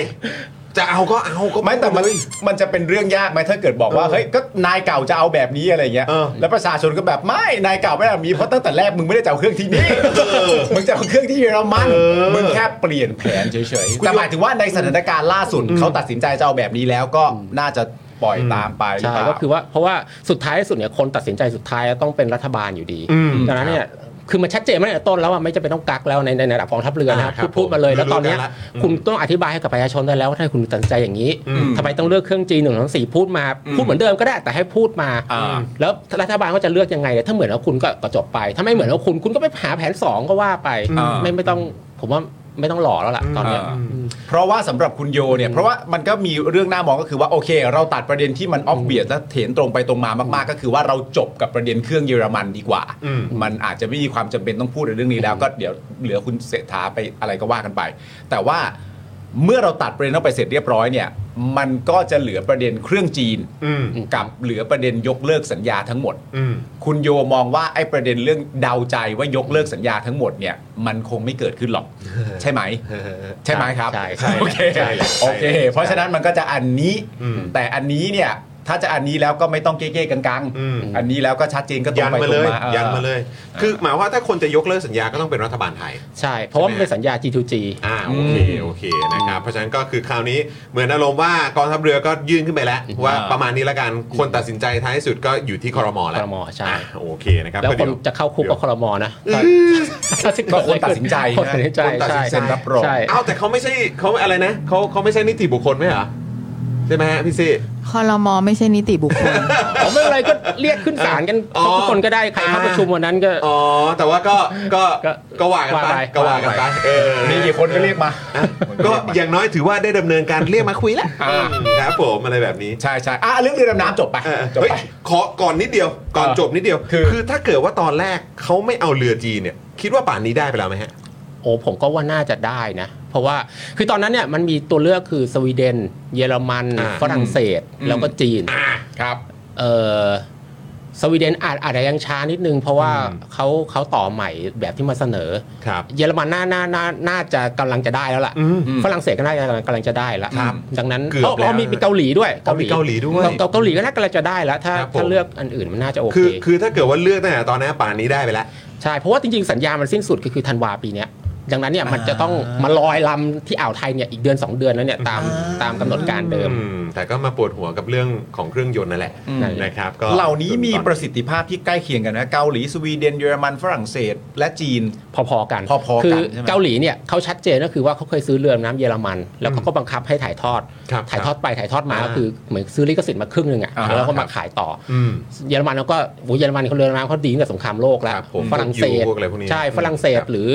[SPEAKER 4] จะเอาก็เอาก็
[SPEAKER 5] ไม่แต่มัน
[SPEAKER 4] เลย
[SPEAKER 5] มันจะเป็นเรื่องยากไหมถ้าเกิดบอกว่า
[SPEAKER 4] เออ
[SPEAKER 5] เฮ้ยก็นายเก่าจะเอาแบบนี้อะไรเงี้ย
[SPEAKER 4] เออ
[SPEAKER 5] แล้วประชาชนก็แบบไม่นายเก่าไม่ได้แบบนี้เพราะตั้งแต่แรกมึงไม่ได้จะเอาเครื่องที่นี่มึงจะเอาเครื่องที่เยอรมันมึงแค่เปลี่ยนแผนเฉยๆแต่หมายถึงว่าในสถานการณ์ล่าสุดเขาตัดสินใจจะเอาแบบนี้แล้วก็น่าจะปล่อยตามไปหรือ
[SPEAKER 8] ใช่
[SPEAKER 5] เปล่า
[SPEAKER 8] ก็คือว่าเพราะว่าสุดท้ายที่สุดเนี่ยคนตัดสินใจสุดท้ายต้องเป็นรัฐบาลอยู่ดีดังนั้นเนี่ยคือมันชัดเจนมาตั้งแต่ต้นแล้วว่าไม่จำเป็นต้องกักแล้วในในในระดับกองทัพเรือนะครับ
[SPEAKER 4] อ่าครับ
[SPEAKER 8] พูดพูดมาเลยแล้ว
[SPEAKER 4] ผม
[SPEAKER 8] ตอนเนี้ย
[SPEAKER 4] รู้แล้ว
[SPEAKER 8] คุณต้องอธิบายให้กับประชาชนได้แล้วว่าถ้าคุณตัดสินใจอย่างนี้ทำไมต้องเลือกเครื่องจีนหนึ่งสองสี่พูดมาพูดเหมือนเดิมก็ได้แต่ให้พูดมา
[SPEAKER 5] อ่า
[SPEAKER 8] แล้วรัฐบาลก็จะเลือกยังไงเนี่ยถ้าเหมือนกับคุณก็ก็จบไป ถ้าไม่เหมือนกับคุณคุณก็ไปหาแผนสองก็ว่าไป
[SPEAKER 5] อ่า
[SPEAKER 8] ไม่ไม่ต้องผมว่าไม่ต้องหล่อแล้วล่ะตอนเนี้ย
[SPEAKER 5] เพราะว่าสำหรับคุณโยเนี่ยเพราะว่ามันก็มีเรื่องหน้ามองก็คือว่าโอเค เราตัดประเด็นที่มันออฟเบียและเห็นตรงไปตรงมามากๆ ก็คือว่าเราจบกับประเด็นเครื่องเยอรมันดีกว่า
[SPEAKER 4] อืม
[SPEAKER 5] มันอาจจะไม่มีความจำเป็นต้องพูดในเรื่องนี้แล้วก็เดี๋ยวเหลือคุณเศรษฐาไปอะไรก็ว่ากันไป แต่ว่าเมื่อเราตัดประเด็นออกไปเสร็จเรียบร้อยเนี่ย มันก็จะเหลือประเด็นเครื่องจีน
[SPEAKER 4] อืม
[SPEAKER 5] กับเหลือประเด็นยกเลิกสัญญาทั้งหมด
[SPEAKER 4] อืม
[SPEAKER 5] คุณโยมองว่าไอ้ประเด็นเรื่องเดาใจว่ายกเลิกสัญญาทั้งหมดเนี่ยมันคงไม่เกิดขึ้นหรอก ใช่ไหม ใช่ไหมครับ
[SPEAKER 8] ใช่ใช่
[SPEAKER 5] โอเค
[SPEAKER 8] ใช่
[SPEAKER 5] โอเค เพราะฉะนั้นมันก็จะอันนี้ แต่อันนี้เนี่ย ถ้าจะอันนี้แล้วก็ไม่ต้องเก๊ๆกันกังๆ
[SPEAKER 4] อืม
[SPEAKER 5] อันนี้แล้วก็ชัดเจนก็ตร
[SPEAKER 4] ยั
[SPEAKER 5] ง
[SPEAKER 4] น
[SPEAKER 5] ไป
[SPEAKER 4] มา
[SPEAKER 5] ตร
[SPEAKER 4] เล
[SPEAKER 5] ง
[SPEAKER 4] ย
[SPEAKER 5] มา
[SPEAKER 4] ยั
[SPEAKER 5] ยั
[SPEAKER 4] นมาเลย คือหมายความว่าถ้าคนจะยกเลิกสัญญาก็ต้องเป็นรัฐบาลไทย
[SPEAKER 8] ใช่ เพราะว่ามันเป็นสัญญา G2G
[SPEAKER 4] อ่าโอเคโอเคนะครับเพราะฉะนั้นก็คือคราวนี้เหมือนอารมณ์ว่ากองทัพเรือก็ยื่นขึ้นไปแล้ว ว่าประมาณนี้ละกันคนตัดสินใจท้ายสุดก็อยู่ที่คอรมอแล้ว
[SPEAKER 8] ครมใช่
[SPEAKER 4] อ่ะโอเคนะครับ
[SPEAKER 8] แล้ว
[SPEAKER 4] ก็
[SPEAKER 8] ค
[SPEAKER 4] เดี๋
[SPEAKER 8] น
[SPEAKER 4] ย
[SPEAKER 8] จะเข้าคุกก็ครมนะถ้าถ้าจะ
[SPEAKER 5] ก็
[SPEAKER 8] เด
[SPEAKER 5] คน
[SPEAKER 8] อะไร
[SPEAKER 5] ตัดสินใจ
[SPEAKER 8] คนตัดสินใจ
[SPEAKER 5] คนตัดสินใจ
[SPEAKER 8] ใช่
[SPEAKER 5] รับรอง
[SPEAKER 8] ใช่
[SPEAKER 4] เอ้าแต่เขาไม่ใช่เขาอะไรนะเขาเขาไม่ใช่นิติบุคคลไหมเหรอใช่ไหมฮะพี่ซี่
[SPEAKER 6] คอรมอไม่ใช่นิติบุคคล
[SPEAKER 8] ผมไม่เป็นไรก็เรียกขึ้นศาลกัน
[SPEAKER 4] อ๋อ
[SPEAKER 8] ทุกคนก็ได้ใครเข้า
[SPEAKER 4] อ่า
[SPEAKER 8] ประชุมวันนั้นก็
[SPEAKER 4] อ๋อ แต่ว่าก็ก็
[SPEAKER 8] ก็
[SPEAKER 4] ก็ว่ากันไป
[SPEAKER 8] ว่าไป
[SPEAKER 4] ก็ว่ากันไปเออ
[SPEAKER 5] มีกี่คนก็เรียกมา
[SPEAKER 4] อ่ะก็อย่างน้อยถือว่าได้ดำเนินการเรียกมาคุยแล้ว
[SPEAKER 5] อ่า
[SPEAKER 4] ครับผมอะไรแบบนี้
[SPEAKER 5] ใช่ใช่อ่ะเรื่องเรือดำน้ำจบไป
[SPEAKER 4] เออ
[SPEAKER 5] จบ
[SPEAKER 4] เฮ้ย
[SPEAKER 5] ไป
[SPEAKER 4] ขอก่อนนิดเดียวก่อนจบนิดเดียว
[SPEAKER 5] คือ
[SPEAKER 4] คือถ้าเกิดว่าตอนแรกเขาไม่เอาเรือจีนเนี่ย คิดว่าป่านนี้ได้ไปแล้วไหมฮะ
[SPEAKER 8] โอ้ผมก็ว่าน่าจะได้นะ เพราะว่าคือตอนนั้นเนี่ยมันมีตัวเลือกคือสวีเดน เยอรมัน
[SPEAKER 4] อ่า
[SPEAKER 8] ฝรั่งเศส
[SPEAKER 5] อืม
[SPEAKER 8] แล้วก็จีน
[SPEAKER 5] ครับ
[SPEAKER 8] เออสวีเดนอาจอาจจะยังช้านิดนึง เพราะว่าเขาเขาต่อใหม่แบบที่มาเสนอ
[SPEAKER 4] ครับ
[SPEAKER 8] เยอรมันน่าน่าน่าน่าจะกำลังจะได้แล้วล่ะ
[SPEAKER 4] อืม
[SPEAKER 8] ฝรั่งเศสก็น่าจะกำลังกำลังจะได้ละ
[SPEAKER 4] ครับ
[SPEAKER 8] ดังนั้น
[SPEAKER 4] เกือบ
[SPEAKER 8] เพราะ
[SPEAKER 4] แล้ว
[SPEAKER 8] เพราะมีมีเกาหลีด้วย
[SPEAKER 4] อ๋อมีเกาหลีด้วย
[SPEAKER 8] เกาเกาหลีก็น่ากำลังจะได้แล้วถ้า
[SPEAKER 4] ครับผม
[SPEAKER 8] ถ้าเลือกอันอื่นมันน่าจะโอเค
[SPEAKER 4] คือคือถ้าเกิดว่าเลือกตั้งแต่ตอนนั้นป่านนี้ได้ไปแล้ว
[SPEAKER 8] ใช่เพราะว่าจริงๆสัญญามันสิ้นสุดคือคือธันวาปีเนี้ยดังนั้นเนี่ยมันจะต้องมาลอยลำที่อ่าวไทยเนี่ยอีกเดือนสองเดือนแล้วเนี่ยตามตามกำหนดการเดิม
[SPEAKER 4] อืมแต่ก็มาปวดหัวกับเรื่องของเครื่องยนต์นั่นแหละ
[SPEAKER 5] อืม
[SPEAKER 4] นะครับก็
[SPEAKER 5] เหล่านี้มี
[SPEAKER 4] จตอ
[SPEAKER 5] ประสิทธิภาพที่ใกล้เคียงกันนะเกาหลีสวีเดนเยอรมันฝรั่งเศส และจีน
[SPEAKER 8] พอๆกัน
[SPEAKER 5] พอๆกัน
[SPEAKER 8] คือ
[SPEAKER 5] ใช่ไหม
[SPEAKER 8] เกาหลีเนี่ยเขาชัดเจนก็คือว่าเขาเคยซื้อเรือดำน้ำเยอรมัน แล้วเขาก็บังคับให้ถ่ายทอด
[SPEAKER 4] ครับ
[SPEAKER 8] ถ่ายทอดไปถ่ายทอดมา
[SPEAKER 4] อ่า
[SPEAKER 8] ก็คือเหมือนซื้อลิขสิทธิ์มาครึ่งหนึ่งอ่ะ
[SPEAKER 5] อ่า
[SPEAKER 8] แล้วก็
[SPEAKER 4] ครั
[SPEAKER 8] มา
[SPEAKER 4] บ
[SPEAKER 8] ขายต่ออ
[SPEAKER 4] อืม
[SPEAKER 8] เยอรมันเขาก็โอ้ยเยอรมันเขาเรือดำน้ำเขาดีตั้งแต่สงครามโลกแล้
[SPEAKER 4] คว รับผม
[SPEAKER 8] ฝรั่งเศส
[SPEAKER 4] พวกอะไรพวกนี้
[SPEAKER 8] ใช่ฝรั่งเศสหรือ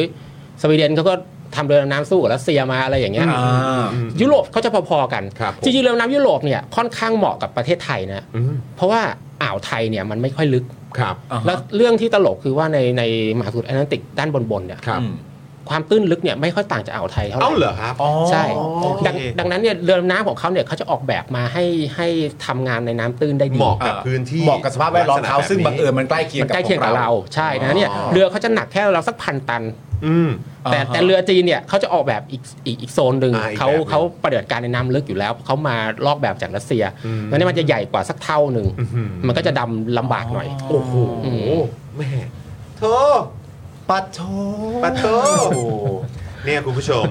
[SPEAKER 8] สวีเดนเขาก็ทำเรือดำน้ำสู้กับรัสเซียมาอะไรอย่างเงี้ย
[SPEAKER 5] อ่า
[SPEAKER 8] ยุโรปเขาจะพอๆกัน
[SPEAKER 4] ครับผม
[SPEAKER 8] จริงๆเรือดำน้ำยุโรปเนี่ยค่อนข้างเหมาะกับประเทศไทยนะ
[SPEAKER 4] อืม
[SPEAKER 8] เพราะว่าอ่าวไทยเนี่ยมันไม่ค่อยลึก
[SPEAKER 4] ครับ
[SPEAKER 5] อ่าฮะ
[SPEAKER 8] แล้วเรื่องที่ตลกคือว่าในในมหาสมุทรแอตแลนติกด้านบนๆเนี่ย
[SPEAKER 4] ครับ
[SPEAKER 5] อืม
[SPEAKER 8] ความตื้นลึกเนี่ยไม่ค่อยต่างจากอ่าวไทยเท่าไห
[SPEAKER 4] เอ้า
[SPEAKER 8] ร่
[SPEAKER 4] เหรอครับ
[SPEAKER 5] อ๋อ
[SPEAKER 8] ใช่
[SPEAKER 5] โอเค
[SPEAKER 8] ดังดังนั้นเนี่ยเรือดำน้ำของเขาเนี่ยเขาจะออกแบบมาให้ให้ทำงานในน้ำตื้นได้ดี
[SPEAKER 4] เหมาะกับ
[SPEAKER 5] อ่า
[SPEAKER 4] พื้นที่
[SPEAKER 5] เหมาะกับสภาพแวดล้อมเขา
[SPEAKER 4] ลักษณะ
[SPEAKER 5] ซึ่งบังเอิญ
[SPEAKER 4] แนี้
[SPEAKER 5] มันใกล้เคียง
[SPEAKER 8] มัน
[SPEAKER 5] กับ
[SPEAKER 8] ใกล้เคียงกับเราใช่
[SPEAKER 4] อ๋
[SPEAKER 8] นะ
[SPEAKER 4] อ
[SPEAKER 8] เนี่ยเรือเขาจะหนักแค่เราสักพันตัน
[SPEAKER 4] อืม
[SPEAKER 5] อ่าฮะ
[SPEAKER 8] แต่แต่เรือจีนเนี่ยเขาจะออกแบบอีกอีกอีกโซนหนึ่ง
[SPEAKER 4] อ่าอีก
[SPEAKER 8] เขา
[SPEAKER 4] แบบหนึ่ง
[SPEAKER 8] เขาปฏิบัติการในน้ำลึกอยู่แล้วเขามาลอกแบบจากรัสเซีย
[SPEAKER 4] อืม
[SPEAKER 8] แล้วเนี่ยมันจะใหญ่กว่าสักเท่าหนึ่ง
[SPEAKER 4] อื้อหือ
[SPEAKER 8] มันก็จะดำลำบากหน่อย
[SPEAKER 4] โอ้โห
[SPEAKER 8] อืม
[SPEAKER 4] แม่โท
[SPEAKER 5] ปัดโถ
[SPEAKER 4] ปัตโตเนี่ยคุณผู้ชม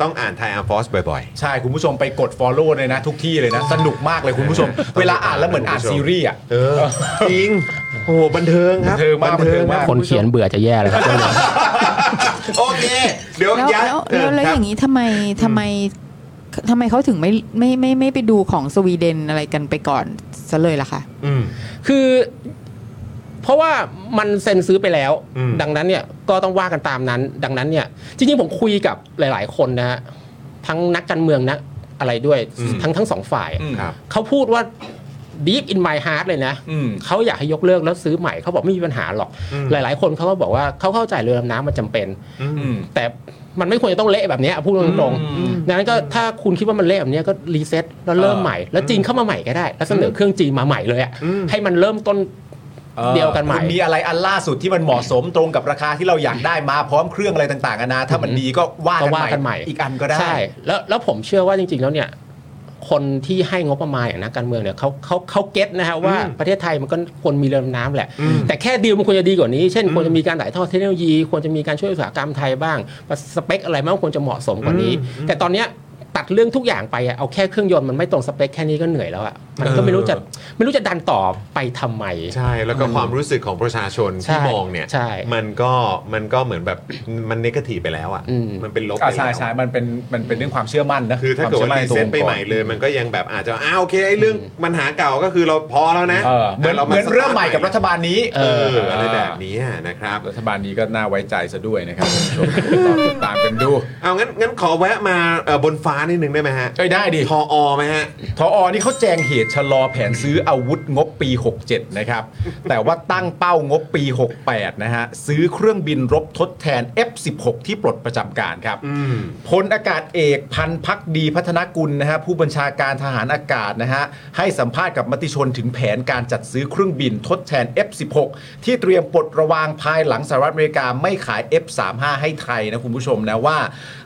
[SPEAKER 4] ต้องอ่านไทยอาร์ฟอสบ่อย
[SPEAKER 5] ใช่ คุณผู้ชมไปกด Follow เลยนะ ทุกที่เลยนะ สนุกมากเลยคุณผู้ชม เวลาอ่านแล้วเหมือนอ่านซีรีส์อ่ะ
[SPEAKER 4] ๆ เออ จริง โอ้โหบันเทิงครับ
[SPEAKER 5] บันเทิงมากบันเทิงมาก
[SPEAKER 8] คนเขียนเบื่อจะแย่แล้วครับ
[SPEAKER 4] โอเค เดี๋ยว
[SPEAKER 6] แล้ว
[SPEAKER 4] ย้าย
[SPEAKER 6] แล้วแล้วแล้ว
[SPEAKER 4] ค
[SPEAKER 6] อ
[SPEAKER 4] รับ
[SPEAKER 6] ย่างนี้ทำไมทำไมทำไมเขาถึงไม่ไม่ไม่ไม่ไปดูของสวีเดนอะไรกันไปก่อนซะเลยล่ะคะ
[SPEAKER 4] อืม
[SPEAKER 8] คือเพราะว่ามันเซ็นซื้อไปแล้ว
[SPEAKER 4] อืม
[SPEAKER 8] ดังนั้นเนี่ยก็ต้องว่ากันตามนั้น ดังนั้นเนี่ยจริงๆผมคุยกับหลาย ๆ คนนะฮะทั้งนักการเมืองนะอะไรด้วยทั้งทั้งสองฝ่ายอะ
[SPEAKER 5] อืม
[SPEAKER 4] ครับ
[SPEAKER 8] เขาพูดว่า deep in my heart เลยนะ
[SPEAKER 5] อืม
[SPEAKER 8] เขาอยากให้ยกเลิกแล้วซื้อใหม่เขาบอกไม่มีปัญหาหรอก
[SPEAKER 4] อืม
[SPEAKER 8] หลาย ๆ คนเขาก็บอกว่าเขาเข้าใจเรือดำน้ำมันจำเป็น
[SPEAKER 4] อืม
[SPEAKER 5] อืม
[SPEAKER 8] แต่มันไม่ควรจะต้องเละแบบเนี้ยพูดตรง
[SPEAKER 5] อืม
[SPEAKER 8] ๆดังนั้นก็ถ้าคุณคิดว่ามันเละแบบเนี้ยก็รีเซ็ตแล้วเริ่มใหม่ แล้วจีนเข้ามาใหม่ก็ได้ แล้วเสนอเครื่องจีนมาใหม่เลยอะ
[SPEAKER 4] อืม
[SPEAKER 8] ให้มันเริ่มต้น
[SPEAKER 5] ออ
[SPEAKER 8] เดียวกันใหม่
[SPEAKER 5] คุณมีอะไรอันล่าสุดที่มันเหมาะสมตรงกับราคาที่เราอยากได้มาพร้อมเครื่องอะไรต่างๆกันานะถ้ามันดีก็ว่า
[SPEAKER 8] ก็
[SPEAKER 5] กัน
[SPEAKER 8] ว่ากัน
[SPEAKER 5] ให
[SPEAKER 8] ให
[SPEAKER 5] ม่
[SPEAKER 8] ม่
[SPEAKER 5] อีกอันก็ได้
[SPEAKER 8] ใช่แล้วแล้วผมเชื่อว่าจริง ๆ แล้วเนี่ย คนที่ให้งบประมาณอย่างนักการเมืองเนี่ยเขาเขาเขาเก็ตนะฮะว่าประเทศไทยมันก็ควรมีเรือดำน้ำแหละ แต่แค่ดีลมันควรจะดีกว่านี้ เช่นควรจะมีการถ่ายทอดเทคโนโลยี ควรจะมีการช่วยอุตสาหกรรมไทยบ้างสเปคอะไรมันก็ควรจะเหมาะสมกว่านี้ แต่ตอนเนี้ยตัดเรื่องทุกอย่างไปอะเอาแค่เครื่องยนต์มันไม่ตรงสเปคแค่นี้ก็เหนื่อยแล้วอะมันก็ไม่รู้จะไม่รู้จะดันต่อไปทำไม
[SPEAKER 4] ใช่แล้วก็ความรู้สึกของประชาชนที่
[SPEAKER 8] ใช่
[SPEAKER 4] มองเนี่ย
[SPEAKER 8] ใช่
[SPEAKER 4] มันก็มันก็เหมือนแบบมันเนกาทีฟไปแล้วอ่ะ
[SPEAKER 8] อืม
[SPEAKER 4] มันเป็นลบไป
[SPEAKER 5] อ่า
[SPEAKER 4] แล้ว
[SPEAKER 5] ใช่ใช่มันเป็นมันเป็นเรื่องความเชื่อมั่นนะ
[SPEAKER 4] คือถ้าเกิด
[SPEAKER 5] ค
[SPEAKER 4] ว่าว
[SPEAKER 5] ม
[SPEAKER 4] รี
[SPEAKER 5] ชื่อน
[SPEAKER 4] เซ็ต
[SPEAKER 5] นตัว
[SPEAKER 4] ไปใหม่เลย มันก็ยังแบบอาจจะอ้าวโอเคไอ้เรื่องปัญหาเก่าก็คือเราพอแล้วนะ
[SPEAKER 5] เออเหมือน
[SPEAKER 4] แต่า
[SPEAKER 5] เหมือน
[SPEAKER 4] สตท
[SPEAKER 5] เริ่มใหม่กับรัฐบาลนี้
[SPEAKER 4] เอออะไรแบบนี้นะครับ
[SPEAKER 5] รัฐบาลนี้ก็น่าไว้ใจซะด้วยนะครับคุณผู้ชมติดตาม กันดู
[SPEAKER 4] เอางั้นงั้นขอแวะมาเอ่อบนฟ้านิดนึงได้ไหมฮะ
[SPEAKER 5] เอ้ยได้ดิ
[SPEAKER 4] ทออไหมฮะ
[SPEAKER 5] ทออนี่เขาแจงเหตุชะลอแผนซื้ออาวุธงบปี 67 นะครับ แต่ว่าตั้งเป้างบปี 68 นะฮะ ซื้อเครื่องบินรบทดแทน F16 ที่ปลดประจำการครับ พลอากาศเอกพันธุ์พักดีพัฒนกุลนะฮะผู้บัญชาการทหารอากาศนะฮะ ให้สัมภาษณ์กับมติชนถึงแผนการจัดซื้อเครื่องบินทดแทน F16 ที่เตรียมปลดระวางภายหลังสหรัฐอเมริกาไม่ขาย F35 ให้ไทยนะคุณผู้ชมนะว่า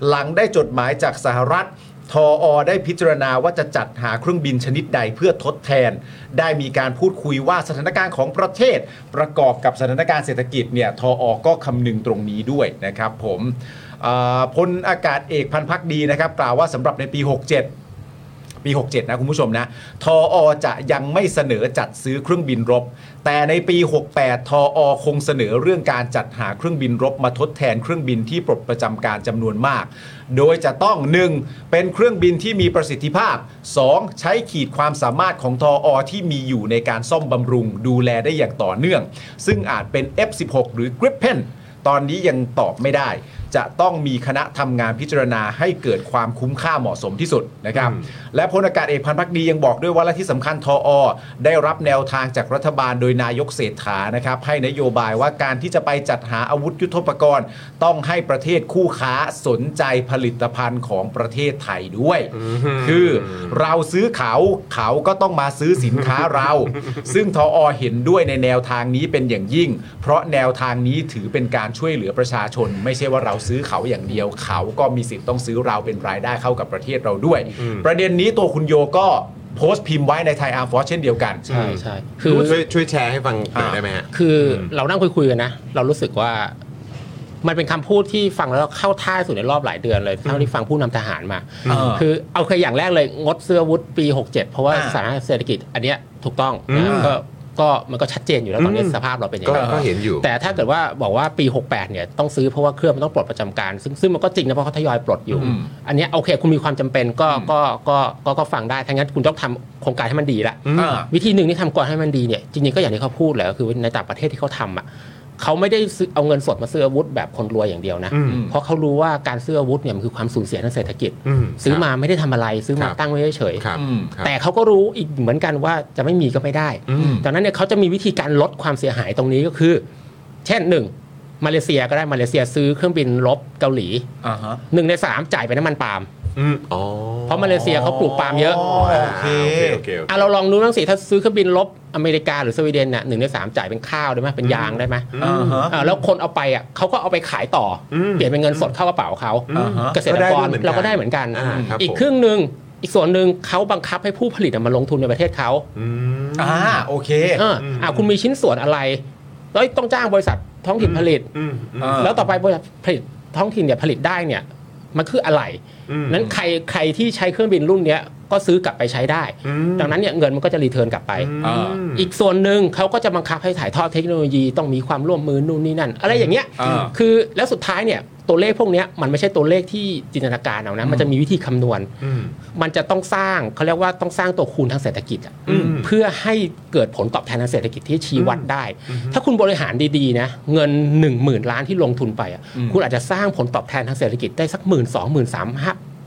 [SPEAKER 5] หลังได้จดหมายจากสหรัฐ ทออได้พิจารณาว่าจะจัดหาเครื่องบินชนิดใดเพื่อทดแทน ได้มีการพูดคุยว่าสถานการณ์ของประเทศ ประกอบกับสถานการณ์เศรษฐกิจเนี่ยทออก็คำนึงตรงนี้ด้วยนะครับผมอ่าพลอากาศเอกพันพักดีนะครับ กล่าวว่าสำหรับในปี 67 ปี 67 นะคุณผู้ชมนะ ทออจะยังไม่เสนอจัดซื้อเครื่องบินรบ แต่ในปี 68 ทออคงเสนอเรื่องการจัดหาเครื่องบินรบมาทดแทนเครื่องบินที่ปลดประจำการจำนวนมาก โดยจะต้อง 1. เป็นเครื่องบินที่มีประสิทธิภาพ 2. ใช้ขีดความสามารถของทออที่มีอยู่ในการซ่อมบำรุง ดูแลได้อย่างต่อเนื่อง ซึ่งอาจเป็น F16 หรือ Gripen ตอนนี้ยังตอบไม่ได้ จะต้องมีคณะทำงานพิจารณาให้เกิดความคุ้มค่าเหมาะสมที่สุดนะครับ และพลอากาศเอกพันธ์พักดียังบอกด้วยว่าและที่สำคัญทออ ได้รับแนวทางจากรัฐบาลโดยนายกเศรษฐานะครับ ให้นโยบายว่าการที่จะไปจัดหาอาวุธยุทโธปกรณ์ ต้องให้ประเทศคู่ค้าสนใจผลิตภัณฑ์ของประเทศไทยด้วย คือเราซื้อเขาเขาก็ต้องมาซื้อสิน ค้าเรา ซึ่งทออเห็นด้วยในแนวทางนี้เป็นอย่างยิ่ง เพราะแนวทางนี้ถือเป็นการช่วยเหลือประชาชน ไม่ใช่ว่าเราซื้อเขาอย่างเดียว เขาก็มีสิทธิ์ต้องซื้อเราเป็นรายได้เข้ากับประเทศเราด้วย ประเด็นนี้ตัวคุณโยก็โพสต์พิมพ์ไว้ในไทยอาร์ฟอร์เช่นเดียวกัน
[SPEAKER 8] ใช่ใช่คือ
[SPEAKER 4] ช่วยช่วยแชร์ให้ฟังหน่อยได้ไหมฮะ
[SPEAKER 8] คือเรานั่งคุยๆกันนะ เรารู้สึกว่า มันเป็นคำพูดที่ฟังแล้วเข้าท่าที่สุดในรอบหลายเดือนเลยเท่าที่ฟังผู้นำทหารมา
[SPEAKER 5] เออ
[SPEAKER 8] คือเอาแค่อย่างแรกเลยงดเสื้ออาวุธปี 67 เพราะว่า
[SPEAKER 5] อ่า
[SPEAKER 8] สถานการณ์เศรษฐกิจ อันเนี้ยถูกต้องนะก็ก็มันก็ชัดเจนอยู่แล้วตอนนี้
[SPEAKER 4] อืม
[SPEAKER 8] สภาพเราเป็นยัง
[SPEAKER 4] ก็
[SPEAKER 8] ไง
[SPEAKER 4] ก็เห็นอยู่
[SPEAKER 8] แต่ถ้าเกิดว่าบอกว่าปี 68 เนี่ยต้องซื้อเพราะว่าเครื่องมันต้องปลดประจำการ ซึ่งซึ่งมันก็จริงนะเพราะเขาทยอยปลดอยู่
[SPEAKER 5] อืม
[SPEAKER 8] อันเนี้ยโอเคคุณมีความจำเป็นก็
[SPEAKER 5] อืม
[SPEAKER 8] ก็ก็ก็ก็ฟังได้ถ้างั้นคุณต้องทำโครงการให้มันดีละ
[SPEAKER 5] อ่า
[SPEAKER 8] วิธีหนึ่งที่ทำก่อนให้มันดีเนี่ยจริงๆก็อย่างที่เขาพูดแหละก็คือในต่างประเทศที่เขาทำอ่ะเขาไม่ได้ซื้อเอาเงินสดมาซื้ออาวุธแบบคนรวยอย่างเดียวนะ
[SPEAKER 4] อืม
[SPEAKER 8] เพราะเขารู้ว่าการซื้ออาวุธเนี่ยมันคือความสูญเสียทางเศรษฐกิจ
[SPEAKER 4] อืม
[SPEAKER 8] ซื้อมาไม่ได้ทำอะไรซื้อมา
[SPEAKER 4] ครับ
[SPEAKER 8] ตั้งไว้เฉยๆ
[SPEAKER 4] ครับ
[SPEAKER 5] อืม
[SPEAKER 4] ครับ
[SPEAKER 8] แต่เขาก็รู้อีกเหมือนกันว่าจะไม่มีก็ไม่ได้
[SPEAKER 4] อืม
[SPEAKER 8] ดังนั้นเนี่ยเขาจะมีวิธีการลดความเสียหายตรงนี้ก็คือ เช่นหนึ่งมาเลเซียก็ได้มาเลเซียซื้อเครื่องบินรบเกาหลี
[SPEAKER 5] อ่าฮะ
[SPEAKER 8] หนึ่งในสามจ่ายไปน้ำมันปาล์ม
[SPEAKER 4] อืมอ๋อ
[SPEAKER 8] เพราะมาเลเซียเขาปลูกปาล์มเยอะ
[SPEAKER 4] อ่า
[SPEAKER 5] โอเค
[SPEAKER 4] โอเคโอเคโอเค
[SPEAKER 8] อ่ะเราลองดูบ้างสิถ้าซื้อเครื่องบินลบอเมริกาหรือสวีเดนเนี่ยหนึ่งในสามจ่ายเป็นข้าวได้ไหมเป็นยางได้ไหม
[SPEAKER 5] อ่าฮะ
[SPEAKER 8] อ่ะแล้วคนเอาไปอ่ะเขาก็เอาไปขายต่ออ
[SPEAKER 4] ม
[SPEAKER 8] เปลี่ยนเป็นเงินสดเข้ากระเป๋าเขา
[SPEAKER 5] อ่าฮะ
[SPEAKER 8] เกษตรกรเรา
[SPEAKER 4] ก็
[SPEAKER 8] ก็
[SPEAKER 4] ได้
[SPEAKER 8] ได้
[SPEAKER 4] เห
[SPEAKER 8] เห
[SPEAKER 4] มื
[SPEAKER 8] มื
[SPEAKER 4] อ
[SPEAKER 8] อน
[SPEAKER 4] กั
[SPEAKER 8] นกัน น
[SPEAKER 4] อ่าครับ
[SPEAKER 8] อีก
[SPEAKER 4] ผม
[SPEAKER 8] ครึ่งหนึ่งอีกส่วนหนึ่งเขาบังคับให้ผู้ผลิตอ่ะมาลงทุนในประเทศเขา
[SPEAKER 4] อืม
[SPEAKER 5] อ่าโอเค
[SPEAKER 8] เอออ่ะคุณมีชิ้นส่วนอะไรแล้วต้องจ้างบริษัทท้องถิ่นผลิต
[SPEAKER 4] อืมอืม
[SPEAKER 5] า
[SPEAKER 8] แล้วต่อไปบริษัทผลิตท้องถิ่นเนี่ยผลิตได้เนี่ยมันคืออะไร
[SPEAKER 4] อืม
[SPEAKER 8] นั้นใครใครที่ใช้เครื่องบินรุ่นเนี้ยก็ซื้อกลับไปใช้ได้
[SPEAKER 4] อืม
[SPEAKER 8] ดังนั้นเนี่ยเงินมันก็จะรีเทิร์นกลับไป
[SPEAKER 5] อ่า
[SPEAKER 4] ม
[SPEAKER 8] อีกส่วนหนึ่งเขาก็จะบังคับให้ถ่ายทอดเทคโนโลยีต้องมีความร่วมมือนู่นนี่นั่น อะไรอย่างเงี้ย
[SPEAKER 5] อ่า
[SPEAKER 8] คือแล้วสุดท้ายเนี่ยตัวเลขพวกเนี้ยมันไม่ใช่ตัวเลขที่จินตนาการเอานะ มันจะมีวิธีคำนวณ
[SPEAKER 4] อืม
[SPEAKER 8] มันจะต้องสร้างเขาเรียกว่าต้องสร้างตัวคูณทางเศรษฐกิจอะ
[SPEAKER 4] อืม
[SPEAKER 8] เพื่อให้เกิดผลตอบแทนทางเศรษฐกิจที่ชี้วัดได้ ถ้าคุณบริหารดีๆนะเงิน 1 0,000 ล้านที่ลงทุนไปอะ
[SPEAKER 5] อืม
[SPEAKER 8] คุณอาจจะสร้างผลตอบแทนทางเศรษฐกิจได้สักหมื่นสองหมื่นสาม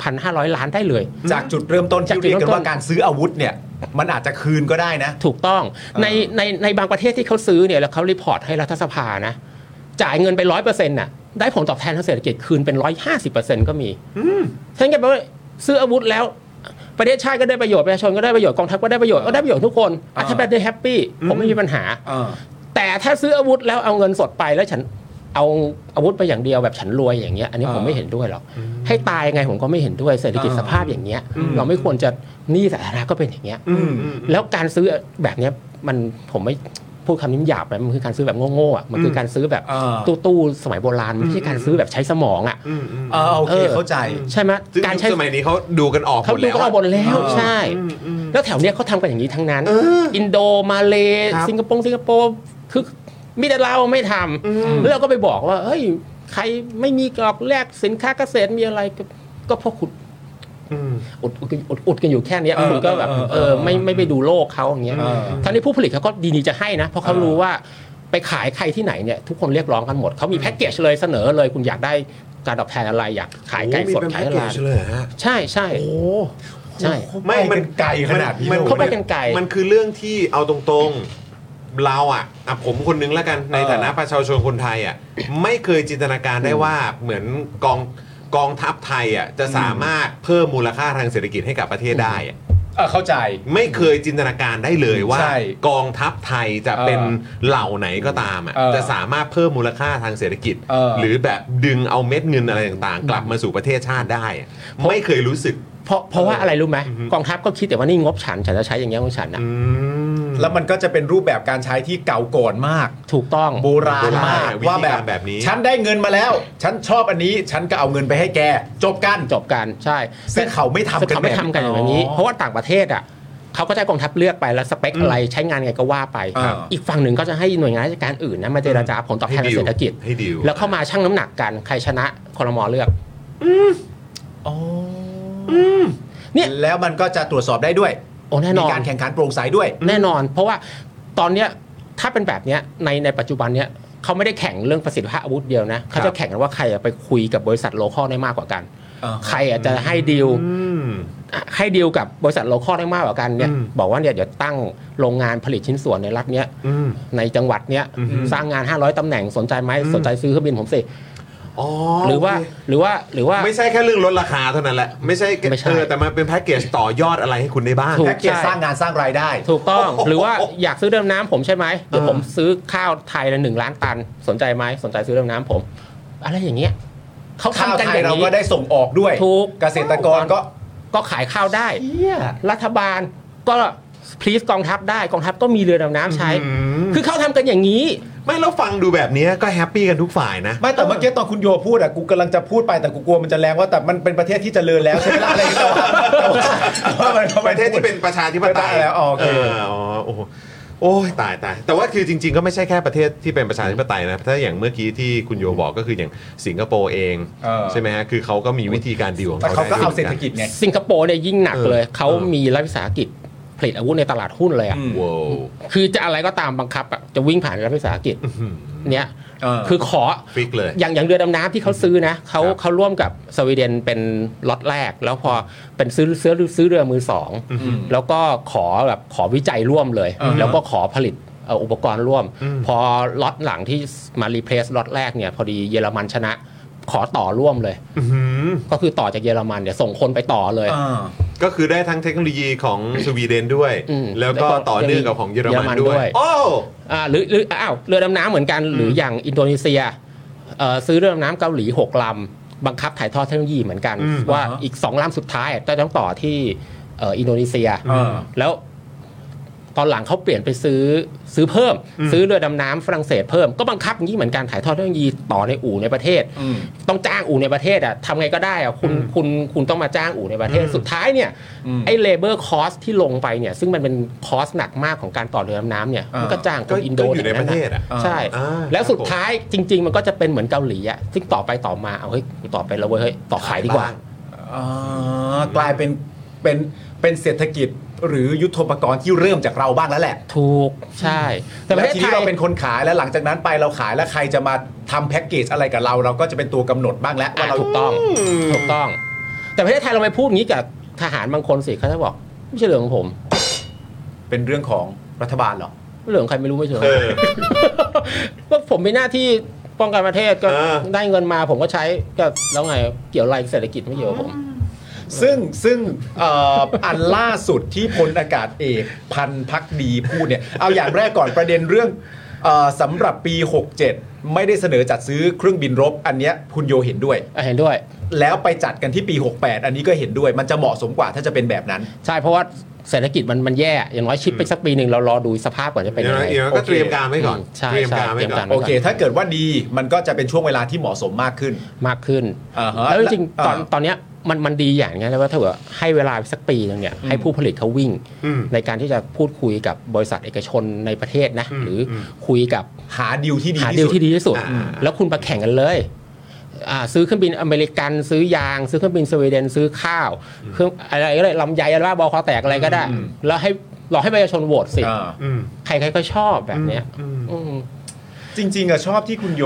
[SPEAKER 8] พันห้าร้อยล้านได้เลย
[SPEAKER 5] จากจุดเริ่มต้น
[SPEAKER 8] จาก
[SPEAKER 5] ที่
[SPEAKER 8] จุด
[SPEAKER 5] เรียก
[SPEAKER 8] เริ่ม
[SPEAKER 5] กัน
[SPEAKER 8] ต้น
[SPEAKER 5] ว่าการซื้ออาวุธเนี่ย มันอาจจะคืนก็ได้นะ
[SPEAKER 8] ถูกต้องในในในบางประเทศที่เขาซื้อเนี่ยแล้วเขารีพอร์ตให้รัฐสภานะจ่ายเงินไปร้อยเปอร์เซ็นต์น่ะได้ผลตอบแทนทางเศรษฐกิจคืนเป็นร้อยห้าสิบเปอร์เซ็นต์ก็มีฉะนั้นแกแปลว่าซื้ออาวุธแล้ว ประเทศชาติก็ได้ประโยชน์ประชาชนก็ได้ประโยชน์กองทัพก็ได้ประโยชน์ก็ได้ประโยชน์ทุกคนอ่ะ
[SPEAKER 5] อ่า
[SPEAKER 8] ถ้าแบบได้แฮปปี้ผมไม่มีปัญหา
[SPEAKER 5] เออ
[SPEAKER 8] แต่ถ้าซื้ออาวุธแล้วเอาเงินสดไปแล้วฉันเอาอาวุธไปอย่างเดียวแบบฉันรวยอย่างเงี้ยอันนี้
[SPEAKER 5] อ่า
[SPEAKER 8] ผมไม่เห็นด้วยหรอกให้ตายยังไงผมก็ไม่เห็นด้วยเศรษฐกิจ
[SPEAKER 5] อ่า
[SPEAKER 8] สภาพอย่างเงี้ย เราไม่ควรจะหนี้สาธารณะก็เป็นอย่างเงี้ย
[SPEAKER 5] อืม
[SPEAKER 8] แล้วการซื้อแบบเนี้ยมันผมไม่พูดคำนิ้มหยาบไปมันคือการซื้อแบบโง่ๆอ่ะมันคือการซื้อแบบ
[SPEAKER 5] อ่า
[SPEAKER 8] ตู้ตู้ๆสมัยโบราณมันไม่ใช่การซื้อแบบใช้สมองอ่ะ
[SPEAKER 4] อืมอืม
[SPEAKER 5] เออโอเค
[SPEAKER 8] เออ
[SPEAKER 5] เข้าใจ
[SPEAKER 8] ใช่ไหม
[SPEAKER 4] ซึ่ง
[SPEAKER 8] การใช้
[SPEAKER 4] สมัยนี้เขาดูกันออกห
[SPEAKER 8] เขา
[SPEAKER 4] มด
[SPEAKER 8] ดู
[SPEAKER 4] แล้ว
[SPEAKER 8] ก็เอา
[SPEAKER 4] อะ
[SPEAKER 8] บนแล้ว
[SPEAKER 5] อ่า
[SPEAKER 8] ใช่ แล้วแถวเนี้ยเขาทำกันอย่างนี้ทั้งนั้น อินโดมาเล
[SPEAKER 4] ครับ
[SPEAKER 8] สิงคโปร์สิงคโปร์คือมีแต่เราไม่ทำแล้วเราก็ไปบอกว่าเฮ้ยใครไม่มีกรอกแลกสินค้าเกษตรมีอะไรก็ก็เพราะคุณ
[SPEAKER 4] อืม
[SPEAKER 8] อดอดอดกันอยู่แค่เนี้ย
[SPEAKER 5] เออ
[SPEAKER 8] คุณก็แบบ
[SPEAKER 5] เออเอ
[SPEAKER 8] เอ
[SPEAKER 5] อ
[SPEAKER 8] อไม่ไม่ไปดูโลกเขาอย่างเงี้ย
[SPEAKER 5] เออ
[SPEAKER 8] ทั้งนี้ผู้ผลิตเขาก็ดีๆจะให้นะ เพราะเขา
[SPEAKER 5] อ่ารู้
[SPEAKER 8] รู้ว่าไปขายใครที่ไหนเนี่ยทุกคนเรียกร้องกันหมด เขามีแพ็กเกจเลยเสนอเลยคุณอยากได้การตอบแทนอะไรอยากขายไก่สด
[SPEAKER 4] โอ้มีเป็น
[SPEAKER 8] ขายอะไร
[SPEAKER 4] แพ็กเกจเลยเหรอฮะ
[SPEAKER 8] ใช่ใช่ใช่
[SPEAKER 4] ไม่
[SPEAKER 5] ไม่
[SPEAKER 4] มั
[SPEAKER 5] มัน นไกลขนาดนี้
[SPEAKER 4] มั
[SPEAKER 5] เลย
[SPEAKER 8] เข้าไปกันไกล
[SPEAKER 4] มันคือเรื่องที่เอาตรงๆเราอ่ะอ่ะผมคนนึงแล้วกันในฐานะประชาชนคนไทยอ่ะไม่เคยจินตนาการได้ว่าเหมือนกองกองทัพไทยอ่ะจะสามารถเพิ่มมูลค่าทางเศรษฐกิจให้กับประเทศได้อะ
[SPEAKER 5] เออเข้าใจ
[SPEAKER 4] ไม่เคยจินตนาการได้เลยว่า
[SPEAKER 5] ใช่
[SPEAKER 4] กองทัพไทยจะเป็นเหล่าไหนก็ตามอ่ะ
[SPEAKER 5] เออ
[SPEAKER 4] จะสามารถเพิ่มมูลค่าทางเศรษฐกิจ
[SPEAKER 5] เออ
[SPEAKER 4] หรือแบบดึงเอาเม็ดเงินอะไรต่างๆ กลับมาสู่ประเทศชาติได้อะไม่เคยรู้สึก
[SPEAKER 8] เพราะเพราะว่าอะไรรู้ไหมกองทัพก็คิดแต่ว่านี่งบฉันฉันจะใช้อย่างเงี้ยของฉันนะ
[SPEAKER 4] อืม
[SPEAKER 5] แล้วมันก็จะเป็นรูปแบบการใช้ที่เก่าก่อนมาก
[SPEAKER 8] ถูกต้อง
[SPEAKER 5] โบราณมาก
[SPEAKER 4] วิ
[SPEAKER 5] ว่า
[SPEAKER 4] ธี
[SPEAKER 5] แบ
[SPEAKER 4] กา
[SPEAKER 5] บ
[SPEAKER 4] รแบบนี้
[SPEAKER 5] ฉันได้เงินมาแล้ว ฉันชอบอันนี้ ฉันก็เอาเงินไปให้แก จบกัน
[SPEAKER 8] จบกันใช่
[SPEAKER 5] ซึ่งเขาไม่ทำกัน
[SPEAKER 8] ซึ่งเขาไม่ทำกัน
[SPEAKER 5] แบบนี้
[SPEAKER 8] อย่างนี้
[SPEAKER 5] อ๋อ
[SPEAKER 8] เพราะว่าต่างประเทศอ่ะเขาก็จะให้กองทัพเลือกไปแล้วสเปคอะไรใช้งานไงก็ว่าไป
[SPEAKER 5] อ่า
[SPEAKER 8] อีกฝั่งหนึ่งก็จะให้หน่วยงานราชการอื่นนะมาเจรจาผลตอบแทนทางเศรษฐกิจ
[SPEAKER 4] ให้ดิว
[SPEAKER 8] แล้วเข้ามาชั่งน้ำหนักกันใครชนะคอรมอเลือก
[SPEAKER 5] อ๋อ
[SPEAKER 8] เนี่ย
[SPEAKER 5] แล้วมันก็จะตรวจสอบได้ด้วย
[SPEAKER 8] โอ้แน่น
[SPEAKER 5] มี
[SPEAKER 8] อน
[SPEAKER 5] การแข่งขันโปร่งใสด้วย
[SPEAKER 8] แน่นอน เพราะว่าตอนเนี้ยถ้าเป็นแบบเนี้ยในในปัจจุบันเนี้ยเขาไม่ได้แข่งเรื่องประสิทธิภาพอาวุธเดียวนะเขาจะแข่งกันว่าใครอะไปคุยกับบริษัทโลคอลได้มากกว่ากัน
[SPEAKER 5] อ่าฮะ
[SPEAKER 8] ใครอะจะให้ดีล
[SPEAKER 4] อืม
[SPEAKER 8] ให้ดีลกับบริษัทโลคอลได้มากกว่ากันเนี่ย
[SPEAKER 4] อืม
[SPEAKER 8] บอกว่าเนี่ยเดี๋ยวตั้งโรงงานผลิตชิ้นส่วนในรัฐเนี้ย
[SPEAKER 4] อืม
[SPEAKER 8] ในจังหวัดเนี้ย
[SPEAKER 4] อืม
[SPEAKER 8] สร้างงาน 500ตำแหน่งสนใจไหม
[SPEAKER 4] อืม
[SPEAKER 8] สนใจซื้อเครื่องบินผมสิ
[SPEAKER 4] อ๋อ
[SPEAKER 8] หรือว่า
[SPEAKER 4] โเค
[SPEAKER 8] หรือว่าหรือว่า
[SPEAKER 4] ไม่ใช่แค่เรื่องลดราคาเท่านั้นแหละ ไม่ใช่
[SPEAKER 8] ไม่ใช่
[SPEAKER 4] เออแต่มันเป็นแพ็กเกจต่อยอดอะไรให้คุณได้บ้าง
[SPEAKER 8] ถู
[SPEAKER 5] แพ็กเกจ
[SPEAKER 8] ใช่
[SPEAKER 5] สร้างงานสร้างรายได้
[SPEAKER 8] ถูกต้อง
[SPEAKER 4] โอ้โห
[SPEAKER 8] หรือว่าอยากซื้อเรือดำน้ำผมใช่ไหมเดี๋ยว
[SPEAKER 4] เออ
[SPEAKER 8] ผมซื้อข้าวไทยละหนึ่งล้านตัน สนใจไหมสนใจซื้อเรือดำน้ำผม อะไรอย่างเงี้ยเขา
[SPEAKER 5] ข้าว
[SPEAKER 8] ทำกัน
[SPEAKER 5] ไท
[SPEAKER 8] อย ย่าง
[SPEAKER 5] เรา
[SPEAKER 8] นี้
[SPEAKER 5] ก็ได้ส่งออกด้วย
[SPEAKER 8] ถูก
[SPEAKER 5] เกษตรกรก็
[SPEAKER 8] ก็ขายข้าวได้ รัฐบาลก็พลีสกองทัพได้กองทัพก็มีเรือดำน้ำใช้
[SPEAKER 4] อืม
[SPEAKER 8] คือเขาทำกันอย่างนี้
[SPEAKER 4] ไม่แล้วฟังดูแบบนี้ก็แฮปปี้กันทุกฝ่ายนะ
[SPEAKER 5] ไม่แต่เมื่อกี้ตอนคุณโยพูดอะกูกำลังจะพูดไปแต่กูกลัวมันจะแรงว่าแต่มันเป็นประเทศที่เจริญแล้วใช่ไหมล่ะอะไรอย่างเงี้ยแต่ว่าแต่ว่ามัน
[SPEAKER 4] ประเทศที่เป็นประชาธิปไตย
[SPEAKER 5] แล้วอ๋อโอเค
[SPEAKER 4] ออ๋อโอ้โหโอ้ยตายตายแต่ว่าคือจริง ๆ ก็ไม่ใช่แค่ประเทศที่เป็นประชาธิปไตยนะถ้าอย่างเมื่อกี้ที่คุณโยบอกก็คืออย่างสิงคโปร์เอง
[SPEAKER 5] เออ
[SPEAKER 4] ใช่ไหมฮะคือเขาก็มีวิธีการดีลของ
[SPEAKER 5] แต่
[SPEAKER 4] เขา
[SPEAKER 5] เขาก็
[SPEAKER 4] ได้
[SPEAKER 5] เอา
[SPEAKER 4] ด้วยหมืนน
[SPEAKER 5] เศรษฐกิจไง
[SPEAKER 8] สิงคโปร์เนี่ยยิ่งหนัก
[SPEAKER 4] เออ
[SPEAKER 8] เลย เขา
[SPEAKER 4] เออ
[SPEAKER 8] มีรัฐวิสาหกิจผลิตอาวุธในตลาดหุ้นเลยอ่ะ
[SPEAKER 5] อืม
[SPEAKER 4] โว้ว
[SPEAKER 8] คือจะอะไรก็ตามบังคับอะจะวิ่งผ่านรัฐวิสาหกิจเนี่ย
[SPEAKER 5] เออ
[SPEAKER 8] คือขอ
[SPEAKER 4] ฟิกเลย
[SPEAKER 8] อย่างอย่างเรือดำน้ำที่เขาซื้อนะเขา
[SPEAKER 4] ครับ
[SPEAKER 8] เขาร่วมกับสวีเดนเป็นล็อตแรก แล้วพอเป็นซื้อซื้อซื้อเรือมือสองแล้วก็ขอแบบขอวิจัยร่วมเลย
[SPEAKER 5] อ่าฮะ
[SPEAKER 8] แล้วก็ขอผลิตเอ่ออุปกรณ์ร่วม พอล็อตหลังที่มารีเพลสล็อตแรกเนี่ยพอดีเยอรมันชนะ ขอต่อร่วมเลย
[SPEAKER 4] อื้อหือ
[SPEAKER 8] ก็คือต่อจากเยอรมันเนี่ยส่งคนไปต่อเลย
[SPEAKER 5] อ่า
[SPEAKER 4] ก็คือได้ทั้งเทคโนโลยีของสวีเดนด้วย
[SPEAKER 8] อืม
[SPEAKER 4] แล้วก็
[SPEAKER 8] แล้วก็
[SPEAKER 4] ต่อเนื่องกับของเยอรมัน
[SPEAKER 8] เยอรมัน
[SPEAKER 4] ด้ว
[SPEAKER 8] ด้วยย
[SPEAKER 4] โอ้
[SPEAKER 8] อ่าหรือหรืออ้าวเรือดำน้ำเหมือนกันหรืออย่างอินโดนีเซียเอ่อซื้อเรือดำน้ำเกาหลีหกลำบังคับถ่ายทอดเทคโนโลยีเหมือนกัน
[SPEAKER 4] อืม
[SPEAKER 8] ว่า
[SPEAKER 5] อ่าฮะ
[SPEAKER 8] อีกสองลำสุดท้ายจะต้องต่อที่เอ่ออินโดนีเซีย
[SPEAKER 5] อ่า
[SPEAKER 8] แล้วตอนหลังเขาเปลี่ยนไปซื้อซื้อเพิ่ม ซื้อเรือดำน้ำฝรั่งเศสเพิ่มก็บังคับอย่างนี้เหมือนกันถ่ายทอดเทคโนโลยีต่อในอู่ในประเทศ
[SPEAKER 5] อืม
[SPEAKER 8] ต้องจ้างอู่ในประเทศอะทำไงก็ได้อะคุณคุณคุณต้องมาจ้างอู่ในประเทศสุดท้ายเนี่ยไอ้เลเบอร์คอสที่ลงไปเนี่ย ซึ่งมันเป็นคอสหนักมากของการต่อเรือดำน้ำเนี่ย
[SPEAKER 5] อ่ามั
[SPEAKER 8] มันก็จ้างค
[SPEAKER 4] ก็
[SPEAKER 8] นอินโด
[SPEAKER 4] ก็อยู่ในประเทศอะ
[SPEAKER 8] ใช่
[SPEAKER 4] อ่า
[SPEAKER 8] แล้วสุด
[SPEAKER 4] ครับผม
[SPEAKER 8] ท้ายจริง ๆ มันก็จะเป็นเหมือนเกาหลีอะซึ่งต่อไปต่อมาเอาเฮ้ยกูต่อไปแล้วเว้ยเฮ้ยต่อขายดีกว่า
[SPEAKER 5] อ่ากลายเป็นเป็นเป็นเศรษฐกิจหรือยุทโธปกรณ์ที่เริ่มจากเราบ้างแล้วแหละ
[SPEAKER 8] ถูกใช่แต่ประ
[SPEAKER 5] แล้ว
[SPEAKER 8] เทศ
[SPEAKER 5] ที
[SPEAKER 8] ไท
[SPEAKER 5] นี้
[SPEAKER 8] ย
[SPEAKER 5] เราเป็นคนขายแล้วหลังจากนั้นไปเราขายแล้วใครจะมาทำแพ็กเกจอะไรกับเรา เราก็จะเป็นตัวกำหนดบ้างแล้วว่า
[SPEAKER 8] อ่ะ
[SPEAKER 5] เรา
[SPEAKER 8] ถูกต้องถูกต้อง แต่ประเทศไทยเราไปพูดอย่างนี้กับทหารบางคนสิเขาจะบอก ไม่ใช่เรื่องของผม
[SPEAKER 5] เป็นเรื่องของรัฐบาลเหรอ
[SPEAKER 8] เรื่องของใครไม่รู้ไม่ใช่เรื่อง
[SPEAKER 4] เอ
[SPEAKER 8] ของผม
[SPEAKER 4] อ
[SPEAKER 8] ก็ผมมีหน้าที่ป้องกันประเทศก็
[SPEAKER 4] เออ
[SPEAKER 8] ได้เงินมาผมก็ใช้ก็แล้วไงเกี่ยวอะไรกับเศรษฐกิจไม่เกี่ยวกับผม
[SPEAKER 5] ซึ่งซึ่งเอ่ออันล่าสุดที่พลอากาศเอกพันพักดีพูดเนี่ย เอาอย่างแรกก่อนประเด็นเรื่องเอ่อสำหรับปี 67 ไม่ได้เสนอจัดซื้อเครื่องบินรบ อันเนี้ยคุณโยเห็นด้วย
[SPEAKER 8] อ่ะเห็นด้วย
[SPEAKER 5] แล้วไปจัดกันที่ปี 68 อันนี้ก็เห็นด้วยมันจะเหมาะสมกว่าถ้าจะเป็นแบบนั้น
[SPEAKER 8] ใช่เพราะว่าเศรษฐกิจมันมันแย่อย่างน้อยชิดไปสักปีหนึ่งเรารอดูสภาพก่อนจะเป็นยังไง
[SPEAKER 4] เดี๋ยวก็เตรียมการไว้ก่อน
[SPEAKER 8] อืมใช่
[SPEAKER 4] เตรียมการไว้ก่
[SPEAKER 8] ใช่เตรียม
[SPEAKER 4] อ
[SPEAKER 8] การ
[SPEAKER 4] น
[SPEAKER 5] โอเค ถ้าเกิดว่าดีมันก็จะเป็นช่วงเวลาที่เหมาะสมมากขึ้น
[SPEAKER 8] มากขึ้น
[SPEAKER 5] อ่าฮะ
[SPEAKER 8] แล้วจริงๆตอน
[SPEAKER 5] อ่า
[SPEAKER 8] ตอนเนี้ยมันมันดีอย่างเงี้ยแล้วว่าถ้าเกิดให้เวลาสักปีนึงเนี่ยให้ผู้ผลิตเขาวิ่ง
[SPEAKER 4] อืม
[SPEAKER 8] ในการที่จะพูดคุยกับบริษัทเอกชนในประเทศนะ
[SPEAKER 4] อืม
[SPEAKER 8] หรืออ
[SPEAKER 4] ม
[SPEAKER 8] คุยกับ
[SPEAKER 5] หาดีลที่ดี
[SPEAKER 8] หา
[SPEAKER 5] ที่สุด
[SPEAKER 8] ดีลที่ดีที่สุด
[SPEAKER 4] อ่า
[SPEAKER 8] แล้วคุณไปแข่งกันเลยอ่าซื้อเครื่องบินอเมริกัน ซื้อยาง ซื้อเครื่องบินสวีเดนซื้อข้าว เครื่องอะไรก็ได้ลำไยอะไรบ้าบอคอแตกอะไรก็ได้
[SPEAKER 5] อืม
[SPEAKER 8] แล้วให้เราให้ประชาชนโหวตสิ
[SPEAKER 5] อ่า
[SPEAKER 4] อืม
[SPEAKER 8] ใครใครก็ชอบแบบเนี้ย
[SPEAKER 4] อืม
[SPEAKER 8] อืม
[SPEAKER 5] จริงๆอะชอบที่คุณโย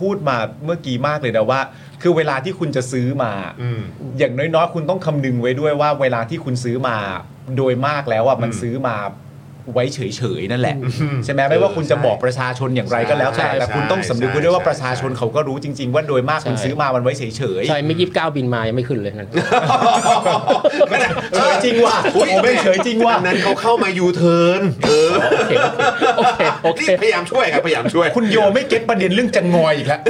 [SPEAKER 5] พูดมาเมื่อกี้มากเลยนะว่า คือเวลาที่คุณจะซื้อมา
[SPEAKER 4] อืม
[SPEAKER 5] อย่างน้อยๆ คุณต้องคำนึงไว้ด้วยว่าเวลาที่คุณซื้อมาโดยมากแล้วอ่ะมัน
[SPEAKER 4] อืม
[SPEAKER 5] ซื้อมาไว้เฉยๆนั่นแหละ
[SPEAKER 4] ม
[SPEAKER 5] ใช่ไหมไม่ว่าคุณจะบอกประชาชนอย่างไรก็แล้วแต่
[SPEAKER 4] ใช่
[SPEAKER 5] แต่คุณต้องสำนึกไว้ด้วยว่า
[SPEAKER 4] ใช่
[SPEAKER 5] ประชาชนเขาก็รู้จริง ๆ ว่าโดยมากคุณ
[SPEAKER 8] ใช่
[SPEAKER 5] ซื้อมามันไว้เฉยๆ
[SPEAKER 8] ใช่ไม่ยีิบเก้าบินมายังไม่ขึ้นเลยนั่น
[SPEAKER 5] เฉยจริงว่ะโอ้โหเป็นเฉยจริงว่ะ
[SPEAKER 4] อันนั้นเขาเข้ามายูเทิร์นเออ
[SPEAKER 8] โอเคโอเคโอเค
[SPEAKER 4] นี่พยายามช่วยครับพยายามช่วย
[SPEAKER 5] คุณโยไม่เก็ตประเด็นเรื่องจะงอยอีกแล้ว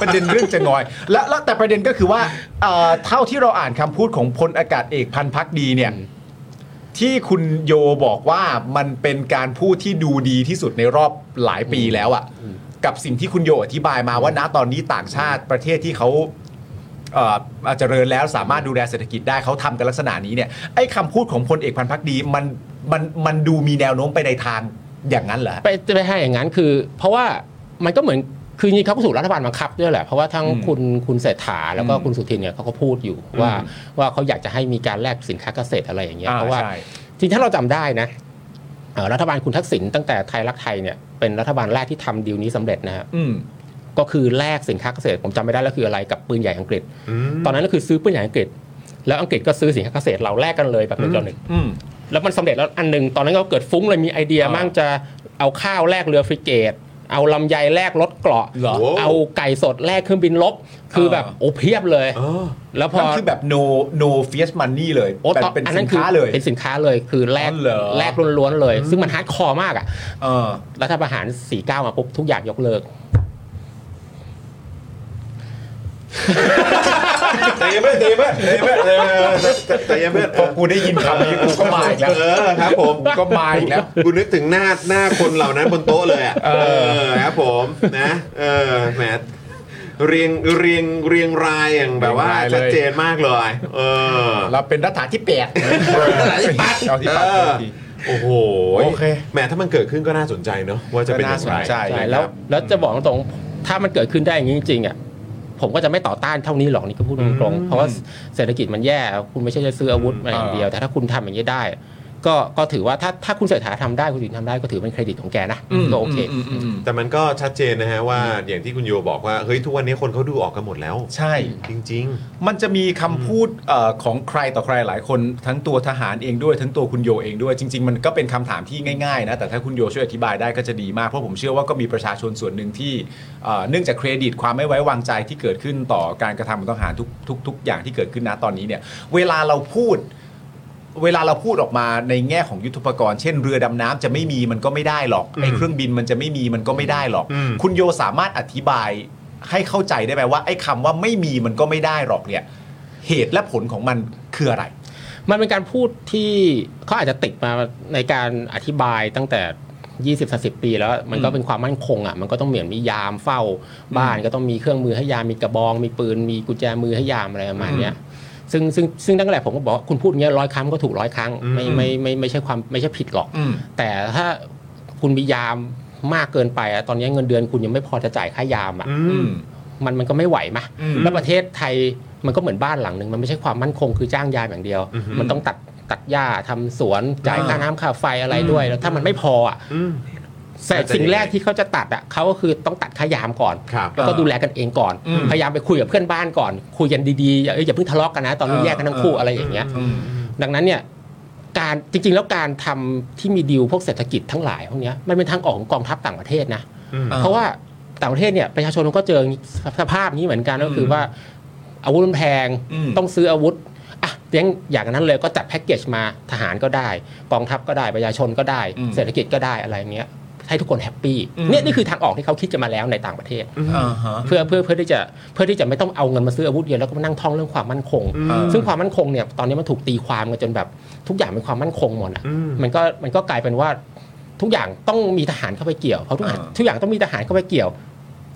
[SPEAKER 5] ประเด็นเรื่องจะงอย และและแต่ประเด็นก็คือว่าเอ่อเท่าที่เราอ่านคำพูดของพลอากาศเอกพันธ์พักดีเนี่ย ที่คุณโยบอกว่ามันเป็นการพูดที่ดูดีที่สุดในรอบหลายปีแล้วอะ่ะ กับสิ่งที่คุณโยอธิบายมาว่าณตอนนี้ต่างชาติประเทศที่เขาเอ่อเจริญแล้วสามารถดูแลเศรษฐกิจได้เขาทำกันลักษณะนี้เนี่ยไอ้คำพูดของพลเอกพันธ์พักดีมันมันมันดูมีแนวโน้มไปในทางอย่างนั้นเหรอ
[SPEAKER 8] ไปไปให้อย่างนั้นคือ เพราะว่ามันก็เหมือนคือจริงๆเขาก็ถูกรัฐบาลบังคับด้วยแหละเพราะว่าทั้ง
[SPEAKER 5] อืม
[SPEAKER 8] คุณคุณเศรษฐาแล้วก็
[SPEAKER 5] อืม
[SPEAKER 8] คุณสุทินเนี่ยเขาก็พูดอยู่ว่า
[SPEAKER 5] อืม
[SPEAKER 8] ว่าเขาอยากจะให้มีการแลกสินค้าเกษตรอะไรอย่างเงี้ย
[SPEAKER 5] อ่า
[SPEAKER 8] เพราะว่า
[SPEAKER 5] ใช่
[SPEAKER 8] จริงๆถ้าเราจำได้นะเอ่อรัฐบาลคุณทักษิณตั้งแต่ไทยรักไทยเนี่ยเป็นรัฐบาลแรกที่ทำดีลนี้สำเร็จนะฮะ
[SPEAKER 5] อืม
[SPEAKER 8] ก็คือแลกสินค้าเกษตรผมจำไม่ได้แล้วคืออะไรกับปืนใหญ่อังกฤษ ตอนนั้นก็คือซื้อปืนใหญ่อังกฤษ แล้วอังกฤษก็ซื้อสินค้าเกษตรเราแลกกันเลยแบบหนึ่งต่อหนึ่ง
[SPEAKER 5] อืม
[SPEAKER 8] แล้วมันสำเร็จแล้วอันหนึ่งตอนนั้นก็เกิดฟุ้งเลยมีไอเดีย
[SPEAKER 5] อ่ามั่
[SPEAKER 8] มั่งจะเอาข้าวแลกเรือฟริเกต เอาลำไยแลกรถเกราะ
[SPEAKER 5] เหรอ
[SPEAKER 8] เอาไก่สดแลกเครื่องบินรบคือแบบ
[SPEAKER 5] อ่า
[SPEAKER 8] โอ้เพียบเลย แล้วพอ
[SPEAKER 5] นั่นคือแบบ no no fiat money เลย
[SPEAKER 8] โอ้
[SPEAKER 5] แบบ
[SPEAKER 8] ตอน
[SPEAKER 5] เป็น
[SPEAKER 8] อัน
[SPEAKER 5] สิ
[SPEAKER 8] นั้น นคือ
[SPEAKER 5] ค้าเลย
[SPEAKER 8] เป็นสินค้าเลยคือแลก
[SPEAKER 5] อ๋อเหรอ
[SPEAKER 8] แลกล้วนๆเลย ซึ่งมันฮาร์ดคอร์มากอ่ะ
[SPEAKER 5] เออ
[SPEAKER 8] รัฐประหาร 49 มาปุ๊บ ทุกอย่างยกเลิก
[SPEAKER 4] แต่ยังไม่แต่ยังไม่แต่ยังไม่แต่ยังไม่แต่ยังไม่
[SPEAKER 5] พอกูได้ยินคำนี้กูก็มาอีกแล้ว
[SPEAKER 4] เออครับผม
[SPEAKER 5] กูก็มาอีกแล้ว
[SPEAKER 4] กูนึกถึงหน้าหน้าคนเหล่านั้นบนโต๊ะเลยอ่ะเออครับผมนะเออแหมเรียงเรียงเรียงรายอย่างแบบว่า
[SPEAKER 5] เรียงรายเลย
[SPEAKER 4] ชัดเจนมากเลย เออ
[SPEAKER 5] เราเป็นรัฐาที่แปด
[SPEAKER 4] หลายปัด
[SPEAKER 5] เอาที่ปัด
[SPEAKER 4] เอ
[SPEAKER 5] โท
[SPEAKER 4] อ
[SPEAKER 5] ษที
[SPEAKER 4] โอ้โห
[SPEAKER 5] โอเค
[SPEAKER 4] แหมถ้ามันเกิดขึ้นก็น่าสนใจเนอะว่าจะเป็นอย่างไร
[SPEAKER 5] ใช่
[SPEAKER 8] ใช่ แล้วแล้วจะบอกตรงๆถ้ามันเกิดขึ้นได้อย่างนี้จริงๆอ่ะ ผมก็จะไม่ต่อต้านเท่านี้หรอกนี่ก็พูดตรงๆ เพราะว่าเศรษฐกิจมันแย่ คุณไม่ใช่จะซื้ออาวุธมาอย่างเดียว แต่ถ้าคุณทำอย่างนี้ได้ ก็ก็ถือว่าถ้าถ้าคุณเศรษฐาทำได้คุณถึงทำได้ก็ถือเป็นเครดิตของแกนะก็โอเค
[SPEAKER 5] มอืมอืม
[SPEAKER 4] แต่มันก็ชัดเจนนะฮะว่าอย่างที่คุณโยบอกว่าเฮ้ยทุกวันนี้คนเขาดูออกกันหมดแล้ว
[SPEAKER 5] ใช่
[SPEAKER 4] จริง
[SPEAKER 5] มันจะมีคำพูดเอ่อของใครต่อใครหลายคนทั้งตัวทหารเองด้วย ทั้งตัวคุณโยเองด้วย จริง ๆ มันก็เป็นคำถามที่ง่ายๆนะแต่ถ้าคุณโยช่วยอธิบายได้ก็จะดีมากเพราะผมเชื่อว่าก็มีประชาชนส่วนหนึ่งที่เอ่อเนื่องจากเครดิตความไม่ไว้วางใจที่เกิดขึ้นต่อการกระทำของทหารทุกทุกทุกอย่างที่เกิดขึ้นนะตอนนี้เนี่ยเวลาเราพูด เวลาเราพูดออกมาในแง่ของยุทธปกรณ์เช่นเรือดำน้ำจะไม่มีมันก็ไม่ได้หรอกไอ้เครื่องบินมันจะไม่มีมันก็ไม่ได้หรอก
[SPEAKER 4] อืม
[SPEAKER 5] คุณโยสามารถอธิบายให้เข้าใจได้ไหมว่าไอ้คำว่าไม่มีมันก็ไม่ได้หรอกเนี่ย เหตุและผลของมันคืออะไร
[SPEAKER 8] มันเป็นการพูดที่เขาอาจจะติดมาในการอธิบายตั้งแต่ 20 30 ปีแล้วมันก็เป็นความมั่นคงอ่ะมันก็ต้องเหมือนมียามเฝ้าบ้านก็ต้องมีเครื่องมือให้ยามมีกระบอง มีปืนมีกุญแจมือให้ยามอะไรประมาณเนี้ยซึ่งซึ่งซึ่งตั้งแต่ผมก็บอกว่าคุณพูดอย่างเงี้ยร้อยครั้งก็ถูกร้อยครั้งไม่ไม่ไม่ไม่ใช่ความไม่ใช่ผิดหรอก
[SPEAKER 5] อืม
[SPEAKER 8] แต่ถ้าคุณมียามมากเกินไปอะตอนนี้เงินเดือนคุณยังไม่พอจะจ่ายค่ายามอ่ะ
[SPEAKER 5] อืม
[SPEAKER 8] มันมันก็ไม่ไหวมะ
[SPEAKER 5] อืม
[SPEAKER 8] แล้วประเทศไทยมันก็เหมือนบ้านหลังหนึ่งมันไม่ใช่ความมั่นคงคือจ้างยามอย่างเดียว มันต้องตัดตัดหญ้าทำสวนจ่ายค่าน้ำค่าไฟอะไรด้วยแล้วถ้ามันไม่พออ่ะ
[SPEAKER 4] ๆ อืม
[SPEAKER 8] แต่
[SPEAKER 4] น่าจะ
[SPEAKER 8] สิ่งแรก
[SPEAKER 4] ยังไง
[SPEAKER 8] ที่เขาจะตัดอ่ะเขาก็คือต้องตัดค่ายามก่อน
[SPEAKER 4] ครับ
[SPEAKER 8] แล้วก็ดูแลกันเองก่อน
[SPEAKER 5] อืม
[SPEAKER 8] พยายามไปคุยกับเพื่อนบ้านก่อนคุยกันดีๆอย่าเอ้ยอย่าเพิ่งทะเลาะกันนะตอนนี้
[SPEAKER 5] เออ
[SPEAKER 8] แยกกันทั้งคู่
[SPEAKER 5] เอออ
[SPEAKER 8] อะไรอย่างเงี้ย
[SPEAKER 5] อืม
[SPEAKER 8] ดังนั้นเนี่ยการจริงๆ แล้วการทำที่มีดีลพวกเศรษฐกิจทั้งหลายพวกเนี้ยมันเป็นทางออกของกองทัพต่างประเทศนะ
[SPEAKER 4] อืม
[SPEAKER 8] เพราะว่าต่างประเทศเนี่ยประชาชนเขาก็เจอสภาพนี้เหมือนกันก็คือว่าอาวุธมันแพง
[SPEAKER 5] อืม
[SPEAKER 8] ต้องซื้ออาวุธอ่ะเลี้ยงอย่างนั้นเลยก็จัดแพ็กเกจมาทหารก็ได้ กองทัพก็ได้ประชาชนก็ได้ เศรษฐกิจก็ได้อะไรอย่างเงี้ยให้ทุกคนแฮปปี้เนี่ยนี่คือทางออกที่เขาคิดกันมาแล้วในต่างประเทศ
[SPEAKER 5] อ่าฮะ
[SPEAKER 8] เพื่อเพื่อเพื่อที่จะเพื่อที่จะไม่ต้องเอาเงินมาซื้ออาวุธเยอะแล้วก็มานั่งท่องเรื่องความมั่นคง ซึ่งความมั่นคงเนี่ยตอนนี้มันถูกตีความกันจนแบบทุกอย่างเป็นความมั่นคงหมดอ่ะมันก็มันก็กลายเป็นว่าทุกอย่างต้องมีทหารเข้าไปเกี่ยวเพราะทุกอย่าง
[SPEAKER 5] อ่า
[SPEAKER 8] ทุกอย่างต้องมีทหารเข้าไปเกี่ยว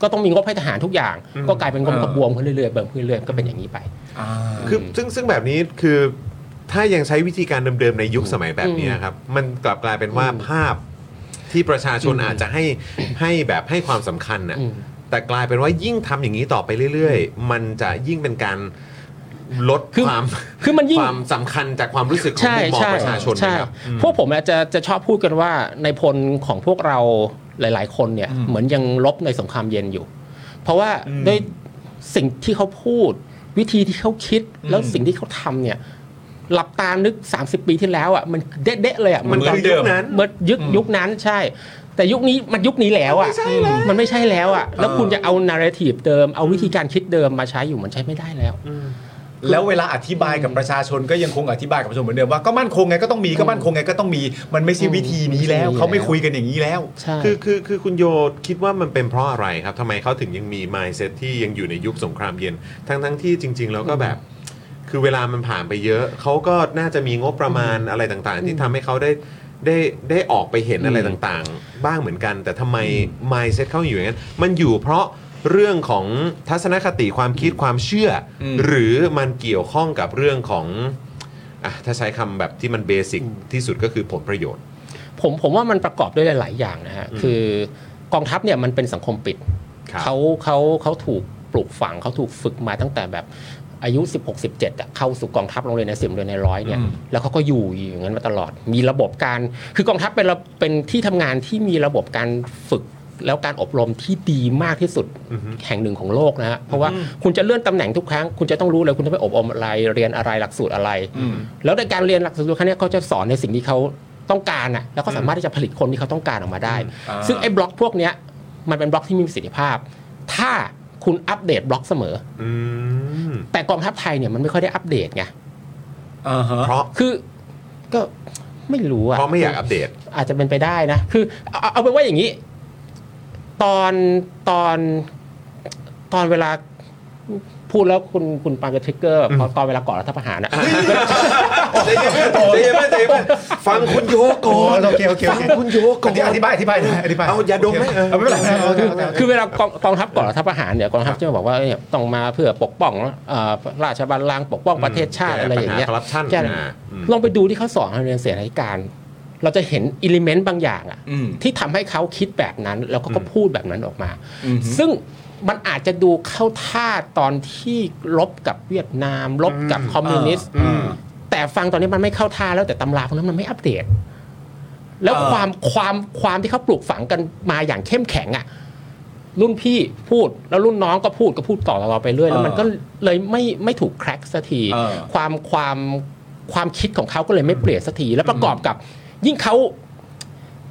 [SPEAKER 8] ก็ต้องมีงบให้ทหารทุกอย่าง ก็กลายเป็นงบกระบวมขึ้นเรื่อยๆเบิ่มขึ้นเรื่อยๆก็เป็นอย่างนี้ไป
[SPEAKER 5] อ่า
[SPEAKER 4] คือซึ่งซึ่งแบบนี้คือถ้ายังใช้วิธีการเดิมๆในยุคสมัยแบบนี้ครับ มันกลับกลายเป็นว่าภาพที่ประชาชนอาจจะให้ให้แบบให้ความสำคัญน่ะ
[SPEAKER 8] อืม
[SPEAKER 4] แต่กลายเป็นว่ายิ่งทำอย่างนี้ต่อไปเรื่อย ๆ มันจะยิ่งเป็นการลด
[SPEAKER 8] คือ
[SPEAKER 4] ความ
[SPEAKER 8] คือมันยิ่ง
[SPEAKER 4] ความสำคัญจากความรู้สึกของ
[SPEAKER 8] ใช่
[SPEAKER 4] ผู้มอง
[SPEAKER 8] ใช่
[SPEAKER 4] ประชาชน
[SPEAKER 8] ใช่
[SPEAKER 4] นะครับ
[SPEAKER 8] พวกผมอาจจะจะชอบพูดกันว่าในพลของพวกเราหลาย ๆ คนเนี่ยเหมือนยังลบในสงครามเย็นอยู่ เพราะว่าด้วยสิ่งที่เขาพูด วิธีที่เขาคิดแล้วสิ่งที่เขาทำเนี่ยหลับตานึก 30 ปีที่แล้วอ่ะมันเด๊ะๆเลยอ่ะ
[SPEAKER 4] มันคือยุคนั้น
[SPEAKER 8] เหมือนยุคยุคนั้นใช่ แต่ยุคนี้มันยุคนี้แล้วอ่ะมันไม่ใช่แล้วอ่ะแล้วคุณจะเอานาร์ทีฟเดิมเอาวิธีการคิดเดิมมาใช้อยู่มันใช้ไม่ได้แล้ว
[SPEAKER 5] แล้วเวลาอธิบายกับประชาชนก็ยังคงอธิบายกับประชาชนเหมือนเดิมว่าก็มั่นคงไงก็ต้องมีก็มั่นคงไงก็ต้องมี มันไม่ใช่วิธีนี้แล้ว เขาไม่คุยกันอย่างนี้แล้ว
[SPEAKER 8] ใช่
[SPEAKER 4] คือคือคือคุณโยคิดว่ามันเป็นเพราะอะไรครับทำไมเขาถึงยังมี mindset ที่ยังอยู่ในยุคสงครามเย็น ทั้งทั้งที่จริง ๆ แล้วก็แบบ คือเวลามันผ่านไปเยอะ เขาก็น่าจะมีงบประมาณอะไรต่างๆ ที่ทำให้เขาได้ได้ได้ออกไปเห็นอะไรต่างๆ บ้างเหมือนกัน แต่ทำไม mindset เขาอยู่อย่างนั้นมันอยู่เพราะเรื่องของทัศนคติความคิดความเชื่ออ
[SPEAKER 5] ม
[SPEAKER 4] หรือมันเกี่ยวข้องกับเรื่องของอ่ะถ้าใช้คำแบบที่มันเบสิกที่สุดก็คือผลประโยชน์
[SPEAKER 8] ผมผมว่ามันประกอบด้วยหลาย ๆ อย่างนะฮะ
[SPEAKER 4] อืม
[SPEAKER 8] คือกองทัพเนี่ยมันเป็นสังคมปิด
[SPEAKER 4] ครับ
[SPEAKER 8] เขาเขาเขาถูกปลูกฝังเขาถูกฝึกมาตั้งแต่แบบอายุ 16 17อะเข้าสู่กองทัพโรงเรียนในสิบเรียนในร้อยเนี่ยแล้วเขาก็อยู่อย่างนั้นมาตลอด มีระบบการคือกองทัพเป็นระเป็นที่ทำงานที่มีระบบการฝึกแล้วการอบรมที่ดีมากที่สุด
[SPEAKER 4] อือฮึ
[SPEAKER 8] แห่งหนึ่งของโลกนะฮะ เพราะว่าคุณจะเลื่อนตำแหน่งทุกครั้ง คุณจะต้องรู้เลยคุณต้องไปอบรมอะไร เรียนอะไรหลักสูตรอะไร แล้วในการเรียนหลักสูตรครั้งเนี้ยเขาจะสอนในสิ่งที่เขาต้องการอ่ะ แล้วก็สามารถที่จะผลิตคนที่เขาต้องการออกมาได้ ซึ่งไอ้บล็อกพวกเนี้ยมันเป็นบล็อกที่มีประสิทธิภาพ ถ้าคุณอัปเดตบล็อกเสมอ
[SPEAKER 4] อืม
[SPEAKER 8] แต่กองทัพไทยเนี่ยมันไม่ค่อยได้อัปเดตไง
[SPEAKER 5] อ่าฮะ
[SPEAKER 4] เพราะ
[SPEAKER 8] คือก็ไม่รู้อ่ะ
[SPEAKER 4] เพราะไม่อยากอัปเดต
[SPEAKER 8] อาจจะเป็นไปได้นะ คือเอาเอาเอาเป็นว่าอย่างนี้ ตอนตอนตอนเวลาพูดแล้วคุณคุณปาล์มจะทริกเกอร์เพราะตอนเวลาก่อนรัฐประหารนะ
[SPEAKER 4] ใจเย็นไหมใจเย็นไหมใจเย็นไหมฟังคุณโยก่อน
[SPEAKER 5] โอเคโอเคโอเค
[SPEAKER 4] ฟังคุณโยก่อน
[SPEAKER 5] อธิบายอธิบายอธิบาย
[SPEAKER 4] เอาอย่าดมไหม
[SPEAKER 5] เอาไม่เป็นไรเอา
[SPEAKER 8] คือ
[SPEAKER 5] เอาเอา
[SPEAKER 8] คือเวลากองกองทัพก่อนรัฐประหารเนี่ยกองทัพจะบอกว่าเนี่ยต้องมาเพื่อปกป้องเอ่อราชบัลลังก์ปกป้องประเทศชาติอะไรอย่างเงี้ย
[SPEAKER 4] คอร์รัปชัน
[SPEAKER 8] แก้อะไร ลองไปดูที่เขาสอนในเรียนเสนาธิการ เราจะเห็นอิเลเมนต์บางอย่างอะ
[SPEAKER 5] อืม
[SPEAKER 8] ที่ทำให้เขาคิดแบบนั้นแล้วเขาก็พูดแบบนั้นออกมา
[SPEAKER 5] อืม
[SPEAKER 8] ซึ่งมันอาจจะดูเข้าท่าตอนที่ลบกับเวียดนาม ลบกับคอมมิวนิสต์
[SPEAKER 4] อืม
[SPEAKER 8] แต่ฟังตอนนี้มันไม่เข้าท่าแล้วแต่ตำราพวกนั้นมันไม่อัปเดต แล้ว
[SPEAKER 5] เออ
[SPEAKER 8] ความความความที่เขาปลูกฝังกันมาอย่างเข้มแข็งอะรุ่นพี่พูดแล้วรุ่นน้องก็พูดก็พูดต่อต่อๆไปเรื่อยแล้วมันก็เลยไม่ไม่ถูกแคร็กสักที
[SPEAKER 5] เออ
[SPEAKER 8] ความความความคิดของเขาก็เลยไม่เปลี่ยนสักที แล้วประกอบกับ ยิ่งเขา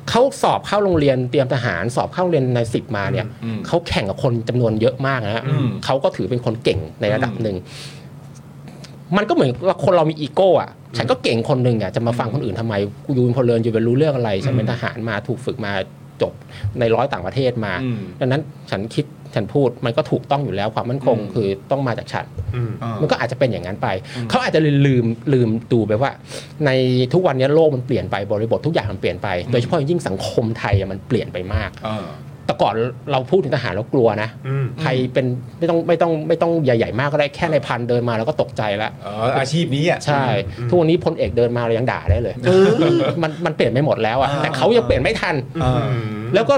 [SPEAKER 8] เขาสอบเข้าโรงเรียนเตรียมทหาร สอบเข้าโรงเรียนในสิบมาเนี่ย
[SPEAKER 5] อืม
[SPEAKER 8] เขาแข่งกับคนจำนวนเยอะมากนะฮะ
[SPEAKER 5] อืม
[SPEAKER 8] เขาก็ถือเป็นคนเก่งในระดับหนึ่ง มันก็เหมือนว่าคนเรามีอีโก้อะฉันก็เก่งคนหนึ่งอะจะมาฟังคนอื่นทำไมกูยูนพลเรือนอยู่เป็นรู้เรื่องอะไร ฉันเป็นทหารมาถูกฝึกมาจบในร้อยต่างประเทศมา
[SPEAKER 5] อืม
[SPEAKER 8] ดังนั้นฉันคิดฉันพูดมันก็ถูกต้องอยู่แล้วความมั่นคงคือต้องมาจากฉัน มันก็อาจจะเป็นอย่างนั้นไป เขาอาจจะลืมลืมดูไปว่า ในทุกวันนี้โลกมันเปลี่ยนไปบริบททุกอย่างมันเปลี่ยนไป โดยเฉพาะอย่างยิ่งสังคมไทยอะมันเปลี่ยนไปมาก
[SPEAKER 5] อ่า
[SPEAKER 8] แต่ก่อนเราพูดถึงทหารเรากลัวนะ
[SPEAKER 4] อืม
[SPEAKER 8] ใครเป็นไม่ต้องไม่ต้องไม่ต้องใหญ่ ๆ มากก็ได้แค่ในพันเดินมาเราก็ตกใจแล้ว
[SPEAKER 5] เอออาชีพนี้อ่ะ
[SPEAKER 8] ใช่ ทุกวันนี้พลเอกเดินมาเรายังด่าได้เลยมันมันเปลี่ยนไม่หมดแล้วอะ
[SPEAKER 5] อ่า
[SPEAKER 8] แต่เขายังเปลี่ยนไม่ทัน
[SPEAKER 5] อ่า
[SPEAKER 8] แล้วก็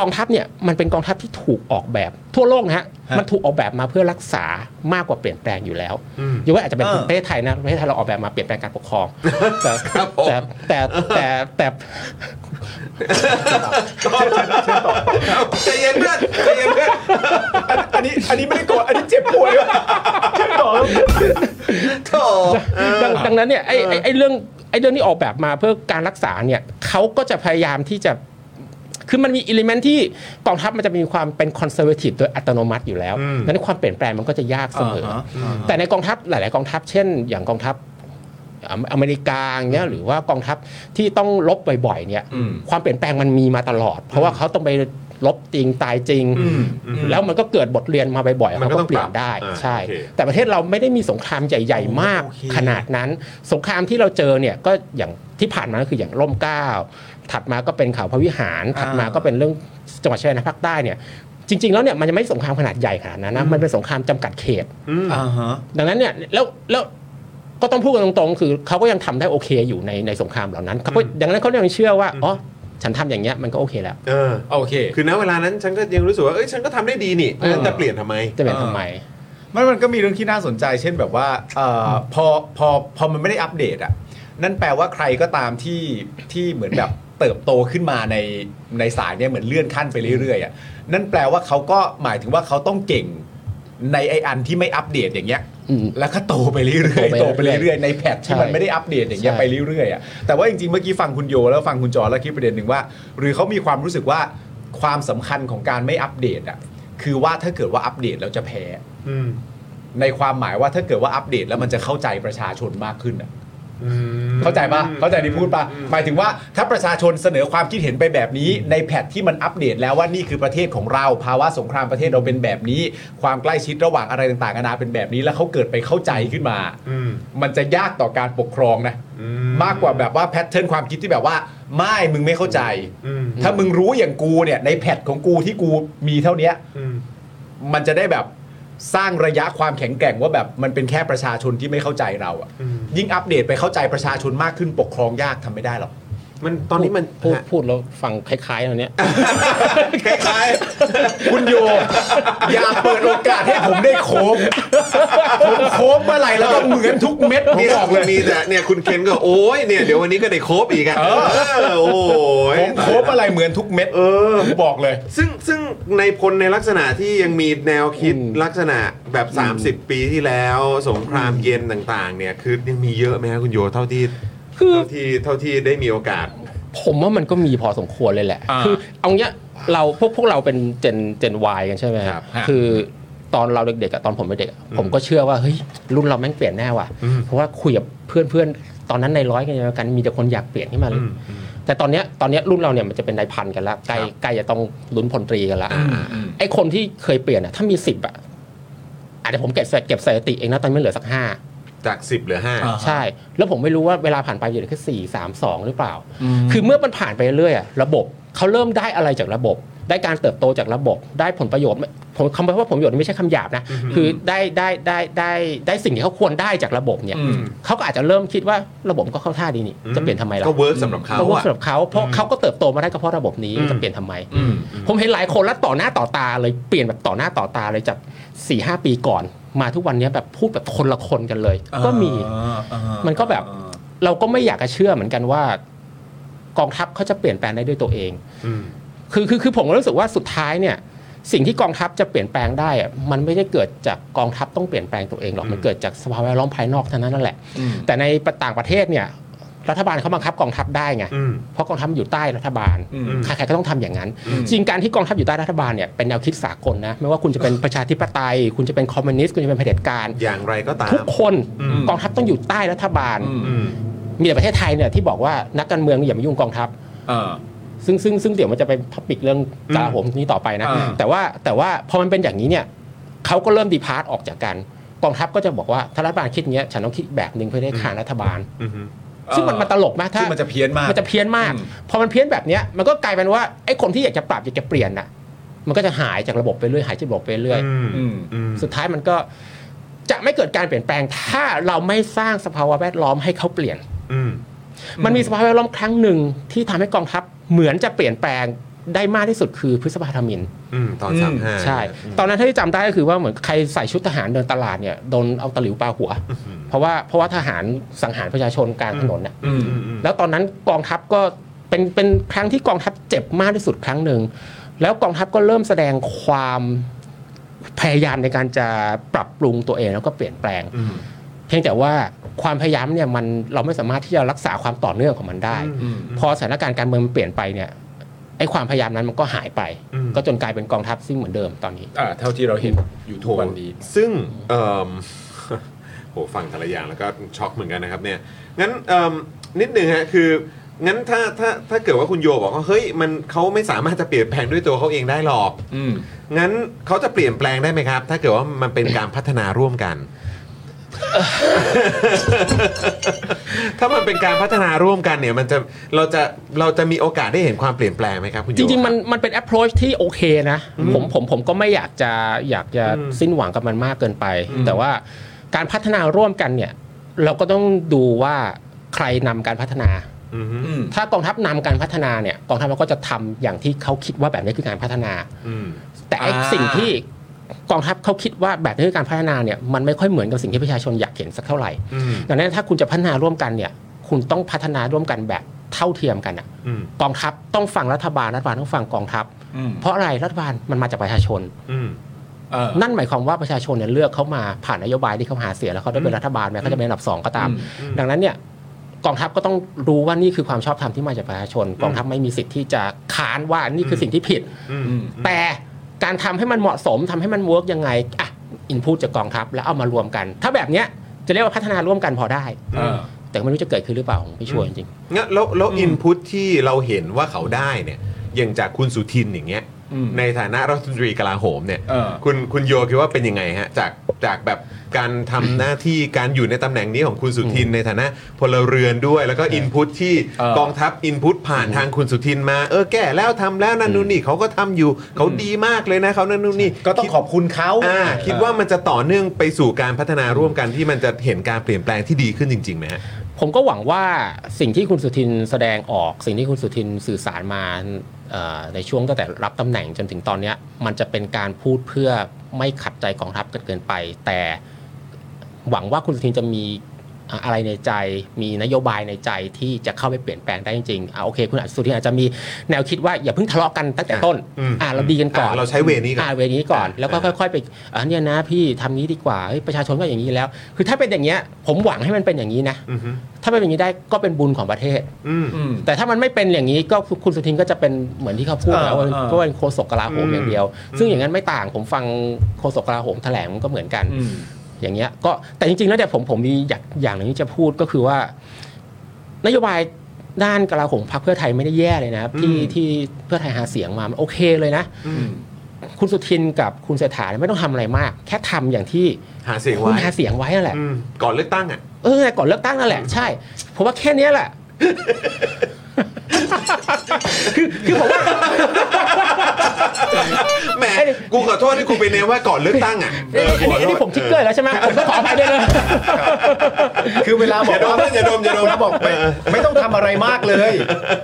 [SPEAKER 8] กองทัพเนี่ยมันเป็นกองทัพที่ถูกออกแบบ ทั่วโลกนะฮะ
[SPEAKER 5] ฮะ
[SPEAKER 8] มันถูกออกแบบมาเพื่อรักษามากกว่าเปลี่ยนแปลงอยู่แล้ว
[SPEAKER 4] อืม
[SPEAKER 8] ยกเว้นอาจจะเป็นประเทศไทยนะประเทศไทยเราออกแบบมาเปลี่ยนแปลงการปกครองแต่แต่แต่แต่แต่
[SPEAKER 4] ใจเย็นเพื่อนใจเย็นเพื่อน
[SPEAKER 5] อันนี้อันนี้ไม่ได้โกรธอันนี้เจ็บปวดว่ะ
[SPEAKER 4] โถ่เออ
[SPEAKER 8] ดังดังนั้นเนี่ยไอ้ไอ้ไอ้เรื่องไอ้เรื่องที่ออกแบบมาเพื่อการรักษาเนี่ยเขาก็จะพยายามที่จะคือมันมีอิเลเมนที่กองทัพมันจะมีความเป็นคอนเซอร์เวทีฟโดยอัตโนมัติอยู่แล้ว
[SPEAKER 4] อืม
[SPEAKER 8] ดังนั้นความเปลี่ยนแปลงมันก็จะยากเสมออ
[SPEAKER 5] าฮะ
[SPEAKER 8] แต่ในกองทัพหลาย ๆ กองทัพเช่น อย่างกองทัพอเมอเมริกาอย่างเงี้ยหรือว่ากองทัพที่ต้องลบบ่อย ๆ เนี่ย
[SPEAKER 5] อืม
[SPEAKER 8] ความเปลี่ยนแปลงมันมีมาตลอด เพราะว่าเขาต้องไปลบจริงตายจริง แล้วมันก็เกิดบทเรียนมาบ่อยๆ
[SPEAKER 4] มันก็
[SPEAKER 8] เขาก็
[SPEAKER 4] ต้อง
[SPEAKER 8] เปลี่ยน
[SPEAKER 4] ปรับ
[SPEAKER 8] ได้
[SPEAKER 4] อ่า
[SPEAKER 8] ใช่
[SPEAKER 4] โอเค
[SPEAKER 8] แต่ประเทศเราไม่ได้มีสงครามใหญ่ ๆ มาก
[SPEAKER 5] โอเค
[SPEAKER 8] ขนาดนั้น สงครามที่เราเจอเนี่ยก็อย่างที่ผ่านมาก็คืออย่างร่มเกล้าถัดมาก็เป็นข่าวพระวิหาร ถัดมาก็เป็นเรื่องจังหวัดชายแดนภาคใต้เนี่ยจริง ๆ แล้วเนี่ยมันยังไม่ได้สงครามขนาดใหญ่ขนาดนั้นนะมันเป็นสงครามจำกัดเขต
[SPEAKER 5] อ่าฮะ
[SPEAKER 8] ดังนั้นเนี่ยแล้วแล้วก็ต้องพูดกันตรงๆ คือเขาก็ยังทำได้โอเคอยู่ในในสงครามเหล่านั้นเขาก็ดังนั้นเขายังเชื่อว่าอ๋อฉันทำอย่างเงี้ยมันก็โอเคแล้ว
[SPEAKER 4] เออ
[SPEAKER 5] โอเค
[SPEAKER 4] คือณเวลานั้นฉันก็ยังรู้สึกว่าเอ้ยฉันก็ทำได้ดีนี่แล้วจะเปลี่ยนทำไม
[SPEAKER 8] จะเป็นทำไม
[SPEAKER 5] มันมันก็มีเรื่องที่น่าสนใจ เช่นแบบว่าเออพอพอพอมันไม่ได้อัปเดตอ่ะนั่นแปลว่าใครก็ตามที่ที่เหมือนแบบเติบโตขึ้นมาในในสายเนี่ยเหมือนเลื่อนขั้นไปเรื่อยๆอ่ะนั่นแปลว่าเขาก็หมายถึงว่าเขาต้องเก่งในไออันที่ไม่อัปเดตอย่างเงี้ย
[SPEAKER 8] อืม
[SPEAKER 5] แล้วก็โตไปเรื่อยๆ โต
[SPEAKER 8] โต
[SPEAKER 5] ไป
[SPEAKER 8] ไปเรื่อยๆ
[SPEAKER 5] เรื่อยๆ ในแพทที่
[SPEAKER 8] ใช่
[SPEAKER 5] มันไม่ได้อัปเดตอย่างเงี้ย
[SPEAKER 8] ใช่
[SPEAKER 5] ไปเรื่อยๆอ่ะแต่ว่าจริงๆ เมื่อกี้ฟังคุณโยแล้วฟังคุณจอแล้วคิดประเด็นหนึ่งว่า หรือเขามีความรู้สึกว่าความสำคัญของการไม่อัปเดตอ่ะคือว่าถ้าเกิดว่าอัปเดตแล้วจะแพ้ ในความหมายว่าถ้าเกิดว่าอัปเดตแล้วมันจะเข้าใจประชาชนมากขึ้นอะเข้าใจปะเข้าใจที่พูดปะหมายถึงว่าถ้าประชาชนเสนอความคิดเห็นไปแบบนี้ ในแพทที่มันอัปเดตแล้วว่านี่คือประเทศของเรา ภาวะสงครามประเทศเราเป็นแบบนี้ ความใกล้ชิดระหว่างอะไรต่างๆนานาเป็นแบบนี้ แล้วเขาเกิดไปเข้าใจขึ้นมา มันจะยากต่อการปกครองนะ มากกว่าแบบว่าแพทเทิร์นความคิดที่แบบว่า ไม่มึงไม่เข้าใจ ถ้ามึงรู้อย่างกูเนี่ย ในแพทของกูที่กูมีเท่าเนี้ย มันจะได้แบบสร้างระยะความแข็งแกร่งว่าแบบมันเป็นแค่ประชาชนที่ไม่เข้าใจเราอะยิ่งอัปเดตไปเข้าใจประชาชนมากขึ้นปกครองยากทำไม่ได้หรอก
[SPEAKER 4] มันตอนนี้มัน
[SPEAKER 8] พูดพูดแล้วฟังคล้ายๆอันเนี้ย
[SPEAKER 5] คล้ายๆคุณโย อย่าเปิดโอกาสให้ผมได้โค้งผมโค้งเมื่อไหร่แล้วก็เหมือนทุกเม็ดผม
[SPEAKER 4] นี่
[SPEAKER 5] บบอ
[SPEAKER 4] อก ก
[SPEAKER 5] เล
[SPEAKER 4] เลย ยมีแต่เนี่ยคุณเคนก็โอ้ยเนี่ยเดี๋ยววันนี้ก็ได้โคบอีกอ่ะเออโอ้ย
[SPEAKER 5] ผมโค้งอะไรเหมือนทุกเม็ด
[SPEAKER 4] เออ
[SPEAKER 5] ผมบอกเลย
[SPEAKER 4] ซึ่งซึ่งในพลในลักษณะที่ยังมีแนวคิดลักษณะแบบ 30 ปีที่แล้วสงครามเย็นต่างๆ เนี่ยคือยังมีเยอะไหมครับคุณโยเท่าที่
[SPEAKER 8] คือ
[SPEAKER 4] เท่าที่เท่าที่ได้มีโอกาส
[SPEAKER 8] ผมว่ามันก็มีพอสมควรเลยแหละ
[SPEAKER 5] อ่า
[SPEAKER 8] คือเอาเนี้ยเราพวกพวกเราเป็นเจนเจนวกันใช่ไหม
[SPEAKER 5] ครับฮะ
[SPEAKER 8] คือตอนเราเด็กๆอะตอนผมเป็นเด็กอะผมก็เชื่อว่าเฮ้ยรุ่นเราแม่งเปลี่ยนแน่ว่ะ
[SPEAKER 4] อืม
[SPEAKER 8] เพราะว่าคุยกับเพื่อนๆ ตอนนั้นในร้อยกันเดียวกันมีแต่คนอยากเปลี่ยนขึ้นมาเลย
[SPEAKER 4] อืม
[SPEAKER 8] แต่ตอนเนี้ยตอนเนี้ยรุ่นเราเนี่ยมันจะเป็นนายพันกันละใกล้
[SPEAKER 4] ครับ
[SPEAKER 8] ใกล้จะต้องลุ้นพลตรีกันละไอ้คนที่เคยเปลี่ยนอะถ้ามีสิบอะอาจจะผมเก็บเก็บสถิติเองนะตอนนไม่เหลือสักห้า
[SPEAKER 4] จาก 10เหลือ 5
[SPEAKER 8] ใช่ แล้วผมไม่รู้ว่าเวลาผ่านไปอยู่แค่สี่สามสองหรือเปล่า คือเมื่อมันผ่านไปเรื่อยอะระบบเขาเริ่มได้อะไรจากระบบ ได้การเติบโตจากระบบ ได้ผลประโยชน์ไม่ผมคำว่าผลประโยชน์นี่ไม่ใช่คำหยาบนะ คือได้ได้ได้ได้ได้สิ่งที่เขาควรได้จากระบบเนี่ย
[SPEAKER 5] อืม
[SPEAKER 8] เขาก็อาจจะเริ่มคิดว่าระบบก็เข้าท่าดีนี่ จะเปลี่ยนทำไมล่ะ
[SPEAKER 4] ก็เวิร์กสำหรับเขา
[SPEAKER 8] ก็ว่า
[SPEAKER 4] อะ
[SPEAKER 8] สำหรับเขาเพราะเขาก็เติบโตมาได้ก็เพราะระบบนี้
[SPEAKER 4] อืม
[SPEAKER 8] จะเปลี่ยนทำไม ผมเห็นหลายคนแล้วต่อหน้าต่อตาเลยเปลี่ยนแบบต่อหน้าต่อตาเลยจากสี่ห้าปีก่อน มาทุกวันเนี้ยแบบพูดแบบคนละคนกันเลย ก็มี มันก็แบบ เราก็ไม่อยากจะเชื่อเหมือนกันว่ากองทัพเขาจะเปลี่ยนแปลงได้ด้วยตัวเอง คือคือคือผมก็รู้สึกว่าสุดท้ายเนี่ย สิ่งที่กองทัพจะเปลี่ยนแปลงได้อะมันไม่ได้เกิดจากกองทัพต้องเปลี่ยนแปลงตัวเองหรอกมันเกิดจากสภาพแวดล้อมภายนอกเท่านั้นนั่นแหละ แต่ในต่างประเทศเนี่ย รัฐบาลเขาบังคับกองทัพได้ไง
[SPEAKER 4] อืม
[SPEAKER 8] เพราะกองทัพอยู่ใต้รัฐบาล
[SPEAKER 5] อืม
[SPEAKER 8] ใครๆก็ต้องทำอย่างนั้น จริงการที่กองทัพอยู่ใต้รัฐบาลเนี่ยเป็นแนวคิดสากลนะไม่ว่าคุณจะเป็นประชาธิปไตย คุณจะเป็นคอมมิวนิสต์คุณจะเป็นเผด็จการ
[SPEAKER 4] อย่างไรก็ตาม
[SPEAKER 8] ทุกคน
[SPEAKER 4] อืม
[SPEAKER 8] กองทัพต้องอยู่ใต้รัฐบาล
[SPEAKER 4] อืม
[SPEAKER 8] มีแต่ประเทศไทยเนี่ยที่บอกว่านักการเมืองอย่ามายุ่งกองทัพ ซึ่งซึ่งซึ่งเดี๋ยวมันจะเป็นท็อปิกเรื่องกลาโหมนี้ต่อไปนะ
[SPEAKER 5] อ่า
[SPEAKER 8] แต่ว่าแต่ว่าพอมันเป็นอย่างนี้เนี่ยเขาก็เริ่มดีพาร์ตออกจากกัน กองทัพก็จะบอกว่าถ้ารัฐบาลคิดอย่างเงี้ยฉันต้องคิดแบบหนึ่งเพื่อได้ค้านรัฐบาล
[SPEAKER 4] อืมอืม
[SPEAKER 8] ซึ่งมันมันตลกมากถ้า
[SPEAKER 5] ซึ่งมันจะเพี้ยนมาก
[SPEAKER 8] มันจะเพี้ยนมาก
[SPEAKER 5] อืม
[SPEAKER 8] พอมันเพี้ยนแบบเนี้ยมันก็กลายเป็นว่าไอ้คนที่อยากจะปรับอยากจะเปลี่ยนน่ะมันก็จะหายจากระบบไปเรื่อยหายจากระบบไปเรื่อย
[SPEAKER 5] อืม
[SPEAKER 8] สุดท้ายมันก็จะไม่เกิดการเปลี่ยนแปลง ถ้าเราไม่สร้างสภาวะแวดล้อมให้เขาเปลี่ยน มันมีสภาวะแวดล้อมครั้งหนึ่งที่ทำให้กองทัพเหมือนจะเปลี่ยนแปลงได้มากที่สุดคือพฤษภาธมิน
[SPEAKER 4] อืม ตอน
[SPEAKER 5] อืม
[SPEAKER 4] สามห้า
[SPEAKER 8] ใช่ ตอนนั้นเท่าที่จำได้ก็คือว่าเหมือนใครใส่ชุดทหารเดินตลาดเนี่ยโดนเอาตะหลิวปาหัว เพราะว่าเพราะว่าทหารสังหารประชาชนกลางถนนน่ะ
[SPEAKER 5] อืม
[SPEAKER 8] แล้วตอนนั้นกองทัพก็เป็นเป็นครั้งที่กองทัพเจ็บมากที่สุดครั้งหนึ่ง แล้วกองทัพก็เริ่มแสดงความพยายามในการจะปรับปรุงตัวเองแล้วก็เปลี่ยนแปลง
[SPEAKER 4] อืม
[SPEAKER 8] เพียงแต่ว่าความพยายามเนี่ยมันเราไม่สามารถที่จะรักษาความต่อเนื่องของมันได้
[SPEAKER 5] อืม
[SPEAKER 8] พอสถานการณ์การเมืองมันเปลี่ยนไปเนี่ยไอ้ความพยายามนั้นมันก็หายไป
[SPEAKER 4] อืม
[SPEAKER 8] ก็จนกลายเป็นกองทัพซึ่งเหมือนเดิมตอนนี้
[SPEAKER 5] อ่าเท่าที่เราเห็นอยู่ทุกวันนี้
[SPEAKER 4] ซึ่งเอ่ม โหฟังแต่ละอย่างแล้วก็ช็อกเหมือนกันนะครับเนี่ยงั้นเอิ่มนิดหนึ่งฮะคืองั้นถ้าถ้าถ้าเกิดว่าคุณโยบอกว่าเฮ้ยมันเขาไม่สามารถจะเปลี่ยนแปลงด้วยตัวเขาเองได้หรอก
[SPEAKER 5] อืม
[SPEAKER 4] งั้นเขาจะเปลี่ยนแปลงได้ไหมครับ ถ้าเกิดว่ามันเป็นการพัฒนาร่วมกัน ถ้ามันเป็นการพัฒนาร่วมกันเนี่ย มันจะเราจะเราจะมีโอกาสได้เห็นความเปลี่ยนแปลงไหมครับคุณโย
[SPEAKER 8] จริงๆมันมันเป็น approach ที่โอเคนะผมผมผมก็ไม่อยากจะอยากจะ
[SPEAKER 4] อืม
[SPEAKER 8] สิ้นหวังกับมันมากเกินไป แต่ว่าการพัฒนาร่วมกันเนี่ย เราก็ต้องดูว่าใครนำการพัฒนา
[SPEAKER 4] อืม
[SPEAKER 5] อืม
[SPEAKER 8] ถ้ากองทัพนำการพัฒนาเนี่ยกองทัพเราก็จะทำอย่างที่เขาคิดว่าแบบนี้คือการพัฒนา
[SPEAKER 4] อืม
[SPEAKER 8] แต่ไอ้
[SPEAKER 5] อ่า
[SPEAKER 8] สิ่งที่กองทัพเขาคิดว่าแบบนี้คือการพัฒนาเนี่ยมันไม่ค่อยเหมือนกับสิ่งที่ประชาชนอยากเห็นสักเท่าไหร่
[SPEAKER 4] อืม
[SPEAKER 8] ดังนั้นถ้าคุณจะพัฒนาร่วมกันเนี่ย คุณต้องพัฒนาร่วมกันแบบเท่าเทียมกันอะ
[SPEAKER 4] อืม
[SPEAKER 8] กองทัพต้องฟังรัฐบาลรัฐบาลต้องฟังกองทัพ
[SPEAKER 5] อืม
[SPEAKER 8] เพราะอะไรรัฐบาลมันมาจากประชาชน
[SPEAKER 4] อืม
[SPEAKER 5] เออ
[SPEAKER 8] นั่นหมายความว่าประชาชนเนี่ยเลือกเขามาผ่านนโยบายที่เขาหาเสียงแล้วเขาได้เป็นรัฐบาลแม้เขาจะเป็นอันดับสองก็ตาม
[SPEAKER 4] อืม
[SPEAKER 8] ดังนั้นเนี่ยกองทัพก็ต้องรู้ว่านี่คือความชอบธรรมที่มาจากประชาชน กองทัพไม่มีสิทธิ์ที่จะค้านว่านี่คือสิ่งที่ผิด
[SPEAKER 4] อืม
[SPEAKER 8] แต่การทำให้มันเหมาะสมทำให้มันเวิร์กยังไงอ่ะ อินพุตจากกองทัพแล้วเอามารวมกัน ถ้าแบบเนี้ยจะเรียกว่าพัฒนาร่วมกันพอได้
[SPEAKER 4] เออ
[SPEAKER 8] แต่ไม่รู้จะเกิดขึ้นหรือเปล่าผมไม่ชัวร์จริง
[SPEAKER 4] งั้นแล้วแล้วอินพุตที่เราเห็นว่าเขาได้เนี่ยอย่างจากคุณสุทินอย่างเงี้ยในฐานะรัฐมนตรีกลาโหมเนี่ย
[SPEAKER 5] เออ
[SPEAKER 4] คุณคุณโยคิดว่าเป็นยังไงฮะจากจากแบบการทำ หน้าที่การอยู่ในตำแหน่งนี้ของคุณสุทิน ในฐานะพลเรือนด้วย แล้วก็อินพุตที่
[SPEAKER 5] เออ
[SPEAKER 4] กองทัพอินพุตผ่านทางคุณสุทินมา เออแก่แล้วทำแล้วนั่นนู่นนี่เขาก็ทำอยู่เขาดีมากเลยนะเขานั่นนู่นนี่
[SPEAKER 5] ก็ต้องขอบคุณเขา
[SPEAKER 4] อ่าคิดว่ามันจะต่อเนื่องไปสู่การพัฒนาร่วมกันที่มันจะเห็นการเปลี่ยนแปลงที่ดีขึ้นจริงๆไหมฮะ
[SPEAKER 8] ๆ ผมก็หวังว่าสิ่งที่คุณสุทินแสดงออก สิ่งที่คุณสุทินสื่อสารมาเอ่อในช่วงตั้งแต่รับตำแหน่งจนถึงตอนเนี้ยมันจะเป็นการพูดเพื่อไม่ขัดใจกองทัพเกินไป แต่หวังว่าคุณสุทินจะมีอ่ะอะไรในใจ มีนโยบายในใจที่จะเข้าไปเปลี่ยนแปลงได้จริงๆอ่ะโอเค คุณสุทินอาจจะมีแนวคิดว่าอย่าเพิ่งทะเลาะกันตั้งแต่ต้น
[SPEAKER 4] อืม
[SPEAKER 8] อ่ะเราดีกันก่อน
[SPEAKER 4] อ่ะเราใช้เวนี้ก่อน
[SPEAKER 8] อ่าเวนี้ก่อนแล้วก็ค่อยๆไปอ่าเนี่ยนะพี่ทำนี้ดีกว่าเฮ้ยประชาชนก็อย่างนี้แล้ว คือถ้าเป็นอย่างเงี้ยผมหวังให้มันเป็นอย่างนี้นะ
[SPEAKER 4] อือฮึ
[SPEAKER 8] ถ้าเป็นอย่างนี้ได้ก็เป็นบุญของประเทศ
[SPEAKER 4] อืม
[SPEAKER 5] อืม
[SPEAKER 8] แต่ถ้ามันไม่เป็นอย่างนี้ก็คุณสุทินก็จะเป็นเหมือนที่เขาพูด
[SPEAKER 5] เออ
[SPEAKER 8] นะว่า
[SPEAKER 5] เออ
[SPEAKER 8] ก็เป็นโฆษกกลาโหม
[SPEAKER 4] อืม
[SPEAKER 8] อย่างเดียว ซึ่งอย่างนั้นไม่ต่างผมฟังโฆษกกลาโหมแถลงก็เหมือนกัน
[SPEAKER 5] อืม
[SPEAKER 8] อย่างเงี้ยก็แต่จริงๆแล้วเนี่ยผมผมมีอยากอย่างหนึ่งที่จะพูดก็คือว่า นโยบายด้านกลาโหมพรรคเพื่อไทยไม่ได้แย่เลยนะครับที่ที่เพื่อไทยหาเสียงมามันโอเคเลยนะ คุณสุทินกับคุณเศรษฐาเนี่ยไม่ต้องทำอะไรมาก แค่ทำอย่างที่
[SPEAKER 4] หาเสียง
[SPEAKER 8] คุณ
[SPEAKER 4] ไว้
[SPEAKER 8] หาเสียงไว้นั่นแหละ
[SPEAKER 4] อืมก่อนเลือกตั้งอ่ะ
[SPEAKER 8] เออก่อนเลือกตั้งนั่นแหละ ใช่ผมว่าแค่เนี้ยแหละ คือคือผมว่า
[SPEAKER 4] แหม กูขอโทษที่กูไปเน้นว่าก่อนเลือกตั้งอ่ะ
[SPEAKER 8] เอ้ยอันนี้อันนี้ผมทิกเกอร์แล้วใช่ไหมผมต้องขอไปด้วยนะ
[SPEAKER 5] คือเวลาบอย่
[SPEAKER 4] อาก ดม
[SPEAKER 5] ว่า
[SPEAKER 4] นะอย่าดมอย่าดม
[SPEAKER 5] แล้วบอกไม่ไม่ต้องทำอะไรมากเลย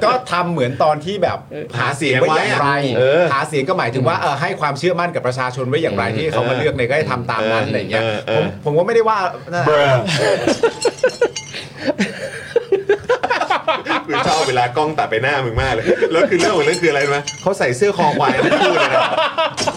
[SPEAKER 5] ก็ทำเหมือนตอนที่แบบ
[SPEAKER 4] หาเสียง
[SPEAKER 5] ไว้
[SPEAKER 4] ไว้
[SPEAKER 5] อย่า
[SPEAKER 4] อะ
[SPEAKER 5] งไร
[SPEAKER 4] เออ
[SPEAKER 5] หาเสียงก็หมายถึงว่าเออให้ความเชื่อมั่นกับประชาชนไว้อย่างไรที่เขามาเลือกเนี่ยก็ให้ทำตามนั้นอะไรอย่างเงี้ย
[SPEAKER 4] เออเอ
[SPEAKER 5] ผ
[SPEAKER 4] อ
[SPEAKER 5] มผมก็ไม่ได้ว่านะ
[SPEAKER 4] เบอร์กูชอบเวลากล้องตัดไปหน้ามึงมากเลย แล้วคือเรื่องของเรื่องคืออะไรรู้ไหมเขาใส่เสื้อคอควายไม่พูดเลยนะ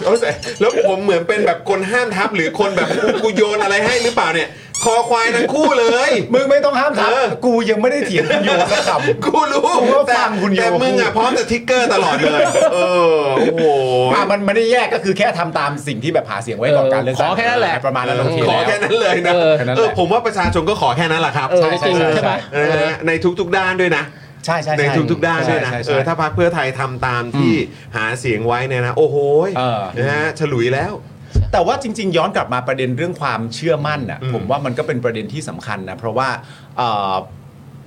[SPEAKER 4] เขาใส่แล้วผมเหมือนเป็นแบบคนห้ามทับหรือคนแบบกูกูโยนอะไรให้หรือเปล่าเนี่ย คอควายทั้งคู่เลย
[SPEAKER 5] มึงไม่ต้องห้ามทับ
[SPEAKER 4] เออ
[SPEAKER 5] กูยังไม่ได้เถียงคุณโยสักคำ
[SPEAKER 4] กูรู้
[SPEAKER 5] กูก็
[SPEAKER 4] แต่
[SPEAKER 5] ฟังคุณโย
[SPEAKER 4] แต่มึงอ่ะพร้อมจะทิกเกอร์ตลอดเลย เออโอ้โห
[SPEAKER 5] อ่ะมันไม่ได้แยกก็คือแค่ทำตามสิ่งที่แบบหาเสียงไว้ก่อนการเลือกตั้ง
[SPEAKER 8] ขอแค่นั้นแหละ
[SPEAKER 5] ประมาณนั้นโอเค
[SPEAKER 4] ขอแค่
[SPEAKER 5] ล้ว
[SPEAKER 4] นั้นเลยนะ
[SPEAKER 8] เออ
[SPEAKER 5] แค่นั้นแห
[SPEAKER 4] เอ
[SPEAKER 5] ละ
[SPEAKER 4] อผมว่าประชาชนก็ขอแค่นั้นแหละครับ
[SPEAKER 8] เออ
[SPEAKER 5] ใช่
[SPEAKER 8] จริงๆใช่ไหม
[SPEAKER 4] เออ
[SPEAKER 8] เออ
[SPEAKER 4] ในทุกๆด้านด้วยนะ
[SPEAKER 5] ใช่ใช่ช่
[SPEAKER 4] ในทุกๆด้านด้วยนะ
[SPEAKER 5] ใช่
[SPEAKER 4] เอ
[SPEAKER 5] ใช่
[SPEAKER 4] อ
[SPEAKER 5] ใช่
[SPEAKER 4] ถ้าพรรคเพื่อไทยทำตามที่หาเสียงไว้เนี่ยนะ โอ้โหย
[SPEAKER 5] เออ
[SPEAKER 4] นะฮะฉลุยแล้ว
[SPEAKER 5] แต่ว่าจริง ๆ ย้อนกลับมาประเด็นเรื่องความเชื่อมั่นน่ะ
[SPEAKER 4] อืม
[SPEAKER 5] ผมว่ามันก็เป็นประเด็นที่สำคัญนะเพราะว่าเอ่อ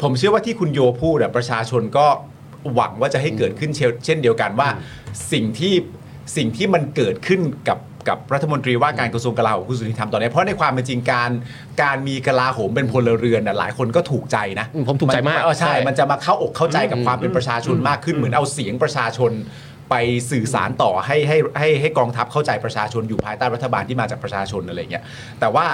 [SPEAKER 5] ผมเชื่อว่าที่คุณโยพูดอะประชาชนก็หวังว่าจะให้เกิดขึ้นเช่นเช่นเดียวกันว่า สิ่งที่สิ่งที่มันเกิดขึ้นกับกับรัฐมนตรีว่าการกระทรวงกลาโหมคุณสุนินทร์ตอนนี้เพราะในความเป็นจริงการการมีกลาโหมเป็นพลเรือนน่ะหลายคนก็ถูกใจนะ
[SPEAKER 8] อืมผมถูกใจมาก
[SPEAKER 5] เออใช่
[SPEAKER 8] ใช่
[SPEAKER 5] มันจะมาเข้าอกเข้าใจกับความเป็นประชาชนมากขึ้นเหมือนเอาเสียงประชาชน ไปสื่อสารต่อให้ให้ให้ให้กองทัพเข้าใจประชาชนอยู่ภายใต้รัฐบาลที่มาจากประชาชนอะไรเงี้ยแต่ว่า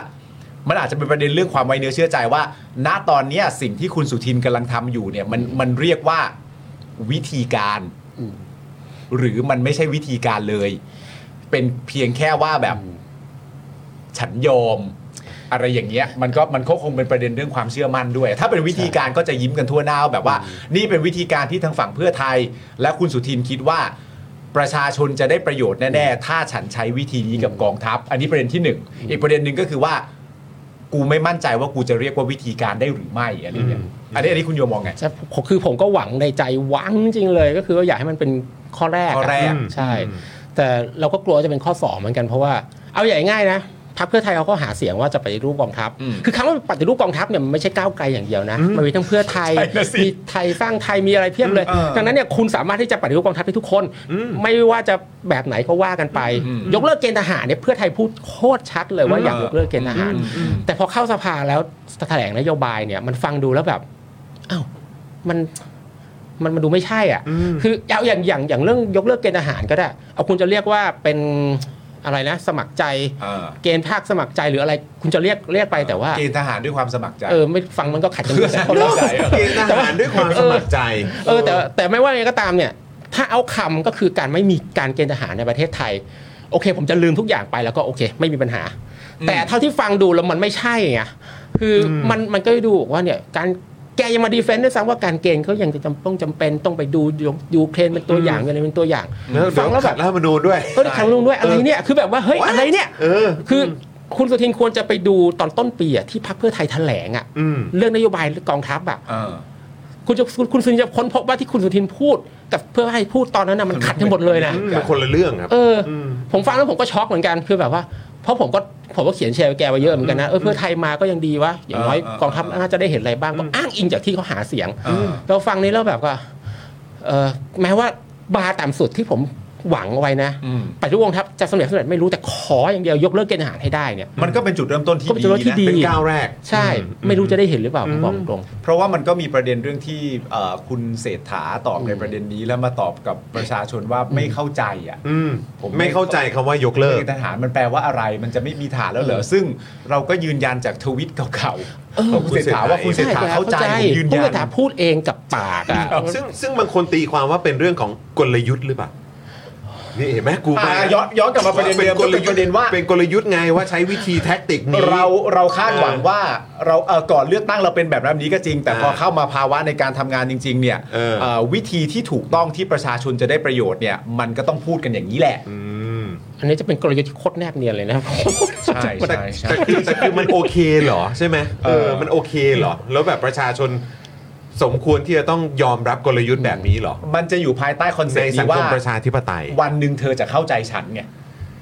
[SPEAKER 5] มันอาจจะเป็นประเด็นเรื่องความไว้เนื้อเชื่อใจว่า ณตอนเนี้ยสิ่งที่คุณสุทินกำลังทำอยู่เนี่ยมันมันเรียกว่าวิธีการ หรือมันไม่ใช่วิธีการเลย เป็นเพียงแค่ว่าแบบ ฉันยอม อะไรอย่างเงี้ยมันก็มันก็คงเป็นประเด็นเรื่องความเชื่อมั่นด้วย ถ้าเป็นวิธีการก็จะยิ้มกันทั่วหน้าแบบว่า นี่เป็นวิธีการที่ทางฝั่งเพื่อไทย และคุณสุทินคิดว่า ประชาชนจะได้ประโยชน์แน่ๆถ้าฉันใช้วิธีนี้กับกองทัพ อันนี้ประเด็นที่หนึ่งอีกประเด็นหนึ่งก็คือว่า กูไม่มั่นใจว่ากูจะเรียกว่าวิธีการได้หรือไม่อะไรเงี้ยอันนี้อันนี้คุณโยมมองไง
[SPEAKER 8] ใช่ผมคือผมก็หวังในใจหวังจริงเลย ก็คือว่าอยากให้มันเป็นข้อแรกะ
[SPEAKER 5] ข้อแรก
[SPEAKER 8] ใช่ แต่เราก็กลัวจะเป็นข้อสองเหมือนกันเพราะว่าเอาใหญ่างง่ายนะพรรคเพื่อไทยเขาก็หาเสียงว่าจะปฏิรูปกองทัพ คือคำว่าปฏิรูปกองทัพเนี่ยมันไม่ใช่ก้าวไกลอย่างเดียวนะมันมีทั้งเพื่อไทย
[SPEAKER 5] ใช่นะสิ
[SPEAKER 8] มีไทยสร้างไทยมีอะไรเพียบเลย
[SPEAKER 5] อืมเออ
[SPEAKER 8] ดังนั้นเนี่ยคุณสามารถที่จะปฏิรูปกองทัพได้ทุกคน ไม่ว่าจะแบบไหนก็ว่ากันไป
[SPEAKER 5] อืม
[SPEAKER 8] ยกเลิกเกณฑ์ทหารเนี่ยเพื่อไทยพูดโคตรชัดเลยว่าอยาก
[SPEAKER 5] เออ
[SPEAKER 8] ยกเลิกเกณฑ์ทหาร แต่พอเข้าสภาแล้วแถลงนโยบายเนี่ยมันฟังดูแล้วแบบอ้าวมันมันมันดูไม่ใช่อ่ะ คือเอาอย่างอย่างอย่างเรื่องยกเลิกเกณฑ์ทหารก็ได้ เอาคุณจะเรียกว่าเป็นอะไรนะ สมัครใจ
[SPEAKER 5] เออ
[SPEAKER 8] เกณฑ์ภาคสมัครใจหรืออะไร คุณจะเรียกเรียกไปแต่ว่า
[SPEAKER 5] เกณฑ์ทหารด้วยความสมัครใจ
[SPEAKER 8] เออไม่ฟังมันก็ขัดกัน
[SPEAKER 5] เพื่อ
[SPEAKER 8] แต่
[SPEAKER 5] เข้าใจ
[SPEAKER 4] เกณฑ์ทหารด้วยความสมัครใจ
[SPEAKER 8] เออแต่แต่ไม่ว่ายังไงก็ตามเนี่ย ถ้าเอาคำก็คือการไม่มีการเกณฑ์ทหารในประเทศไทย โอเค ผมจะลืมทุกอย่างไปแล้วก็โอเค ไม่มีปัญหา แต่เท่าที่ฟังดูแล้วมันไม่ใช่ไงคืออมันมันก็ดูบอกว่าเนี่ยการ แกยังมาดีเฟนต์ด้วยซ้ำว่าการเกณฑ์เขายังจะจำต้องจำเป็นต้องไปดูยูเครนเป็นตัวอย่างอะไรเป็นตัวอย่าง
[SPEAKER 4] แล้วเดี๋
[SPEAKER 8] ฟั
[SPEAKER 4] ยว
[SPEAKER 8] งแล้ว
[SPEAKER 4] ขั
[SPEAKER 8] แบ
[SPEAKER 4] ด
[SPEAKER 8] บ
[SPEAKER 4] รัฐธรรมนูญด้วย
[SPEAKER 8] เออขังลุงด้วยอะไรเนี่ยคือแบบว่าเฮ้ย
[SPEAKER 4] What?
[SPEAKER 8] อะไรเนี่ย
[SPEAKER 4] เออ
[SPEAKER 8] คือคุณสุทินควรจะไปดูตอนต้นปีอะที่พรรคเพื่อไทยแถลงอะ
[SPEAKER 4] อืม
[SPEAKER 8] เรื่องนโยบายกองทัพอะ
[SPEAKER 5] เออ
[SPEAKER 8] คุณจะคุณคุณสุทินจะค้นพบว่าที่คุณสุทินพูด กับเพื่อให้พูดตอนนั้นนะมันขัดกันหมดเลยนะ
[SPEAKER 4] มันคนละเรื่องครับ
[SPEAKER 8] เอออ
[SPEAKER 4] ม
[SPEAKER 8] ผมฟังแล้วผมก็ช็อกเหมือนกันคือแบบว่า เพราะผมก็ผมก็เขียนแชร์ไปแกไว้เยอะเหมือนกันนะเออเพื่อไทยมาก็ยังดีวะอย่างน้อย
[SPEAKER 5] อ่าอ่าก
[SPEAKER 8] องทัพน่าจะได้เห็นอะไรบ้างก็อ้างอิงจากที่เขาหาเสียง
[SPEAKER 5] อืม
[SPEAKER 8] เราฟังนี้แล้วแบบว่าเออแม้ว่าบาร์ต่ำสุดที่ผมหวังเอาไว้นะ
[SPEAKER 5] อืม
[SPEAKER 8] ปฏิรูปกองทัพจะสำเร็จสำเร็จไม่รู้แต่ขออย่างเดียวยกเลิกเกณฑ์ทหารให้ได้เนี่ย
[SPEAKER 5] มันก็เป็นจุดเริ่มต้นที่
[SPEAKER 8] ก็เป็นจุดเริ่มที่ดี
[SPEAKER 5] นะ
[SPEAKER 4] เป็นก้าวแรก
[SPEAKER 8] ใช่ไม่รู้จะได้เห็นหรือเปล่าผมบอกตรง
[SPEAKER 5] เพราะว่ามันก็มีประเด็นเรื่องที่เอ่อคุณเศรษฐาตอบในประเด็นนี้แล้วมาตอบกับประชาชนว่าไม่เข้าใจอ่ะ
[SPEAKER 4] อืม
[SPEAKER 5] ผมไม่
[SPEAKER 4] ไม่เข้าใจคำว่ายกเลิก
[SPEAKER 5] ทหารมันแปลว่าอะไรมันจะไม่มีฐานแล้วเหรอ ซึ่งเราก็ยืนยันจากทวิตเก่า
[SPEAKER 8] เออ
[SPEAKER 5] ๆของคุณเศรษฐาว่าคุณเศรษฐาเข้าใจผมยืน
[SPEAKER 8] คุณ
[SPEAKER 5] ยั
[SPEAKER 8] เศร
[SPEAKER 5] น
[SPEAKER 8] ษฐาพูดเองกับปากอะ
[SPEAKER 5] ครับ
[SPEAKER 4] ซึ่งซึ่งบางคนตีความว่าเป็นเรื่องของกลยุทธ์หรือเปล่า นี่เห็นไหมกู
[SPEAKER 5] อ่า
[SPEAKER 4] มา
[SPEAKER 5] ย้อนย้อนกลับมาประเด็นเดิมก็เป็นประเด็นว่า
[SPEAKER 4] เป็นกลยุทธ์ไงว่าใช้วิธีแท็กติกนี้
[SPEAKER 5] เราเราคาดหวังว่าเราเอ่อก่อนเลือกตั้งเราเป็นแบบนั้นแบบนี้ก็จริง แต่พอ
[SPEAKER 4] เออ
[SPEAKER 5] เข้ามาภาวะในการทำงานจริง ๆ เนี่ย
[SPEAKER 4] เออ
[SPEAKER 5] เอ่อวิธีที่ถูกต้องที่ประชาชนจะได้ประโยชน์เนี่ย มันก็ต้องพูดกันอย่างนี้แหละ
[SPEAKER 4] อืม
[SPEAKER 8] อันนี้จะเป็นกลยุทธ์ที่โคตรแนบเนียน เลยนะ
[SPEAKER 5] ใช่
[SPEAKER 4] แต่
[SPEAKER 5] ใช่ใช่
[SPEAKER 4] แต่คือแต่คือมันโอเคเหรอใช่ไหมเออ
[SPEAKER 5] เออ
[SPEAKER 4] มันโอเคเหรอ แล้วแบบประชาชนสมควรที่จะต้องยอมรับกลยุทธ์แบบนี้เหรอ
[SPEAKER 5] มันจะอยู่ภายใต้คอนเซ็ปต์
[SPEAKER 4] ในสัง
[SPEAKER 5] นี้
[SPEAKER 4] ค
[SPEAKER 5] ว่าม
[SPEAKER 4] ประชาธิปไตย
[SPEAKER 5] วันหนึ่งเธอจะเข้าใจฉันไง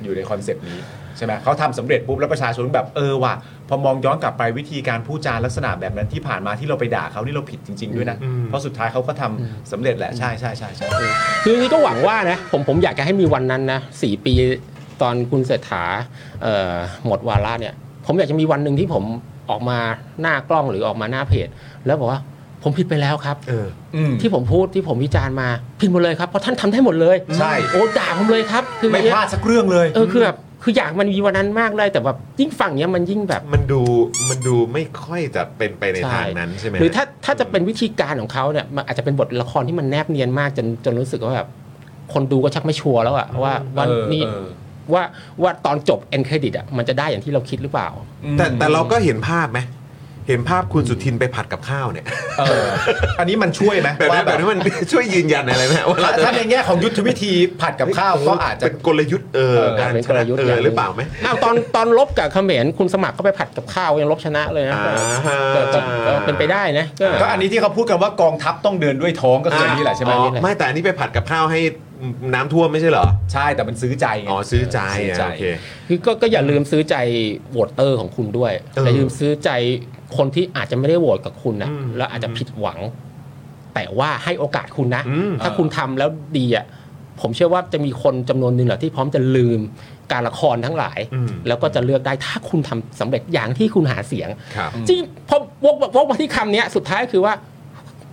[SPEAKER 5] อยู่ในคอนเซ็ปต์นี้ใช่ไหมเขาทำสำเร็จปุ๊บแล้วประชาชนแบบเออว่ะพอมองย้อนกลับไปวิธีการพูดจาลักษณะแบบนั้นที่ผ่านมาที่เราไปด่าเขานี่เราผิดจริง ๆ ด้วยนะ
[SPEAKER 4] อืม
[SPEAKER 5] เพราะสุดท้ายเขาก็ทำสำเร็จแหละใช่ใช่ใช่ใช่
[SPEAKER 8] คือนี่ก็หวังว่านะผมผมอยากจะให้มีวันนั้นนะสี่ปีตอนคุณเศรษฐาเอ่อหมดวาระเนี่ย ผมอยากจะมีวันหนึ่งที่ผมออกมาหน้ากล้องหรือออกมาหน้าเพจ แล้วบอกว่าผมผิดไปแล้วครับ
[SPEAKER 4] เออ
[SPEAKER 5] อืม
[SPEAKER 8] ที่ผมพูดที่ผมวิจารณ์มาผิดหมดเลยครับเพราะท่านทำได้หมดเลย
[SPEAKER 5] ใช่
[SPEAKER 8] โอ้ด่าผมเลยครับ คือ
[SPEAKER 5] ไม่พลาดสักเรื่องเลย
[SPEAKER 8] เออคือแบบคืออยากมันมีวันนั้นมากเลยแต่แบบยิ่งฝั่งเนี้ยมันยิ่งแบบ
[SPEAKER 4] มันดูมันดูไม่ค่อยจะเป็นไปในทางนั้นใช่ไหม
[SPEAKER 8] หรือถ้าถ้าจะเป็นวิธีการของเขาเนี่ยมันอาจจะเป็นบทละครที่มันแนบเนียนมากจนจนรู้สึกว่าแบบคนดูก็ชักไม่ชัวร์แล้วอะว่าว่า
[SPEAKER 5] เออ
[SPEAKER 8] นี่
[SPEAKER 5] เออ
[SPEAKER 8] ว่าว่าตอนจบ end credit อะมันจะได้อย่างที่เราคิดหรือเปล่า
[SPEAKER 4] แต่แต่เราก็เห็นภาพไหมเห็นภาพคุณสุทินไปผัดกับข้าวเนี่ย
[SPEAKER 5] เอออันนี้มันช่วยไหม
[SPEAKER 4] แบบนี้
[SPEAKER 5] ว่า
[SPEAKER 4] แบ
[SPEAKER 5] แบบ บ
[SPEAKER 4] นี้ มัน ช่วยยืนยันอะไรไหมว่าเรา
[SPEAKER 5] ถ้า
[SPEAKER 4] จะ
[SPEAKER 5] ถ้าในแง่ของยุทธวิธีผัดกับข้าวก็อาจจะ
[SPEAKER 4] เป็นกลยุทธ์เออ
[SPEAKER 5] เออ
[SPEAKER 4] การ
[SPEAKER 8] เป็น
[SPEAKER 4] ช
[SPEAKER 8] กล
[SPEAKER 4] นะ
[SPEAKER 8] ยุทธ์
[SPEAKER 4] เอ
[SPEAKER 8] อ
[SPEAKER 4] อย่าง
[SPEAKER 8] หนึ่ง
[SPEAKER 4] หรือเปล่าไหม
[SPEAKER 8] อ้าวตอนตอนลบกับเขมรคุณสมัครก็ไปผัดกับข้าวยังลบชนะเลยนะ
[SPEAKER 4] อ่า
[SPEAKER 8] แต่แต่แต่เป็นไปได้นะก็
[SPEAKER 5] ก็อันนี้ที่เขาพูดกันว่ากองทัพต้องเดินด้วยท้องก็คืออันนี้แหละใช่ไหม
[SPEAKER 4] อ๋อไม่แต่อันนี้ไปผัดกับข้าวให้น้ำท่วมไม่ใช่เหรอ
[SPEAKER 5] ใช่แต่มันซื้อใจไง
[SPEAKER 4] อ๋อซื้อใจ
[SPEAKER 5] ซื้อ
[SPEAKER 4] อ่ะ
[SPEAKER 5] ใจ
[SPEAKER 4] โอเค
[SPEAKER 8] คือก็ก็อย่าลืมซื้อใจโหวตเตอร์ของคุณด้วย
[SPEAKER 4] เออ
[SPEAKER 8] อย่าลืมซื้อใจคนที่อาจจะไม่ได้โหวตกับคุณนะ
[SPEAKER 4] อืม
[SPEAKER 8] แล้วอาจจะผิดหวัง แต่ว่าให้โอกาสคุณนะ
[SPEAKER 4] อืม
[SPEAKER 8] ถ้าคุณทำแล้วดีอ่ะผมเชื่อว่าจะมีคนจำนวนหนึ่งแหละที่พร้อมจะลืมการละครทั้งหลาย แล้วก็จะเลือกได้ถ้าคุณทำสำเร็จอย่างที่คุณหาเสียง
[SPEAKER 4] ครับ
[SPEAKER 8] จริงพอวกวกมาที่คำเนี้ยสุดท้ายคือว่า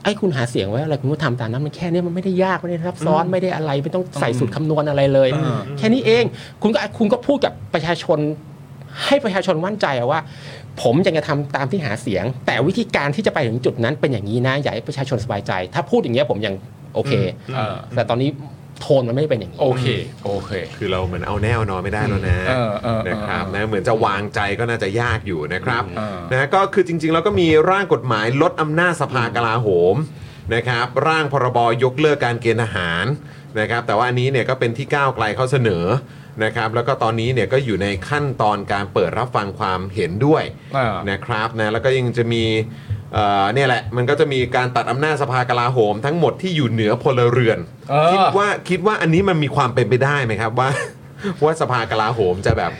[SPEAKER 8] ไอ้คุณหาเสียงไว้อะไรคุณก็ทำตามนั้นมันแค่เนี้ยมันไม่ได้ยากไม่ได้ซับซ้อนไม่ได้อะไรไม่ต้องใส่สูตรคำนวณอะไรเลย
[SPEAKER 5] อืม
[SPEAKER 8] แค่นี้เองคุณก็คุณก็พูดกับประชาชน ให้ประชาชนมั่นใจอะว่า ผมจะจะทำตามที่หาเสียง แต่วิธีการที่จะไปถึงจุดนั้นเป็นอย่างนี้นะอยากให้ประชาชนสบายใจ ถ้าพูดอย่างเงี้ยผมยังโอเค
[SPEAKER 5] เออ
[SPEAKER 8] แต่ตอนนี้โทนมันไม่ได้เป็นอย่างนี้
[SPEAKER 5] โอเคโอเค
[SPEAKER 4] คือเราเหมือนเอาแนวนอนไม่ได้แล้วนะ
[SPEAKER 5] เออเออเออ
[SPEAKER 4] นะครับนะเหมือนจะวางใจก็น่าจะยากอยู่นะครับ
[SPEAKER 5] เออ
[SPEAKER 4] นะก็คือจริงๆแล้วก็มีร่างกฎหมายลดอำนาจสภากลาโหมนะครับ ร่างพรบยกเลิกการเกณฑ์ทหารนะครับ แต่ว่าอันนี้เนี่ยก็เป็นที่ก้าวไกลเขาเสนอนะครับ แล้วก็ตอนนี้เนี่ยก็อยู่ในขั้นตอนการเปิดรับฟังความเห็นด้วย
[SPEAKER 5] อ่า
[SPEAKER 4] นะครับนะแล้วก็ยังจะมีเอ่อเนี่ยแหละมันก็จะมีการตัดอำนาจสภากลาโหม ทั้งหมดที่อยู่เหนือพลเรือน
[SPEAKER 5] เออ
[SPEAKER 4] คิดว่าคิดว่าอันนี้มันมีความเป็นไปได้ไหมครับว่า ว่าสภากลาโหมจะแบบ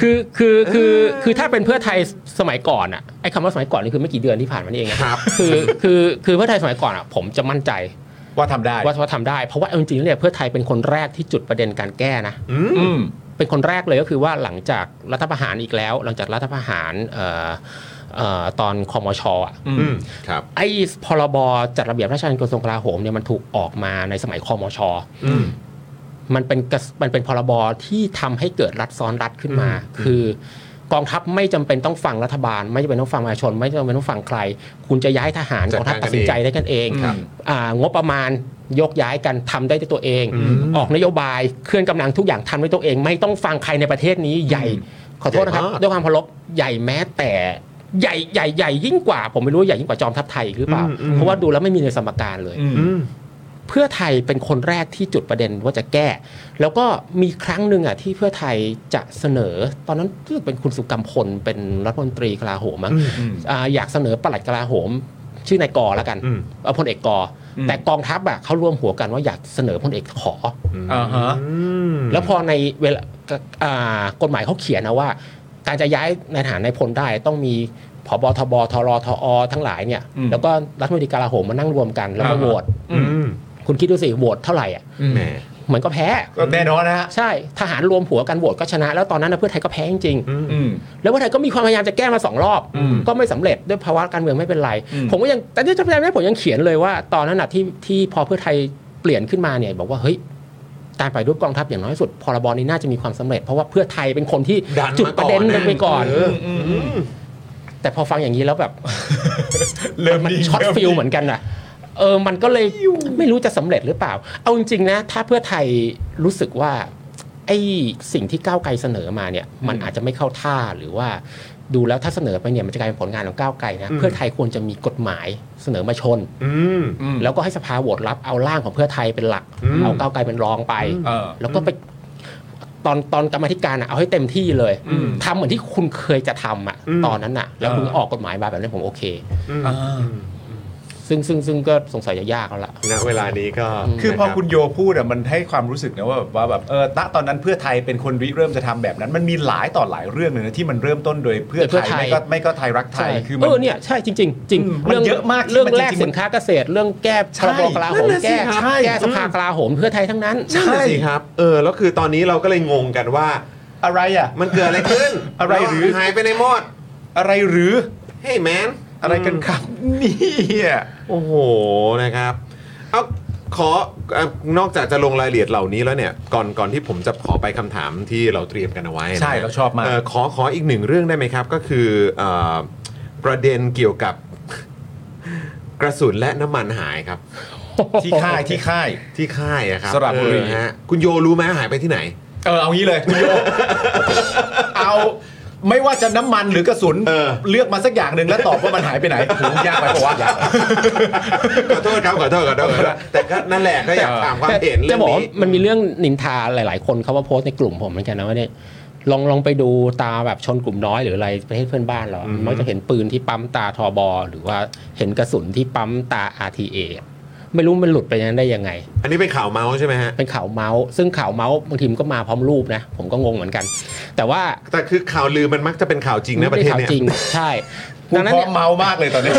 [SPEAKER 8] คือคือคือคือถ้าเป็นเพื่อไทยสมัยก่อนอะไอ้คำว่าสมัยก่อนนี่คือไม่กี่เดือนที่ผ่านมานี่เองนะครับ คือคือคือเพื่อไทยสมัยก่อนอะผมจะมั่นใจ
[SPEAKER 5] ว่าทำได้
[SPEAKER 8] ว่าว่าทำได้ เพราะว่าเอาจริงๆแล้วเนี่ยเพื่อไทยเป็นคนแรกที่จุดประเด็นการแก้นะ
[SPEAKER 5] อืม
[SPEAKER 8] เป็นคนแรกเลยก็คือว่าหลังจากรัฐประหารอีกแล้ว หลังจากรัฐประหารเอ่อเอ่อตอนคอมชอะ
[SPEAKER 4] อืมครับ
[SPEAKER 8] ไอ้พรบจัดระเบียบราชการกระทรวงกลาโหมเนี่ยมันถูกออกมาในสมัยคอมช
[SPEAKER 4] อืม
[SPEAKER 8] มันเป็นกระมันเป็นพรบที่ทำให้เกิดรัฐซ้อนรัฐขึ้นมา คือกองทัพไม่จำเป็นต้องฟังรัฐบาล ไม่จำเป็นต้องฟังประชาชน ไม่จำเป็นต้องฟังใคร คุณจะย้ายทหาร
[SPEAKER 4] จั
[SPEAKER 8] ก
[SPEAKER 4] ด
[SPEAKER 8] อง
[SPEAKER 4] การ
[SPEAKER 8] ทัพตัดสินใจได้กันเอง
[SPEAKER 4] ครับ
[SPEAKER 8] อ่างบประมาณยกย้ายกันทำได้ด้วยตัวเอง
[SPEAKER 4] อืม
[SPEAKER 8] ออกนโยบายเคลื่อนกำลังทุกอย่างทำด้วยตัวเอง ไม่ต้องฟังใครในประเทศนี้ใหญ่ ขอโทษนะครับ
[SPEAKER 4] ใหญ่มาก
[SPEAKER 8] ด้วยความเคารพใหญ่แม้แต่ ใหญ่ใหญ่ใหญ่ยิ่งกว่า ผมไม่รู้ว่าใหญ่ยิ่งกว่าจอมทัพไทยอีกหรือเปล่า
[SPEAKER 4] อืมอืม
[SPEAKER 8] เพราะว่าดูแล้วไม่มีในสมการเลย
[SPEAKER 4] อืม
[SPEAKER 8] เพื่อไทยเป็นคนแรกที่จุดประเด็นว่าจะแก้ แล้วก็มีครั้งหนึ่งอ่ะที่เพื่อไทยจะเสนอ ตอนนั้นรู้สึกเป็นคุณสุกัมพลเป็นรัฐมนตรีกลาโหมมั้งอ่าอยากเสนอปลัดกลาโหม ชื่อนายกอแล้วกัน
[SPEAKER 4] อืม
[SPEAKER 8] เอาพลเอกกออแต่กองทัพอ่ะเขาร่วมหัวกันว่าอยากเสนอพลเอกขออ
[SPEAKER 1] อ่าฮะ
[SPEAKER 8] แล้วพอในเวลาอ่ากฎหมายเขาเขียนนะว่า การจะย้ายในฐานในายพลได้ต้องมีผบทบทรทอทั้งหลายเนี่ย
[SPEAKER 1] อืม
[SPEAKER 8] แล้วก็รัฐมนตรีกลาโหมมานั่งรวมกันแล้วมาโหวต
[SPEAKER 4] อืม
[SPEAKER 8] คุณคิดดูสิโหวตเท่าไหร่อ่ะ
[SPEAKER 4] แหม
[SPEAKER 8] มันก็แพ้
[SPEAKER 1] ก็แน่นอนนะฮะ
[SPEAKER 8] ใช่ทหารรวมหัวกันโหวตก็ชนะ แล้วตอนนั้นนะเพื่อไทยก็แพ้จริง
[SPEAKER 4] อืม
[SPEAKER 1] อืม
[SPEAKER 8] ๆแล้วเพื่อไทยก็มีความพยายามจะแก้มาสองรอบ
[SPEAKER 1] อืม
[SPEAKER 8] ก็ไม่สำเร็จด้วยภาวะการเมืองไม่เป็นไร
[SPEAKER 1] อืม
[SPEAKER 8] ผมก็ยังแต่ที่จำได้ผมยังเขียนเลยว่า ตอนนั้นนะที่ที่พอเพื่อไทยเปลี่ยนขึ้นมาเนี่ย บอกว่าเฮ้ยการไปฏิรูปกองทัพอย่างน้อยสุดพรบนี้น่าจะมีความสำเร็จเพราะว่าเพื่อไทยเป็นคนที่
[SPEAKER 4] ดันมา
[SPEAKER 8] จุดประเด็น
[SPEAKER 4] ก่อน
[SPEAKER 8] กันไปก่อน
[SPEAKER 4] เออ
[SPEAKER 1] อืมอืม
[SPEAKER 8] แต่พอฟังอย่างนี้แล้วแบบ
[SPEAKER 1] เริ่ม
[SPEAKER 8] มัน
[SPEAKER 1] นิ่ง
[SPEAKER 8] ช็อต
[SPEAKER 1] เริ่ม
[SPEAKER 8] ฟิล
[SPEAKER 1] นิ่ง
[SPEAKER 8] เหมือนกันอ่ะ เออ มันก็เลยไม่รู้จะสำเร็จหรือเปล่า เอาจริงๆนะ ถ้าเพื่อไทยรู้สึกว่า ไอ้สิ่งที่ก้าวไกลเสนอมาเนี่ย มันอาจจะไม่เข้าท่าหรือว่าดูแล้วถ้าเสนอไปเนี่ยมันจะกลายเป็นผลงานของก้าวไกลนะ เพื่อไทยควรจะมีกฎหมายเสนอมาชน
[SPEAKER 4] อืม
[SPEAKER 8] แล้วก็ให้สภาโหวตรับเอาร่างของเพื่อไทยเป็นหลัก
[SPEAKER 4] อืม
[SPEAKER 8] เอาก้าวไกลเป็นรองไป
[SPEAKER 1] เออ
[SPEAKER 8] แล้วก็ไปตอนตอนกรรมาธิการอ่ะเอาให้เต็มที่เลย
[SPEAKER 1] อืม
[SPEAKER 8] ทำเหมือนที่คุณเคยจะทำอ่ะตอนนั้นอ่ะ แล้วคุณออกกฎหมายมาแบบนี้ผมโอเค
[SPEAKER 1] อ่า
[SPEAKER 8] ซึ่งซึ่งซึ่งก็สงสัยจะยากแล้วล่ะ
[SPEAKER 4] ณเวลานี้ก็
[SPEAKER 1] คือพอคุณ
[SPEAKER 4] นะ
[SPEAKER 1] โยพูดอ่ะมันให้ความรู้สึกนะว่าแบบว่าแบบเออณตอนนั้นเพื่อไทยเป็นคนริเริ่มจะทำแบบนั้น มันมีหลายต่อหลายเรื่องเลยนะที่มันเริ่มต้นโดยเพื่อ
[SPEAKER 8] เพื่อ
[SPEAKER 1] ไท
[SPEAKER 8] ไท
[SPEAKER 1] ย
[SPEAKER 8] ย
[SPEAKER 1] ไม่ก็ไม่ก็ไทยรักไท
[SPEAKER 8] ใช่
[SPEAKER 1] ยคือมั
[SPEAKER 8] เอน อเนี่ยใช่จริงจริงจริง
[SPEAKER 1] อืมมันเยอะมากที่
[SPEAKER 8] เรื่อง
[SPEAKER 1] มัน
[SPEAKER 8] แรก
[SPEAKER 1] จริงๆ
[SPEAKER 8] สินค้าเกษตรเรื่องแก้พ
[SPEAKER 1] ใช่
[SPEAKER 8] รบกลาโหม
[SPEAKER 1] นั่นน่ะสิ
[SPEAKER 8] แก้
[SPEAKER 1] ครับใช่
[SPEAKER 8] แก้สภากลาโหมเพื่อไทยทั้งนั้น
[SPEAKER 4] ใช่นน่ะสิครับ เออ แล้วคือตอนนี้เราก็เลยงงกันว่า
[SPEAKER 1] อะไรอ่ะ
[SPEAKER 4] มันเกิดอะไรขึ้น
[SPEAKER 1] อะไรหรือ
[SPEAKER 4] หายไปในหมด
[SPEAKER 1] อะไรหรือ
[SPEAKER 4] เฮ้ยแมน
[SPEAKER 1] อะไรกันครับเนี่ย
[SPEAKER 4] โอ้โห นะครับ เอาขอเอ่อนอกจากจะลงรายละเอียดเหล่านี้แล้วเนี่ย ก่อนก่อนที่ผมจะขอไปคำถามที่เราเตรียมกันเอาไว้นะ
[SPEAKER 1] ใช่เราชอบมาก
[SPEAKER 4] เอ่อขอขออีกหนึ่งเรื่องได้ไหมครับ ก็คือเอ่อประเด็นเกี่ยวกับ กระสุนและน้ำมันหายครับ
[SPEAKER 1] ที่ค่ายที่ค่าย
[SPEAKER 4] ที่ค่ายอะครับ
[SPEAKER 1] สระบุรี
[SPEAKER 4] เออฮะคุณโยรู้ไหมหายไปที่ไหน
[SPEAKER 1] เออเอางี้เลยคุณโย เอาไม่ว่าจะน้ำมันหรือกระสุน
[SPEAKER 4] เออ
[SPEAKER 1] เลือกมาสักอย่างหนึ่งแล้วตอบว่ามันหายไปไหนโหยากไปปะวะ
[SPEAKER 4] ขอโทษครับขอโทษขอโทษขอโทษแต่ก็นั่นแหละก็อยากถามความเห็น
[SPEAKER 8] จะ
[SPEAKER 4] เรื่อง
[SPEAKER 8] บอกว่า
[SPEAKER 4] นี้
[SPEAKER 8] มันมีเรื่องนินทาหลาย ๆ คนเขาว่าโพสต์ในกลุ่มผมเหมือนกันนะว่าเนี่ยลองลองไปดูตาแบบชนกลุ่มน้อยหรืออะไรประเทศเพื่อนบ้านเราอะมักจะเห็นปืนที่ปั๊มตาทอบอ หรือว่าเห็นกระสุนที่ปั๊มตา RTA ไม่รู้มันหลุดไปนั้นได้ยังไง
[SPEAKER 4] อันนี้เป็นข่าวเมาส์ใช่ไหมฮะ
[SPEAKER 8] เป็นข่าวเมาส์ซึ่งข่าวเมาส์บางทีมันก็มาพร้อมรูปนะ ผมก็งงเหมือนกัน แต่ว่า
[SPEAKER 4] แต่คือข่าวลือมันมักจะเป็นข่าวจริงนะประ
[SPEAKER 8] ไม่
[SPEAKER 4] เทศ
[SPEAKER 8] ได้ข่าว
[SPEAKER 4] เนี้ย
[SPEAKER 8] จริง ใช่
[SPEAKER 1] กู
[SPEAKER 8] ดังนั้น
[SPEAKER 1] พร้อม
[SPEAKER 8] เนี่ย
[SPEAKER 1] เมามากเลยตอนนี้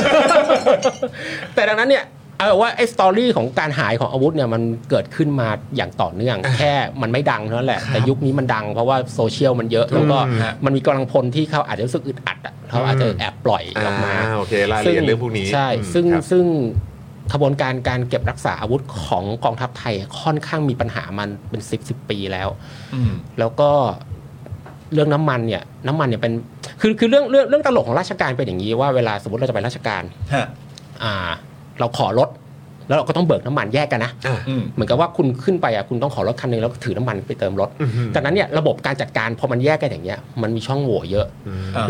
[SPEAKER 8] แต่ดังนั้นเนี่ยเอาเป็นว่าไอ้สตอรี่ของการหายของอาวุธเนี่ยมันเกิดขึ้นมาอย่างต่อเนื่อง แค่มันไม่ดังเท่านั้นแหละ แต่ยุคนี้มันดังเพราะว่าโซเชียลมันเยอะ แล้วก็
[SPEAKER 4] อืมฮะ
[SPEAKER 8] มันมีกำลังพลที่เขาอาจจะรู้สึกอึดอัดอะเขาอาจจะแอบปล่อยออกมา
[SPEAKER 4] โอเครายละเอียดเรื่องพวกนี้
[SPEAKER 8] ใช่
[SPEAKER 4] อืม
[SPEAKER 8] ซึ่ง
[SPEAKER 4] ครับ
[SPEAKER 8] ซึ่งขบวนการการเก็บรักษาอาวุธของกองทัพไทยค่อนข้างมีปัญหามันเป็นสิบสิบปีแล้ว แล้วก็เรื่องน้ำมันเนี่ยน้ำมันเนี่ยเป็นคือคือเรื่องเรื่องเรื่องตลกของราชการเป็นอย่างนี้ว่าเวลาสมมติเราจะไปราชการ
[SPEAKER 1] ฮะ
[SPEAKER 8] อ่า เราขอรถ แล้วเราก็ต้องเบิกน้ำมันแยกกันนะ
[SPEAKER 4] อ่ะ
[SPEAKER 8] เหมือนกับว่าคุณขึ้นไปอ่ะคุณต้องขอรถคันหนึงแล้วก็ถือน้ำมันไปเติมรถดังนั้นเนี่ยระบบการจัดการพอมันแยกกันอย่างเงี้ยมันมีช่องโหว่เยอะ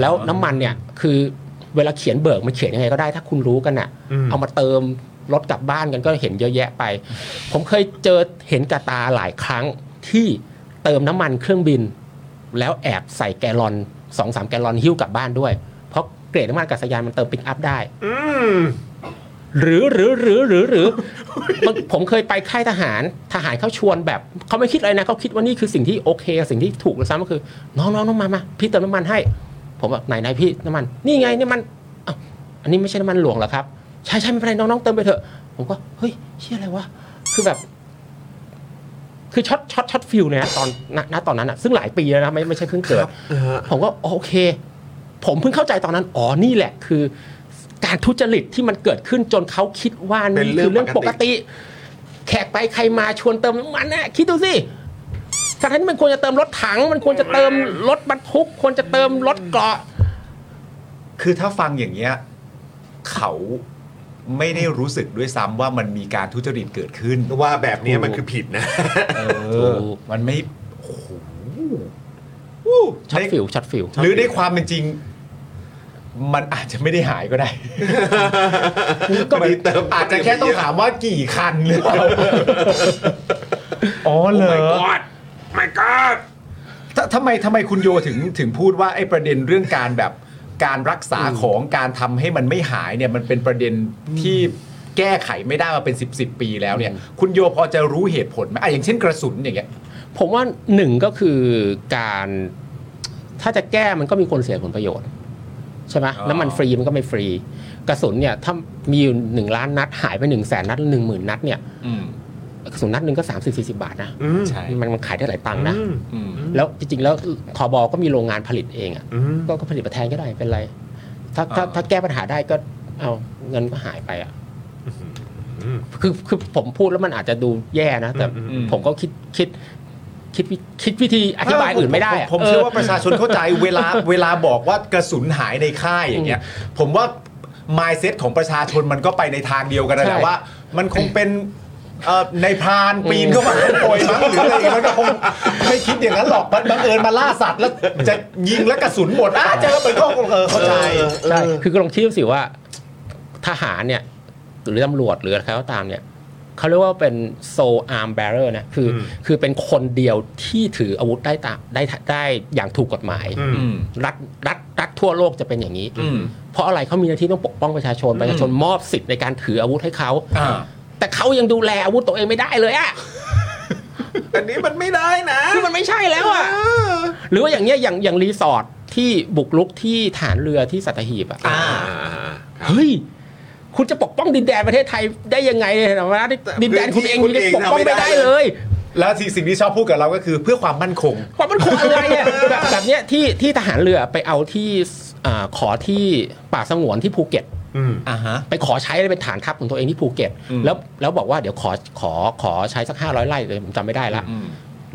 [SPEAKER 8] แล้วน้ำมันเนี่ยคือเวลาเขียนเบิกมันเขียนยังไงก็ได้ถ้าคุณรู้กันอ่ะ
[SPEAKER 4] อืม
[SPEAKER 8] เอามาเติมรถกลับบ้านกันก็เห็นเยอะแยะไป ผมเคยเจอเห็นกระตาหลายครั้งที่เติมน้ำมันเครื่องบิน แล้วแอบใส่แกลลอนสองสามแกลลอนหิ้วกลับบ้านด้วย เพราะเกรดน้ำมันอากาศยานมันเติมปิกอัพได้
[SPEAKER 4] อืม
[SPEAKER 8] หรือหรือหรือหรือหรือ มันผมเคยไปค่ายทหารทหารเขาชวนแบบเขาไม่คิดอะไรนะเขาคิดว่านี่คือสิ่งที่โอเค สิ่งที่ถูกแล้วซ้ำก็คือน้องน้องน้องมามาพี่เติมน้ำมันให้ ผมแบบไหนไหนพี่น้ำมัน นี่ไงนี่มันอ้าวอันนี้ไม่ใช่น้ำมันหลวงเหรอครับ ใช่ใช่ไม่เป็นไรน้องน้องเติมไปเถอะ ผมก็เฮ้ยเชี่ยอะไรวะคือแบบ คือช็อตช็อตช็อตฟิลเนี่ยนะตอนณณตอนนั้นอ่ะซึ่งหลายปีแล้วนะไม่ไม่ใช่เพิ่งเกิด ผมก็โอเค ผมเพิ่งเข้าใจตอนนั้น อ๋อ นี่แหละคือ การทุจริตที่มันเกิดขึ้นจนเขาคิดว่า
[SPEAKER 4] เป็
[SPEAKER 8] นี่
[SPEAKER 4] นเรื่
[SPEAKER 8] คือ อง เรื่อง
[SPEAKER 4] ป
[SPEAKER 8] ป
[SPEAKER 4] ก
[SPEAKER 8] ก
[SPEAKER 4] ติ
[SPEAKER 8] ติ แขกไปใครมาชวนเติมน้ำมันนะคิดดูสิสถานที่มันควรจะเติมรถถัง มันควรจะเติมรถบรรทุก ควรจะเติมรถเกราะ
[SPEAKER 1] คือถ้าฟังอย่างเงี้ยเขาไม่ได้รู้สึกด้วยซ้ำว่ามันมีการทุจริตเกิดขึ้น
[SPEAKER 4] ว่าแบบนี้มันคือผิดนะ
[SPEAKER 1] เออ
[SPEAKER 8] ถูก
[SPEAKER 1] มันไม่โอ้โห
[SPEAKER 8] ช็อตฟิลช็อตฟิล
[SPEAKER 1] หรือในความเป็นจริง
[SPEAKER 5] มันอาจจะไม่ได้หายก็ได้
[SPEAKER 1] ก็มี
[SPEAKER 5] มัน
[SPEAKER 1] เติม
[SPEAKER 5] อาจจะแค่ต้องถามว่ากี่คันหรือเปล่า อ๋อ
[SPEAKER 1] โอ้
[SPEAKER 5] เหร
[SPEAKER 1] my
[SPEAKER 5] อ
[SPEAKER 1] god my god
[SPEAKER 5] ททำไมทำไมคุณโยถึงถึงพูดว่าไอ้ประเด็นเรื่องการแบบการรักษาของการทำให้มันไม่หายเนี่ยมันเป็นประเด็นที่แก้ไขไม่ได้มาเป็น 10บสปีแล้วเนี่ย คุณโยพอจะรู้เหตุผลไหมอ่ะอย่างเช่นกระสุนอย่างเงี้ย
[SPEAKER 8] ผมว่าหนึ่งก็คือการถ้าจะแก้มันก็มีคนเสียผลประโยชน์ ใช่ไหม
[SPEAKER 5] อ๋อ
[SPEAKER 8] น้ำมันฟรีมันก็ไม่ฟรี กระสุนเนี่ยถ้ามีอยู่หนึ่งล้านนัดหายไปหนึ่งแสนนัดหนึ่งหมื่นนัดเนี่ย
[SPEAKER 5] อืม
[SPEAKER 8] กระสุนนัดหนึ่งก็สามสิบสี่สิบาทนะ
[SPEAKER 1] อืม
[SPEAKER 5] ใช่
[SPEAKER 8] มันมันขายได้หลายตังค์นะ
[SPEAKER 1] อืม
[SPEAKER 5] อืม
[SPEAKER 8] แล้วจริงๆแล้วทบก็มีโรงงานผลิตเองอ่ะ
[SPEAKER 1] อืม
[SPEAKER 8] ก็ก็ผลิตมาแทนก็ได้เป็นไร ถ้าถ้าถ้าแก้ปัญหาได้ก็เอาเงินก็หายไปอ่ะคือคือผมพูดแล้วมันอาจจะดูแย่นะ แต่
[SPEAKER 1] อืมอืม
[SPEAKER 8] ผมก็คิดคิดคิดวิคิดวิธีอธิบายอื่นไม่
[SPEAKER 5] ผ
[SPEAKER 8] ได้ะ
[SPEAKER 5] มผมเชื่อว่าประชาชนเข้าใจ เวลาเวลาบอกว่ากระสุนหายในค่ายอย่างเงี้ย ผมว่า mindset ของประชาชนมันก็ไปในทางเดียวกันนั่นแหละว่า มันคงเป็นเอ่อในพรานปีนเข้ามาโปรยมั้ง หรืออะไรอย่างเงี้ยมันก็คงไม่คิดอย่างนั้นหรอกมันบังเอิญมาล่าสัตว์แล้วจะยิงแล้วกระสุนหมดอ่ะเจอเป็นข้อคงเออเข้าใจ
[SPEAKER 8] ใช่คือก็ลองคิดดูสิว่าทหารเนี่ยหรือตำรวจหรืออะไรก็ตามเนี่ยเขาเรียกว่าเป็นโซอาร์มแบเรอร์นะคืออ
[SPEAKER 1] ม
[SPEAKER 8] คือเป็นคนเดียวที่ถืออาวุธได้ตามได้ได้อย่างถูกกฎหมาย
[SPEAKER 1] อืม
[SPEAKER 5] อืม
[SPEAKER 8] รัฐรัฐรัฐทั่วโลกจะเป็นอย่างนี้
[SPEAKER 5] อืม
[SPEAKER 8] เพราะอะไรเขามีหน้าที่ต้องปกป้องประชาชน ประชาชนมอบสิทธิ์ในการถืออาวุธให้เขา
[SPEAKER 5] อ่า
[SPEAKER 8] แต่เขายังดูแลอาวุธตัวเองไม่ได้เลยอะ
[SPEAKER 1] อันนี้มันไม่ได้นะ
[SPEAKER 8] คือมันไม่ใช่แล้วอะหรือว่าอย่างเนี้ยอย่างอย่างรีสอร์ทที่บุกรุกที่ฐานเรือที่สัตหีบอะ
[SPEAKER 5] อ่า
[SPEAKER 8] เฮ้ย คุณจะปกป้องดินแดนประเทศไทยได้ยังไงเนี่ยนะว่าดินแดนคุณเองคุณจะปกป้องไม่ได้เลย
[SPEAKER 5] แล้วสิ่งสิ่งที่ชอบพูดกับเราก็คือเพื่อความมั่นคง
[SPEAKER 8] ความมันคงอะไรอ่ะแบบแบบเนี้ยที่ที่ทหารเรือไปเอาที่อ่าขอที่ป่าสงวนที่ภูเก็ต
[SPEAKER 1] อืม
[SPEAKER 5] อ่าฮะ
[SPEAKER 8] ไปขอใช้เป็นฐานทัพของตัวเองที่ภูเก็ต
[SPEAKER 5] อืม
[SPEAKER 8] แล้วแล้วบอกว่าเดี๋ยวขอขอขอใช้สักห้าร้อยไร่เลยผมจำไม่ได้ละ
[SPEAKER 5] อืม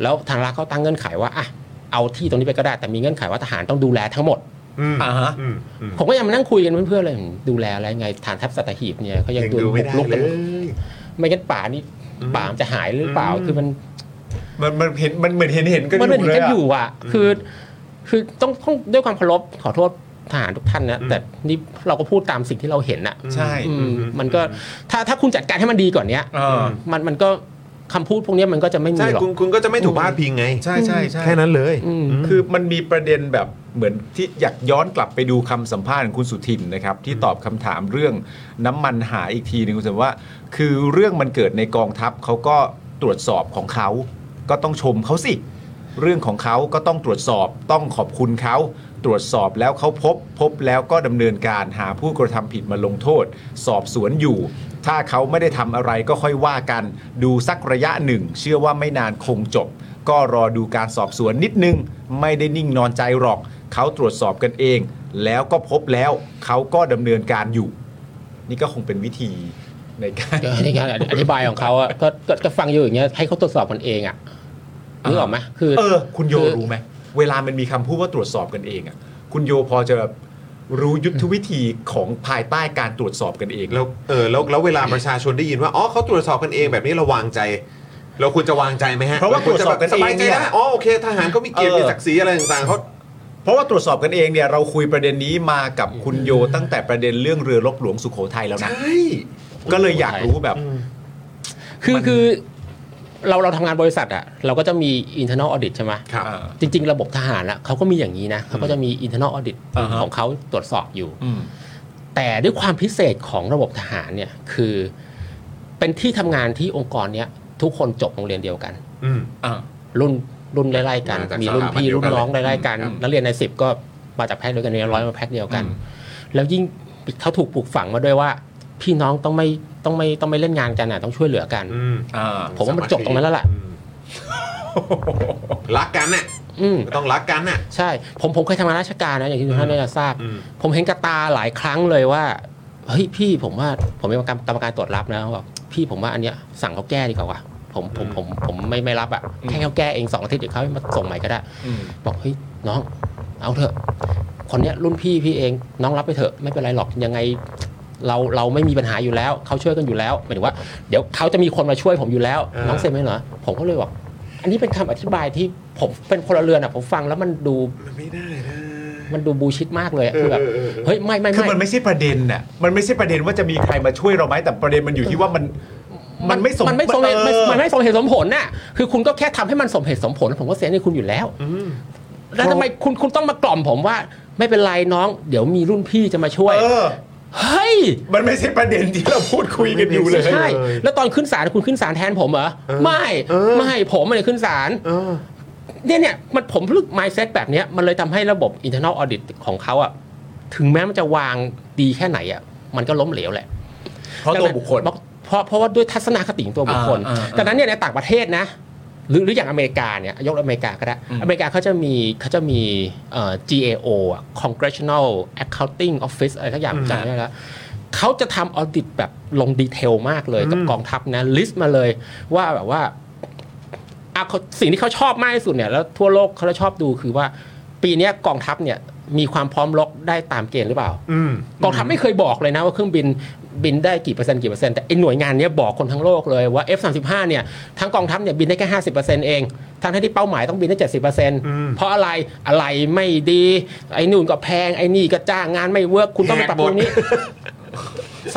[SPEAKER 8] แล้วทางรัฐเขาตั้งเงื่อนไขว่าอ่ะเอาที่ตรงนี้ไปก็ได้แต่มีเงื่อนไขว่าทหารต้องดูแลทั้งหมด
[SPEAKER 1] อืม
[SPEAKER 5] อ่าฮะ
[SPEAKER 1] อืมอืม
[SPEAKER 8] ผมก็ยังมานั่งคุยกันเพื่อนๆเลยดูแลอะไรไงฐานทัพสัตหีบเนี่ยเขายัง
[SPEAKER 1] ยัง
[SPEAKER 8] ดู
[SPEAKER 1] ดู
[SPEAKER 8] บุ
[SPEAKER 1] ไม่
[SPEAKER 8] ก
[SPEAKER 1] ได้
[SPEAKER 8] รุก
[SPEAKER 1] เล
[SPEAKER 8] กัน
[SPEAKER 1] ย
[SPEAKER 8] ไม่งั้นป่านี่
[SPEAKER 1] อืม
[SPEAKER 8] ป่ามันจะหายหรือเปล่า
[SPEAKER 1] อืม
[SPEAKER 8] คือมัน
[SPEAKER 5] มันมันเห็นมันเหมือนเห็นเห็นกันอ
[SPEAKER 8] มันเป็น
[SPEAKER 5] ยู่เลย
[SPEAKER 8] กัน
[SPEAKER 5] อะ
[SPEAKER 8] อยู่อ่ะคือคือต้องต้องด้วยความเคารพขอโทษทหารทุกท่านนะแต่นี่เราก็พูดตามสิ่งที่เราเห็นน่ะ
[SPEAKER 5] ใช่
[SPEAKER 8] อืมมันก็ถ้าถ้าคุณจัดการให้มันดีกว่อนเนี้ย
[SPEAKER 5] เออ
[SPEAKER 8] มันมันก็คำพูดพวกเนี้ยมันก็จะไม่มี
[SPEAKER 1] ใช่
[SPEAKER 8] หรอก
[SPEAKER 1] คุณคุณก็จะไม่ถูกพาดพิงไง
[SPEAKER 5] ใช่ใช่ใช่
[SPEAKER 1] แค่นั้นเลย
[SPEAKER 8] อืม
[SPEAKER 5] คือมันมีประเด็นแบบเหมือนที่อยากย้อนกลับไปดูคำสัมภาษณ์ของคุณสุทินนะครับ ที่ตอบคำถามเรื่องน้ำมันหายอีกทีหนึ่งคุณสุทินว่า คือเรื่องมันเกิดในกองทัพเขาก็ตรวจสอบของเขา ก็ต้องชมเขาสิ เรื่องของเขาก็ต้องตรวจสอบต้องขอบคุณเขาตรวจสอบแล้วเขาพบ พบแล้วก็ดำเนินการหาผู้กระทำผิดมาลงโทษ สอบสวนอยู่ ถ้าเขาไม่ได้ทำอะไรก็ค่อยว่ากัน ดูสักระยะหนึ่ง เชื่อว่าไม่นานคงจบ ก็รอดูการสอบสวนนิดนึง ไม่ได้นิ่งนอนใจหรอก เขาตรวจสอบกันเอง แล้วก็พบแล้วเขาก็ดำเนินการอยู่ นี่ก็คงเป็นวิธีในการ
[SPEAKER 8] เออนี่ไงอธิบายของเขาอะ ก็ก็ก็ฟังอยู่อย่างเงี้ยให้เขาตรวจสอบกันเองอะนึกออกไหมคือ
[SPEAKER 5] เออ คุณโย
[SPEAKER 8] คือ
[SPEAKER 5] รู้ไหมเวลามันมีคำพูดว่าตรวจสอบกันเองอ่ะคุณโยพอจะรู้ยุทธวิธีของภายใต้การตรวจสอบกันเอง
[SPEAKER 1] แล้วเออแล้วแล้วเวลาประชาชนได้ยินว่าอ๋อเขาตรวจสอบกันเองแบบนี้เราวางใจ เราควรจะวางใจไหมฮะ
[SPEAKER 5] เพราะว่าตรวจสอบกันเอบ
[SPEAKER 1] สาย
[SPEAKER 5] ง
[SPEAKER 1] ใจ
[SPEAKER 5] เนี่ย
[SPEAKER 1] ได้อ๋อโอเคทหารก็มีเกียรติ
[SPEAKER 5] เออ
[SPEAKER 1] มีศักดิ์ศรีอะไรต่างๆเขา
[SPEAKER 5] เพราะว่าตรวจสอบกันเองเนี่ยเราคุยประเด็นนี้มากับคุณโยตั้งแต่ประเด็นเรื่องเรือลบหลวงสุโขทัยแล้วนะก็เลยอยากรู้แบบ
[SPEAKER 8] คือ
[SPEAKER 5] มัน
[SPEAKER 8] คือเราเราทำงานบริษัทอะเราก็จะมี internal audit ใช่ไหม
[SPEAKER 1] ครับ
[SPEAKER 5] อ่า
[SPEAKER 8] จริง ๆ ระบบทหารอะเขาก็มีอย่างนี้นะเขาก็จะมี internal audit
[SPEAKER 5] อ่าฮะ
[SPEAKER 8] ของเขาตรวจสอบอยู่
[SPEAKER 5] อืม
[SPEAKER 8] แต่ด้วยความพิเศษของระบบทหารเนี่ยคือ เป็นที่ทำงานที่องค์กรเนี้ยทุกคนจบโรงเรียนเดียวกัน
[SPEAKER 1] อืม
[SPEAKER 5] อ่า
[SPEAKER 8] รุ่นรุ่นไล่ๆกัน
[SPEAKER 1] มาจาก
[SPEAKER 8] มีรุ่นพี่
[SPEAKER 1] สถาบันเดียว
[SPEAKER 8] รุ่นน้อง
[SPEAKER 1] กันเลย
[SPEAKER 8] ไล่ๆกัน
[SPEAKER 1] ครับ
[SPEAKER 8] นักเรียนในสิบก็มาจากแพ็คเดียวกันเรียนร้อยมาแพ็คเดียวกัน แล้วยิ่งเขาถูกปลูกฝังมาด้วยว่า พี่น้องต้องไม่ต้องไม่ต้องไม่เล่นงานกันอ่ะต้องช่วยเหลือกัน
[SPEAKER 1] อืม
[SPEAKER 5] อ่า
[SPEAKER 8] ผมว่ามันจบตรงนั้นแล้วล่ะ
[SPEAKER 1] อืมรักกันน่ะ
[SPEAKER 8] อืม
[SPEAKER 1] ก็ต้องรักกันน่ะ
[SPEAKER 8] ใช่ ผมผมเคยทำงานราชการนะอย่างที่ทุกท่านน่าจะทราบ
[SPEAKER 1] อืม
[SPEAKER 8] ผมเห็นกระตาหลายครั้งเลยว่าเฮ้ยพี่ผมว่าผมเป็นกรรมกรรมการตรวจรับนะบอกพี่ผมว่าอันเนี้ยสั่งเขาแก้ดีกว่าว่ะผมผมผมผมไม่ไม่รับอ่ะแค่เขาแก้เองสองอาทิตย์เดี๋ยวเขามาส่งใหม่ก็ได้ บอกเฮ้ยน้อง เอาเถอะ คนเนี้ยรุ่นพี่พี่เองน้องรับไปเถอะไม่เป็นไรหรอกยังไง เราเราไม่มีปัญหาอยู่แล้วเขาช่วยกันอยู่แล้วหมายถึงว่าเดี๋ยวเขาจะมีคนมาช่วยผมอยู่แล้ว
[SPEAKER 1] อ่า
[SPEAKER 8] น้องเซ็นไหมเหรอผมก็เลยบอกอันนี้เป็นคำอธิบายที่ผมเป็นพลเรือนอ่ะผมฟังแล้วมันดู
[SPEAKER 1] มันไม่ได้นะ
[SPEAKER 8] มันดูบูชิดมากเลยอะคือแบบเฮ้ยไม่ไม่
[SPEAKER 5] คือมัน
[SPEAKER 8] ไม่
[SPEAKER 5] ไม่ใช่ประเด็นน่ะ มันไม่ใช่ประเด็นว่าจะมีใครมาช่วยเราไหมแต่ประเด็นมันอยู่ที่ว่ามัน มันไม่สม
[SPEAKER 8] มันไม่สมเหตุ
[SPEAKER 5] เออ
[SPEAKER 8] มันไม่สมเหตุสมผลน่ะ คือคุณก็แค่ทำให้มันสมเหตุสมผล ผมก็เสียในคุณอยู่แล้วแล้วทำไมคุณคุณต้องมากล่อมผมว่า ไม่เป็นไรน้อง เดี๋ยวมีรุ่นพี่จะมาช่วย
[SPEAKER 5] เออ
[SPEAKER 8] เฮ้ย
[SPEAKER 5] มันไม่ใช่ประเด็นที่เราพูดคุยกันอยู่เลย
[SPEAKER 8] ใช่ แล้วตอนขึ้นศาลคุณขึ้นศาลแทนผมเหรอ ไม่ ไม่ผมไม่ได้ขึ้นศาลเนี่ยเนี่ยมันผมลึก mindset แบบเนี้ยมันเลยทำให้ระบบ internal audit ของเขาอะถึงแม้มันจะวางดีแค่ไหนอะมันก็ล้มเหลวแหละ
[SPEAKER 5] เพราะตัวบุคคล
[SPEAKER 8] เพราะเพราะว่าด้วยทัศนคติของตัวบุคคล
[SPEAKER 5] อ่าอ่าอ่า
[SPEAKER 8] ดังนั้นเนี่ยในต่างประเทศนะ หรือหรืออย่างอเมริกาเนี่ยยกอเมริกาก็ได้
[SPEAKER 5] อืม
[SPEAKER 8] อเมริกาเขาจะมีเขาจะมีเอ่อ GAO อะ Congressional Accounting Office อะไรสักอย่างจำไม่ได้แล้วเขาจะทำออดิตแบบลงดีเทลมากเลยกับกองทัพนะลิสต์มาเลยว่าแบบว่าอ่ะเขาสิ่งที่เขาชอบมากที่สุดเนี่ยแล้วทั่วโลกเขาจะชอบดูคือว่าปีเนี้ยกองทัพเนี่ยมีความพร้อมรบได้ตามเกณฑ์หรือเปล่า กองทัพไม่เคยบอกเลยนะว่าเครื่องบินบินได้กี่เปอร์เซ็นต์กี่เปอร์เซ็นต์แต่ไอ้หน่วยงานเนี้ยบอกคนทั้งโลกเลยว่า F35 เนี่ยทั้งกองทัพเนี่ยบินได้แค่ห้าสิบเปอร์เซ็นต์เองทั้งที่เป้าหมายต้องบินได้เจ็ดสิบเปอร์เซ็นต์เพราะอะไรอะไรไม่ดีไอ้นู่นก็แพงไอ้นี่ก็จ้างงานไม่เวิร์กคุณต้องมาปรับปรุงนี้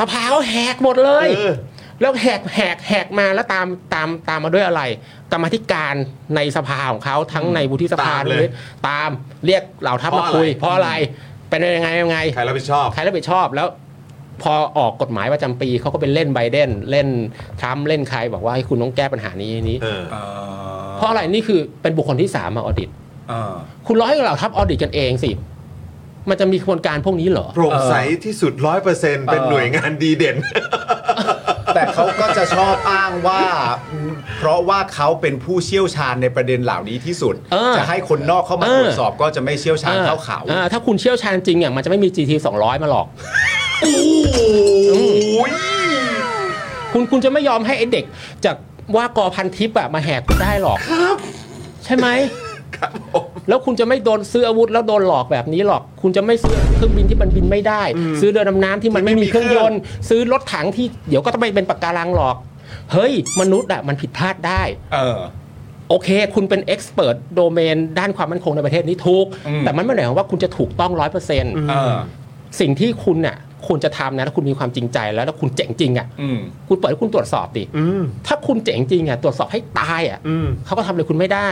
[SPEAKER 8] สภาเขาแหกหมดเลย แล้วแหกแหกแหกมาแล้วตามตามตามมาด้วยอะไร กรรมาธิการในสภาของเขาทั้งในวุฒิสภา
[SPEAKER 4] ตามเลย
[SPEAKER 8] หรือตามเรียกเหล่าทัพมาคุย เพราะอะไรเป็นยังไงยังไง
[SPEAKER 4] ใครรับผิดชอบ
[SPEAKER 8] ใครรับผิดชอบแล้วพอออกกฎหมายประจำปีเขาก็เป็นเล่นไบเดนเล่นทรัมป์เล่นใครบอกว่าให้คุณต้องแก้ปัญหานี้นี้
[SPEAKER 4] เออ
[SPEAKER 8] เพราะอะไรนี่คือเป็นบุคคลที่สามมาออดิตคุณร้อยเหล่าทัพออดิตกันเองสิ มันจะมีกระบวนการพวกนี้เหรอ
[SPEAKER 4] โปร่งใสที่สุดร้อยเปอร์เซ็นต์เป็นหน่วยงานดีเด่น
[SPEAKER 5] แต่เขาก็จะชอบอ้างว่า เพราะว่าเขาเป็นผู้เชี่ยวชาญในประเด็นเหล่านี้ที่สุด
[SPEAKER 8] เออ
[SPEAKER 5] จะให้คนนอกเข้ามา
[SPEAKER 8] เออ
[SPEAKER 5] ตรวจสอบก็จะไม่เชี่ยวชาญเท่าเขา
[SPEAKER 8] อ่ถ้าคุณเชี่ยวชาญจริงเนี่ยมันจะไม่มี GT 200 มาหรอก คุณคุณจะไม่ยอมให้ไอเด็ก จากว่ากอพันทิปอะมาแหกคุณได้หรอกใช่ไหมแล้วคุณจะไม่โดนซื้ออาวุธแล้วโดนหลอกแบบนี้หรอก คุณจะไม่ซื้อเครื่องบินที่มันบินไม่ได้ ซื้อเรือดำน้ำที่มันไม่มีเครื่องยนต์ ซื้อรถถังที่เดี๋ยวก็ต้องไปเป็นปากการังหรอก เฮ้ย มนุษย์อะมันผิดพลาดได้
[SPEAKER 5] เออ
[SPEAKER 8] โอเค คุณเป็นเอ็กซ์เพรสโดเมนด้านความมั่นคงในประเทศนี้ถูก
[SPEAKER 5] อืม
[SPEAKER 8] แต่มันไม่ได้หมายความว่าคุณจะถูกต้องร้อยเปอร์เซ็นต์
[SPEAKER 5] เออ
[SPEAKER 8] สิ่งที่คุณเนี่ยคุณจะทำนะถ้าคุณมีความจริงใจแล้วถ้าคุณเจ๋งจริงอ่ะ
[SPEAKER 5] อืม
[SPEAKER 8] คุณเปิดให้คุณตรวจสอบดิถ้าคุณเจ๋งจริงอ่ะตรวจสอบให้ตายอ่ะเขาก็ทำอะไรคุณไม่ได้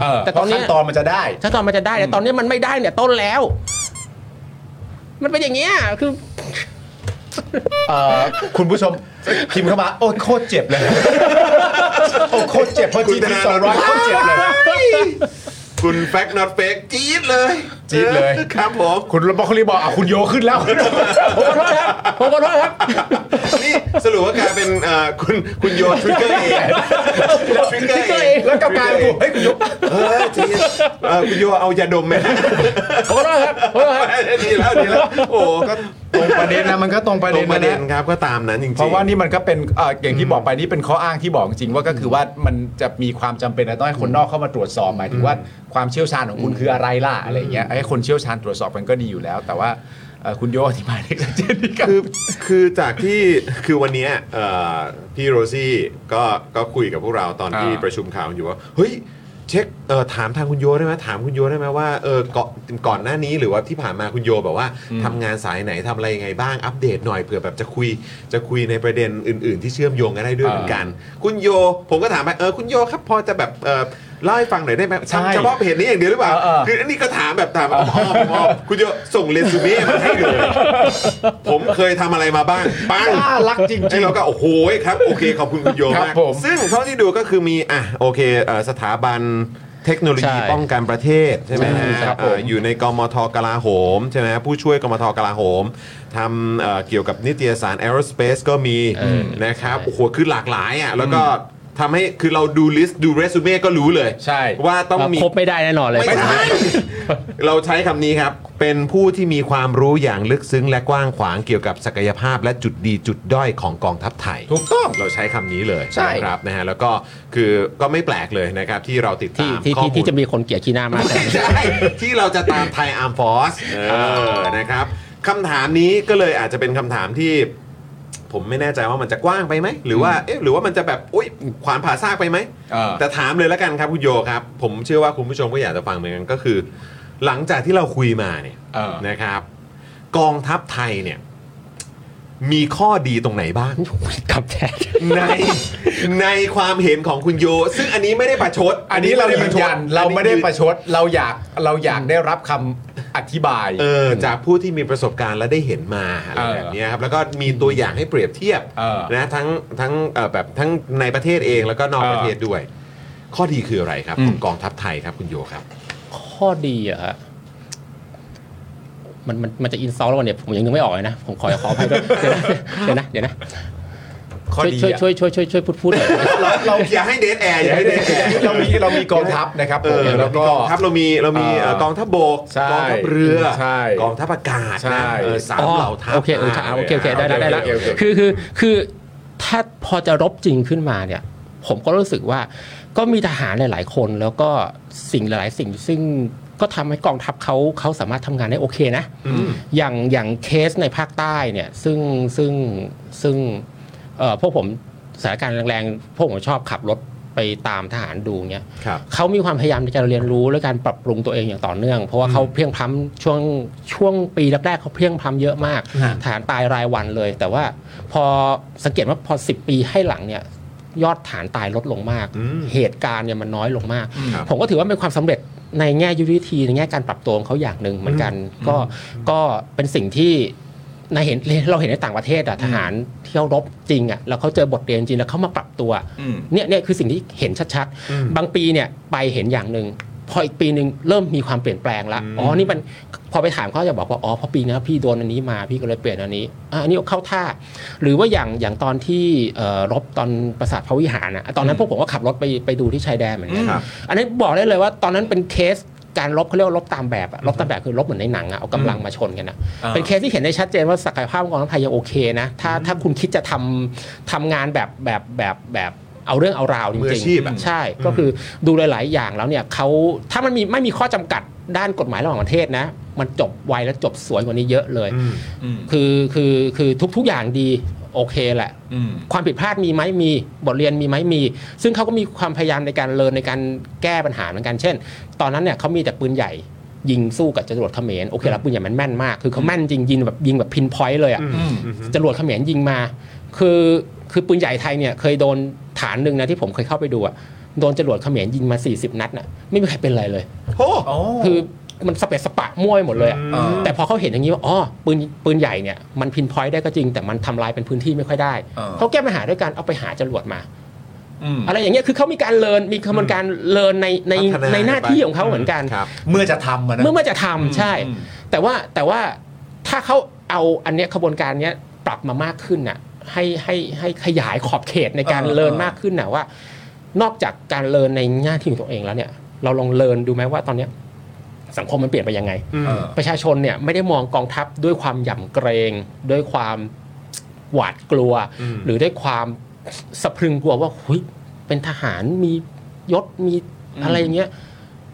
[SPEAKER 5] เออ
[SPEAKER 8] แต่
[SPEAKER 5] แต่ต
[SPEAKER 8] ตอ
[SPEAKER 5] อน น
[SPEAKER 8] เนี้
[SPEAKER 5] นี้
[SPEAKER 8] ย
[SPEAKER 5] นตอนมันจะได้
[SPEAKER 8] ถ้าตอนมันจะได้แต่ตอนนี้มันไม่ได้เนี่ยต้นแล้ว มันเป็นอย่างเงี้ยคือ
[SPEAKER 5] เอ่อคุณผู้ชมพิมพ์เข้ามาโอ้ยโคตรเจ็บเลย โอ้โคตรเจ็บเพราะ
[SPEAKER 4] คุณ
[SPEAKER 5] จี
[SPEAKER 4] ธ
[SPEAKER 5] พี
[SPEAKER 4] นา
[SPEAKER 5] สองร้อย
[SPEAKER 4] ธนา
[SPEAKER 5] โคตรเจ็บเลย
[SPEAKER 4] คุณแฟกต์นอตเฟกจี๊ดเลย
[SPEAKER 5] จี๊ดเลย
[SPEAKER 4] ออครับผม
[SPEAKER 5] คุณบอกคุณรีบอกอ่ะคุณโยขึ้นแล้ว
[SPEAKER 8] ผมขอโทษครับผมขอโทษครับ
[SPEAKER 4] นี่สรุปว่ากลายเป็นเอ่อคุณคุณโยนทริกเกอร์เองทริกเกอร์เอง
[SPEAKER 5] แล้วกลับกลารกูเฮ้ยคุณโย
[SPEAKER 4] เออจริงเออคุณโยเอายาดมไหม
[SPEAKER 8] ผมขอโทษครับผมขอโทษครับ
[SPEAKER 4] ดีแล้วดีแล้ว โอ้ก็
[SPEAKER 5] ตรงประเด็นนะมันก็ตรงประ
[SPEAKER 4] ตร
[SPEAKER 5] เด็น
[SPEAKER 4] งประเด็น
[SPEAKER 5] น
[SPEAKER 4] ครับก็ตามนั้นจริงๆ
[SPEAKER 5] เพราะว่านี่มันก็เป็นเอ่ออย่างที่บอกไปนี่เป็นข้ออ้างที่บอกจริงว่าก็คือว่ามันจะมีความจำเป็นนะต้องให้คนนอกเข้ามาตรวจสอบหมายถึงว่าความเชี่ยวชาญของคุณคืออะไรล่ะอะไรอย่างเงี้ยให้คนเชี่ยวชาญตรวจสอบมันก็ดีอยู่แล้ว แต่ว่าเอ่อคุณโยอธิบายได้ชัดเจนดีครับ
[SPEAKER 4] คือคือจากที่คือวันเนี้ยเอ่อพี่โรซี่ก็ก็คุยกับพวกเราตอนที่
[SPEAKER 5] อ่า
[SPEAKER 4] ประชุมข่าวอยู่ว่าเฮ้ยเช็คเอ่อถามทางคุณโยได้ไหมถามคุณโยได้ไหมว่าเออก่อนก่อนหน้านี้หรือว่าที่ผ่านมาคุณโยแบบว่าทำงานสายไหนทำอะไรยังไงบ้างอัปเดตหน่อยเผื่อแบบจะคุยจะคุยในประเด็นอื่น ๆ ที่เชื่อมโยงกันได้ด้วย
[SPEAKER 5] อ่า
[SPEAKER 4] เหมือนกัน คุณโยผมก็ถามไปเออคุณโยครับพอจะแบบเออเล่าให้ฟังหน่อยได้ไหม
[SPEAKER 5] ใช่
[SPEAKER 4] ทำเฉพาะเพจนี้อย่างเดียวหรือเปล่า
[SPEAKER 5] เออเออ
[SPEAKER 4] คืออันนี้ก็ถามแบบถามแบบอ้อมๆอ้อมๆคุณโยส่งเรซูเม่มาให้เลย ผมเคยทำอะไรมาบ้างปัง
[SPEAKER 5] น่ารักจริงๆ
[SPEAKER 4] ไอ้เราก็โอ้โหครับ โอเค ขอบคุณคุณโย
[SPEAKER 5] ครับ
[SPEAKER 4] มาก
[SPEAKER 5] ผม
[SPEAKER 4] ซึ่งเท่าที่ดูก็คือมีอ่ะโอเคเอ่อสถาบันเทคโนโล
[SPEAKER 8] ใช่
[SPEAKER 4] ยีป้องกันประเทศใช่ไหมฮะ
[SPEAKER 5] ครับผม
[SPEAKER 4] เอ่ออยู่ในกมทกลาโหมใช่ไหมฮะผู้ช่วยกมทกลาโหมทำเอ่อเกี่ยวกับนิตยสาร Aerospace ก็มี
[SPEAKER 8] เออ
[SPEAKER 4] นะครับโอ้โหคือหลากหลายอ่ะแล้วก็ทำให้คือเราดูลิสต์ดูเรซูเม่ก็รู้เลย
[SPEAKER 5] ใช่
[SPEAKER 4] ว่า ต้องมี
[SPEAKER 8] ครบไม่ได้แน่นอนเลย
[SPEAKER 4] ไม่ใช่ เราใช้คำนี้ครับ เป็นผู้ที่มีความรู้อย่างลึกซึ้งและกว้างขวางเกี่ยวกับศักยภาพและจุดดีจุดด้อยของกองทัพไทย
[SPEAKER 5] ถูกต้อง
[SPEAKER 4] เราใช้คำนี้เลย
[SPEAKER 5] ใช่
[SPEAKER 4] นะครับนะฮะแล้วก็คือก็ไม่แปลกเลยนะครับ ที่เราติด
[SPEAKER 8] ที่
[SPEAKER 4] ตาม
[SPEAKER 8] ที่
[SPEAKER 4] ข้อ
[SPEAKER 8] ที่
[SPEAKER 4] มูล
[SPEAKER 8] ที่จะมีคนเกลียดขี้หน้ามาก
[SPEAKER 4] ไม่ใช่ที่เราจะตามไทยอาร์มฟอสเออนะครับคำถามนี้ก็เลยอาจจะเป็นคำถามที่ ผมไม่แน่ใจว่ามันจะกว้างไปไหม หรือว่าเอ๊ะหรือว่ามันจะแบบอุ้ยขวานผ่าซากไปไหม
[SPEAKER 5] เออ
[SPEAKER 4] แต่ถามเลยแล้วกันครับคุณโยครับ ผมเชื่อว่าคุณผู้ชมก็อยากจะฟังเหมือนกันก็คือ
[SPEAKER 1] หลังจากที่เราคุยมาเนี่ย
[SPEAKER 5] เออ
[SPEAKER 1] นะครับ กองทัพไทยเนี่ย มีข้อดีตรงไหนบ้าง
[SPEAKER 8] กลับแทน
[SPEAKER 1] ในในความเห็นของคุณโย ซึ่งอันนี้ไม่ได้ประชด
[SPEAKER 5] อันนี้เรา
[SPEAKER 1] ไม่ได้
[SPEAKER 5] ยื
[SPEAKER 1] ปะ
[SPEAKER 5] น
[SPEAKER 1] ชด
[SPEAKER 5] ยันเราไม่ได้ประชดเราอยากเราอยากได้รับคำอธิบาย
[SPEAKER 1] เออจากผู้ที่มีประสบการณ์และได้เห็นมาอะไรแบบเนี้ยครับแล้วก็มีตัวอย่างให้เปรียบเทียบ
[SPEAKER 5] เออ
[SPEAKER 1] นะทั้งทั้งเอ่อแบบทั้งในประเทศเองแล้วก็นอกประเทศด้วย ข้อดีคืออะไรครับของกองทัพไทยครับคุณโยครับ
[SPEAKER 8] ข้อดีอะฮะมันมันมันจะอินซอลแล้ววันเนี่ยผมยังนึกไม่ออกเลยนะ ผมขอขออภัยด้วยเดี๋ยวนะเดี๋ยวนะ
[SPEAKER 5] ข้อ
[SPEAKER 8] เดี๋ยวนะ
[SPEAKER 5] ดี
[SPEAKER 8] ช่วย
[SPEAKER 5] อะ
[SPEAKER 8] ช่วยช่วยช่วยช่วยพูดพูดหน่อย
[SPEAKER 1] เราอย่าให้เดทแอร์อย่าให้เดทแอร์
[SPEAKER 5] เรามีเรามีกองทัพนะครับ
[SPEAKER 1] เอ
[SPEAKER 5] ผม
[SPEAKER 1] อเรา
[SPEAKER 5] แล้ว
[SPEAKER 1] มี
[SPEAKER 5] ก็
[SPEAKER 1] กองทัพเรามีเรามี
[SPEAKER 5] เออ
[SPEAKER 1] เอ่อกองทัพบก
[SPEAKER 5] ใช่
[SPEAKER 1] กองทัพเรือ
[SPEAKER 5] ใช่
[SPEAKER 1] กองทัพอากาศ
[SPEAKER 5] ใช่
[SPEAKER 1] นะเออสามเหล่าทัพ
[SPEAKER 8] โอเคเออครับโอเคโอเคได้แล้วได้แล้ว
[SPEAKER 5] โอเคโอเคโอเค
[SPEAKER 8] คือคือคือถ้าพอจะรบจริงขึ้นมาเนี่ย ผมก็รู้สึกว่าก็มีทหารหลาย ๆ คนแล้วก็สิ่งหลาย ๆ สิ่งซึ่งก็ทำให้กองทัพเขาเขาสามารถทำงานได้โอเคนะ อย่างอย่างเคสในภาคใต้เนี่ยซึ่งซึ่งซึ่งเอ่อพวกผมสถานการณ์แรงๆพวกผมชอบขับรถไปตามทหารดูเนี่ย
[SPEAKER 1] ครับ
[SPEAKER 8] เขามีความพยายามในการเรียนรู้และการปรับปรุงตัวเองอย่างต่อเนื่อง เพราะว่าเขาเพลียงพล้ำช่วงช่วงปีแรกๆเขาเพลียงพล้ำเยอะมาก
[SPEAKER 5] ฮะ
[SPEAKER 8] ฐานตายรายวันเลย แต่ว่าพอสังเกตว่าพอ 10 ปีให้หลังเนี่ยยอดฐานตายลดลงมาก
[SPEAKER 1] อืม
[SPEAKER 8] เหตุการณ์เนี่ยมันน้อยลงมาก
[SPEAKER 1] ครับ
[SPEAKER 8] ผมก็ถือว่าเป็นความสำเร็จในแง่ยุทธวิธีในแง่การปรับตัวของเขาอย่างหนึ่งเหมือนกัน ก็ก็เป็นสิ่งที่ในเห็นเราเห็นในต่างประเทศอะทหารที่เขารบจริงอะแล้วเขาเจอบทเรียนจริงแล้วเขามาปรับตัว
[SPEAKER 5] อืม
[SPEAKER 8] เนี่ยเนี่ยคือสิ่งที่เห็นชัด
[SPEAKER 1] อืม
[SPEAKER 8] ๆ บางปีเนี่ยไปเห็นอย่างหนึ่งพออีกปีหนึ่งเริ่มมีความเปลี่ยนแปลงละ
[SPEAKER 1] อืม
[SPEAKER 8] อ๋อนี่มันพอไปถามเขาจะบอกว่าอ๋อเพอปีนะพี่โดนอันนี้มาพี่ก็เลยเปลี่ยนอันนี้อ่ะอันนี้เข้าท่า หรือว่าอย่างอย่างตอนที่เอ่อรบตอนปราสาทพระวิหารนะตอนนั้นพวกผมก็ขับรถไปไปดูที่ชายแดนเหมือนกัน
[SPEAKER 1] ครับ
[SPEAKER 8] อันนั้นบอกได้เลยว่าตอนนั้นเป็นเคสการลบเขาเรียกว่าลบตามแบบอะลบตามแบบคือลบเหมือนในหนังอะเอากำลังมาชนกันอะ
[SPEAKER 5] อ่า
[SPEAKER 8] เป็นเคสที่เห็นได้ชัดเจนว่าศักยภาพของกองทัพไทยยังโอเคนะถ้าถ้าคุณคิดจะทำทำงานแบบแบบแบบแบบเอาเรื่องเอาราวจ
[SPEAKER 1] มือ
[SPEAKER 8] ริ
[SPEAKER 1] อาง ชีพอะ
[SPEAKER 8] ๆใช่ก็คือดูหลาย ๆ อย่างแล้วเนี่ยเขาถ้ามันมีไม่มีข้อจำกัดด้านกฎหมายระหว่างประเทศนะ มันจบไวและจบสวยกว่านี้เยอะเลย
[SPEAKER 1] อืม
[SPEAKER 5] อืม
[SPEAKER 8] คือคือคือทุก ๆ อย่างดีโอเคแหละ
[SPEAKER 5] อืม
[SPEAKER 8] ความผิดพลาดมีไหมมีบทเรียนมีไหมมี ซึ่งเขาก็มีความพยายามในการเรียนในการแก้ปัญหาเหมือนกันเช่น ตอนนั้นเนี่ยเขามีแต่ปืนใหญ่ยิงสู้กับจรวดเขมรโอเคละปืนใหญ่มันแม่นมาก คือเขาแม่นจริงยิงแบบยิงแบบพินพอยต์เลยอะ
[SPEAKER 1] อืม
[SPEAKER 8] จรวดเขมรยิงมา คือคือปืนใหญ่ไทยเนี่ยเคยโดนฐานหนึ่งนะที่ผมเคยเข้าไปดูอะโดนจรวดเขมรยิงมา 40 นัดน่ะไม่มีใครเป็นไรเลย
[SPEAKER 1] โอ้
[SPEAKER 8] คือมันสเปะสปะมั่วไปหมดเลยอะ
[SPEAKER 1] อืม
[SPEAKER 8] แต่พอเขาเห็นอย่างนี้ว่าอ๋อปืนปืนใหญ่เนี่ยมันพินพอยต์ได้ก็จริง แต่มันทำลายเป็นพื้นที่ไม่ค่อยได้
[SPEAKER 5] เออ
[SPEAKER 8] เขาแก้ปัญหาด้วยการเอาไปหาจรวดมา
[SPEAKER 5] อืม
[SPEAKER 8] อะไรอย่างเงี้ยคือเขามีการเลินมีกระบวนการเลินในใน
[SPEAKER 1] พัฒ
[SPEAKER 8] ในหน้าที่
[SPEAKER 1] ไป
[SPEAKER 8] ของเขาเหมือนกัน
[SPEAKER 1] ครับ
[SPEAKER 5] เมื่อจะทำอะนะ
[SPEAKER 8] เมื่อเมื่อจะทำใช่
[SPEAKER 5] อืม
[SPEAKER 8] แต่ว่าแต่ว่าถ้าเขาเอาอันเนี้ยขบวนการเนี้ยปรับมามากขึ้นน่ะให้ให้ให้ขยายขอบเขตในการเลินมากขึ้นน่ะว่า นอกจากการเลินในหน้าที่ของตัวเองแล้วเนี่ย เราลองเลินดูไหมว่าตอนเนี้ยสังคมมันเปลี่ยนไปยังไง
[SPEAKER 5] เออ
[SPEAKER 8] ประชาชนเนี่ยไม่ได้มองกองทัพด้วยความหย่ำเกรง ด้วยความหวาดกลัว
[SPEAKER 1] อืม
[SPEAKER 8] หรือด้วยความสะพรึงกลัวว่าหุยเป็นทหารมียศมีอะไรอย่างเงี้ย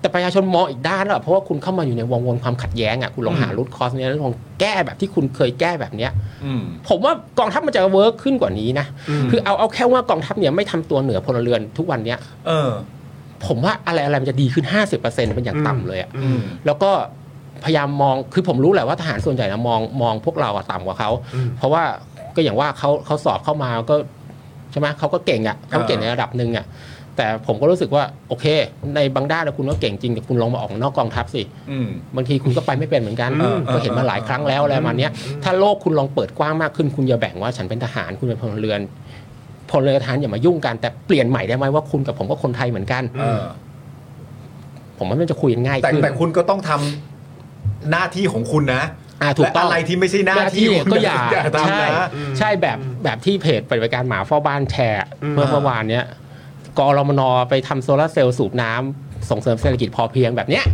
[SPEAKER 8] แต่ประชาชนมองอีกด้านแล้วอะเพราะว่าคุณเข้ามาอยู่ในวงวนความขัดแย้งอ่ะคุณลองหารูทคอสเนี่ยแล้วลองแก้แบบที่คุณเคยแก้แบบเนี้ย
[SPEAKER 5] อืม
[SPEAKER 8] ผมว่ากองทัพมันจะเวิร์กขึ้นกว่านี้นะคือเอาเอาแค่ว่ากองทัพเนี่ยไม่ทำตัวเหนือพลเรือนทุกวันเนี้ย
[SPEAKER 5] เออ
[SPEAKER 8] ผมว่าอะไรอะไรมันจะดีขึ้น 50%เป็นอย่างต่ำเลยอะ
[SPEAKER 5] อืม
[SPEAKER 8] แล้วก็พยายามมอง คือผมรู้แหละว่าทหารส่วนใหญ่นะมองมองพวกเราอะต่ำกว่าเขา
[SPEAKER 1] อืม
[SPEAKER 8] เพราะว่าก็อย่างว่าเขาเขาสอบเข้ามาก็ใช่ไหมเขาก็เก่งอะเขาเก่งในระดับหนึ่งอะแต่ผมก็รู้สึกว่าโอเค ในบางด้านนะคุณก็เก่งจริงแต่คุณลองมาออกนอกกองทัพสิ
[SPEAKER 5] อืม
[SPEAKER 8] บางทีคุณก็ไปไม่เป็นเหมือนกัน
[SPEAKER 5] อืม
[SPEAKER 8] ก็เห็นมาหลายครั้งแล้วอะไรประมาณเนี้ยถ้าโลกคุณลองเปิดกว้างมากขึ้น คุณอย่าแบ่งว่าฉันเป็นทหารคุณเป็นพลเรือนพลเรือนทหารอย่ามายุ่งกัน แต่เปลี่ยนใหม่ได้ไหมว่าคุณกับผมก็คนไทยเหมือนกัน
[SPEAKER 5] เออ
[SPEAKER 8] ผมว่ามันจะคุยกันง่าย
[SPEAKER 5] แต่
[SPEAKER 8] ขึ้น
[SPEAKER 5] แต่คุณก็ต้องทำหน้าที่ของคุณนะ
[SPEAKER 8] อ่าถูกต้อง
[SPEAKER 5] และอะไรที่ไม่ใช่หน้าที่คุณ
[SPEAKER 8] ก็อย่า
[SPEAKER 5] อย่าทำ
[SPEAKER 8] ใช่
[SPEAKER 5] นะ
[SPEAKER 8] ใช่แบบแบบที่เพจปฏิบัติการหมาเฝ้าบ้านแชร์ เมื่อเมื่อวานเนี้ยกรมนไปทำโซลาร์เซลล์สูบน้ำส่งเสริมเศรษฐกิจพอเพียงแบบเนี้ย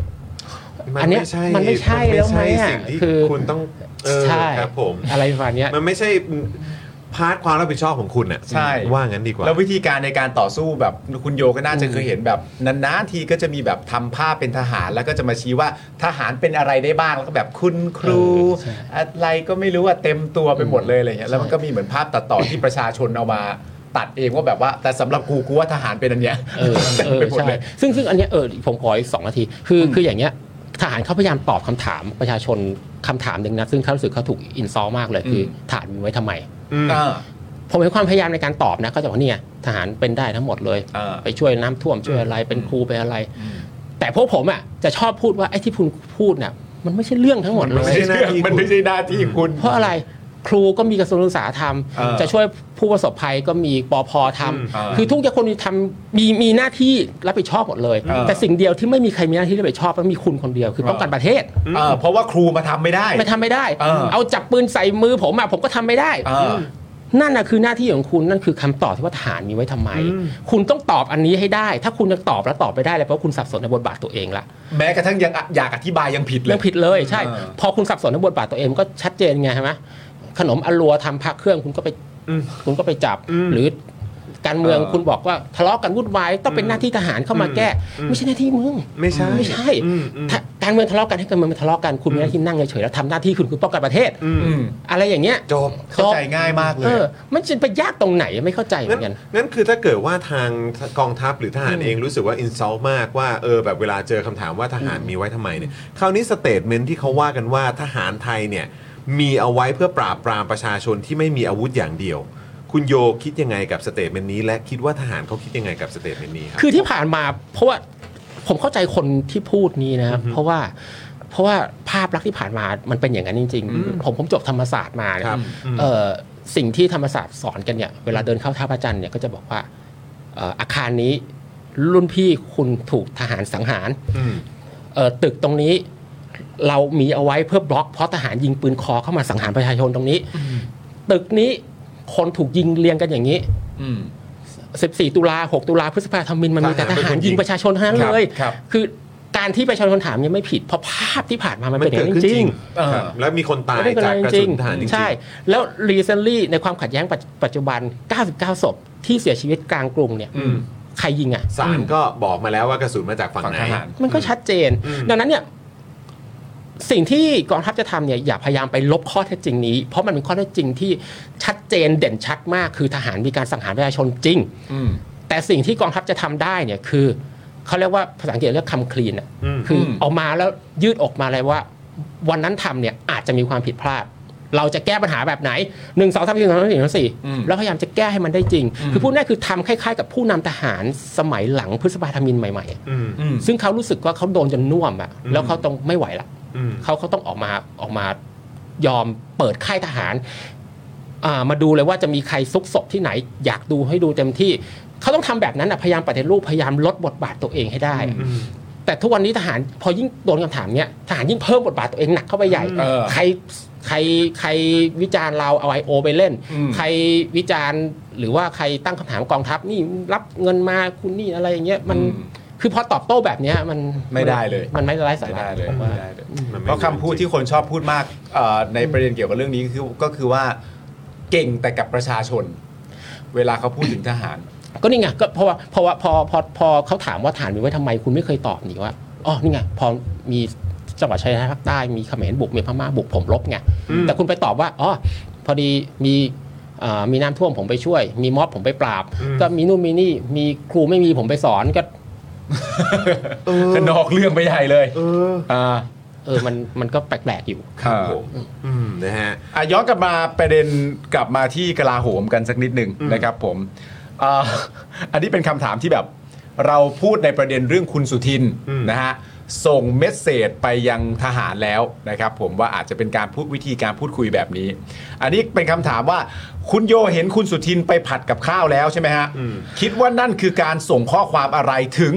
[SPEAKER 8] อันเนี้ยมันไม่ใช่
[SPEAKER 1] น
[SPEAKER 8] แล้วไหมอะ
[SPEAKER 1] สิ่งที่
[SPEAKER 8] คือ
[SPEAKER 1] คุณต้องเออ
[SPEAKER 8] ใช่
[SPEAKER 1] ครับผม
[SPEAKER 8] อะไรประมาณเนี้ย
[SPEAKER 1] มันไม่ใช่พาร์ทความรับผิดชอบของคุณน่ะ
[SPEAKER 5] ใช่
[SPEAKER 1] ว่างั้นดีกว่า
[SPEAKER 5] แล้ววิธีการในการต่อสู้แบบคุณโยก็น่าจะเคยเห็นแบบนานๆทีก็จะมีแบบทำภาพเป็นทหาร แล้วก็จะมาชี้ว่าทหารเป็นอะไรได้บ้างแล้วก็แบบคุณครู
[SPEAKER 8] เออใช่
[SPEAKER 5] อะไรก็ไม่รู้ว่าเต็มตัวไปหมดเลยอะไรเงี้ยแล้วมัน
[SPEAKER 8] ใช่
[SPEAKER 5] ก็มีเหมือนภาพตัดต่อที่ประชาชนเอามาตัดเองว่าแบบว่า แต่สำหรับกูกูว่าทหารเป็นอันเนี้ย
[SPEAKER 8] เออ
[SPEAKER 5] เต็ม
[SPEAKER 8] เออ
[SPEAKER 5] ไปหมด
[SPEAKER 8] ใช่
[SPEAKER 5] เลย
[SPEAKER 8] ซึ่งซึ่งอันเนี้ยเออผมขออีกสองนาที คือคืออย่างเงี้ย ทหารเขาพยายามตอบคำถามประชาชนคำถามหนึ่งนะซึ่งเขารู้สึกเขาถูกอินซอลมากเลยคืออทหารมีไว้ทำไม
[SPEAKER 4] อืม
[SPEAKER 5] อ่า
[SPEAKER 8] ผมเห็นความพยายามในการตอบนะเขาจะบอกว่าเนี่ยทหารเป็นได้ทั้งหมดเลย
[SPEAKER 5] อ่า
[SPEAKER 8] ไปช่วยน้ำท่วมช่วยอะไรเป็นครูไปอะไร
[SPEAKER 5] อืม
[SPEAKER 8] แต่พวกผมอ่ะจะชอบพูดว่าไอ้ที่คุณพูดน่ะมันไม่ใช่เรื่องทั้งหมดเล
[SPEAKER 4] มัน
[SPEAKER 8] ย
[SPEAKER 4] ไม่ใช่หน้าที่คุณ
[SPEAKER 5] มันไม่ใช่หน้าที่คุณ
[SPEAKER 8] เพราะอะไรครูก็มีกระทรวงศึกษาท
[SPEAKER 5] เออ
[SPEAKER 8] ำจะช่วยผู้ประสบภัยก็มีปอพอท
[SPEAKER 5] เออ
[SPEAKER 8] ำคือทุกอย่างคนทำมีมีหน้าที่รับผิดชอบหมดเลย
[SPEAKER 5] เออ
[SPEAKER 8] แต่สิ่งเดียวที่ไม่มีใครมีหน้าที่รับผิดชอบมันมีคุณคนเดียวคือป้องกันประเทศ
[SPEAKER 5] เออเพราะว่าครูมาทำไม่ได้
[SPEAKER 8] ไม่ทำไม่ได้
[SPEAKER 5] เออ
[SPEAKER 8] เอาจับปืนใส่มือผมอะผมก็ทำไม่ได้
[SPEAKER 5] เออ
[SPEAKER 8] นั่นนะคือหน้าที่ของคุณนั่นคือคำตอบที่ว่าทหารมีไว้ทำไม คุณต้องตอบอันนี้ให้ได้ ถ้าคุณยังตอบและตอบไม่ได้เลยเพราะคุณสับสนในบทบาทตัวเองละ
[SPEAKER 5] แม้กระทั่งยังอ่ะอยากอธิบายยังผิดเล
[SPEAKER 8] เรื่
[SPEAKER 5] ย
[SPEAKER 8] องผิดเลยใช่
[SPEAKER 5] เออ
[SPEAKER 8] พอคุณสับสนในบทบาทตัวเองมันก็ชัดเจนไงใช่ไหมขนมอลัวทำพักเครื่องคุณก็ไปคุณก็ไปจับ หรือการเมืองคุณบอกว่าทะเลาะกันวุ่นวายต้องเป็นหน้าที่ทหารเข้ามาแก้ ไม่ใช่หน้าที่มึง
[SPEAKER 4] ไม่ใช่
[SPEAKER 8] ไม่ใช่
[SPEAKER 4] อืมอืม
[SPEAKER 8] ถ้าการเมืองทะเลาะกันให้การเมืองมันทะเลาะกันคุณมีหน้าที่นั่งเฉยๆแล้วทำหน้าที่คุณคือป้องกันประเทศ
[SPEAKER 4] อืม
[SPEAKER 5] อืม
[SPEAKER 8] อะไรอย่างเงี้ย
[SPEAKER 4] จบ
[SPEAKER 5] เข้าใจง่ายมากเล
[SPEAKER 8] เอย อมันจะไปยากตรงไหนไม่เข้าใจเหมื
[SPEAKER 4] งั้
[SPEAKER 8] อน นกัน
[SPEAKER 4] งั้นคือถ้าเกิดว่าทางกองทัพหรือทหารเองรู้สึกว่าอินซ l ลมากว่าเออแบบเวลาเจอคำถามว่าทหารมีไว้ทำไมเนี่ยคราวนี้สเตทเมนที่เขาว่ากันว่าทหารไทยเนี่ยมีเอาไว้เพื่อปราบปรามประชาชนที่ไม่มีอาวุธอย่างเดียว คุณโยคิดยังไงกับสเตทเมนนี้ และคิดว่าทหารเขาคิดยังไงกับสเตทเมนนี้ครับ
[SPEAKER 8] คือที่ผ่านมาเพราะว่าผมเข้าใจคนที่พูดนี้นะครับเพราะว่าเพราะว่าภาพลักษณ์ที่ผ่านมามันเป็นอย่างนั้นจริง ๆ ผมผมจบธรรมศาสตร์มา
[SPEAKER 4] ครับ
[SPEAKER 8] นะ
[SPEAKER 4] อืม
[SPEAKER 8] เอ่อสิ่งที่ธรรมศาสตร์สอนกันเนี่ยเวลาเดินเข้าท่าพระจันทร์เนี่ยก็จะบอกว่าเอ่ออาคารนี้รุ่นพี่คุณถูกทหารสังหาร
[SPEAKER 4] ม
[SPEAKER 8] เอ่อตึกตรงนี้เรามีเอาไว้เพื่อบล็อกเพราะทหารยิงปืนคอเข้ามาสังหารประชาชนตรงนี้ ตึกนี้คนถูกยิงเรียงกันอย่างนี้
[SPEAKER 5] อืม
[SPEAKER 8] 14 ตุลา 6 ตุลาพฤษภาธมินมันมีแต่ทหารยิงประชาชนทั้งนั้น
[SPEAKER 5] ครับ
[SPEAKER 8] เลย
[SPEAKER 5] ครับ
[SPEAKER 8] อการที่ประชาชนถามเนี่ยไม่ผิด เพราะภาพที่ผ่านมามัน
[SPEAKER 4] มั
[SPEAKER 8] เป็น นอย่า
[SPEAKER 4] เกิด
[SPEAKER 8] งนั้
[SPEAKER 4] ขึ้น
[SPEAKER 8] นจ
[SPEAKER 4] จริ
[SPEAKER 8] ริ
[SPEAKER 4] ง
[SPEAKER 8] ง
[SPEAKER 5] เออ
[SPEAKER 4] ครับแล้วมีคนตาย
[SPEAKER 8] ไม่เป็น
[SPEAKER 4] จากกระ
[SPEAKER 8] จ
[SPEAKER 4] สุ
[SPEAKER 8] ริง
[SPEAKER 4] นทหารจริงๆ
[SPEAKER 8] ใช่ แล้วรีเซนลี่ในความขัดแย้งปัจปัจจุบัน 99 ศพที่เสียชีวิตกลางกรุงเนี่ย
[SPEAKER 5] อืม
[SPEAKER 8] ใครยิงอ่ะ
[SPEAKER 4] ศาลก็บอกมาแล้วว่ากระสุนมาจากฝั่ง
[SPEAKER 5] ฝั่ง
[SPEAKER 4] ไหน
[SPEAKER 5] ทหาร
[SPEAKER 8] มันก็ชัดเจน
[SPEAKER 4] อืม
[SPEAKER 8] ดังนั้นเนี่ยสิ่งที่กองทัพจะทำเนี่ยอย่าพยายามไปลบข้อเท็จจริงนี้ เพราะมันเป็นข้อเท็จจริงที่ชัดเจนเด่นชัดมาก คือทหารมีการสังหารประชาชนจริง
[SPEAKER 5] อืม
[SPEAKER 8] แต่สิ่งที่กองทัพจะทำได้เนี่ยคือเขาเรียกว่าภาษาอังกฤษเรียกคำคลีนอ่ะคือ
[SPEAKER 5] ม
[SPEAKER 8] ออกมาแล้วยืดออกมาเลยว่า วันนั้นทำเนี่ยอาจจะมีความผิดพลาด เราจะแก้ปัญหาแบบไหน1 2 3 4 2 3 4 4แล้วพยายามจะแก้ให้มันได้จริง คือพูดง่ายคือทำคล้ายๆ กับผู้นำทหารสมัยหลังพฤษภาธมินใหม่
[SPEAKER 4] อืม
[SPEAKER 5] อืม
[SPEAKER 8] ๆ ซึ่งเขารู้สึกว่าเขาโดนจนน่วมอ่ะแล้วเขาต้องไม่ไหวละ
[SPEAKER 4] อืม
[SPEAKER 8] เขาเขาต้องออกมาออกมายอมเปิดค่ายทหารอ่ามาดูเลยว่าจะมีใครซุกศพที่ไหน อยากดูให้ดูเต็มที่ เขาต้องทำแบบนั้นนะพยายามปฏิรูปพยายามลดบทบาทตัวเองให้ได้ แต่ทุกวันนี้ทหารพอยิ่งโดนคำถามเนี้ยทหารยิ่งเพิ่มบทบาทตัวเองหนักเข้าไปใหญ่
[SPEAKER 5] เออ
[SPEAKER 8] ใครใครใครวิจารณ์เราเอาไอโอไปเล่น
[SPEAKER 5] อืม
[SPEAKER 8] ใครวิจารณ์หรือว่าใครตั้งคำถามกองทัพนี่รับเงินมาคุณนี่อะไรอย่างเงี้ยมันคือพอตอบโต้แบบเนี้ยมัน
[SPEAKER 5] ไม่ได้เลย
[SPEAKER 8] มันไม่ไร้สา
[SPEAKER 5] ไม่
[SPEAKER 8] ระ
[SPEAKER 5] ได้เลย
[SPEAKER 8] ผม
[SPEAKER 5] ไม่
[SPEAKER 8] ว่า
[SPEAKER 5] ได้เลย
[SPEAKER 4] มันไม่
[SPEAKER 5] เพราะคำพูดที่คนชอบพูดมากเอ่อในประเด็นเกี่ยวกับเรื่องนี้ก็คือก็คือว่าเก่งแต่กับประชาชน เวลาเขาพูดถึงทหาร
[SPEAKER 8] ก็นี่ไงก็เพราะว่าเพราะว่าพอพอพอเขาถามว่าฐานมีไว้ทำไมคุณไม่เคยตอบนี่ว่าอ๋อนี่ไงพอมีจังหวัดชายแดนภาคใต้มีเขมรบุกมีพม่าบุกผมลบไงแต่คุณไปตอบว่าอ๋อพอดีมีเอ่อมีน้ำท่วมผมไปช่วย มีม็อบผมไปปราบ ก็มีนู่นมีนี่มีครูไม่มีผมไปสอนก็
[SPEAKER 5] ก็นอกเรื่องไปใหญ่เลยอ่า
[SPEAKER 8] เออมันมันก็แปลกๆอยู่
[SPEAKER 5] ครับผม
[SPEAKER 4] อืมนะฮะ
[SPEAKER 5] อ่ะย้อนกลับมาประเด็นกลับมาที่กลาโหมกันสักนิดหนึ่งนะครับผมอ่า อันนี้เป็นคำถามที่แบบ เราพูดในประเด็นเรื่องคุณสุทิน
[SPEAKER 4] อืม
[SPEAKER 5] นะฮะส่งเมสเซจไปยังทหารแล้วนะครับผมว่าอาจจะเป็นการพูดวิธีการพูดคุยแบบนี้ อันนี้เป็นคำถามว่าคุณโยเห็นคุณสุทินไปผัดกับข้าวแล้วใช่ไหมฮะคิดว่านั่นคือการส่งข้อความอะไรถึง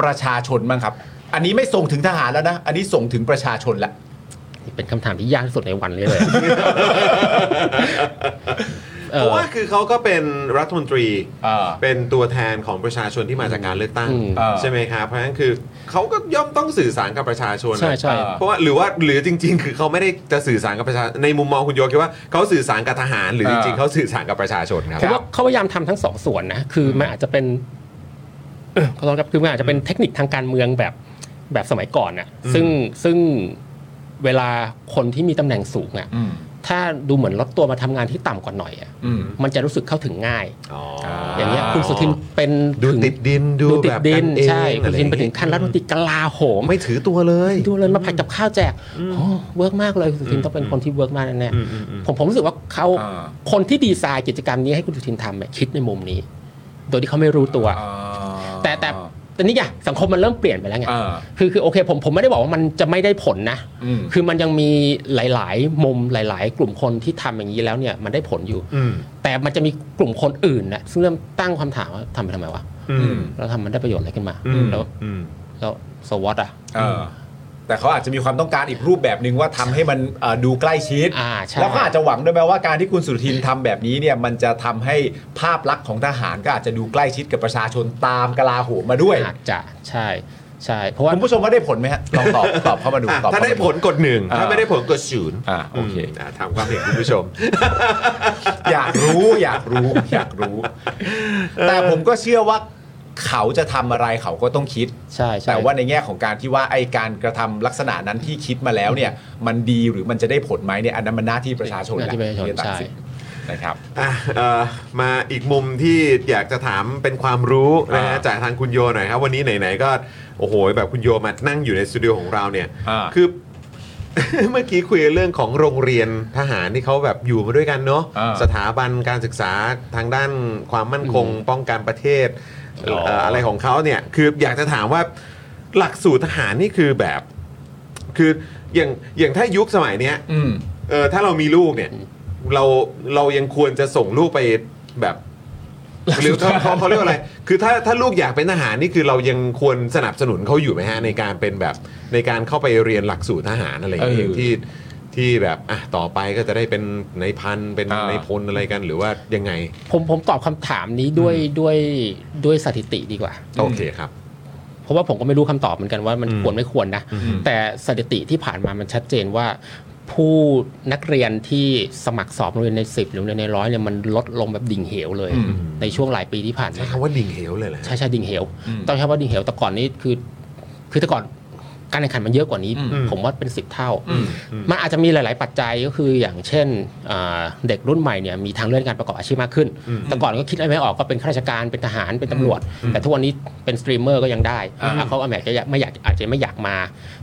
[SPEAKER 5] ประชาชนบ้างครับ อันนี้ไม่ส่งถึงทหารแล้วนะ อันนี้ส่งถึงประชาชน ละ
[SPEAKER 8] เป็นคำถามที่ยากที่สุดในวันนี้เลย เอ
[SPEAKER 4] เพ
[SPEAKER 8] อ
[SPEAKER 4] ราะว่าคือเขาก็เป็นรัฐมนตรี
[SPEAKER 5] อ่า
[SPEAKER 4] เป็นตัวแทนของประชาชนที่มาจากการเลือกตั้ง
[SPEAKER 8] อืม
[SPEAKER 5] อ่า
[SPEAKER 4] ใช่ไหมครับเพราะฉะนั้นคือเขาก็ย่อมต้องสื่อสารกับประชาชน
[SPEAKER 8] ใช่ใช่
[SPEAKER 4] เพราะว่าหรือว่าหรือจริง ๆ คือเขาไม่ได้จะสื่อสารกับประชาในมุมมองคุณโยคิดว่าเขาสื่อสารกับทหาร หรือจ
[SPEAKER 5] อ่า
[SPEAKER 4] ริงๆเขาสื่อสารกับประชาชนครับ
[SPEAKER 8] ผมว่าเขาพยายามทำทั้งสองส่วนนะ คือมันอาจจะเป็นเอ่อขอโทษครับคือมันอาจจะเป็นเทคนิคทางการเมืองแบบแบบสมัยก่อนนะซึ่งซึ่งเวลาคนที่มีตำแหน่งสูงอะ่ะ ถ้าดูเหมือนลดตัวมาทำงานที่ต่ำกว่าหน่อยอะ
[SPEAKER 1] อืม
[SPEAKER 8] มันจะรู้สึกเข้าถึงง่าย
[SPEAKER 4] อ๋อ
[SPEAKER 8] อ
[SPEAKER 4] อย่าง
[SPEAKER 8] เงี้ยคุณสุทินเป็น
[SPEAKER 4] ดู
[SPEAKER 8] ถึง
[SPEAKER 4] ติดดินดู
[SPEAKER 8] ดูติ
[SPEAKER 4] แบ
[SPEAKER 8] ด
[SPEAKER 4] บ
[SPEAKER 8] ดิ
[SPEAKER 4] กันนเอง
[SPEAKER 8] ใช่คุณสุทินไปถึงขั้นรัฐมนตรีกลาโหม
[SPEAKER 4] ไม่ถือตัวเลย
[SPEAKER 8] ดูเลยมาผัดกับข้าวแจกโอ้เวิร์กมากเลยคุณสุทินต้องเป็นคนที่เวิร์กมากแน่
[SPEAKER 4] อืมอืมอืม
[SPEAKER 8] ๆผมผมรู้สึกว่าเขา
[SPEAKER 1] อ่า
[SPEAKER 8] คนที่ดีไซน์กิจกรรมนี้ให้คุณสุทินทำเนี่ยคิดในมุมนี้ โดยที่เขาไม่รู้ตัว แต่แต่แต่นี่ไงสังคมมันเริ่มเปลี่ยนไปแล้วไง
[SPEAKER 1] อ่า
[SPEAKER 8] คือคือโอเคผมผมไม่ได้บอกว่ามันจะไม่ได้ผลนะ
[SPEAKER 1] อืม
[SPEAKER 8] คือมันยังมีหลาย ๆ มุมหลาย ๆ กลุ่มคนที่ทำอย่างนี้แล้วเนี่ยมันได้ผลอยู่
[SPEAKER 4] อืม
[SPEAKER 8] แต่มันจะมีกลุ่มคนอื่นนะซึ่งเริ่มตั้งคำถามว่าทำไปทำไมวะ
[SPEAKER 4] อืม
[SPEAKER 8] แล้วทำมันได้ประโยชน์อะไรขึ้นมา
[SPEAKER 4] อืม
[SPEAKER 8] แล้ว
[SPEAKER 4] อืม
[SPEAKER 8] แล้วสวอตอ่ะ
[SPEAKER 1] เออแต่เขาอาจจะมีความต้องการอีกรูปแบบหนึ่งว่าทำให้มันเอ่อดูใกล้ชิด
[SPEAKER 8] อ่าใช่
[SPEAKER 1] แล้วก็อาจจะหวังด้วยไหมว่าการที่คุณสุทินทำแบบนี้เนี่ยมันจะทำให้ภาพลักษณ์ของทหารก็อาจจะดูใกล้ชิดกับประชาชนตามกลาโหมมาด้วย
[SPEAKER 8] อาจจะใช่ใช่เพราะว่า
[SPEAKER 1] คุณผู้ชมว่าได้ผลไหมฮะลองตอบตอบเข้ามาดู
[SPEAKER 4] อ่ะ
[SPEAKER 1] ตอบ
[SPEAKER 4] ถ้า
[SPEAKER 1] เข้
[SPEAKER 4] ได้ผลกดหนึ่งถ้าไม่ได้ผลกดศูนย์
[SPEAKER 1] อ่าโอเค
[SPEAKER 4] มะถามความเห็นคุณผู้ชม
[SPEAKER 1] อยากรู้อยากรู้อยากรู้ แต่ผมก็เชื่อว่าเขาจะทำอะไรเขาก็ต้องคิด
[SPEAKER 8] ใช่ใช่
[SPEAKER 1] แต่ว่าในแง่ของการที่ว่าไอการกระทำลักษณะนั้นที่คิดมาแล้วเนี่ย มันดีหรือมันจะได้ผลไหมเนี่ยอันนั้นมันหน้าที่ประชาชน
[SPEAKER 8] หน้าที่ประชาชน
[SPEAKER 1] ที่จตัด
[SPEAKER 8] ใช่
[SPEAKER 1] สินนะครับ
[SPEAKER 4] อ่ะเอ่อมาอีกมุมที่อยากจะถามเป็นความรู้นะฮะ
[SPEAKER 1] อ่า
[SPEAKER 4] จากทางคุณโยหน่อยครับ วันนี้ไหนๆก็โอ้โหแบบคุณโยมานั่งอยู่ในสตูดิโอของเราเนี่ย
[SPEAKER 1] อ่า
[SPEAKER 4] คือ เมื่อกี้คุยเรื่องของโรงเรียนทหารที่เขาแบบอยู่มาด้วยกันเนาะ
[SPEAKER 1] อ่า
[SPEAKER 4] สถาบันการศึกษาทางด้านความมั่นคงป้องกันประเทศ
[SPEAKER 1] อ๋อ
[SPEAKER 4] เอ่ออะไรของเขาเนี่ยคืออยากจะถามว่าหลักสูตรทหารนี่คือแบบ คืออย่างอย่างถ้ายุคสมัยเนี้ย
[SPEAKER 1] อืม
[SPEAKER 4] เออถ้าเรามีลูกเนี่ย เราเรายังควรจะส่งลูกไป แบบหรือเขาเขาเขาเรียกว่าอะไร คือถ้าถ้าลูกอยากเป็นทหารนี่คือเรายังควรสนับสนุนเขาอยู่ไหมฮะในการเป็นแบบในการเข้าไปเรียนหลักสูตรทหารอะไรอย่างเงี้
[SPEAKER 1] เออ
[SPEAKER 4] ยอย่างที่ที่แบบอ่ะต่อไปก็จะได้เป็นในายพันเป็น
[SPEAKER 1] อ่า
[SPEAKER 4] ในายพลอะไรกันหรือว่ายังไง
[SPEAKER 8] ผมผมตอบคำถามนี้ด้วยด้วยด้วยสถิติดีกว่า
[SPEAKER 4] โอเคครับ
[SPEAKER 8] เพราะว่าผมก็ไม่รู้คำตอบเหมือนกันว่ามัน
[SPEAKER 4] อืม
[SPEAKER 8] ควรไม่ควรนะ แต่สถิติที่ผ่านมามันชัดเจนว่า ผู้นักเรียนที่สมัครสอบโรงเรียนใน 10 หรือโรงเรียนในร้อยเนี่ยมันลดลงแบบดิ่งเหวเลย
[SPEAKER 1] อืม
[SPEAKER 8] ในช่วงหลายปีที่ผ่าน
[SPEAKER 4] ใช้
[SPEAKER 8] มา
[SPEAKER 4] คำว่าดิ่งเหวเลยเหรอฮะ
[SPEAKER 8] ใช่ใช่ดิ่งเหว
[SPEAKER 1] อืม
[SPEAKER 8] ต้องใช้คำว่าดิ่งเหวแต่ก่อนนี้คือ คือแต่ก่อนการแข่งขันมันเยอะกว่านี้
[SPEAKER 1] อืม
[SPEAKER 8] ผมว่าเป็น 10 เท่า
[SPEAKER 1] อืม
[SPEAKER 8] มันอาจจะมีหลาย ๆ ปัจจัยก็คืออย่างเช่นอ่าเด็กรุ่นใหม่เนี่ยมีทางเลือกในการประกอบอาชีพมากขึ้น แต่ก่อนก็คิดอะไรไม่ออกก็เป็นข้าราชการเป็นทหารเป็นตำรวจ แต่ทุกวันนี้เป็นสตรีมเมอร์ก็ยังได้
[SPEAKER 1] อ่า
[SPEAKER 8] อ่ะเขาอาจจะไม่อยากอาจจะไม่อยากมา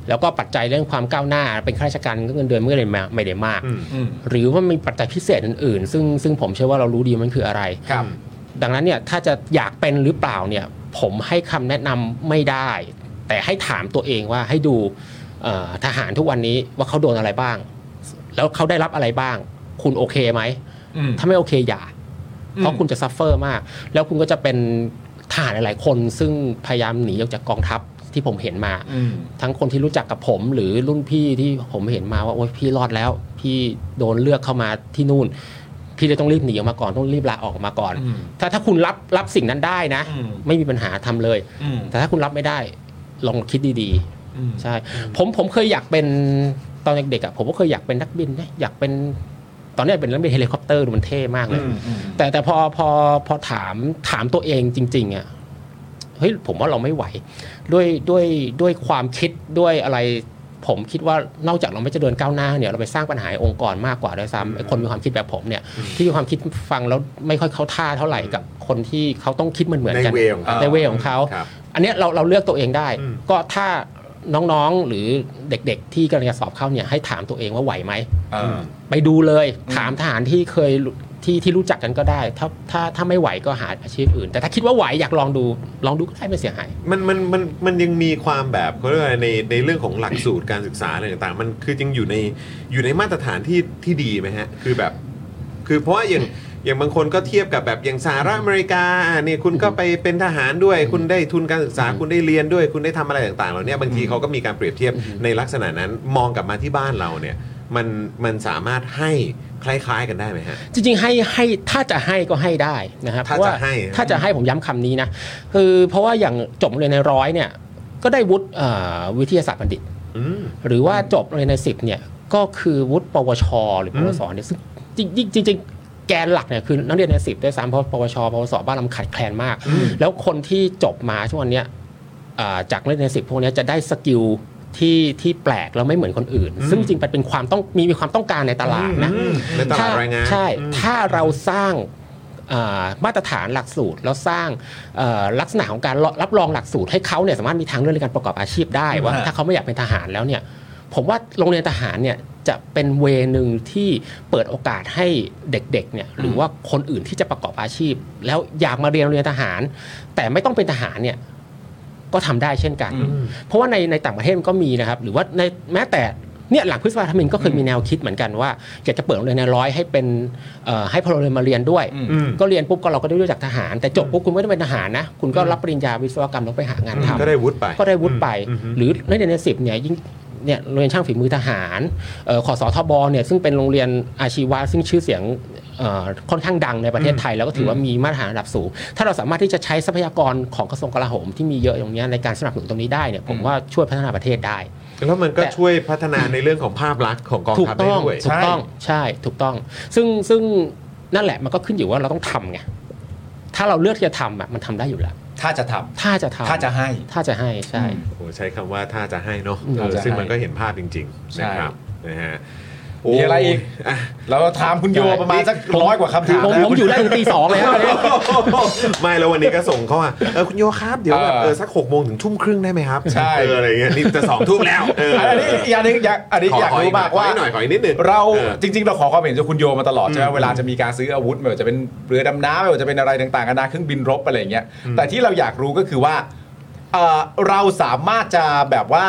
[SPEAKER 8] แล้วก็ปัจจัยเรื่องความก้าวหน้า เป็นข้าราชการก็เงินเดือนไม่ได้มาไม่ได้มาก
[SPEAKER 1] อืม
[SPEAKER 8] หรือว่ามีปัจจัยพิเศษอื่น ๆ ซึ่งซึ่งผมเชื่อว่าเรารู้ดีมันคืออะไร
[SPEAKER 1] ครับ
[SPEAKER 8] ดังนั้นเนี่ยถ้าจะอยากเป็นหรือเปล่าเนี่ยผมให้คำแนะนำไม่ได้ แต่ให้ถามตัวเองว่าให้ดูเอ่อทหารทุกวันนี้ว่าเขาโดนอะไรบ้าง แล้วเขาได้รับอะไรบ้าง คุณโอเคไหม
[SPEAKER 1] อืม
[SPEAKER 8] ถ้าไม่โอเคอย่า เ
[SPEAKER 1] อื
[SPEAKER 8] พราะ
[SPEAKER 1] ม
[SPEAKER 8] คุณจะซัฟเฟอร์มาก แล้วคุณก็จะเป็นทหารหลายๆคนซึ่งพยายามหนีออกจากกองทัพที่ผมเห็นมา
[SPEAKER 1] อืม
[SPEAKER 8] ทั้งคนที่รู้จักกับผมหรือรุ่นพี่ที่ผมเห็นมาว่าโอ๊ยพี่รอดแล้ว พี่โดนเลือกเข้ามาที่นู่น พี่เลยต้องรีบหนีออกมาก่อนต้องรีบลาออกมาก่อน
[SPEAKER 1] อืม
[SPEAKER 8] ถ้าถ้าคุณรับรับสิ่งนั้นได้นะ
[SPEAKER 1] อืม
[SPEAKER 8] ไม่มีปัญหาทำเลย
[SPEAKER 1] อืม
[SPEAKER 8] แต่ถ้าคุณรับไม่ได้ลองคิดดี
[SPEAKER 1] อืม
[SPEAKER 8] ๆ ใช่ ผมผมเคยอยากเป็นตอนเด็กๆอะผมก็เคยอยากเป็นนักบินนะอยากเป็นตอนนี้เป็นนักบินเฮลิคอปเตอร์ดูมันเท่มากเลย
[SPEAKER 1] อืม
[SPEAKER 8] แต่แต่พอพอพอถามถามตัวเองจริงๆอะ่ะเฮ้ยผมว่าเราไม่ไหว ด้วยด้วยด้วยความคิดด้วยอะไร ผมคิดว่านอกจากเราไม่เจะเดินก้าวหน้าเนี่ยเราไปสร้างปัญหาให้องค์กรมากกว่าด้วยซ้ำไอ้คนมีความคิดแบบผมเนี่ยที่มีความคิดฟังแล้วไม่ค่อยเข้าท่าเท่าไหร่กับคนที่เขาต้องคิดเหมือนเหมือนๆกัน
[SPEAKER 4] ในเวของเขา
[SPEAKER 8] ในเวของเขา
[SPEAKER 4] ครับ
[SPEAKER 8] อันเนี้ยเราเราเลือกตัวเองได้
[SPEAKER 4] อืม
[SPEAKER 8] ก็ถ้าน้องๆหรือเด็กๆ ที่กำลังจะสอบเข้าเนี่ยให้ถามตัวเองว่าไหวไหม ไปดูเลยถามทหารที่เคยรู้ที่ที่รู้จักกันก็ได้ ถ้าถ้าถ้าไม่ไหวก็หาอาชีพอื่น แต่ถ้าคิดว่าไหวอยากลองดูลองดูก็ได้ไม่เสียหาย
[SPEAKER 4] มันมันมันมันยังมีความแบบเขาเรียกว่าในในเรื่องของหลักสูตรการศึกษาอะไรต่างๆ มันคือยังอยู่ในอยู่ในมาตรฐานที่ที่ดีไหมฮะ คือแบบ คือเพราะว่าอย่างอย่างบางคนก็เทียบกับแบบอย่างสหรัฐอเมริกาอ่ะเนี่ยคุณก็ไปเป็นทหารด้วย คุณได้ทุนการศึกษาคุณได้เรียนด้วย คุณได้ทำอะไรต่างๆเหล่าเนี้ยบางทีเขาก็มีการเปรียบเทียบในลักษณะนั้นมองกลับมาที่บ้านเราเนี่ย มันมันสามารถให้คล้ายๆกันได้ไหมฮะ
[SPEAKER 8] จริงๆให้ให้ถ้าจะให้ก็ให้ได้นะครับ
[SPEAKER 4] ถ้า
[SPEAKER 8] เพรว่
[SPEAKER 4] จะให้นะ
[SPEAKER 8] ถ้าจะให้ผมย้ำคำนี้นะคือเพราะว่าอย่างจบโรงเรียนในร้อยเนี่ยก็ได้วุฒิเอ่อวิทยาศาสตร์บัณฑิต
[SPEAKER 4] อืม
[SPEAKER 8] หรือว่าจบโรงเรียนในสิบเนี่ยก็คือวุฒิปวช หรือปวสเนี่ยซึ่งจริงๆจริงๆแกนหลักเนี่ยคือนักเรียนในสิบด้วยซ้ำเพราะปวช ปวสบ้านเรามันขาดแคลนมาก แล้วคนที่จบมาช่วงวันเนี้ยอ่าจากนักเรียนในสิบพวกเนี้ยจะได้สกิล ที่ที่แปลกแล้วไม่เหมือนคนอื่น ซึ่งจริงๆเป็นความต้องมีมีความต้องการในตลาดนะ
[SPEAKER 1] อืมในตลาดแรงงาน
[SPEAKER 8] ใช่ ถ้าเราสร้างอ่ามาตรฐานหลักสูตร แล้วสร้างเอ่อลักษณะของการรับรองหลักสูตรให้เขาเนี่ยสามารถมีทางเลือกในการประกอบอาชีพได้ว่า
[SPEAKER 5] ฮะ
[SPEAKER 8] ถ้าเขาไม่อยากเป็นทหารแล้วเนี่ยผมว่าโรงเรียนทหารเนี่ยจะเป็นเวหนึ่งที่เปิดโอกาสให้เด็กๆเนี่ยหรือว่าคนอื่นที่จะประกอบอาชีพ แล้วอยากมาเรียนโรงเรียนทหาร แต่ไม่ต้องเป็นทหารเนี่ยก็ทำได้เช่นกัน เพราะว่าในในต่างประเทศมันก็มีนะครับ หรือว่าในแม้แต่เนี่ยหลังพฤษภาธมินก็เคยมีแนวคิดเหมือนกันว่าอยากจะเปิดโรงเรียนในร้อยให้เป็นเอ่อให้พลเรือนมาเรียนด้วย ก็เรียนปุ๊บก็เราก็ได้รู้จักทหาร แต่จบปุ๊บคุณไม่ได้เป็นทหารนะ คุณก็รับปริญญาวิศวกรรมแล้วไปหางานทำ
[SPEAKER 1] ก็ได้วุฒิไป
[SPEAKER 8] ก็ได้วุฒิไป หรือในเดือนสิบเนี่ยยิ่งเนี่ยโรงเรียนช่างฝีมือทหารเอ่อขอสทบเนี่ยซึ่งเป็นโรงเรียนอาชีวะซึ่งชื่อเสียงเอ่อค่อนข้างดังในประเทศไทย แล้วก็ถือว่ามีมาตรฐานระดับสูง ถ้าเราสามารถที่จะใช้ทรัพยากรของกระทรวงกลาโหมที่มีเยอะอย่างเนี้ยในการสนับสนุนตรงนี้ได้เนี่ยผมว่าช่วยพัฒนาประเทศได้
[SPEAKER 1] แล้วมันก็
[SPEAKER 8] แต่
[SPEAKER 1] ช่วยพัฒนาในเรื่องของภาพลักษณ์ของกอง
[SPEAKER 8] ถูก
[SPEAKER 1] ทัพได้
[SPEAKER 8] ต้อง
[SPEAKER 1] ด้วย
[SPEAKER 8] ถูกต้องใช่ถูกต้อง ซึ่งซึ่งนั่นแหละมันก็ขึ้นอยู่ว่าเราต้องทำไงถ้าเราเลือกที่จะทำอ่ะมันทำได้อยู่แล้ว
[SPEAKER 5] ถ้าจะทำ
[SPEAKER 8] ถ้าจะทำ
[SPEAKER 5] ถ้าจะให้
[SPEAKER 8] ถ้าจะให้ใช่
[SPEAKER 1] โอ้ใช้คำว่าถ้าจะให้เนาะเอ
[SPEAKER 5] ถ้า
[SPEAKER 1] อ
[SPEAKER 5] จะให้
[SPEAKER 1] ซึ่งมันก็เห็นภาพจริงๆ
[SPEAKER 5] ใช่
[SPEAKER 1] นะครับนะฮะ
[SPEAKER 5] มีอะไรอีก
[SPEAKER 1] โอ่ะ
[SPEAKER 5] เราถามคุณโยประมาณสักร้อยกว่าคำถาม
[SPEAKER 8] ผม
[SPEAKER 5] นะ
[SPEAKER 8] ผมอยู่ได้ถึงตีสองเลยครับ
[SPEAKER 1] ไม่แล้ววันนี้ก็ส่งเข้ามาเออคุณโยครับ เดี๋ยวแบบ
[SPEAKER 5] เออ
[SPEAKER 1] เออสักหกโมงถึงทุ่มครึ่งได้ไหมครับ
[SPEAKER 5] ใช่
[SPEAKER 1] เอออะไรเงี้ยนี่จะสองทุ่มแล้วเออ
[SPEAKER 5] อันนี้อีกอย่างหนึงอยากอันนี้อยาก
[SPEAKER 1] ข
[SPEAKER 5] รู้มากว่า
[SPEAKER 1] ขออีหน่อยขออีกนิดหนึง
[SPEAKER 5] เรา
[SPEAKER 1] ออ
[SPEAKER 5] จริง ๆ เราขอความเห็นจากคุณโยมาตลอดใช่ไหม
[SPEAKER 1] อืม
[SPEAKER 5] เวลาจะมีการซื้ออาวุธไม่ว่าจะเป็นเรือดำน้ำไม่ว่าจะเป็นอะไรต่างๆกันานาเครื่องบินรบอะไรอย่างเงี้ยแต่ที่เราอยากรู้ก็คือว่าเอ่อเราสามารถจะแบบว่า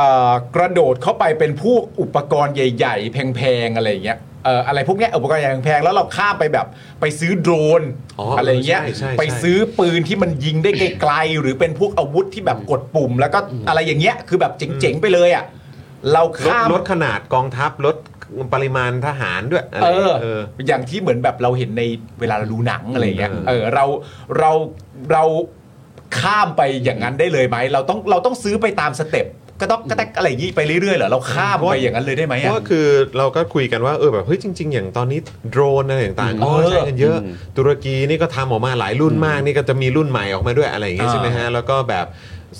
[SPEAKER 5] เอ่อกระโดดเข้าไปเป็นพวกอุปกรณ์ใหญ่ ๆ แพงๆอะไรอย่างเงี้ยเอ่ออะไรพวกเนี้ยอุปกรณ์ใหญ่ๆแพงๆแล้วเราข้ามไปแบบไปซื้อโดรน
[SPEAKER 1] อ๋ออ
[SPEAKER 5] อะไรเงี้ย
[SPEAKER 1] ใช่ใช่ใช่
[SPEAKER 5] ไปซื้อปืนที่มันยิงได้ไกลๆหรือเป็นพวกอาวุธที่แบบกดปุ่ม แล้วก็อะไรอย่างเงี้ยคือแบบเจ๋งๆไปเลยอ่ะเรา
[SPEAKER 1] ลด
[SPEAKER 5] ข้าม
[SPEAKER 1] ลดขนาดกองทัพลดปริมาณทหารด้วยอะไร
[SPEAKER 5] เออ
[SPEAKER 1] เออ
[SPEAKER 5] อย่างที่เหมือนแบบเราเห็นในเวลาเราดูหนังอะไรอย่างเงี้ย
[SPEAKER 1] เออ
[SPEAKER 5] เออ เรา เรา เราข้ามไปอย่างนั้นได้เลยไหม เราต้อง เราต้องซื้อไปตามสเต็ป ก็ต้องก็แตกอะไรอย่างงี้ไปเรื่อยๆเหรอ เราข้ามไปอย่างนั้นเลยได้ไหม
[SPEAKER 1] เพ
[SPEAKER 5] อ่ะ
[SPEAKER 1] ราะว่าคือเราก็คุยกันว่าเออแบบเฮ้ยจริง ๆ อย่างตอนนี้โดรนอะไรต่างๆก็
[SPEAKER 5] เออ
[SPEAKER 1] ใช้กันเยอะ ตุรกีนี่ก็ทำออกมาหลายรุ่นมากนี่ก็จะมีรุ่นใหม่ออกมาด้วยอะไรอย่างเงี้ย
[SPEAKER 5] อ่า
[SPEAKER 1] ใช่ไหมฮะแล้วก็แบบ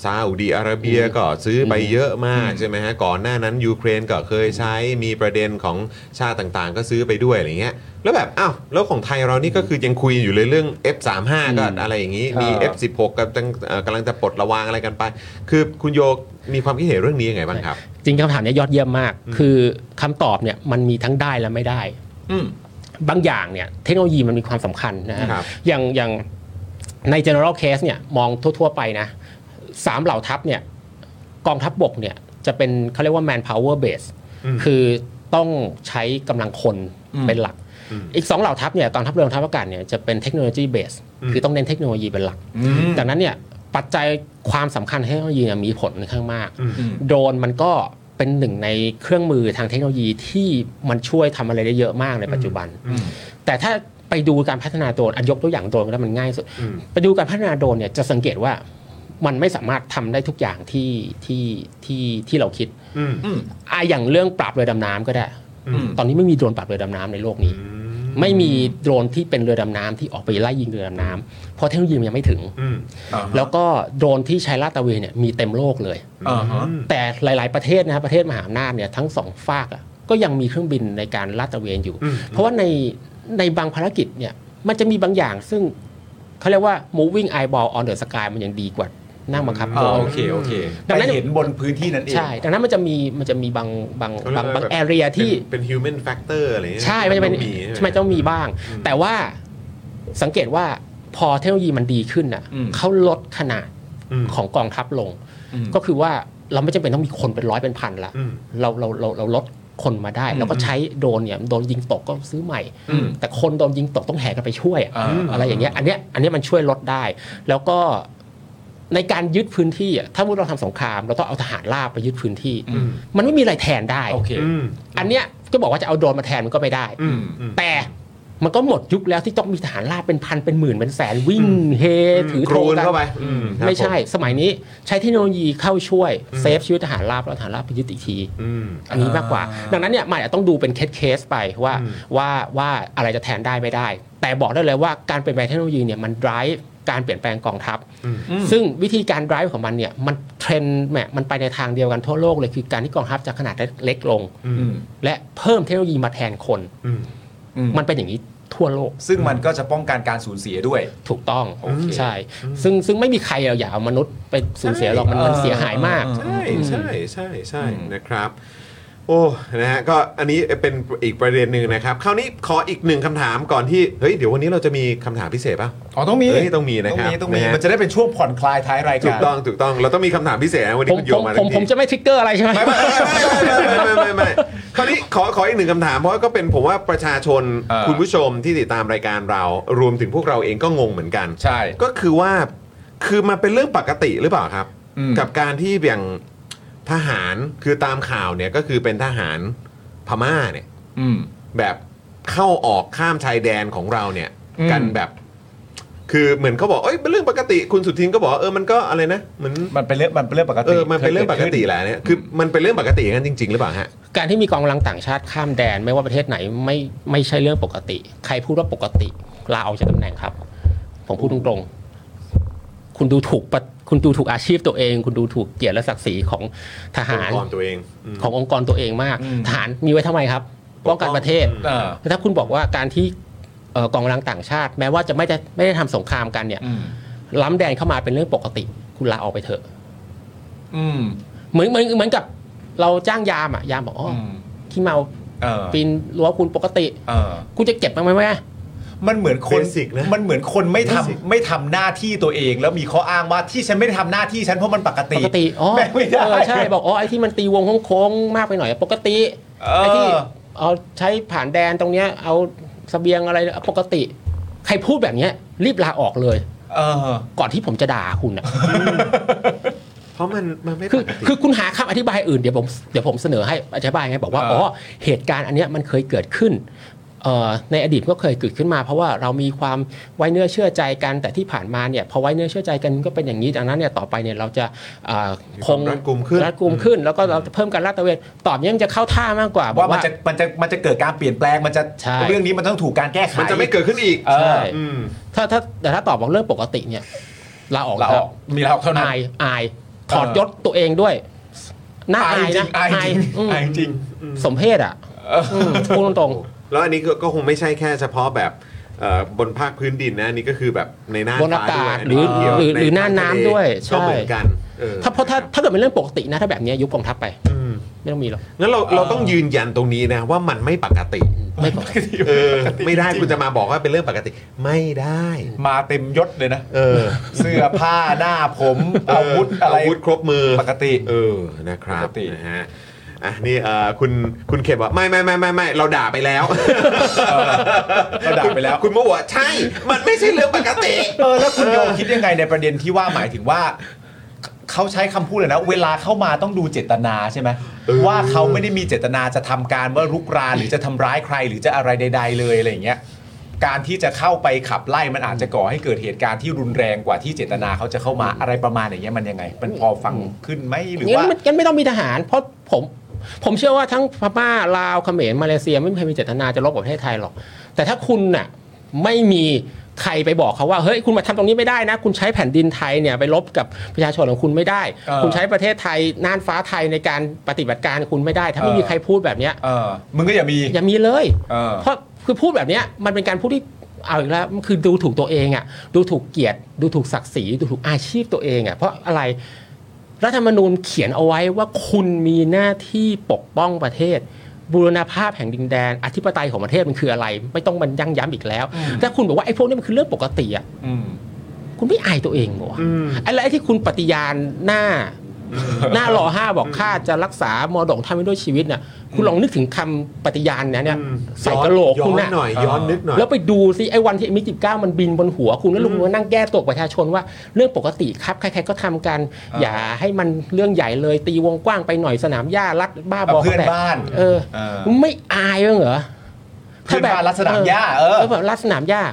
[SPEAKER 1] ซาอุดีอาระเบียก็ซื้อไปเยอะมาก
[SPEAKER 5] อืม
[SPEAKER 1] ใช่ไหมฮะก่อนหน้านั้นยูเครนก็เคยใช้มีประเด็นของชาติต่างๆ ก็ซื้อไปด้วยอะไรเงี้ยแล้วแบบอ้าวแล้วของไทยเรานี่ก็คือยังคุยอยู่เลยเรื่อง F35 ก็อะไรอย่างงี้มี
[SPEAKER 5] อ่า
[SPEAKER 1] F16 กำลังเอ่อกำลังจะปลดระวางอะไรกันไป คือคุณโยมีความคิดเห็นเรื่องนี้ยังไงบ้างครับ
[SPEAKER 8] จริงคำถามเนี้ยยอดเยี่ยมมาก คือคำตอบเนี่ยมันมีทั้งได้และไม่ได้
[SPEAKER 5] อืม
[SPEAKER 8] บางอย่างเนี่ยเทคโนโลยีมันมีความสำคัญนะฮะ
[SPEAKER 1] ครับ
[SPEAKER 8] อย่างอย่างใน general case เนี่ยมองทั่ว ๆ ไปนะสามเหล่าทัพเนี่ยกองทัพบบกเนี่ยจะเป็นเขาเรียกว่า man power base
[SPEAKER 1] อืม
[SPEAKER 8] คือต้องใช้กำลังคน
[SPEAKER 5] อืม
[SPEAKER 8] เป็นหลัก
[SPEAKER 1] อืม
[SPEAKER 8] อีกสองเหล่าทัพเนี่ยกองทัพเรือกองทัพอากาศเนี่ยจะเป็นเทคโนโลยีเบส
[SPEAKER 1] อืม
[SPEAKER 8] คือต้องเน้นเทคโนโลยีเป็นหลัก
[SPEAKER 5] อืม
[SPEAKER 8] จากนั้นเนี่ยปัจจัยความสำคัญของเทคโนโลยีเนี่ยมีผลค่อนข้างมาก
[SPEAKER 1] อืม
[SPEAKER 8] โดรนมันก็เป็นหนึ่งในเครื่องมือทางเทคโนโลยีที่มันช่วยทำอะไรได้เยอะมากในปัจจุบัน
[SPEAKER 5] อืม
[SPEAKER 8] แต่ถ้าไปดูการพัฒนาโดรนอันยกตัวอย่างโดรนก็ได้มันง่ายสุด
[SPEAKER 1] อืม
[SPEAKER 8] ไปดูการพัฒนาโดรนเนี่ยจะสังเกตว่ามันไม่สามารถทำได้ทุกอย่างที่ที่ที่ที่เราคิด
[SPEAKER 1] อืม
[SPEAKER 5] อืม
[SPEAKER 8] อ่ะอย่างเรื่องปราบเรือดำน้ำก็ได้
[SPEAKER 1] อืม
[SPEAKER 8] ตอนนี้ไม่มีโดรนปราบเรือดำน้ำในโลกนี้ ไม่มีโดรนที่เป็นเรือดำน้ำที่ออกไปไล่ยิงเรือดำน้ำเพราะเทคโนโลยีมันยังไม่ถึง
[SPEAKER 1] อืม
[SPEAKER 8] แล้วก็โดรนที่ใช้ลาดตระเวนเนี่ยมีเต็มโลกเลย
[SPEAKER 5] อ่าฮะ
[SPEAKER 8] แต่หลาย ๆ ประเทศนะครับประเทศมหาอำนาจเนี่ยทั้งสองฝากอะก็ยังมีเครื่องบินในการลาดตระเวนอยู่
[SPEAKER 1] อืม
[SPEAKER 8] เพราะว่าในในบางภารกิจเนี่ยมันจะมีบางอย่างซึ่งเขาเรียกว่า moving eyeball on the sky มันยังดีกว่านั่งบังคับ
[SPEAKER 5] อ๋
[SPEAKER 8] โด
[SPEAKER 5] อ
[SPEAKER 8] รน
[SPEAKER 5] โอเค โอเค
[SPEAKER 8] ดังนั้น
[SPEAKER 5] ไปเห็นบนพื้นที่นั้นเอง
[SPEAKER 8] ใช่ดังนั้นมันจะมีมันจะมีบางบาง
[SPEAKER 1] เขาเรีย
[SPEAKER 8] บาก ง
[SPEAKER 1] ว่า
[SPEAKER 8] บาง
[SPEAKER 1] แบบ
[SPEAKER 8] แอเรียที่
[SPEAKER 1] เป็น human factor อะไรอย่างเงี้ย
[SPEAKER 8] ใช่ มันจะเป็น
[SPEAKER 1] ต้องมีใช่
[SPEAKER 8] ใช่
[SPEAKER 1] ไหม
[SPEAKER 8] มันต้องมีบ้าง แต่ว่าสังเกตว่าพอเทคโนโลยีมันดีขึ้นน่ะ
[SPEAKER 5] อืม
[SPEAKER 8] เขาลดขนาด
[SPEAKER 1] อืม
[SPEAKER 8] ของกองทัพลง
[SPEAKER 5] อืม
[SPEAKER 8] ก็คือว่าเราไม่จำเป็นต้องมีคนเป็นร้อยเป็นพันละ
[SPEAKER 1] อืม
[SPEAKER 8] เราเราเราเราลดคนมาได้ แล้วก็ใช้โดรนเนี่ยโดนยิงตกก็ซื้อใหม่
[SPEAKER 5] อืม
[SPEAKER 8] แต่คนโดนยิงตกต้องแห่กันไปช่วยอะ
[SPEAKER 5] อ่า
[SPEAKER 8] อะไรอย่างเงี้ยอันเนี้ยอันเนี้ยมันช่วยลดได้ แล้วก็ในการยึดพื้นที่อะถ้าพวกเราทำสงครามเราต้องเอาทหารราบไปยึดพื้นที่
[SPEAKER 5] อืม
[SPEAKER 8] มันไม่มีอะไรแทนได้
[SPEAKER 5] โอเค
[SPEAKER 1] อืม
[SPEAKER 8] อันเนี้ยก็บอกว่าจะเอาโดรนมาแทนมันก็ไม่ได้
[SPEAKER 1] อืมอืม
[SPEAKER 8] แต่มันก็หมดยุคแล้วที่ต้องมีทหารราบเป็นพันเป็นหมื่นเป็นแสนวิ่งเฮถือธง
[SPEAKER 1] กรูนเข้าไปอืมครับ
[SPEAKER 8] ไม่ใช่
[SPEAKER 1] ผม
[SPEAKER 8] สมัยนี้ใช้เทคโนโลยีเข้าช่วย
[SPEAKER 1] อืม
[SPEAKER 8] เซฟชีวิตทหารราบแล้วทหารราบไปยึดอีกที
[SPEAKER 1] อืม
[SPEAKER 8] อันนี้มากกว่า
[SPEAKER 5] อ่า
[SPEAKER 8] ดังนั้นเนี่ยมันอาจจะต้องดูเป็นเคสเคสๆไปว่า
[SPEAKER 1] อืม
[SPEAKER 8] ว่าว่าอะไรจะแทนได้ไม่ได้ แต่บอกได้เลยว่าการเปลี่ยนแปลงเทคโนโลยีเนี่ยมัน drive การเปลี่ยนแปลงกองทัพ ซึ่งวิธีการ drive ของมันเนี่ยมันเทรนด์แหมมันไปในทางเดียวกันทั่วโลกเลยคือการที่กองทัพจะขนาดเล็กลง และเพิ่มเทคโนโลยีมาแทนคน มันเป็นอย่างนี้ทั่วโลก
[SPEAKER 5] ซึ่งมันก็จะป้องกันการสูญเสียด้วย
[SPEAKER 8] ถูกต้อง
[SPEAKER 5] โอเค
[SPEAKER 8] ใช่ ซึ่งซึ่งไม่มีใครเอาอย่าเอามนุษย์ไปสูญเสียหรอกมันมั
[SPEAKER 5] เอ
[SPEAKER 8] น
[SPEAKER 5] อ
[SPEAKER 8] เสียหายมาก
[SPEAKER 4] ใช่ใช่ใช่ใช่นะครับ โอ้นะฮะก็อันนี้เป็นอีกประเด็นหนึ่งนะครับ คราวนี้ขออีกหนึ่งคำถามก่อนที่เฮ้ยเดี๋ยววันนี้เราจะมีคำถามพิเศษป่ะ
[SPEAKER 5] อ๋อต้องมี
[SPEAKER 4] เฮ้ยต้องมีนะ
[SPEAKER 5] ต้อง
[SPEAKER 4] ครับ
[SPEAKER 5] มีต้องมี
[SPEAKER 4] นะฮะ
[SPEAKER 5] มันจะได้เป็นช่วงผ่อนคลายท้ายราย
[SPEAKER 4] ถู
[SPEAKER 5] กาก ร
[SPEAKER 4] ต้องถูกต้องเราต้องมีคำถามพิเศษนะวัน
[SPEAKER 8] ผ
[SPEAKER 4] นี้
[SPEAKER 8] ม
[SPEAKER 4] คุณโย
[SPEAKER 8] ผม ม
[SPEAKER 4] มา
[SPEAKER 8] ผม
[SPEAKER 4] ทันที
[SPEAKER 8] ผมจะไม่ทริกเกอร์อะไรใช่ไหม
[SPEAKER 4] ไม่ไม่ไม่ไม่ไม่ไม่ไม่คราวนี้ขอขออีกหนึ่งคำถามเพราะก็เป็นผมว่าประชาชน
[SPEAKER 5] เออ
[SPEAKER 4] คุณผู้ชมที่ติดตามรายการเรา รวมถึงพวกเราเองก็งงเหมือนกัน
[SPEAKER 5] ใช่
[SPEAKER 4] ก็คือว่าคือมันเป็นเรื่องปกติหรือเปล่าครับ
[SPEAKER 5] อืม
[SPEAKER 4] กับการที่อย่างทหารคือตามข่าวเนี่ยก็คือเป็นทหารพม่าเนี่ย
[SPEAKER 5] อืม
[SPEAKER 4] แบบเข้าออกข้ามชายแดนของเราเนี่ย
[SPEAKER 5] อืม
[SPEAKER 4] กันแบบ คือเหมือนเขาบอกเอ้ยเป็นเรื่องปกติคุณสุทินก็บอกว่าเออมันก็อะไรนะเหมือน
[SPEAKER 5] มันเป็นเรื่องมันเป็นเรื่องปกติ
[SPEAKER 4] เออมันเป็นเรื่องปกติแหละเนี่ยคือมันเป็นเรื่องปกติอย่างนั้นจริง ๆ หรือเปล่าฮะ
[SPEAKER 8] การที่มีกองกำลังต่างชาติข้ามแดน ไม่ว่าประเทศไหนไม่ไม่ใช่เรื่องปกติ ใครพูดว่าปกติลาออกจากตำแหน่งครับ ผมพูดตรงๆ คุณดูถูกปะคุณดูถูกอาชีพตัวเอง คุณดูถูกเกียรติและศักดิ์ศรีของทหาร
[SPEAKER 4] องค์กรตัวเองอืม
[SPEAKER 8] ขององค์กรตัวเองมาก ทหารมีไว้ทำไมครับป้องกันประเทศ
[SPEAKER 5] เออ
[SPEAKER 8] ถ้าคุณบอกว่าการที่เอ่อกองกำลังต่างชาติ แม้ว่าจะไม่ได้ไม่ได้ทำสงครามกันเนี่ย
[SPEAKER 5] อืม
[SPEAKER 8] ล้ำแดนเข้ามาเป็นเรื่องปกติ คุณลาออกไปเถอะ
[SPEAKER 5] อืม
[SPEAKER 8] เหมือนเหมือนเหมือนกับเราจ้างยามอะยามบอกอ๋อ
[SPEAKER 5] อื
[SPEAKER 8] อ
[SPEAKER 5] ม
[SPEAKER 8] ขี้เมา
[SPEAKER 5] เออ
[SPEAKER 8] ปีนรั้วคุณปกติ
[SPEAKER 5] เออ
[SPEAKER 8] คุณจะเก็บมันไหมแม่
[SPEAKER 5] มันเหมือนคน
[SPEAKER 4] Basic นะ
[SPEAKER 5] มันเหมือนคนไม่ทำ
[SPEAKER 4] Basic
[SPEAKER 5] ไม่ทำหน้าที่ตัวเอง แล้วมีข้ออ้างว่าที่ฉันไม่ได้ทำหน้าที่ฉันเพราะมันปกติ
[SPEAKER 8] ปกติอ๋อ
[SPEAKER 5] แม่งไม่ได้
[SPEAKER 8] เออใช่บอกอ๋อไอ้ที่มันตีวงโค้งๆมากไปหน่อยปกติ
[SPEAKER 5] เออ
[SPEAKER 8] ไอ้ที่เอาใช้ผ่านแดนตรงเนี้ยเอาเสบียงอะไรปกติ ใครพูดแบบเนี้ย รีบลาออกเลย
[SPEAKER 5] เออ
[SPEAKER 8] ก่อนที่ผมจะด่าคุณอะ
[SPEAKER 4] เพราะมันมันไม่ป
[SPEAKER 8] คื
[SPEAKER 4] ก
[SPEAKER 8] อ
[SPEAKER 4] ติ
[SPEAKER 8] คือคุณหาคำอธิบายอื่นเดี๋ยวผมเดี๋ยวผมเสนอให้อธิบายไงบอกว่า
[SPEAKER 5] เอออ๋
[SPEAKER 8] อ๋อเหตุการณ์อันเนี้ยมันเคยเกิดขึ้นเอ่อในอดีตก็เคยเกิดขึ้นมา เพราะว่าเรามีความไว้เนื้อเชื่อใจกันแต่ที่ผ่านมาเนี่ยพอไว้เนื้อเชื่อใจกันก็เป็นอย่างนี้ดังนั้นเนี่ยต่อไปเนี่ยเราจะเอ่อ
[SPEAKER 4] มี
[SPEAKER 8] ค
[SPEAKER 4] ความ
[SPEAKER 8] ง
[SPEAKER 4] รัดกุมขึ้น
[SPEAKER 8] รัดกุมขึ้น แล้วก็เราจะเพิ่มการลาดตระเวนตอบเนี้ยมันจะเข้าท่ามากกว่าบอก
[SPEAKER 5] ว่ามัน
[SPEAKER 8] ว่า
[SPEAKER 5] จะมันจะมันจะเกิดการเปลี่ยนแปลงมันจะ
[SPEAKER 8] ใช่
[SPEAKER 5] เรื่องนี้มันต้องถูกการแก้ไข
[SPEAKER 4] มันจะไม่เกิดขึ้นอีก
[SPEAKER 5] เออ
[SPEAKER 8] ใช่
[SPEAKER 4] อืม
[SPEAKER 8] ถ้าถ้าแต่ถ้าตอบบอกเรื่องปกติเนี่ยลาออก
[SPEAKER 5] เรา
[SPEAKER 8] ค
[SPEAKER 5] อ
[SPEAKER 8] รั
[SPEAKER 5] อบ กมีเราออกเท่านั้น
[SPEAKER 8] อายอายถอด
[SPEAKER 5] เออ
[SPEAKER 8] ยศตัวเองด้วยน่าอาย
[SPEAKER 5] จริ
[SPEAKER 8] นะ
[SPEAKER 5] งอายจริง
[SPEAKER 8] อืม
[SPEAKER 5] อายจริง
[SPEAKER 8] สมเพศอ่ะมพูดตรงๆ
[SPEAKER 4] แล้วอันนี้ก็ก็คงไม่ใช่แค่เฉพาะแบบเอ่อบนภาคพื้นดินนะอันนี้ก็คือแบบในหน้า
[SPEAKER 8] บนอา
[SPEAKER 4] ฟ้ด้ว
[SPEAKER 8] กาศ
[SPEAKER 4] ย
[SPEAKER 8] หรือ
[SPEAKER 4] เกี่ยว
[SPEAKER 8] หรือ
[SPEAKER 4] ใ
[SPEAKER 8] หรือหน้าน้ำด้วย
[SPEAKER 4] ก็เหมือ
[SPEAKER 8] ใช่
[SPEAKER 4] นกันเออ
[SPEAKER 8] ถ้าเพราะถ้าถ้าเกิดเป็นเรื่องปกตินะ ถ้าแบบเนี้ยยุบกองทัพไป
[SPEAKER 4] อืม
[SPEAKER 8] ไม่ต้องมีหรอก
[SPEAKER 4] งั้นเราเราต้องยืนยันตรงนี้นะว่ามันไม่ปกติ
[SPEAKER 8] ไม่ปกติ
[SPEAKER 4] เออไม่ได้คุณจะมาบอกว่าเป็นเรื่องปกติ ไม่ได้
[SPEAKER 5] มาเต็มยศเลยนะ
[SPEAKER 4] เออ
[SPEAKER 5] เสื้อผ้าหน้าผมอาวุธอะไร
[SPEAKER 4] าวุธครบมือ
[SPEAKER 5] ปกติ
[SPEAKER 4] เออนะครับ
[SPEAKER 5] ปกติ
[SPEAKER 4] นะฮะอ่ะนี่เอ่อคุณคุณเข็บว่าไม่ไม่ไม่ไม่ไม่เราด่าไปแล้ว
[SPEAKER 5] เราด่าไปแล้ว
[SPEAKER 4] คุณโมบอกว่าใช่ มันไม่ใช่เรื่องปกติ
[SPEAKER 5] เออแล้วคุณโยคิดยังไงในประเด็นที่ว่าหมายถึงว่า เขาใช้คำพูดเลยนะ เวลาเข้ามาต้องดูเจตนาใช่ไหม
[SPEAKER 4] เออ
[SPEAKER 5] ว่าเขาไม่ได้มีเจตนาจะทำการว่ารุกรานหรือจะทำร้ายใครหรือจะอะไรใด ๆ เลยอะไรอย่างเงี้ยการที่จะเข้าไปขับไล่มันอาจจะก่อให้เกิดเหตุการณ์ที่รุนแรงกว่าที่เจตนาเขาจะเข้ามาอะไรประมาณอย่างเงี้ยมันยังไง มันพอฟังขึ้นไหมหรือ
[SPEAKER 8] งั้น
[SPEAKER 5] ว่า
[SPEAKER 8] มันงั้นไม่ต้องมีทหาร เพราะผมผมเชื่อว่าทั้งพม่าลาวเขมรมาเลเซียไม่มีใครมีเจตนาจะลบกับประเทศไทยหรอก แต่ถ้าคุณน่ะไม่มีใครไปบอกเขาว่าเฮ้ยคุณมาทำตรงนี้ไม่ได้นะ คุณใช้แผ่นดินไทยเนี่ยไปลบกับประชาชนของคุณไม่ได้
[SPEAKER 5] เออ
[SPEAKER 8] คุณใช้ประเทศไทยน่านฟ้าไทยในการปฏิบัติการคุณไม่ได้ ถ้าไม่มีใครพูดแบบเนี้ย
[SPEAKER 5] เออมึงก็อย่ามี
[SPEAKER 8] อย่ามีเลย
[SPEAKER 5] เออ
[SPEAKER 8] เพราะคือพูดแบบเนี้ยมันเป็นการพูดที่เอาอีกแล้วมันคือดูถูกตัวเองอะ่ะ ดูถูกเกียรติ ดูถูกศักดิ์ศรี ดูถูกอาชีพตัวเองอะ่ะ เพราะอะไร รัฐธรรมนูญเขียนเอาไว้ว่าคุณมีหน้าที่ปกป้องประเทศ บูรณภาพแห่งดินแดน อธิปไตยของประเทศมันคืออะไร ไม่ต้องมันยั่งย้ำอีกแล้ว ถ้าคุณบอกว่าไอ้พวกนี้มันคือเรื่องปกติอ่ะ
[SPEAKER 5] อืม
[SPEAKER 8] คุณไม่อายตัวเองเหรออะไรที่คุณปฏิญาณหน้า หน้ารอห้าบอกข้าจะรักษามอดกท่านไว้ด้วยชีวิตเนี่ยคุณลองนึกถึงคำปฏิญาณเนี้ยเนี่ยใส่กระโหลก
[SPEAKER 4] ย้
[SPEAKER 8] คุณ
[SPEAKER 4] อน
[SPEAKER 8] น่ะ
[SPEAKER 4] หน่อยย้อนนึกหน่อย
[SPEAKER 8] แล้วไปดูซิไอ้วันที่มิจิบเก้ามันบินบนหัวคุณแล้วลุงมานั่งแก้ตัวกับประชาชนว่าเรื่องปกติครับใครๆก็ทำกัน อย่าให้มันเรื่องใหญ่เลยตีวงกว้างไปหน่อยสนามหญ้ารัดบ้าบอ
[SPEAKER 5] เอาเพื่อน
[SPEAKER 8] แบบ
[SPEAKER 5] บ้าน
[SPEAKER 8] เออ
[SPEAKER 5] เออ
[SPEAKER 8] คุณไม่อายบ้างเหรอ
[SPEAKER 5] เพื่อนบ้านรัดสนามหญ้าเออ
[SPEAKER 8] แบบรัดสนามหญ้า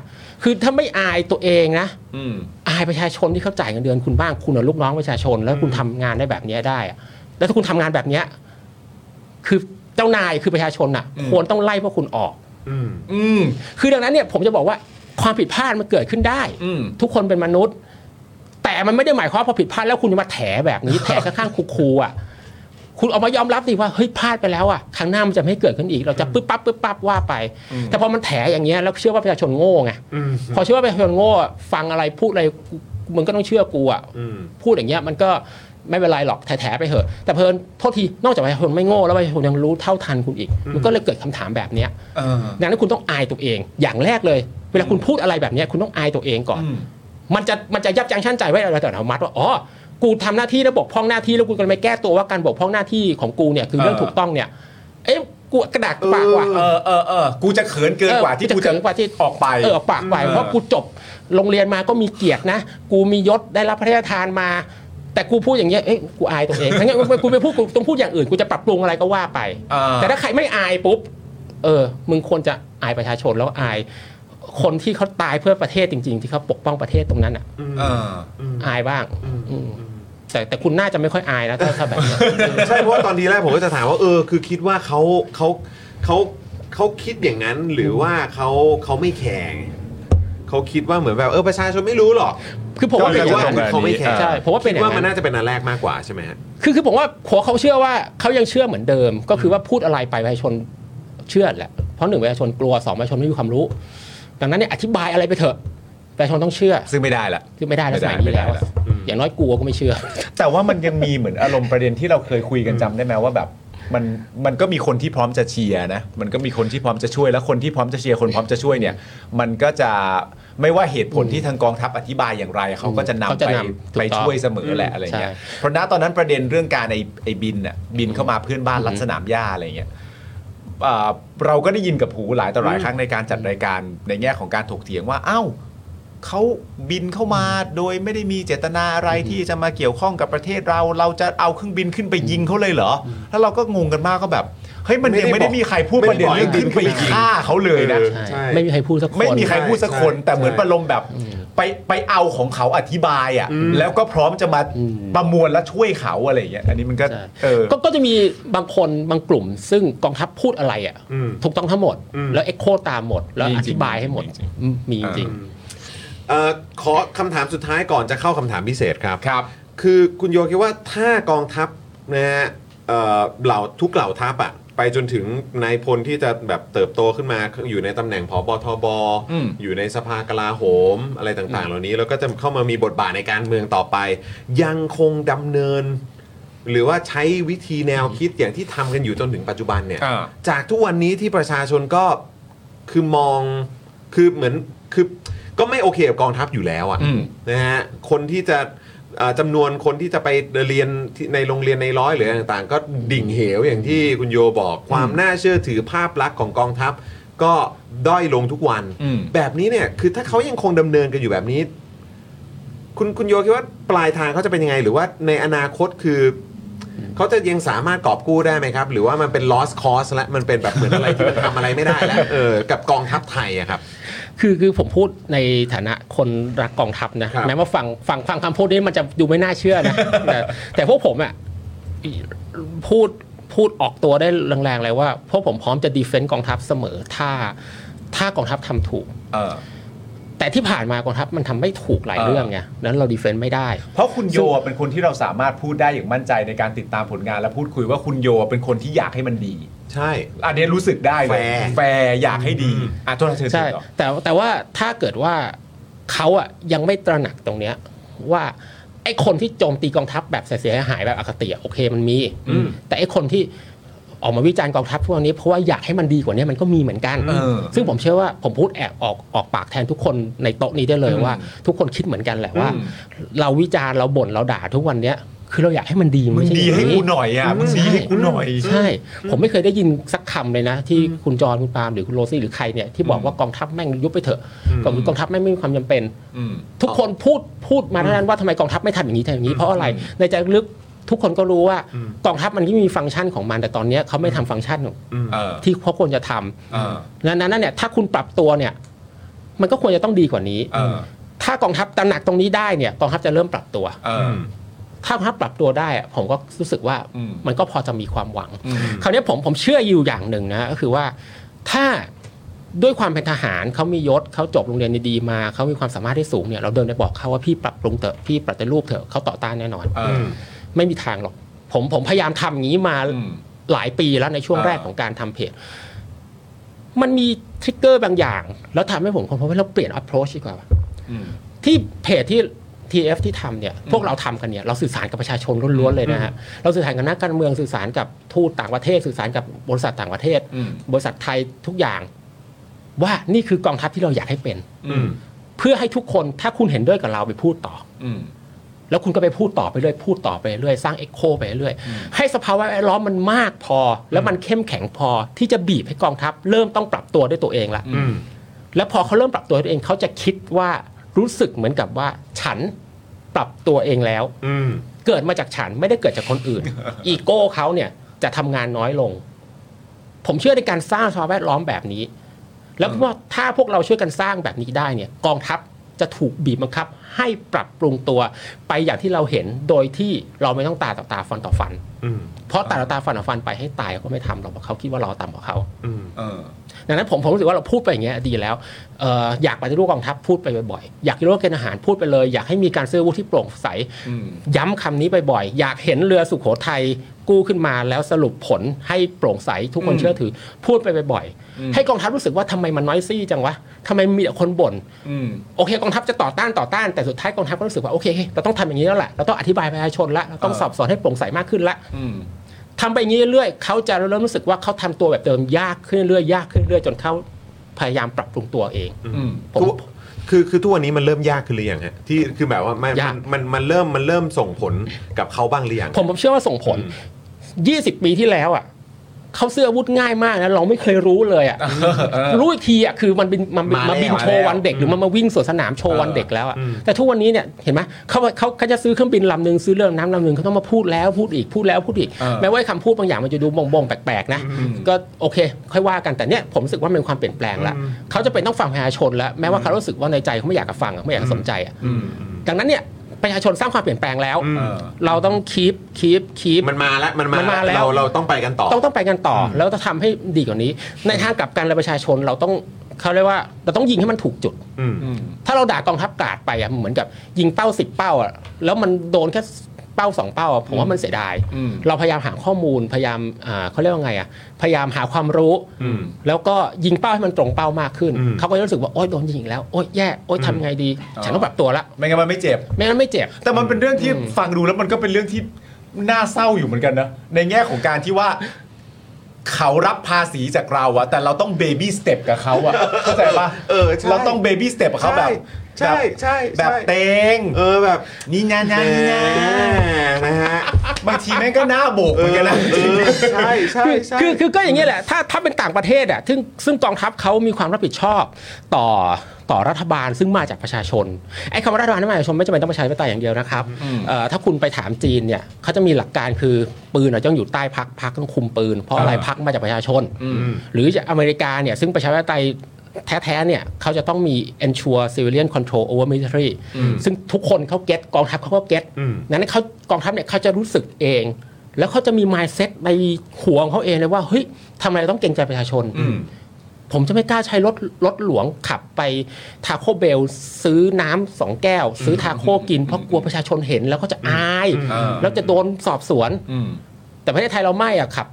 [SPEAKER 8] คือถ้าไม่อายตัวเองนะ
[SPEAKER 5] อืม
[SPEAKER 8] อายประชาชนที่เขาจ่ายเงินเดือนคุณบ้าง คุณเป็นลูกน้องประชาชน แล้วคุณทำงานได้แบบเนี้ยได้อะแล้วถ้าคุณทำงานแบบเนี้ยคือเจ้านายคือประชาชนอ่ะ ควรต้องไล่พวกคุณออก
[SPEAKER 4] อืม
[SPEAKER 5] อืม
[SPEAKER 8] คือดังนั้นเนี่ยผมจะบอกว่า ความผิดพลาดมันเกิดขึ้นได้
[SPEAKER 5] อืม
[SPEAKER 8] ทุกคนเป็นมนุษย์ แต่มันไม่ได้หมายความว่าพอผิดพลาดแล้วคุณจะมาแถแบบ นี้ แถข้างๆครูๆอ่ะ คุณเอามายอมรับดิว่าเฮ้ยพลาดไปแล้วอ่ะครั้งหน้ามันจะไม่ให้เกิดขึ้นอีก เราจะปึ๊บปั๊บปึ๊บปั๊บว่าไป แต่พอมันแถอย่างเงี้ยแล้วเชื่อว่าประชาชนโง่ไงพอเชื่อว่าประชาชนโง่อะฟังอะไรพูดอะไรมึงก็ต้องเชื่อกูอ่ะ พูดอย่างเงี้ยมันก็ไม่เป็นไรหรอกแถๆไปเถอะ แต่เพลินโทษทีนอกจากประชาชนไม่โง่แล้วประชาชนยังรู้เท่าทันคุณอีก มันก็เลยเกิดคำถามแบบเนี้ย
[SPEAKER 5] เออ
[SPEAKER 8] ดังนั้นคุณต้องอายตัวเอง อย่างแรกเลย เวลาคุณพูดอะไรแบบเนี้ยคุณต้องอายตัวเองก่อน
[SPEAKER 5] อืม
[SPEAKER 8] มันจะมันจะยับยั้งชั่งใจไว้อะไรต่อธรรมัดว่าอ๋อกูทำหน้าที่แล้วบกพร่องหน้าที่แล้วกูกำลังไปแก้ตัวว่าการบกพร่องหน้าที่ของกูเนี่ยคือเรื่อง
[SPEAKER 5] เออ
[SPEAKER 8] ถูกต้องเนี่ย เอ๊ะกูกระดากปากว่ะ
[SPEAKER 5] เออเออเออกูจะเขินเกินกว่าที่
[SPEAKER 8] เออ
[SPEAKER 5] กู
[SPEAKER 8] เกิ
[SPEAKER 5] จะ
[SPEAKER 8] นกว่าที่
[SPEAKER 5] ออกไป
[SPEAKER 8] เออปากไปเพราะกูจบโรงเรียนมาก็มีเกียรตินะ กูมียศได้รับพระราชทานมา แต่กูพูดอย่างเงี้ยเอ้ยกูอายตัวเองงั้นกูกูไปพูดกูต้องพูดอย่างอื่นกูจะปรับปรุงอะไรก็ว่าไป
[SPEAKER 5] อ่า
[SPEAKER 8] แต่ถ้าใครไม่อายปุ๊บเออ มึงควรจะอายประชาชนแล้วอาย คนที่เขาตายเพื่อประเทศจริง ๆ ที่เขาปกป้องประเทศตรงนั้นอ่ะ
[SPEAKER 5] เออ
[SPEAKER 8] อายบ้างอืมแต่แต่คุณน่าจะไม่ค่อยอายนะถ้าถ้าแบบเนี้ย
[SPEAKER 4] ใช่เพราะว่าตอนทีแรกผมก็จะถามว่าเออคือคิดว่าเขาเขาเขาเขาคิดอย่างนั้นหรือว่าเขาเขาไม่แข่งเขาคิดว่าเหมือนแบบเออประชาชนไม่รู้หรอก
[SPEAKER 8] คือผมว่าเป็น
[SPEAKER 4] แต่
[SPEAKER 8] อย่าง
[SPEAKER 4] ว่า
[SPEAKER 8] นั้น
[SPEAKER 4] เขาไม่แข่ง
[SPEAKER 8] ใช่ผมว่าเป็นอย่างนั้น
[SPEAKER 4] ว่ามันน่าจะเป็นอันแรกมากกว่าใช่ไหมฮะ
[SPEAKER 8] คือคือผมว่าหัวเขาเชื่อว่าเขายังเชื่อเหมือนเดิม ก็คือว่าพูดอะไรไปประชาชนเชื่อแหละเพราะหนึ่งประชาชนกลัวสองประชาชนไม่มีความรู้ ดังนั้นเนี่ยอธิบายอะไรไปเถอะประชาชนต้องเชื่อ
[SPEAKER 5] ซึ่งไม่ได้ละ
[SPEAKER 8] คือไม่ได้แล้วสมัย
[SPEAKER 5] ไม่
[SPEAKER 8] นี้
[SPEAKER 5] ได้
[SPEAKER 8] แล้ว
[SPEAKER 5] ไม่ได้
[SPEAKER 8] อะอย่างน้อยกลัวก็ไม่เชื่อ
[SPEAKER 5] แต่ว่ามันยังมีเหมือนอารมณ์ประเด็นที่เราเคยคุยกันจำได้ไหมว่าแบบมันมันก็มีคนที่พร้อมจะเชียร์นะมันก็มีคนที่พร้อมจะช่วยแล้วคนที่พร้อมจะเชียร์คนพร้อมจะช่วยเนี่ย มันก็จะไม่ว่าเหตุผลที่ทางกองทัพอธิบายอย่างไรเขาก็จะนำ
[SPEAKER 8] เขา
[SPEAKER 5] ไป
[SPEAKER 8] จะนำถูก
[SPEAKER 5] ไป
[SPEAKER 8] ต้อง
[SPEAKER 5] ช่วยเสมอแหละอะไรเงี้ย
[SPEAKER 8] ใช่
[SPEAKER 5] เพราะณตอนนั้นประเด็นเรื่องการไอ้ไอ้บินน่ะบินเข้ามาเพื่อนบ้านรัดสนามหญ้าอะไรเงี้ย อ่าเราก็ได้ยินกับหูหลายต่อหลายครั้งในการจัดรายการในแง่ของการถกเถียงว่าเอ้าเขาบินเข้ามาโดยไม่ได้มีเจตนาอะไรที่จะมาเกี่ยวข้องกับประเทศเรา เราจะเอาเครื่องบินขึ้นไปยิงเขาเลยเหรอแล้วเราก็งงกันมากก็แบบเฮ้ยมันยัง
[SPEAKER 4] ไม่
[SPEAKER 5] ไม่
[SPEAKER 4] ได้
[SPEAKER 5] ได้มีใครพูด
[SPEAKER 4] ไม่
[SPEAKER 5] ประ
[SPEAKER 4] ได้
[SPEAKER 5] เด็นเรื่องขึ้นไป
[SPEAKER 4] บอกให้บินขึ้นไปยิง
[SPEAKER 5] ฆ่าเขาเลยนะ
[SPEAKER 4] ใช่
[SPEAKER 8] ใช่ไม่มีใครพูดสักคน
[SPEAKER 5] ไม่มีใครพูดสักคน
[SPEAKER 4] ใช่
[SPEAKER 5] แต่เหมือน
[SPEAKER 4] ใช่
[SPEAKER 5] ประลมแบบไปไปเอาของเขาอธิบายอ่ะแล้วก็พร้อมจะมา
[SPEAKER 8] อืม
[SPEAKER 5] ประมวลและช่วยเขาอะไรอย่างเงี้ยอันนี้มันก็
[SPEAKER 8] ใช่
[SPEAKER 5] เออ
[SPEAKER 8] ก็ก็จะมีบางคนบางกลุ่ม ซึ่งกองทัพพูดอะไรอ่ะ
[SPEAKER 4] อืม
[SPEAKER 8] ถูกต้องทั้งหมด
[SPEAKER 4] อืม
[SPEAKER 8] แล้วเอ็กโคตามหมด แล้ว
[SPEAKER 5] มีจริง
[SPEAKER 8] อธิบายให้หมด
[SPEAKER 5] มีจริง
[SPEAKER 8] อืมมีจริง
[SPEAKER 4] เอ่อขอคำถามสุดท้ายก่อนจะเข้าคำถามพิเศษครับ
[SPEAKER 5] ครับ
[SPEAKER 4] คือคุณโยคิดว่าถ้ากองทัพนะฮะเอ่อเหล่าทุกเหล่าทัพอะไปจนถึงนายพลที่จะแบบเติบโตขึ้นมาอยู่ในตำแหน่งผอบทบ
[SPEAKER 5] อืม
[SPEAKER 4] อยู่ในสภากลาโหมอะไรต่าง ๆ เหล่านี้ แล้วก็จะเข้ามามีบทบาทในการเมืองต่อไป ยังคงดำเนิน หรือว่าใช้วิธีแนวคิดอย่างที่ทำกันอยู่จนถึงปัจจุบันเนี่ย
[SPEAKER 5] อ่า
[SPEAKER 4] จากทุกวันนี้ที่ประชาชนก็คือมองคือเหมือนคือก็ไม่โอเคกับกองทัพอยู่แล้ว
[SPEAKER 5] อืม
[SPEAKER 4] อะ่ะนะฮะคนที่จะเอ่อจำนวนคนที่จะไปเรียนที่ในโรงเรียนในร้อยหรืออะไรต่างๆ ก็ดิ่งเหวอย่างที่คุณโยบอกความน่าเชื่อถือภาพลักษณ์ของกองทัพ ก็ด้อยลงทุกวัน
[SPEAKER 5] อืม
[SPEAKER 4] แบบนี้เนี่ยคือถ้าเขายังคงดำเนินกันอยู่แบบนี้ คุณคุณโยคิดว่าปลายทางเขาจะเป็นยังไง หรือว่าในอนาคตคืออเขาจะยังสามารถกอบกู้ได้ไหมครับ หรือว่ามันเป็น lost cause และมันเป็นแบบเหมือนอะไรที่มันทำอะไรไม่ได้แล้วเออกับกองทัพไทยอะครับ
[SPEAKER 8] คือคือผมพูดในฐานะคนรักกองทัพนะครับ แม้ว่าฟังฟังฟังคำพูดนี้มันจะดูไม่น่าเชื่อนะ แต่แต่พวกผมอ่ะพูดพูดออกตัวได้แรงๆเลยว่า พวกผมพร้อมจะดีเฟนต์กองทัพเสมอ ถ้าถ้ากองทัพทำถูก
[SPEAKER 5] เออ
[SPEAKER 8] แต่ที่ผ่านมากองทัพมันทำไม่ถูกหลาย
[SPEAKER 5] เออ
[SPEAKER 8] เรื่องไงนั้นเราดีเฟนต์ไม่ได้
[SPEAKER 5] เพราะคุณโยอ่ะเป็นคนที่เราสามารถพูดได้อย่างมั่นใจในการติดตามผลงานและพูดคุยว่าคุณโยอ่ะเป็นคนที่อยากให้มันดี
[SPEAKER 4] ใช่
[SPEAKER 5] อันเนี้ยรู้สึกได้เลย
[SPEAKER 4] แฟร์
[SPEAKER 5] แฟร์อยากให้ดีอ่ะโทษนะเธอ
[SPEAKER 8] ใช่
[SPEAKER 5] เธอต่อ
[SPEAKER 8] แต่แต่ว่าถ้าเกิดว่าเขาอ่ะยังไม่ตระหนักตรงเนี้ยว่าไอ้คนที่โจมตีกองทัพแบบเสียหายแบบอคติอะโอเคมันมี แต่ไอ้คนที่ออกมาวิจารณ์กองทัพพวกนี้เพราะว่าอยากให้มันดีกว่านี้มันก็มีเหมือนกัน
[SPEAKER 5] เออ
[SPEAKER 8] ซึ่งผมเชื่อว่าผมพูดแอบออกออกปากแทนทุกคนในโต๊ะนี้ได้เลยว่า ทุกคนคิดเหมือนกันแหละว่า
[SPEAKER 5] อืม
[SPEAKER 8] เราวิจารณ์เราบ่นเราด่าทุกวันเนี้ยคือเราอยากให้มันดี
[SPEAKER 5] มึ
[SPEAKER 8] ไม่
[SPEAKER 5] ง
[SPEAKER 8] ใช่
[SPEAKER 5] ดี
[SPEAKER 8] อย่าง
[SPEAKER 5] ให้
[SPEAKER 8] นี้
[SPEAKER 5] กูหน่อยอ่ะมึงดีให้กูหน่อย
[SPEAKER 8] ใช่ ผมไม่เคยได้ยินสักคำเลยนะ ที่คุณจรคุณปาล์มหรือคุณโรซี่หรือใครเนี่ยที่บอกว่ากองทัพแม่งยุบไปเถอะกองกองทัพแม่งไม่มีความจำเป็น
[SPEAKER 5] อืม
[SPEAKER 8] ทุกคนพูดพูดมาทั้งนั้นว่าทำไมกองทัพไม่ทำอย่างนี้ทำอย่างนี้เพราะอะไร ในใจลึกทุกคนก็รู้ว่ากองทัพมันก็มีฟังก์ชันของมันแต่ตอนเนี้ยเขาไม่ทำฟังก์ชัน
[SPEAKER 5] เออ
[SPEAKER 8] ที่เขาควรจะทำ
[SPEAKER 5] เออ
[SPEAKER 8] ดังนั้นเนี่ยถ้าคุณปรับตัวเนี่ยมันก็ควรจะต้องดีกว่านี้
[SPEAKER 5] เออ
[SPEAKER 8] ถ้ากองทัพตระหนักตรงนี้ได้เนี่ยกองทัพจะเริ่มปรับตัว
[SPEAKER 5] เออ
[SPEAKER 8] ถ้าถ้าปรับตัวได้อะผมก็รู้สึกว่า
[SPEAKER 5] อืม
[SPEAKER 8] มันก็พอจะมีความหวัง คราวเนี้ยผมผมเชื่ออยู่อย่างหนึ่งนะก็คือว่าถ้า ด้วยความเป็นทหารเขามียศเขาจบโรงเรียนดีๆมาเขามีความสามารถที่สูงเนี่ยเราเดินไปบอกเขาว่าพี่ปรับปรุงเถอะพี่ปฏิรูปเถอะเขาต่อต้านแน่นอน
[SPEAKER 1] เออ
[SPEAKER 8] ไม่มีทางหรอก ผมผมพยายามทำอย่างนี้มา
[SPEAKER 1] อืม
[SPEAKER 8] หลายปีแล้วในช่วง
[SPEAKER 1] อ่า
[SPEAKER 8] แรกของการทำเพจ มันมีทริกเกอร์บางอย่าง แล้วทำให้ผมคนพบว่าเราเปลี่ยน approach ดีกว่าว่ะ
[SPEAKER 1] อืม
[SPEAKER 8] ที่เพจที่ TF ที่ทำเนี่ย พวกเราทำกันเนี่ย เราสื่อสารกับประชาชนล้วนๆเลยนะฮะ เราสื่อสารกับนักการเมืองสื่อสารกับทูตต่างประเทศ สื่อสารกับบริษัทต่างประเทศ
[SPEAKER 1] อืม
[SPEAKER 8] บริษัทไทยทุกอย่าง ว่านี่คือกองทัพที่เราอยากให้เป็น
[SPEAKER 1] อืม
[SPEAKER 8] เพื่อให้ทุกคนถ้าคุณเห็นด้วยกับเราไปพูดต่อ
[SPEAKER 1] อืม
[SPEAKER 8] แล้วคุณก็ไปพูดต่อไปเรื่อยพูดต่อไปเรื่อยสร้างเอ็กโคไปเรื่อยให้สภาวะแวดล้อมมันมากพอ แล้วมันเข้มแข็งพอที่จะบีบให้กองทัพ เริ่มต้องปรับตัวด้วยตัวเองละ
[SPEAKER 1] อืม
[SPEAKER 8] แล้วพอเขาเริ่มปรับตัวด้วยตัวเองเขาจะคิดว่ารู้สึกเหมือนกับว่า ฉันปรับตัวเองแล้ว
[SPEAKER 4] อืม
[SPEAKER 8] เกิดมาจากฉันไม่ได้เกิดจากคนอื่น อีโก้เขาเนี่ยจะทำงานน้อยลง ผมเชื่อในการสร้างสภาพแวดล้อมแบบนี้ แล้วก็ถ้าพวกเราช่วยกันสร้างแบบนี้ได้เนี่ย กองทัพจะถูกบีบบังคับ ให้ปรับปรุงตัวไปอย่างที่เราเห็นโดยที่เราไม่ต้องตาต่อตาฟันต่อฟัน
[SPEAKER 4] อืม
[SPEAKER 8] เพราะตาต่อตาฟันต่อฟันไปให้ตายเขาก็ไม่ทำหรอกเพราะเขาคิดว่าเราต่ำกว่าเขา
[SPEAKER 4] อืม
[SPEAKER 1] เออ
[SPEAKER 8] ดังนั้นผมผมรู้สึกว่าเราพูดไปอย่างเงี้ยดีแล้วเอ่ออยากปฏิรูปกองทัพพูดไปบ่อยๆ อยากรู้ว่าเกณฑ์อาหารพูดไปเลย อยากให้มีการซื้ออาวุธที่โปร่งใส
[SPEAKER 1] อืม
[SPEAKER 8] ย้ำคำนี้บ่อยๆ อยากเห็นเรือสุโขทัยกู้ขึ้นมาแล้วสรุปผลให้โปร่งใสทุกคนเชื่อถือ พูดไปบ่อยๆ ให้กองทัพรู้สึกว่าทำไมมันน้อยซี่จังวะทำไมมีแต่คนบ่น
[SPEAKER 1] อืม
[SPEAKER 8] โอเคกองทัพจะต่อต้านต่อต้านแต่สุดท้ายกองทัพก็รู้สึกว่าโอเคเราต้องทำอย่างนี้แล้วแหละเราต้องอธิบายประชาชนละเราต้อง
[SPEAKER 1] เออ
[SPEAKER 8] สอบสอนให้โปร่งใสมากขึ้นละ
[SPEAKER 1] อืม
[SPEAKER 8] ทำไปอย่างนี้เรื่อยๆเขาจะเริ่มรู้สึกว่าเขาทำตัวแบบเดิมยากขึ้นเรื่อยๆยากขึ้นเรื่อยๆจนเขาพยายามปรับปรุงตัวเอง
[SPEAKER 1] อืม
[SPEAKER 8] ผม
[SPEAKER 4] ทุกคือคือทุกวันนี้มันเริ่มยากขึ้นหรือยังฮะที่คือแบบว่ามัน
[SPEAKER 8] ยาก
[SPEAKER 4] มันมันมันเริ่มมันเริ่มส่งผลกับเขาบ้างหรือยัง
[SPEAKER 8] ผมผมเชื่อว่าส่งผล
[SPEAKER 4] อืม
[SPEAKER 8] 20 ปีที่แล้วอ่ะเขาเสื้ออาวุธง่ายมากนะเราไม่เคยรู้เลยอ่ะรู้อีกทีอ่ะคือมันบินมันบิน
[SPEAKER 1] มาแล้ว
[SPEAKER 8] มาบินโชว์วันเด็กหรือมันมาวิ่งสวนสนามโชว์วันเด็กแล้วอ่ะแต่ทุกวันนี้เนี่ยเห็นไหมเขาเขาเขาจะซื้อเครื่องบินลำหนึ่งซื้อเรือดำน้ำลำหนึ่งเขาต้องมาพูดแล้วพูดอีกพูดแล้วพูดอีก
[SPEAKER 1] เออ
[SPEAKER 8] แม้ว่าคำพูดบางอย่างมันจะดูบงบงๆแปลกๆนะก็โอเค ค่อยว่ากันแต่เนี่ยผมรู้สึกว่ามันเป็นความเปลี่ยนแปลงละเขาจะเป็นต้องฟังประชาชนแล้วแม้ว่าเขารู้สึกว่าในใจเขาไม่อยากจะฟังอะไม่อยากจะสนใจอ่ะ
[SPEAKER 1] อืม
[SPEAKER 8] ดังนั้นเนี่ยประชาชนสร้างความเปลี่ยนแปลงแล้ว
[SPEAKER 1] เออ
[SPEAKER 8] เราต้องคีปคีปคีป
[SPEAKER 4] มันมาแล้วมัน
[SPEAKER 8] มัน
[SPEAKER 4] มา
[SPEAKER 8] มาแล้ว
[SPEAKER 4] เราเราต้องไปกันต่อ
[SPEAKER 8] ต้องต้องไปกันต่ออแล้วจะทำให้ดีกว่านี้ ในทางกลับกันเราประชาชนเราต้องเขาเรียกว่าเราต้องยิงให้มันถูกจุด
[SPEAKER 4] อืม
[SPEAKER 1] อืม
[SPEAKER 8] ถ้าเราด่ากองทัพกาดไปอ่ะมันเหมือนกับยิงเป้าสิบเป้าอ่ะแล้วมันโดนแค่เป้าสองเป้าอะผมว่ามันเสียดาย
[SPEAKER 1] อืม
[SPEAKER 8] เราพยายามหาข้อมูลพยายามอ่าเขาเรียกว่าไงอ่ะพยายามหาความรู้ แล้วก็ยิงเป้าให้มันตรงเป้ามากขึ้น
[SPEAKER 4] อืม
[SPEAKER 8] เขาก็จะรู้สึกว่าโอ๊ยโดนยิงอีกแล้วโอ๊ยแย่โอ๊ยทำไงดี ฉันต้องปรับตัวละ
[SPEAKER 1] ไม่งั้นมันไม่เจ็บ
[SPEAKER 8] ไม่งั้นไม่เจ็บ
[SPEAKER 1] แต่มันเป็นเรื่องที่ฟังดูแล้วมันก็เป็นเรื่องที่น่าเศร้าอยู่เหมือนกันนะในแง่ของการที่ว่า เขารับภาษีจากเราอะแต่เราต้องเบบี้สเต็ปกับเขาอะเข้าใจปะ
[SPEAKER 4] เออใช่
[SPEAKER 1] เราต้องเบบี้สเต็ปกับเขาแบบ
[SPEAKER 4] ใช่ใช่ใช่
[SPEAKER 1] แบบเตง
[SPEAKER 4] เออแบบ
[SPEAKER 1] นี่นะนะนี่นะ
[SPEAKER 4] แหม่นะฮะ
[SPEAKER 1] บางทีแม่งก็หน้าโบกเห
[SPEAKER 4] เอ
[SPEAKER 1] มือน
[SPEAKER 4] อ
[SPEAKER 1] กันนะ
[SPEAKER 4] เออใช่ใช่
[SPEAKER 8] คือ
[SPEAKER 4] ใช่
[SPEAKER 8] คือคือก็อย่างนี้ยแหละ ถ้าถ้าเป็นต่างประเทศอ่ะซึ่งซึ่งกองทัพเขามีความรับผิดชอบต่อต่อรัฐบาลซึ่งมาจากประชาชนไอ้คำว่ารัฐบาลที่มาจากประชาชนไม่จำเป็นต้องประชาธิปไตยอย่างเดียวนะครับเอ่อถ้าคุณไปถามจีนเนี่ยเขาจะมีหลักการคือปืนอะต้องอยู่ใต้พักพักต้องคุมปืน เพราะอะไร
[SPEAKER 1] อ่า
[SPEAKER 8] พักมาจากประชาชน หรือจะอเมริกาเนี่ยซึ่งประชาธิปไตยแท้ๆเนี่ยเขาจะต้องมี ensure civilian control over military ซึ่งทุกคนเขาเก็ตกองทัพเขาก็เก็ต
[SPEAKER 4] อืม
[SPEAKER 8] นั้นเขากองทัพเนี่ยเขาจะรู้สึกเอง แล้วเขาจะมี mindset ในหัวของเขาเองเลยว่าเฮ้ยทำไมเราต้องเกรงใจประชาชน ผมจะไม่กล้าใช้รถรถหลวงขับไปทาโคเบลซื้อน้ำสองแก้ว ซื้อทาโคกินเพราะกลัวประชาชนเห็นแล้วก็จะอาย
[SPEAKER 1] อืม
[SPEAKER 8] แล้วจะโดนสอบสวน
[SPEAKER 1] อืม
[SPEAKER 8] แต่ประเทศไทยเราไม่อะขับ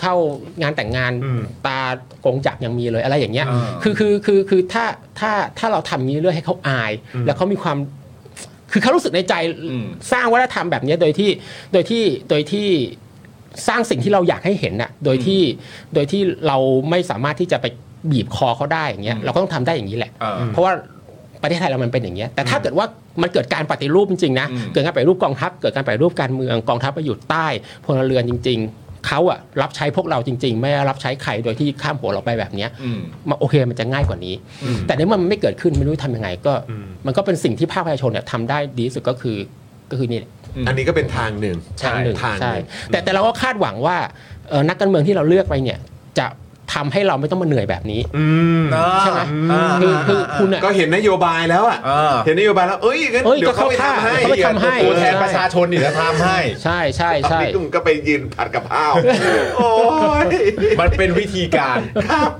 [SPEAKER 8] เข้างานแต่งงาน
[SPEAKER 4] อืม
[SPEAKER 8] ตากงจักรยังมีเลยอะไรอย่างเงี้ย
[SPEAKER 1] อ่า
[SPEAKER 8] คือคือคือคือถ้าถ้าถ้าเราทำนี้เรื่อยให้เขาอาย แล้วเขามีความ คือเขารู้สึกในใจสร้างวัฒนธรรมแบบเนี้ยโดยที่โดยที่โดยที่สร้างสิ่งที่เราอยากให้เห็นน่ะโดยที่โดยที่เราไม่สามารถที่จะไปบีบคอเขาได้อย่างเงี้ยเราก็ต้องทำได้อย่างนี้แหละ
[SPEAKER 1] เออ
[SPEAKER 8] เพราะว่าประเทศไทยเรามันเป็นอย่างเงี้ยแต่ถ้าเกิดว่ามันเกิดการปฏิรูปจริงๆนะ
[SPEAKER 1] อืม
[SPEAKER 8] เกิดการปฏิรูปกองทัพ เกิดการปฏิรูปการเมืองกองทัพไปอยู่ใต้พลเรือนจริง ๆ เขาอะรับใช้พวกเราจริง ๆ ไม่ได้รับใช้ใครโดยที่ข้ามหัวเราไปแบบเนี้ย
[SPEAKER 1] อืม
[SPEAKER 8] มันโอเคมันจะง่ายกว่านี้ แต่ในเมื่อมันไม่เกิดขึ้นไม่รู้ทำยังไง ก็มันก็เป็นสิ่งที่ภาคประชาชนเนี่ยทำได้ดีที่สุดก็คือก็คือนี่แหละ
[SPEAKER 4] อันนี้ก็เป็นทางหนึ่ง
[SPEAKER 8] ทางหนึ่ง
[SPEAKER 4] ทางห
[SPEAKER 8] ใช่
[SPEAKER 4] นึ่ง
[SPEAKER 8] แต่แต่เราก็คาดหวังว่าเอ่อนักการเมืองที่เราเลือกไปเนี่ยจะ ทำให้เราไม่ต้องมาเหนื่อยแบบนี้
[SPEAKER 4] อืม
[SPEAKER 8] ใช่ไหม
[SPEAKER 4] อ่า
[SPEAKER 8] คือคือคุณอะ
[SPEAKER 4] ก็เห็นนโยบายแล้วอ่ะ
[SPEAKER 5] อ่า
[SPEAKER 4] เห็นนโยบายแล้วเอ้ยงั้น
[SPEAKER 8] เอ้ย
[SPEAKER 4] เดี๋ยว
[SPEAKER 8] ก็
[SPEAKER 4] เขาไป
[SPEAKER 8] เข้าท่า
[SPEAKER 4] ทำให้
[SPEAKER 8] เขาไปทำให้
[SPEAKER 5] ตัวแทนประชาชนนี่จะทำให้
[SPEAKER 8] ใช่ใช่ใช่
[SPEAKER 4] นี่ตุ้มก็ไปยืนผัดกับข้าวโอ้ย
[SPEAKER 5] มันเป็นวิธีการ
[SPEAKER 4] ครับ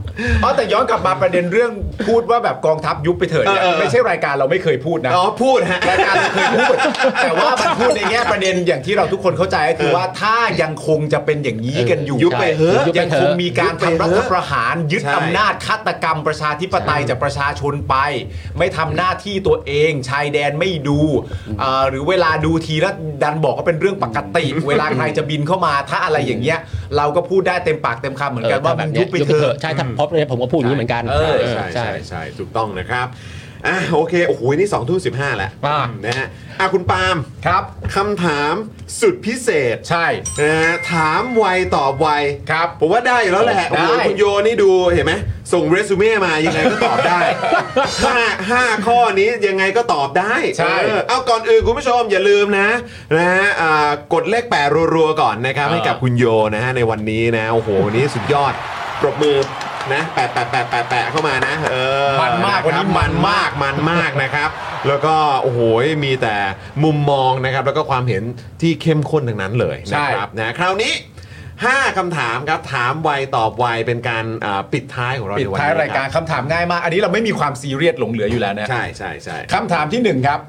[SPEAKER 5] อ๋อแต่ย้อนกลับมาประเด็นเรื่องพูดว่าแบบกองทัพยุบไปเถอะเนี่ย
[SPEAKER 4] เออเออ
[SPEAKER 5] ไม่ใช่รายการเราไม่เคยพูดนะ
[SPEAKER 4] อ๋อพูดฮะ
[SPEAKER 5] รายการเราเคยพูด แต่ว่ามันพูดในแง่ประเด็นอย่างที่เราทุกคนเข้าใจก็คือว่าถ้ายังคงจะเป็นอย่างนี้กันอยู่
[SPEAKER 4] ยุบไปเถอะ
[SPEAKER 5] ยังคงมีการทำรัฐประหารยึด
[SPEAKER 4] ใช่
[SPEAKER 5] อำนาจฆาตกรรมประชาธิปไตยจากประชาชนไป ไม่ทำหน้าที่ตัวเองชายแดนไม่ดูเอ่อหรือเวลาดูทีแล้วดันบอกว่าเป็นเรื่องปกติ เวลาใครจะบินเข้ามาถ้าอะไรอย่างเงี้ย เราก็พูดได้เต็มปากเต็มคำเหมือนกันว่า
[SPEAKER 8] เออ
[SPEAKER 5] มั
[SPEAKER 8] ถ้
[SPEAKER 5] น
[SPEAKER 8] แบบ
[SPEAKER 5] ยุ
[SPEAKER 8] เนี้
[SPEAKER 5] บไปเถอะ
[SPEAKER 8] ใช่ถ้าพบเลยผมก็พูดอย่างนี้เหมือนกัน
[SPEAKER 5] เออ
[SPEAKER 8] เออ
[SPEAKER 4] ใช่
[SPEAKER 8] ใช่
[SPEAKER 4] ใช่ใช่ถูกต้องนะครับอ่ะโอเคโอ้โหนี่สองทุ่มสิบห้าแล้ว
[SPEAKER 5] อ่า
[SPEAKER 4] นะฮะอ่ะคุณปาล์ม
[SPEAKER 5] ครับ
[SPEAKER 4] คำถามสุดพิเศษ
[SPEAKER 5] ใช่
[SPEAKER 4] นะฮะถามไวตอบไว
[SPEAKER 5] ครับ
[SPEAKER 4] ผมว่าได้อยู่แล้วแหละ
[SPEAKER 5] ได้
[SPEAKER 4] โอ้โหคุณโยนี่ดูเห็นไหมส่งเรซูเม่มายังไงก็ตอบ ได้ ห้าห้าข้อนี้ยังไงก็ตอบได้
[SPEAKER 5] ใช่
[SPEAKER 4] เออเอาก่อนอื่นคุณผู้ชมอย่าลืมนะนะฮะอ่ากดเลขแปดรัวๆก่อนนะครับให้กับคุณโยนะฮะในวันนี้นะโอ้โหนี่สุดยอดปรบมือนะแปะแปะแปะแปะแปะเข้ามานะเออ
[SPEAKER 5] มันมากวันนี้
[SPEAKER 4] ครับ
[SPEAKER 5] มันมาก
[SPEAKER 4] มันมากนะครับ แล้วก็โอ้โหมีแต่มุมมองนะครับ แล้วก็ความเห็นที่เข้มข้นทั้งนั้นเลยนะครับนะคราวนี้ 5คำถามครับถามไวตอบไวเป็นการอ่าปิดท้ายของเรา
[SPEAKER 5] ปิด
[SPEAKER 4] ในวัน
[SPEAKER 5] ท้าย
[SPEAKER 4] นี้
[SPEAKER 5] รายการคำถามง่ายมาก อันนี้เราไม่มีความซีเรียสหลงเหลืออยู่แล้วนะ
[SPEAKER 4] ใช่ใช่ใช่
[SPEAKER 5] คำถามที่หนึ่งครับ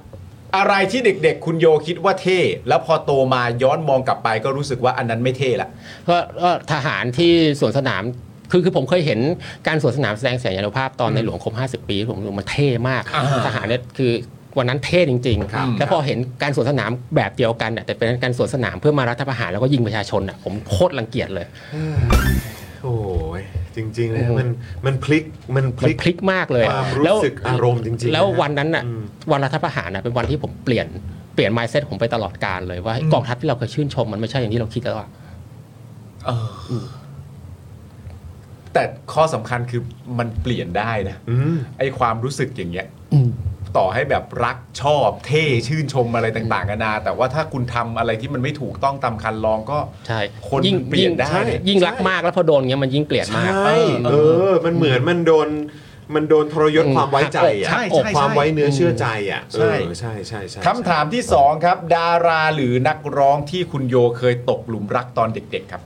[SPEAKER 5] อะไรที่เด็กๆ คุณโยคิดว่าเท่ แล้วพอโตมาย้อนมองกลับไปก็รู้สึกว่าอันนั้นไม่เท่ละ
[SPEAKER 8] ก็ก็ทหารที่สวนสนามคือคือผมเคยเห็นการสวนสนามแสดงแสนยานุภาพตอนในหลวงครบ50 ปีผมรู้มันเท่มาก
[SPEAKER 5] อ่า
[SPEAKER 8] ทหารเนี่ยคือวันนั้นเท่จริง
[SPEAKER 5] ครับ
[SPEAKER 8] ๆแล้วพอเห็นการสวนสนามแบบเดียวกันน่ะแต่เป็นการสวนสนามเพื่อมารัฐประหารแล้วก็ยิงประชาชนอ่ะผมโคตรรังเกียจเลย
[SPEAKER 4] โอ้ยจริงๆนะมันมันพลิกมันพ
[SPEAKER 8] มัน
[SPEAKER 4] ลิก
[SPEAKER 8] พลิกมากเลย
[SPEAKER 4] ความรู้สึกอารมณ์จริงๆ
[SPEAKER 8] แล้ว
[SPEAKER 4] นะ
[SPEAKER 8] วันนั้นน่ะ
[SPEAKER 4] อืม
[SPEAKER 8] วันรัฐประหารน่ะเป็นวันที่ผมเปลี่ยนเปลี่ยน mindset ผมไปตลอดการเลยว่าไอ้กองทัพที่เราเคยชื่นชมมันไม่ใช่อย่างที่เราคิดแล้วอะ
[SPEAKER 5] แต่ข้อสำคัญคือมันเปลี่ยนได้นะ
[SPEAKER 4] อืม
[SPEAKER 5] ไอความรู้สึกอย่างเงี้ย
[SPEAKER 8] อืม
[SPEAKER 5] ต่อให้แบบรักชอบเท่ชื่นชมอะไรต่างๆกันานาแต่ว่าถ้าคุณทำอะไรที่มันไม่ถูกต้องตามคันลองก็
[SPEAKER 8] ใช่
[SPEAKER 5] คน
[SPEAKER 8] ยิ่ง
[SPEAKER 5] เปลี่ยนได้
[SPEAKER 8] ใช่ยิ่งรักมากแล้วพอโดนเงี้ยมันยิ่งเกลียด
[SPEAKER 4] ใช
[SPEAKER 8] มาก
[SPEAKER 4] ่เออ มันเหมือนมันโดนมันโดนทรยศ
[SPEAKER 8] อืม
[SPEAKER 4] ความไว้ใจอ่ะ
[SPEAKER 5] ใช่ใช่ใช่
[SPEAKER 4] ความไว้เนื้อเชื่อใจอ่ะ
[SPEAKER 5] ใช่
[SPEAKER 4] เออใช่ใช่ใช่
[SPEAKER 5] คำถามที่สองครับ ดาราหรือนักร้องที่คุณโยเคยตกหลุมรักตอนเด็ก ๆ ครับ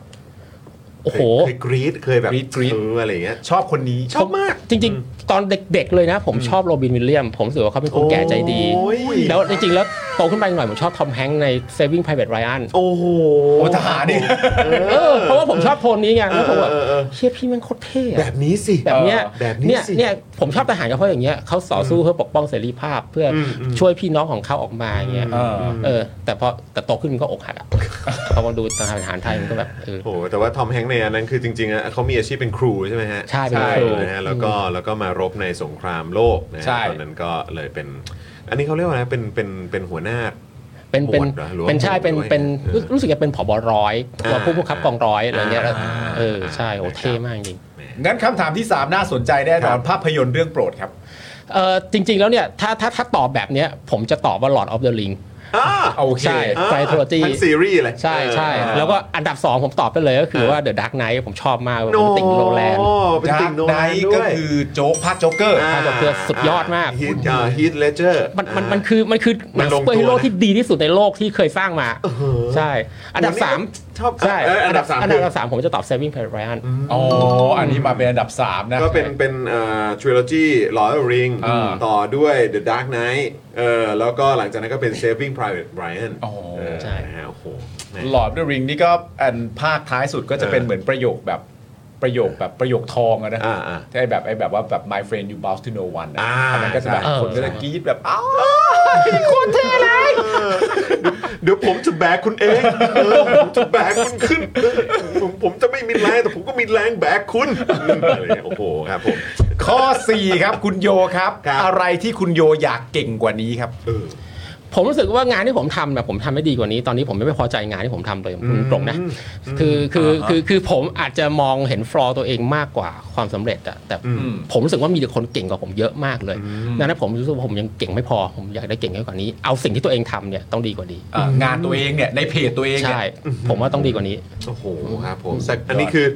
[SPEAKER 8] โอ้โห
[SPEAKER 4] เคยกรี๊ดเคยแบบ
[SPEAKER 5] กรี๊ดกรี๊ด
[SPEAKER 4] เอออะไรอย่างเงี้ย
[SPEAKER 5] ชอบคนนี้
[SPEAKER 4] ชอบมาก
[SPEAKER 8] จริงๆ ตอนเด็กๆเลยนะ ผมชอบโรบินวิลเลียม ผมรู้สึกว่าเขาเป็นคนแก่ใจดี
[SPEAKER 4] โอ้ย
[SPEAKER 8] แล้วจริงๆ แล้วโตขึ้นไปหน่อย ผมชอบทอมแฮงค์ใน Saving Private Ryan
[SPEAKER 4] โอ้โห
[SPEAKER 5] โอ้ทหารนี่
[SPEAKER 8] เออเพราะว่าผมชอบโทนนี้ไงแล้วผมแบบ
[SPEAKER 4] เออเออเออ
[SPEAKER 8] เชี่ยพี่แมันโคตรเท่
[SPEAKER 4] แบ
[SPEAKER 8] อะ
[SPEAKER 4] บนี้สิ
[SPEAKER 8] แบบเนี้ย
[SPEAKER 4] เออแบบนี้
[SPEAKER 8] เนี่ย
[SPEAKER 4] สิ
[SPEAKER 8] เนี่ยผมชอบทหารก็เพราะอย่างเงี้ยเขาต่อสู้เพื่อปกป้องเสรีภาพเพื่ออ
[SPEAKER 4] มอืม
[SPEAKER 8] ช่วยพี่น้องของเขาออกมาอย่างเงี้ย
[SPEAKER 5] เออ
[SPEAKER 8] เออ แต่พอแต่โตขึ้นมันก็อกหักอะ พอมาดูทหารไทยมันก็แบบเออ
[SPEAKER 4] โอ้โหแต่ว่าทอมแฮงค์ในอันนั้นคือจริงๆอะเขามีอาชีพเป็นครูใช่ไหมฮะ
[SPEAKER 8] ใช่เป็นครู
[SPEAKER 4] นะฮะแล้วก็แล้วก็มารบในสงครามโลกนะฮะ
[SPEAKER 5] ใช่
[SPEAKER 4] ตอนนั้นก็เลยเป็น อันนี้เขาเรียกว่าอะไรเป็นเป็นเป็นหัวหน้า
[SPEAKER 8] เป็นเป็น
[SPEAKER 4] หมวดเหรอหรือว่า
[SPEAKER 8] เป็นใช่เป็น
[SPEAKER 4] หมวดด้วย
[SPEAKER 8] เป็น
[SPEAKER 4] เออ
[SPEAKER 8] รู้รู้สึกจะเป็นผบร้อย
[SPEAKER 4] อ่า
[SPEAKER 8] ผู้บังคับกองร้อยอะไรเงี้ยแล้ว
[SPEAKER 4] อ่า
[SPEAKER 8] เออใช่โอ้
[SPEAKER 4] นะครับ
[SPEAKER 8] เท่มากจริง
[SPEAKER 5] งั้นคำถามที่สามน่าสนใจแน่นอนภาพยนตร์เรื่องโปรดครับ
[SPEAKER 8] เออจริง ๆ แล้วเนี่ยถ้าถ้าถ้าตอบแบบเนี้ยผมจะตอบว่า Lord of the Ring
[SPEAKER 4] อ่า
[SPEAKER 5] โอเค
[SPEAKER 8] ใช่
[SPEAKER 4] อ่า
[SPEAKER 8] Trilogy
[SPEAKER 4] ทั้งซีรีส์เลย
[SPEAKER 8] ใช่ใช่
[SPEAKER 4] เออ
[SPEAKER 8] แล้วก็อันดับ 2 ผมตอบไปเลยก็คือว่า The Dark Knight ผมชอบมากผมติ่งโรแลนด์
[SPEAKER 4] อ้เป็นติ่งโนแลนด์ด้
[SPEAKER 5] ก็
[SPEAKER 4] วย
[SPEAKER 5] คือโจ๊กภาคโจ๊กเกอร์
[SPEAKER 4] า
[SPEAKER 8] ภาคโจ๊กเกอร์สุดยอดมาก
[SPEAKER 4] ฮีทฮีทเลเจอร์
[SPEAKER 8] มันมันมันคือมันคือหนัง
[SPEAKER 4] มันล
[SPEAKER 8] ซู
[SPEAKER 4] ง
[SPEAKER 8] เปอร์ฮี
[SPEAKER 4] ตั
[SPEAKER 8] โร่
[SPEAKER 4] วนะ
[SPEAKER 8] ที่ดีที่สุดในโลกที่เคยสร้างมาใช่ อันดับ
[SPEAKER 4] ชอบ
[SPEAKER 8] 3 ใช่
[SPEAKER 4] เอออันดับสาม
[SPEAKER 8] อัน
[SPEAKER 4] คือ
[SPEAKER 8] ดับสามผมจะตอบ Saving Private Ryan
[SPEAKER 5] อ๋อ อันนี้มาเป็นอันดับ 3 นะ
[SPEAKER 4] ก็เป็นเป็นเอ่อทริลจีลอร์ริง
[SPEAKER 5] อ่า
[SPEAKER 4] ต่อด้วย The Dark Knight เออแล้วก็หลังจากนั้นก็เป็น Saving Private Ryan
[SPEAKER 5] อ๋อ
[SPEAKER 4] เ
[SPEAKER 8] ใช่
[SPEAKER 4] นะฮะโอ้โหแหม่
[SPEAKER 5] หลอดเดอะริงนี่ก็อันภาคท้ายสุดก็จะเป็นเหมือนประโยคแบบประโยคแบบประโยคทองอะนะ
[SPEAKER 4] อ่าอ่า
[SPEAKER 5] ที่ไอ้แบบไอ้แบบว่าแบบ my friend you bound to no one อะ
[SPEAKER 4] อ่า
[SPEAKER 5] อันนั้นก็จะแบบ
[SPEAKER 8] ใช่
[SPEAKER 5] คนก็จะกรี๊ดแบบอ้าว
[SPEAKER 4] เดี๋ยวผมจะแบกคุณเองเออผมจะแบกคุณขึ้นเออผมผมจะไม่มีแรงแต่ผมก็มีแรงแบกคุณอะไรอย่างเงี้ยโอ้โหครับผม
[SPEAKER 5] ข้อ 4 ครับคุณโยครับ
[SPEAKER 4] ครับ
[SPEAKER 5] อะไรที่คุณโยอยากเก่งกว่านี้ครับ
[SPEAKER 4] เออ
[SPEAKER 8] ผมรู้สึกว่างานที่ผมทำแบบผมทำไม่ดีกว่านี้ ตอนนี้ผมไม่พอใจงานที่ผมทำเลยผมตรงนะคือคือคือคือผมอาจจะมองเห็นฟลอตัวเองมากกว่าความสำเร็จอะแต่ผมรู้สึกว่ามีแต่คนเก่งกว่าผมเยอะมากเลยดังนั้นผมรู้สึกว่าผมยังเก่งไม่พอผมอยากได้เก่งกว่านี้ เอาสิ่งที่ตัวเองทำเนี่ยต้องดีกว่านี้
[SPEAKER 5] อ่างานตัวเองเนี่ยในเพจตัวเองเนี่ย
[SPEAKER 8] ใช่ ผมว่าต้องดีกว่านี้
[SPEAKER 4] โอ้โหครับผมแต่อันนี้คือ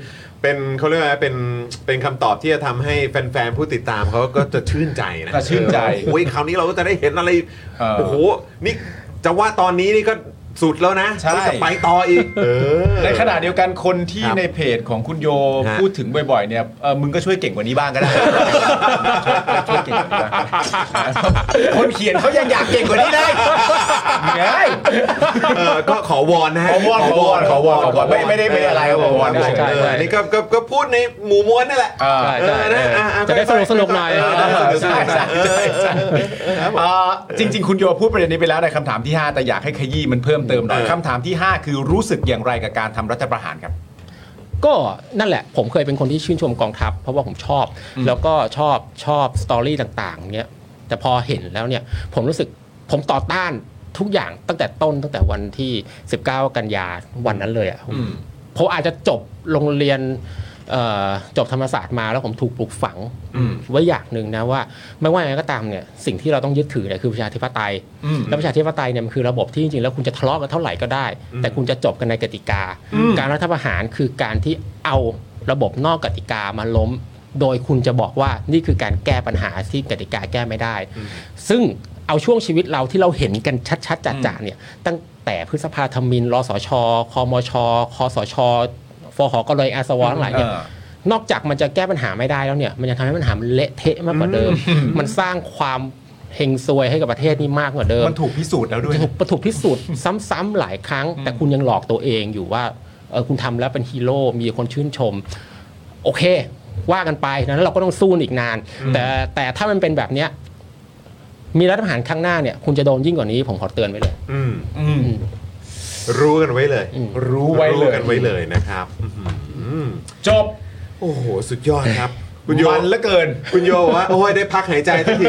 [SPEAKER 4] เป็นเขาเรียกว่าเป็นเป็นคำตอบที่จะทำให้แฟนๆผู้ติดตามเขาก็จะชื่นใจนะ
[SPEAKER 1] ก็ชื่นใจ
[SPEAKER 4] โอ้ยคราวนี้เราก็จะได้เห็นอะไร
[SPEAKER 1] เออ
[SPEAKER 4] โอ้โหนี่จะว่าตอนนี้นี่ก็สุดแล้วนะ
[SPEAKER 1] ใช่
[SPEAKER 4] นี่จะไปต่ออีกเออ
[SPEAKER 1] ในขณะเดียวกันคนที่
[SPEAKER 4] ครับ
[SPEAKER 1] ในเพจของคุณโย
[SPEAKER 4] ฮะ
[SPEAKER 1] พูดถึงบ่อยๆเนี่ยเอ่อมึงก็ช่วยเก่งกว่านี้บ้างก็ได้ ช่วยเก่งกว่านี้บ้างคนเขียนเขายังอยากเก่งกว่านี้ได้ไง
[SPEAKER 4] เออก็ขอวอนนะฮะ
[SPEAKER 1] ขอวอน
[SPEAKER 4] ขอวอน
[SPEAKER 1] ขอวอน
[SPEAKER 4] ขอวอน
[SPEAKER 1] ไม่ไม่ได้เป็นอะไรครับขอวอน
[SPEAKER 4] เ
[SPEAKER 8] ใช่
[SPEAKER 4] เอ
[SPEAKER 8] ใช่
[SPEAKER 4] อนี่ก็ก็ก็พูดในหมู่มวลนั่นแหละ
[SPEAKER 1] อ่า
[SPEAKER 8] ใช่
[SPEAKER 4] เออ
[SPEAKER 8] ใช่
[SPEAKER 4] นะอ่ะอ่ะ
[SPEAKER 8] จะได้สนุกสนุกหน่อย
[SPEAKER 4] เได้สนุกสนุกหน่อย
[SPEAKER 1] ใช่ใช่ใช่
[SPEAKER 4] เออเออครับผม
[SPEAKER 1] เอ่อจริง ๆ คุณโยพูดประเด็นนี้ไปแล้วในคำถามที่ 5 แต่อยากให้ขยี้มันเพิ่มเติมหน่อย
[SPEAKER 4] เออ
[SPEAKER 1] คำถามที่ 5 คือรู้สึกอย่างไรกับการทำรัฐประหารครับ
[SPEAKER 8] ก็นั่นแหละผมเคยเป็นคนที่ชื่นชมกองทัพ เพราะว่าผมชอบ แล้วก็ชอบชอบสตอรี่ต่างๆเนี้ยแต่พอเห็นแล้วเนี่ยผมรู้สึกผมต่อต้านทุกอย่างตั้งแต่ต้นตั้งแต่วันที่ 19 กันยาวันนั้นเลยอะ่ะผมผมอาจจะจบโรงเรียนเอ่อจบธรรมศาสตร์มาแล้วผมถูกปลูกฝังไว้อย่างหนึ่งนะว่า ไม่ว่ายังไงก็ตามเนี่ยสิ่งที่เราต้องยึดถือเนี่ยคือประชาธิปไตย แล้วประชาธิปไตยเนี่ยมันคือระบบที่จริงๆแล้วคุณจะทะเลาะกันเท่าไหร่ก็ได้ แต่คุณจะจบกันในกติกา การรัฐประหารคือการที่เอาระบบนอกกติกามาล้ม โดยคุณจะบอกว่านี่คือการแก้ปัญหาที่กติกาแก้ไม่ได้ ซึ่งเอาช่วงชีวิตเราที่เราเห็นกันชัดๆจัดๆเนี่ยตั้งแต่พฤษภาธมินรสชคมชคสชฟหกเลยอาสวทั้งหลายเนี่ย นอกจากมันจะแก้ปัญหาไม่ได้แล้วเนี่ย มันยังทำให้ปัญหามันเละเทะมากกว่าเดิม มันสร้างความเฮงซวยให้กับประเทศนี้มากกว่าเดิม
[SPEAKER 1] มันถูกพิสูจน์แล้วด้วย
[SPEAKER 8] ถูกประถูกพิสูจน์ซ้ำๆหลายครั้ง แต่คุณยังหลอกตัวเองอยู่ว่าเออคุณทำแล้วเป็นฮีโร่มีคนชื่นชม โอเค ว่ากันไปดังนั้นเราก็ต้องสู้อีกนาน แต่แต่ถ้ามันเป็นแบบเนี้ยมีรัฐประหารครั้งหน้าเนี่ย คุณจะโดนยิ่งกว่านี้ผมขอเตือนไว้เลย
[SPEAKER 4] อืมรู้กันไว้เลย
[SPEAKER 1] รู้ไว้เล
[SPEAKER 4] รู้
[SPEAKER 1] ย
[SPEAKER 4] กันไว้เลยนะครับอืม
[SPEAKER 1] จบ
[SPEAKER 4] โอ้โหสุดยอดครับ คุณโย
[SPEAKER 1] มันเหลือเกิน
[SPEAKER 4] คุณโยบอกว่าโอ้ยได้พักหายใจสักที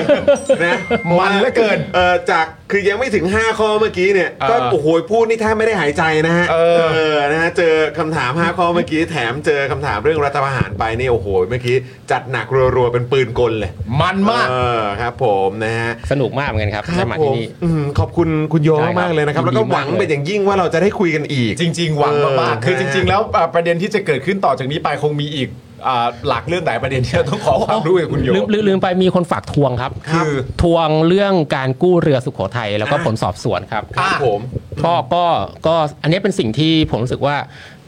[SPEAKER 4] นะ
[SPEAKER 1] มันเหลือเกิน
[SPEAKER 4] เออจากคือยังไม่ถึง 5 ข้อเมื่อกี้เนี่ยก็
[SPEAKER 1] เออ
[SPEAKER 4] โอ้โหพูดนี่แทบไม่ได้หายใจนะฮะ
[SPEAKER 1] เออ
[SPEAKER 4] อนะฮะเจอคำถาม 5 ข้อเมื่อกี้แถมเจอคำถามเรื่องรัฐประหารไปนี่โอ้โหเมื่อกี้จัดหนักรัวๆเป็นปืนกลเลย
[SPEAKER 1] มันมาก
[SPEAKER 4] เออครับผมนะฮะ
[SPEAKER 8] สนุกมากเหมือนกันครับได้มาที่นี่
[SPEAKER 4] ผมอืมขอบคุณคุณโย
[SPEAKER 8] ใช่ครับ
[SPEAKER 4] มากๆเลยนะครับ
[SPEAKER 8] ยินดี
[SPEAKER 4] แล้วก็หวัง
[SPEAKER 8] มากเลย
[SPEAKER 4] เป็นอย่างยิ่งว่าเราจะได้คุยกันอีก
[SPEAKER 1] จริง ๆ หวังมากๆ
[SPEAKER 4] เออ
[SPEAKER 1] คือจริง ๆ แล้วอ่ะประเด็นที่จะเกิดขึ้นต่อจากนี้ไปคงมีอีกอ่ะหลักเรื่องหลายประเด็นที่ เราต้องขอความรู้จากคุณโย
[SPEAKER 8] ลืมลืมลืมไปมีคนฝากทวงครับ
[SPEAKER 1] ครับคือ
[SPEAKER 8] ทวงเรื่องการกู้เรือสุโขทัยแล้วก็
[SPEAKER 4] อ่ะ
[SPEAKER 8] ผลสอบสวนครับ
[SPEAKER 4] ค
[SPEAKER 1] อ่ะ
[SPEAKER 4] รับผม
[SPEAKER 8] ก็ก็ก็อันนี้เป็นสิ่งที่ผมรู้สึกว่า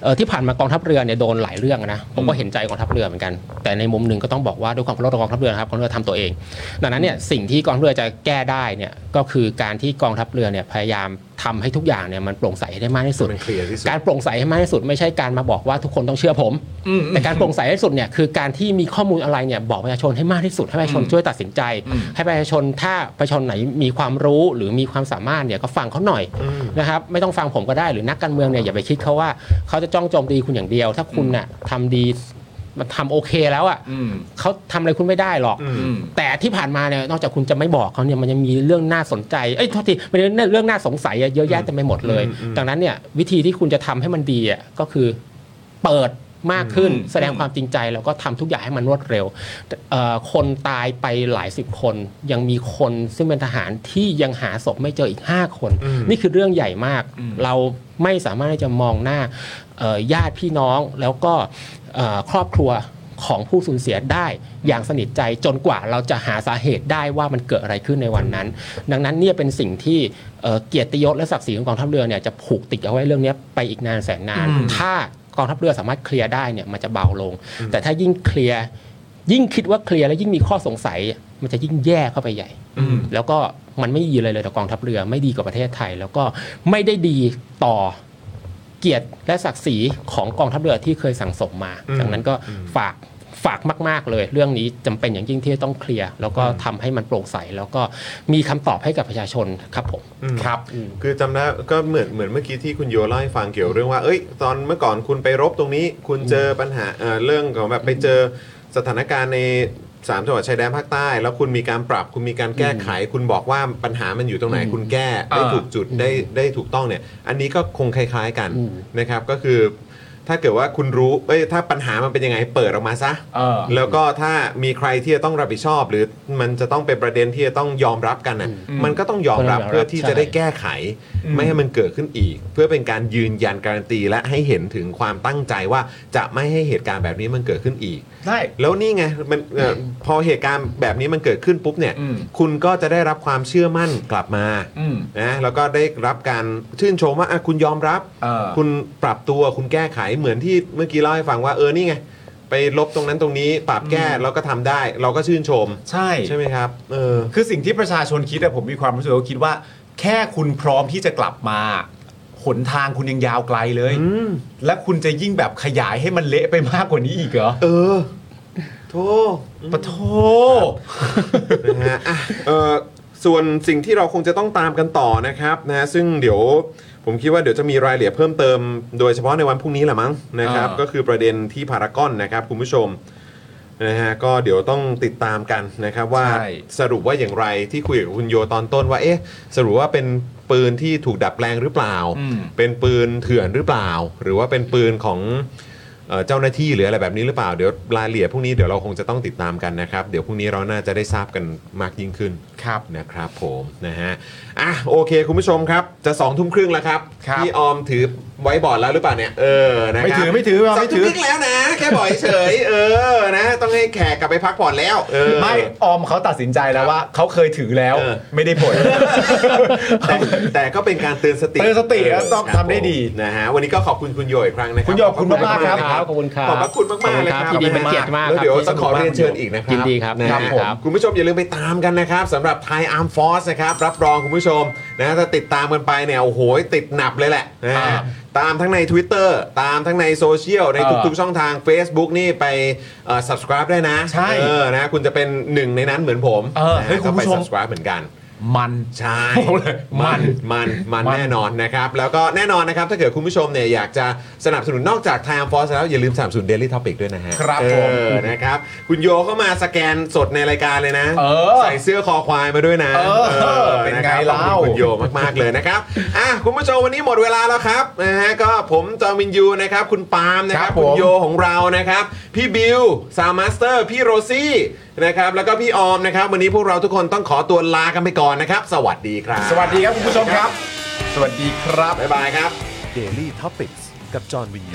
[SPEAKER 8] เอ่อที่ผ่านมากองทัพเรือเนี่ยโดนหลายเรื่องนะผมก็เห็นใจกองทัพเรือเหมือนกัน แต่ในมุมหนึ่งก็ต้องบอกว่าด้วยความเคารพต่อกองทัพเรือนะครับกองทัพเรือทำตัวเอง ดังนั้นเนี่ยสิ่งที่กองทัพเรือจะแก้ได้เนี่ยก็คือการที่กองทัพเรือเนี่ยพยายามทำให้ทุกอย่างเนี่ยมันโปร่งใสให้ได้มากที่สุด
[SPEAKER 4] มันเคลียร์ที่สุด
[SPEAKER 8] การโปร่งใสให้มากที่สุดไม่ใช่การมาบอกว่าทุกคนต้องเชื่อผม แต่การโปร่งใสที่สุดเนี่ยคือการที่มีข้อมูลอะไรเนี่ยบอกประชาชนให้มากที่สุดให้ประชาชนช่วยตัดสินใจ ให้ประชาชนถ้าประชาชนไหนมีความรู้หรือมีความสามารถเนี่ยก็ฟังเขาหน่อยนะครับไม่ต้องฟังผมก็ได้หรือนักการเมืองเนี่ยอย่าไปคิดเขาว่าเขาจะจ้องโจมตีคุณอย่างเดียว ถ้าคุณน่ะทำดีมันทำโอเคแล้วอ่ะ
[SPEAKER 1] อืม
[SPEAKER 8] เขาทำอะไรคุณไม่ได้หรอก
[SPEAKER 4] อืม
[SPEAKER 1] อืม
[SPEAKER 8] แต่ที่ผ่านมาเนี่ยนอกจากคุณจะไม่บอกเขาเนี่ยมันยังมีเรื่องน่าสนใจเอ้ยโทษทีมันยังเรื่องน่าสงสัยอะเยอะแยะเต็มไปหมดเลย ดังนั้นเนี่ยวิธีที่คุณจะทำให้มันดีอ่ะก็คือเปิดมากขึ้น แสดงความจริงใจแล้วก็ทำทุกอย่างให้มันรวดเร็วเอ่อคนตายไปหลายสิบคน ยังมีคนซึ่งเป็นทหารที่ยังหาศพไม่เจออีก 5 คน
[SPEAKER 4] อืม
[SPEAKER 8] นี่คือเรื่องใหญ่มาก เราไม่สามารถที่จะมองหน้าเอ่อญาติพี่น้องแล้วก็เอ่อครอบครัวของผู้สูญเสียได้อย่างสนิทใจจนกว่าเราจะหาสาเหตุได้ว่ามันเกิดอะไรขึ้นในวันนั้น ดังนั้นเนี่ยเป็นสิ่งที่เอ่อเกียรติยศและศักดิ์ศรีของกองทัพเรือเนี่ยจะผูกติดเอาไว้เรื่องเนี้ยไปอีกนานแสนนาน ถ้ากองทัพเรือสามารถเคลียร์ได้เนี่ยมันจะเบาลง แต่ถ้ายิ่งเคลียร์ยิ่งคิดว่าเคลียร์แล้วยิ่งมีข้อสงสัย มันจะยิ่งแย่เข้าไปใหญ่ แล้วก็มันไม่ดีเลยเลยต่อกองทัพเรือไม่ดีกับประเทศไทย แล้วก็ไม่ได้ดีต่อเกียรติและศักดิ์ศรีของกองทัพเรือที่เคยสั่งสมมา
[SPEAKER 4] อืม
[SPEAKER 8] ดังนั้นก็ฝากฝากมาก ๆ เลย เรื่องนี้จำเป็นอย่างยิ่งที่จะต้องเคลียร์แล้วก็ทำให้มันโปร่งใส แล้วก็มีคำตอบให้กับประชาชนครับผม
[SPEAKER 4] อืม
[SPEAKER 1] ครับ
[SPEAKER 4] คือจำได้ก็เหมือนเหมือนเมื่อกี้ที่คุณโยเล่าให้ฟังเกี่ยวเรื่องว่า เอ้ย ตอนเมื่อก่อนคุณไปรบตรงนี้ คุณเจอปัญหาเอ่อเรื่องของแบบไปเจอสถานการณ์ในสามจังหวัดชายแดนภาคใต้ แล้วคุณมีการปรับคุณมีการแก้ไข คุณบอกว่าปัญหามันอยู่ตรงไหน คุณแก้ได้
[SPEAKER 1] อ่า
[SPEAKER 4] ถูกจุดได้ได้ถูกต้องเนี่ย อันนี้ก็คงคล้าย ๆกันนะครับก็คือ
[SPEAKER 1] ถ้าเกิดว่าคุณรู้เอ้ยถ้าปัญหามันเป็นยังไงเปิดออกมาซะ
[SPEAKER 5] เออ
[SPEAKER 1] แล้วก็ถ้ามีใครที่จะต้องรับผิดชอบ หรือมันจะต้องเป็นประเด็นที่จะต้องยอมรับกันน่ะมันก็ต้องยอมรับ
[SPEAKER 8] ต้องยอมรับ
[SPEAKER 1] เพื่อที่
[SPEAKER 8] ใช่
[SPEAKER 1] จะได้แก้ไข ไม่ให้มันเกิดขึ้นอีก เพื่อเป็นการยืนยันการันตีและให้เห็นถึงความตั้งใจว่าจะไม่ให้เหตุการณ์แบบนี้มันเกิดขึ้นอีก
[SPEAKER 5] ได้
[SPEAKER 1] แล้วนี่ไงมันเอ่อพอเหตุการณ์แบบนี้มันเกิดขึ้นปุ๊บเนี่ย
[SPEAKER 5] อืม
[SPEAKER 1] คุณก็จะได้รับความเชื่อมั่นกลับมา
[SPEAKER 5] อืม
[SPEAKER 1] นะแล้วก็ได้รับการชื่นชมว่าอ่ะคุณยอมรับ
[SPEAKER 5] เออ
[SPEAKER 1] คุณปรับตัวคุณแก้ไขเหมือนที่เมื่อกี้เล่าให้ฟังว่าเออนี่ไง ไปลบตรงนั้นตรงนี้ปรับแก้แล้วก็ทำได้ เราก็ชื่นชม
[SPEAKER 5] ใช่
[SPEAKER 1] ใช่ไหมครับเออ
[SPEAKER 5] คือสิ่งที่ประชาชนคิดอะผมมีความรู้สึกว่าคิดว่า แค่คุณพร้อมที่จะกลับมาหนทางคุณยังยาวไกลเลย
[SPEAKER 1] ม
[SPEAKER 5] และคุณจะยิ่งแบบขยายให้มันเละไปมากกว่านี้อีกเหรอ
[SPEAKER 1] เออโท
[SPEAKER 5] ปะโท
[SPEAKER 1] นะฮะอ่ะเอ่อส่วนสิ่งที่เราคงจะต้องตามกันต่อนะครับนะฮะซึ่งเดี๋ยวผมคิดว่าเดี๋ยวจะมีรายละเอียดเพิ่มเติม โดยเฉพาะในวันพรุ่งนี้แหละมั้งนะครับ
[SPEAKER 5] อ่า
[SPEAKER 1] ก็คือประเด็นที่พารากอนนะครับคุณผู้ชมนะฮะก็เดี๋ยวต้องติดตามกันนะครับว่า
[SPEAKER 5] ใช่
[SPEAKER 1] สรุปว่าอย่างไรที่คุยกับคุณโยตอนต้นว่าเอ๊ะสรุปว่าเป็นปืนที่ถูกดัดแปลงหรือเปล่า
[SPEAKER 5] อืม
[SPEAKER 1] เป็นปืนเถื่อนหรือเปล่า หรือว่าเป็นปืนของเอ่อเจ้าหน้าที่หรืออะไรแบบนี้หรือเปล่าเดี๋ยวรายละเอียดพวกนี้เดี๋ยวเราคงจะต้องติดตามกันนะครับ เดี๋ยวพรุ่งนี้เราน่าจะได้ทราบกันมากยิ่งขึ้น
[SPEAKER 5] ครับ
[SPEAKER 1] นะครับ ผมนะฮะอ่ะโอเค คุณผู้ชมครับจะ2องทุ่มครึ่งแล้วครับ
[SPEAKER 5] ครับ
[SPEAKER 1] พี่ออมถือไว้บอร์ดแล้วหรือเปล่าเนี่ยเออนะครับ
[SPEAKER 5] ไม่ถือไม่ถือ
[SPEAKER 1] ส
[SPEAKER 5] ไม่
[SPEAKER 1] อง
[SPEAKER 5] ถื
[SPEAKER 1] ทุ่ม
[SPEAKER 5] อ
[SPEAKER 1] ครึ่งแล้วนะแค่บอกเฉยๆเออนะต้องให้แขกกลับไปพักผ่อนแล้วเออ
[SPEAKER 5] ไม่ออมเขาตัดสินใจแล้วว่าเขาเคยถือแล้ว
[SPEAKER 1] เออ
[SPEAKER 5] ไม่ได้ผล
[SPEAKER 1] แต่แต่ก็เป็นการเตือนสติ
[SPEAKER 5] เตือนสติ
[SPEAKER 1] เ
[SPEAKER 5] แล้วต้อง
[SPEAKER 1] ครับ
[SPEAKER 5] ทำได้ดี
[SPEAKER 1] ผมนะฮะวันนี้ก็ขอบคุณคุณโยอีกครั้งนะครับ
[SPEAKER 5] คุณโยขอบคุณมากๆครับ
[SPEAKER 1] นะ
[SPEAKER 8] ขอบคุณครับ
[SPEAKER 1] ขอบพระคุณมากมากๆเลยครับ
[SPEAKER 8] ยินดีเป็นเกียรติมาก
[SPEAKER 1] แล้วเดี๋ยว
[SPEAKER 8] ครับ
[SPEAKER 1] จะขอเรียนเชิญอีกนะครับ
[SPEAKER 8] ยินดีครับ
[SPEAKER 1] นะ
[SPEAKER 8] ค
[SPEAKER 1] ค
[SPEAKER 8] รั
[SPEAKER 1] รั
[SPEAKER 8] บบ ผ
[SPEAKER 1] ผม มคุณผู้ชมอย่าลืมไปตามกันนะครับสำหรับ Thai Arm Force นะครับรับรองคุณผู้ชมนะถ้าติดตามกันไปเนี่ยโอ้โหติดหนับเลยแหละนะฮะตามทั้งใน Twitter ตามทั้งในโซเชียลใน
[SPEAKER 5] เออ
[SPEAKER 1] ทุกๆช่องทาง Facebook นี่ไปเอ่อ subscribe ได้นะ
[SPEAKER 5] ใช่
[SPEAKER 1] เออนะคุณจะเป็นหนึ่งในนั้นเหมือนผม
[SPEAKER 5] เออเฮ้ย
[SPEAKER 1] นะ
[SPEAKER 5] คุณผู้ชม
[SPEAKER 1] ก็ไป subscribe เหมือนกัน
[SPEAKER 5] มัน
[SPEAKER 1] ใช่
[SPEAKER 5] บอกเลยมั
[SPEAKER 1] มัน
[SPEAKER 5] น
[SPEAKER 1] มันมัน
[SPEAKER 5] มัน
[SPEAKER 1] แน่นอนนะครับ แล้วก็แน่นอนนะครับ ถ้าเกิดคุณผู้ชมเนี่ยอยากจะสนับสนุนนอกจาก Time Force แล้ว อย่าลืมสนับสนุน Daily Topic ด้วยนะฮะ
[SPEAKER 5] ครับ
[SPEAKER 1] เอ
[SPEAKER 5] ผม
[SPEAKER 1] อนะครับ คุณโยเข้ามาสแกนสดในรายการเลยนะ
[SPEAKER 5] เออ
[SPEAKER 1] ใส่เสื้อคอควายมาด้วยนะ
[SPEAKER 5] เออเป็น
[SPEAKER 1] นะครับ
[SPEAKER 5] ไงเล่า
[SPEAKER 1] ขอบคุณคุณโยมาก ๆ เลยนะครับอ่ะคุณผู้ชมวันนี้หมดเวลาแล้วครับนะฮะก็ผมจอมินยูนะครับ คุณปาล์มนะครับ
[SPEAKER 5] ครับผม
[SPEAKER 1] ณโย ของเรานะครับ พี่บิวสาวมาสเตอร์ พี่โรซี่นะครับแล้วก็พี่ออมนะครับ วันนี้พวกเราทุกคนต้องขอตัวลากันไปก่อนนะครับ สวัสดีครับ
[SPEAKER 5] สวัสดีครับคุณผู้ชมครับ สวัสดีครับ
[SPEAKER 1] บ๊ายบายครับ
[SPEAKER 9] Daily t o p i c กกับจอห์นวินยู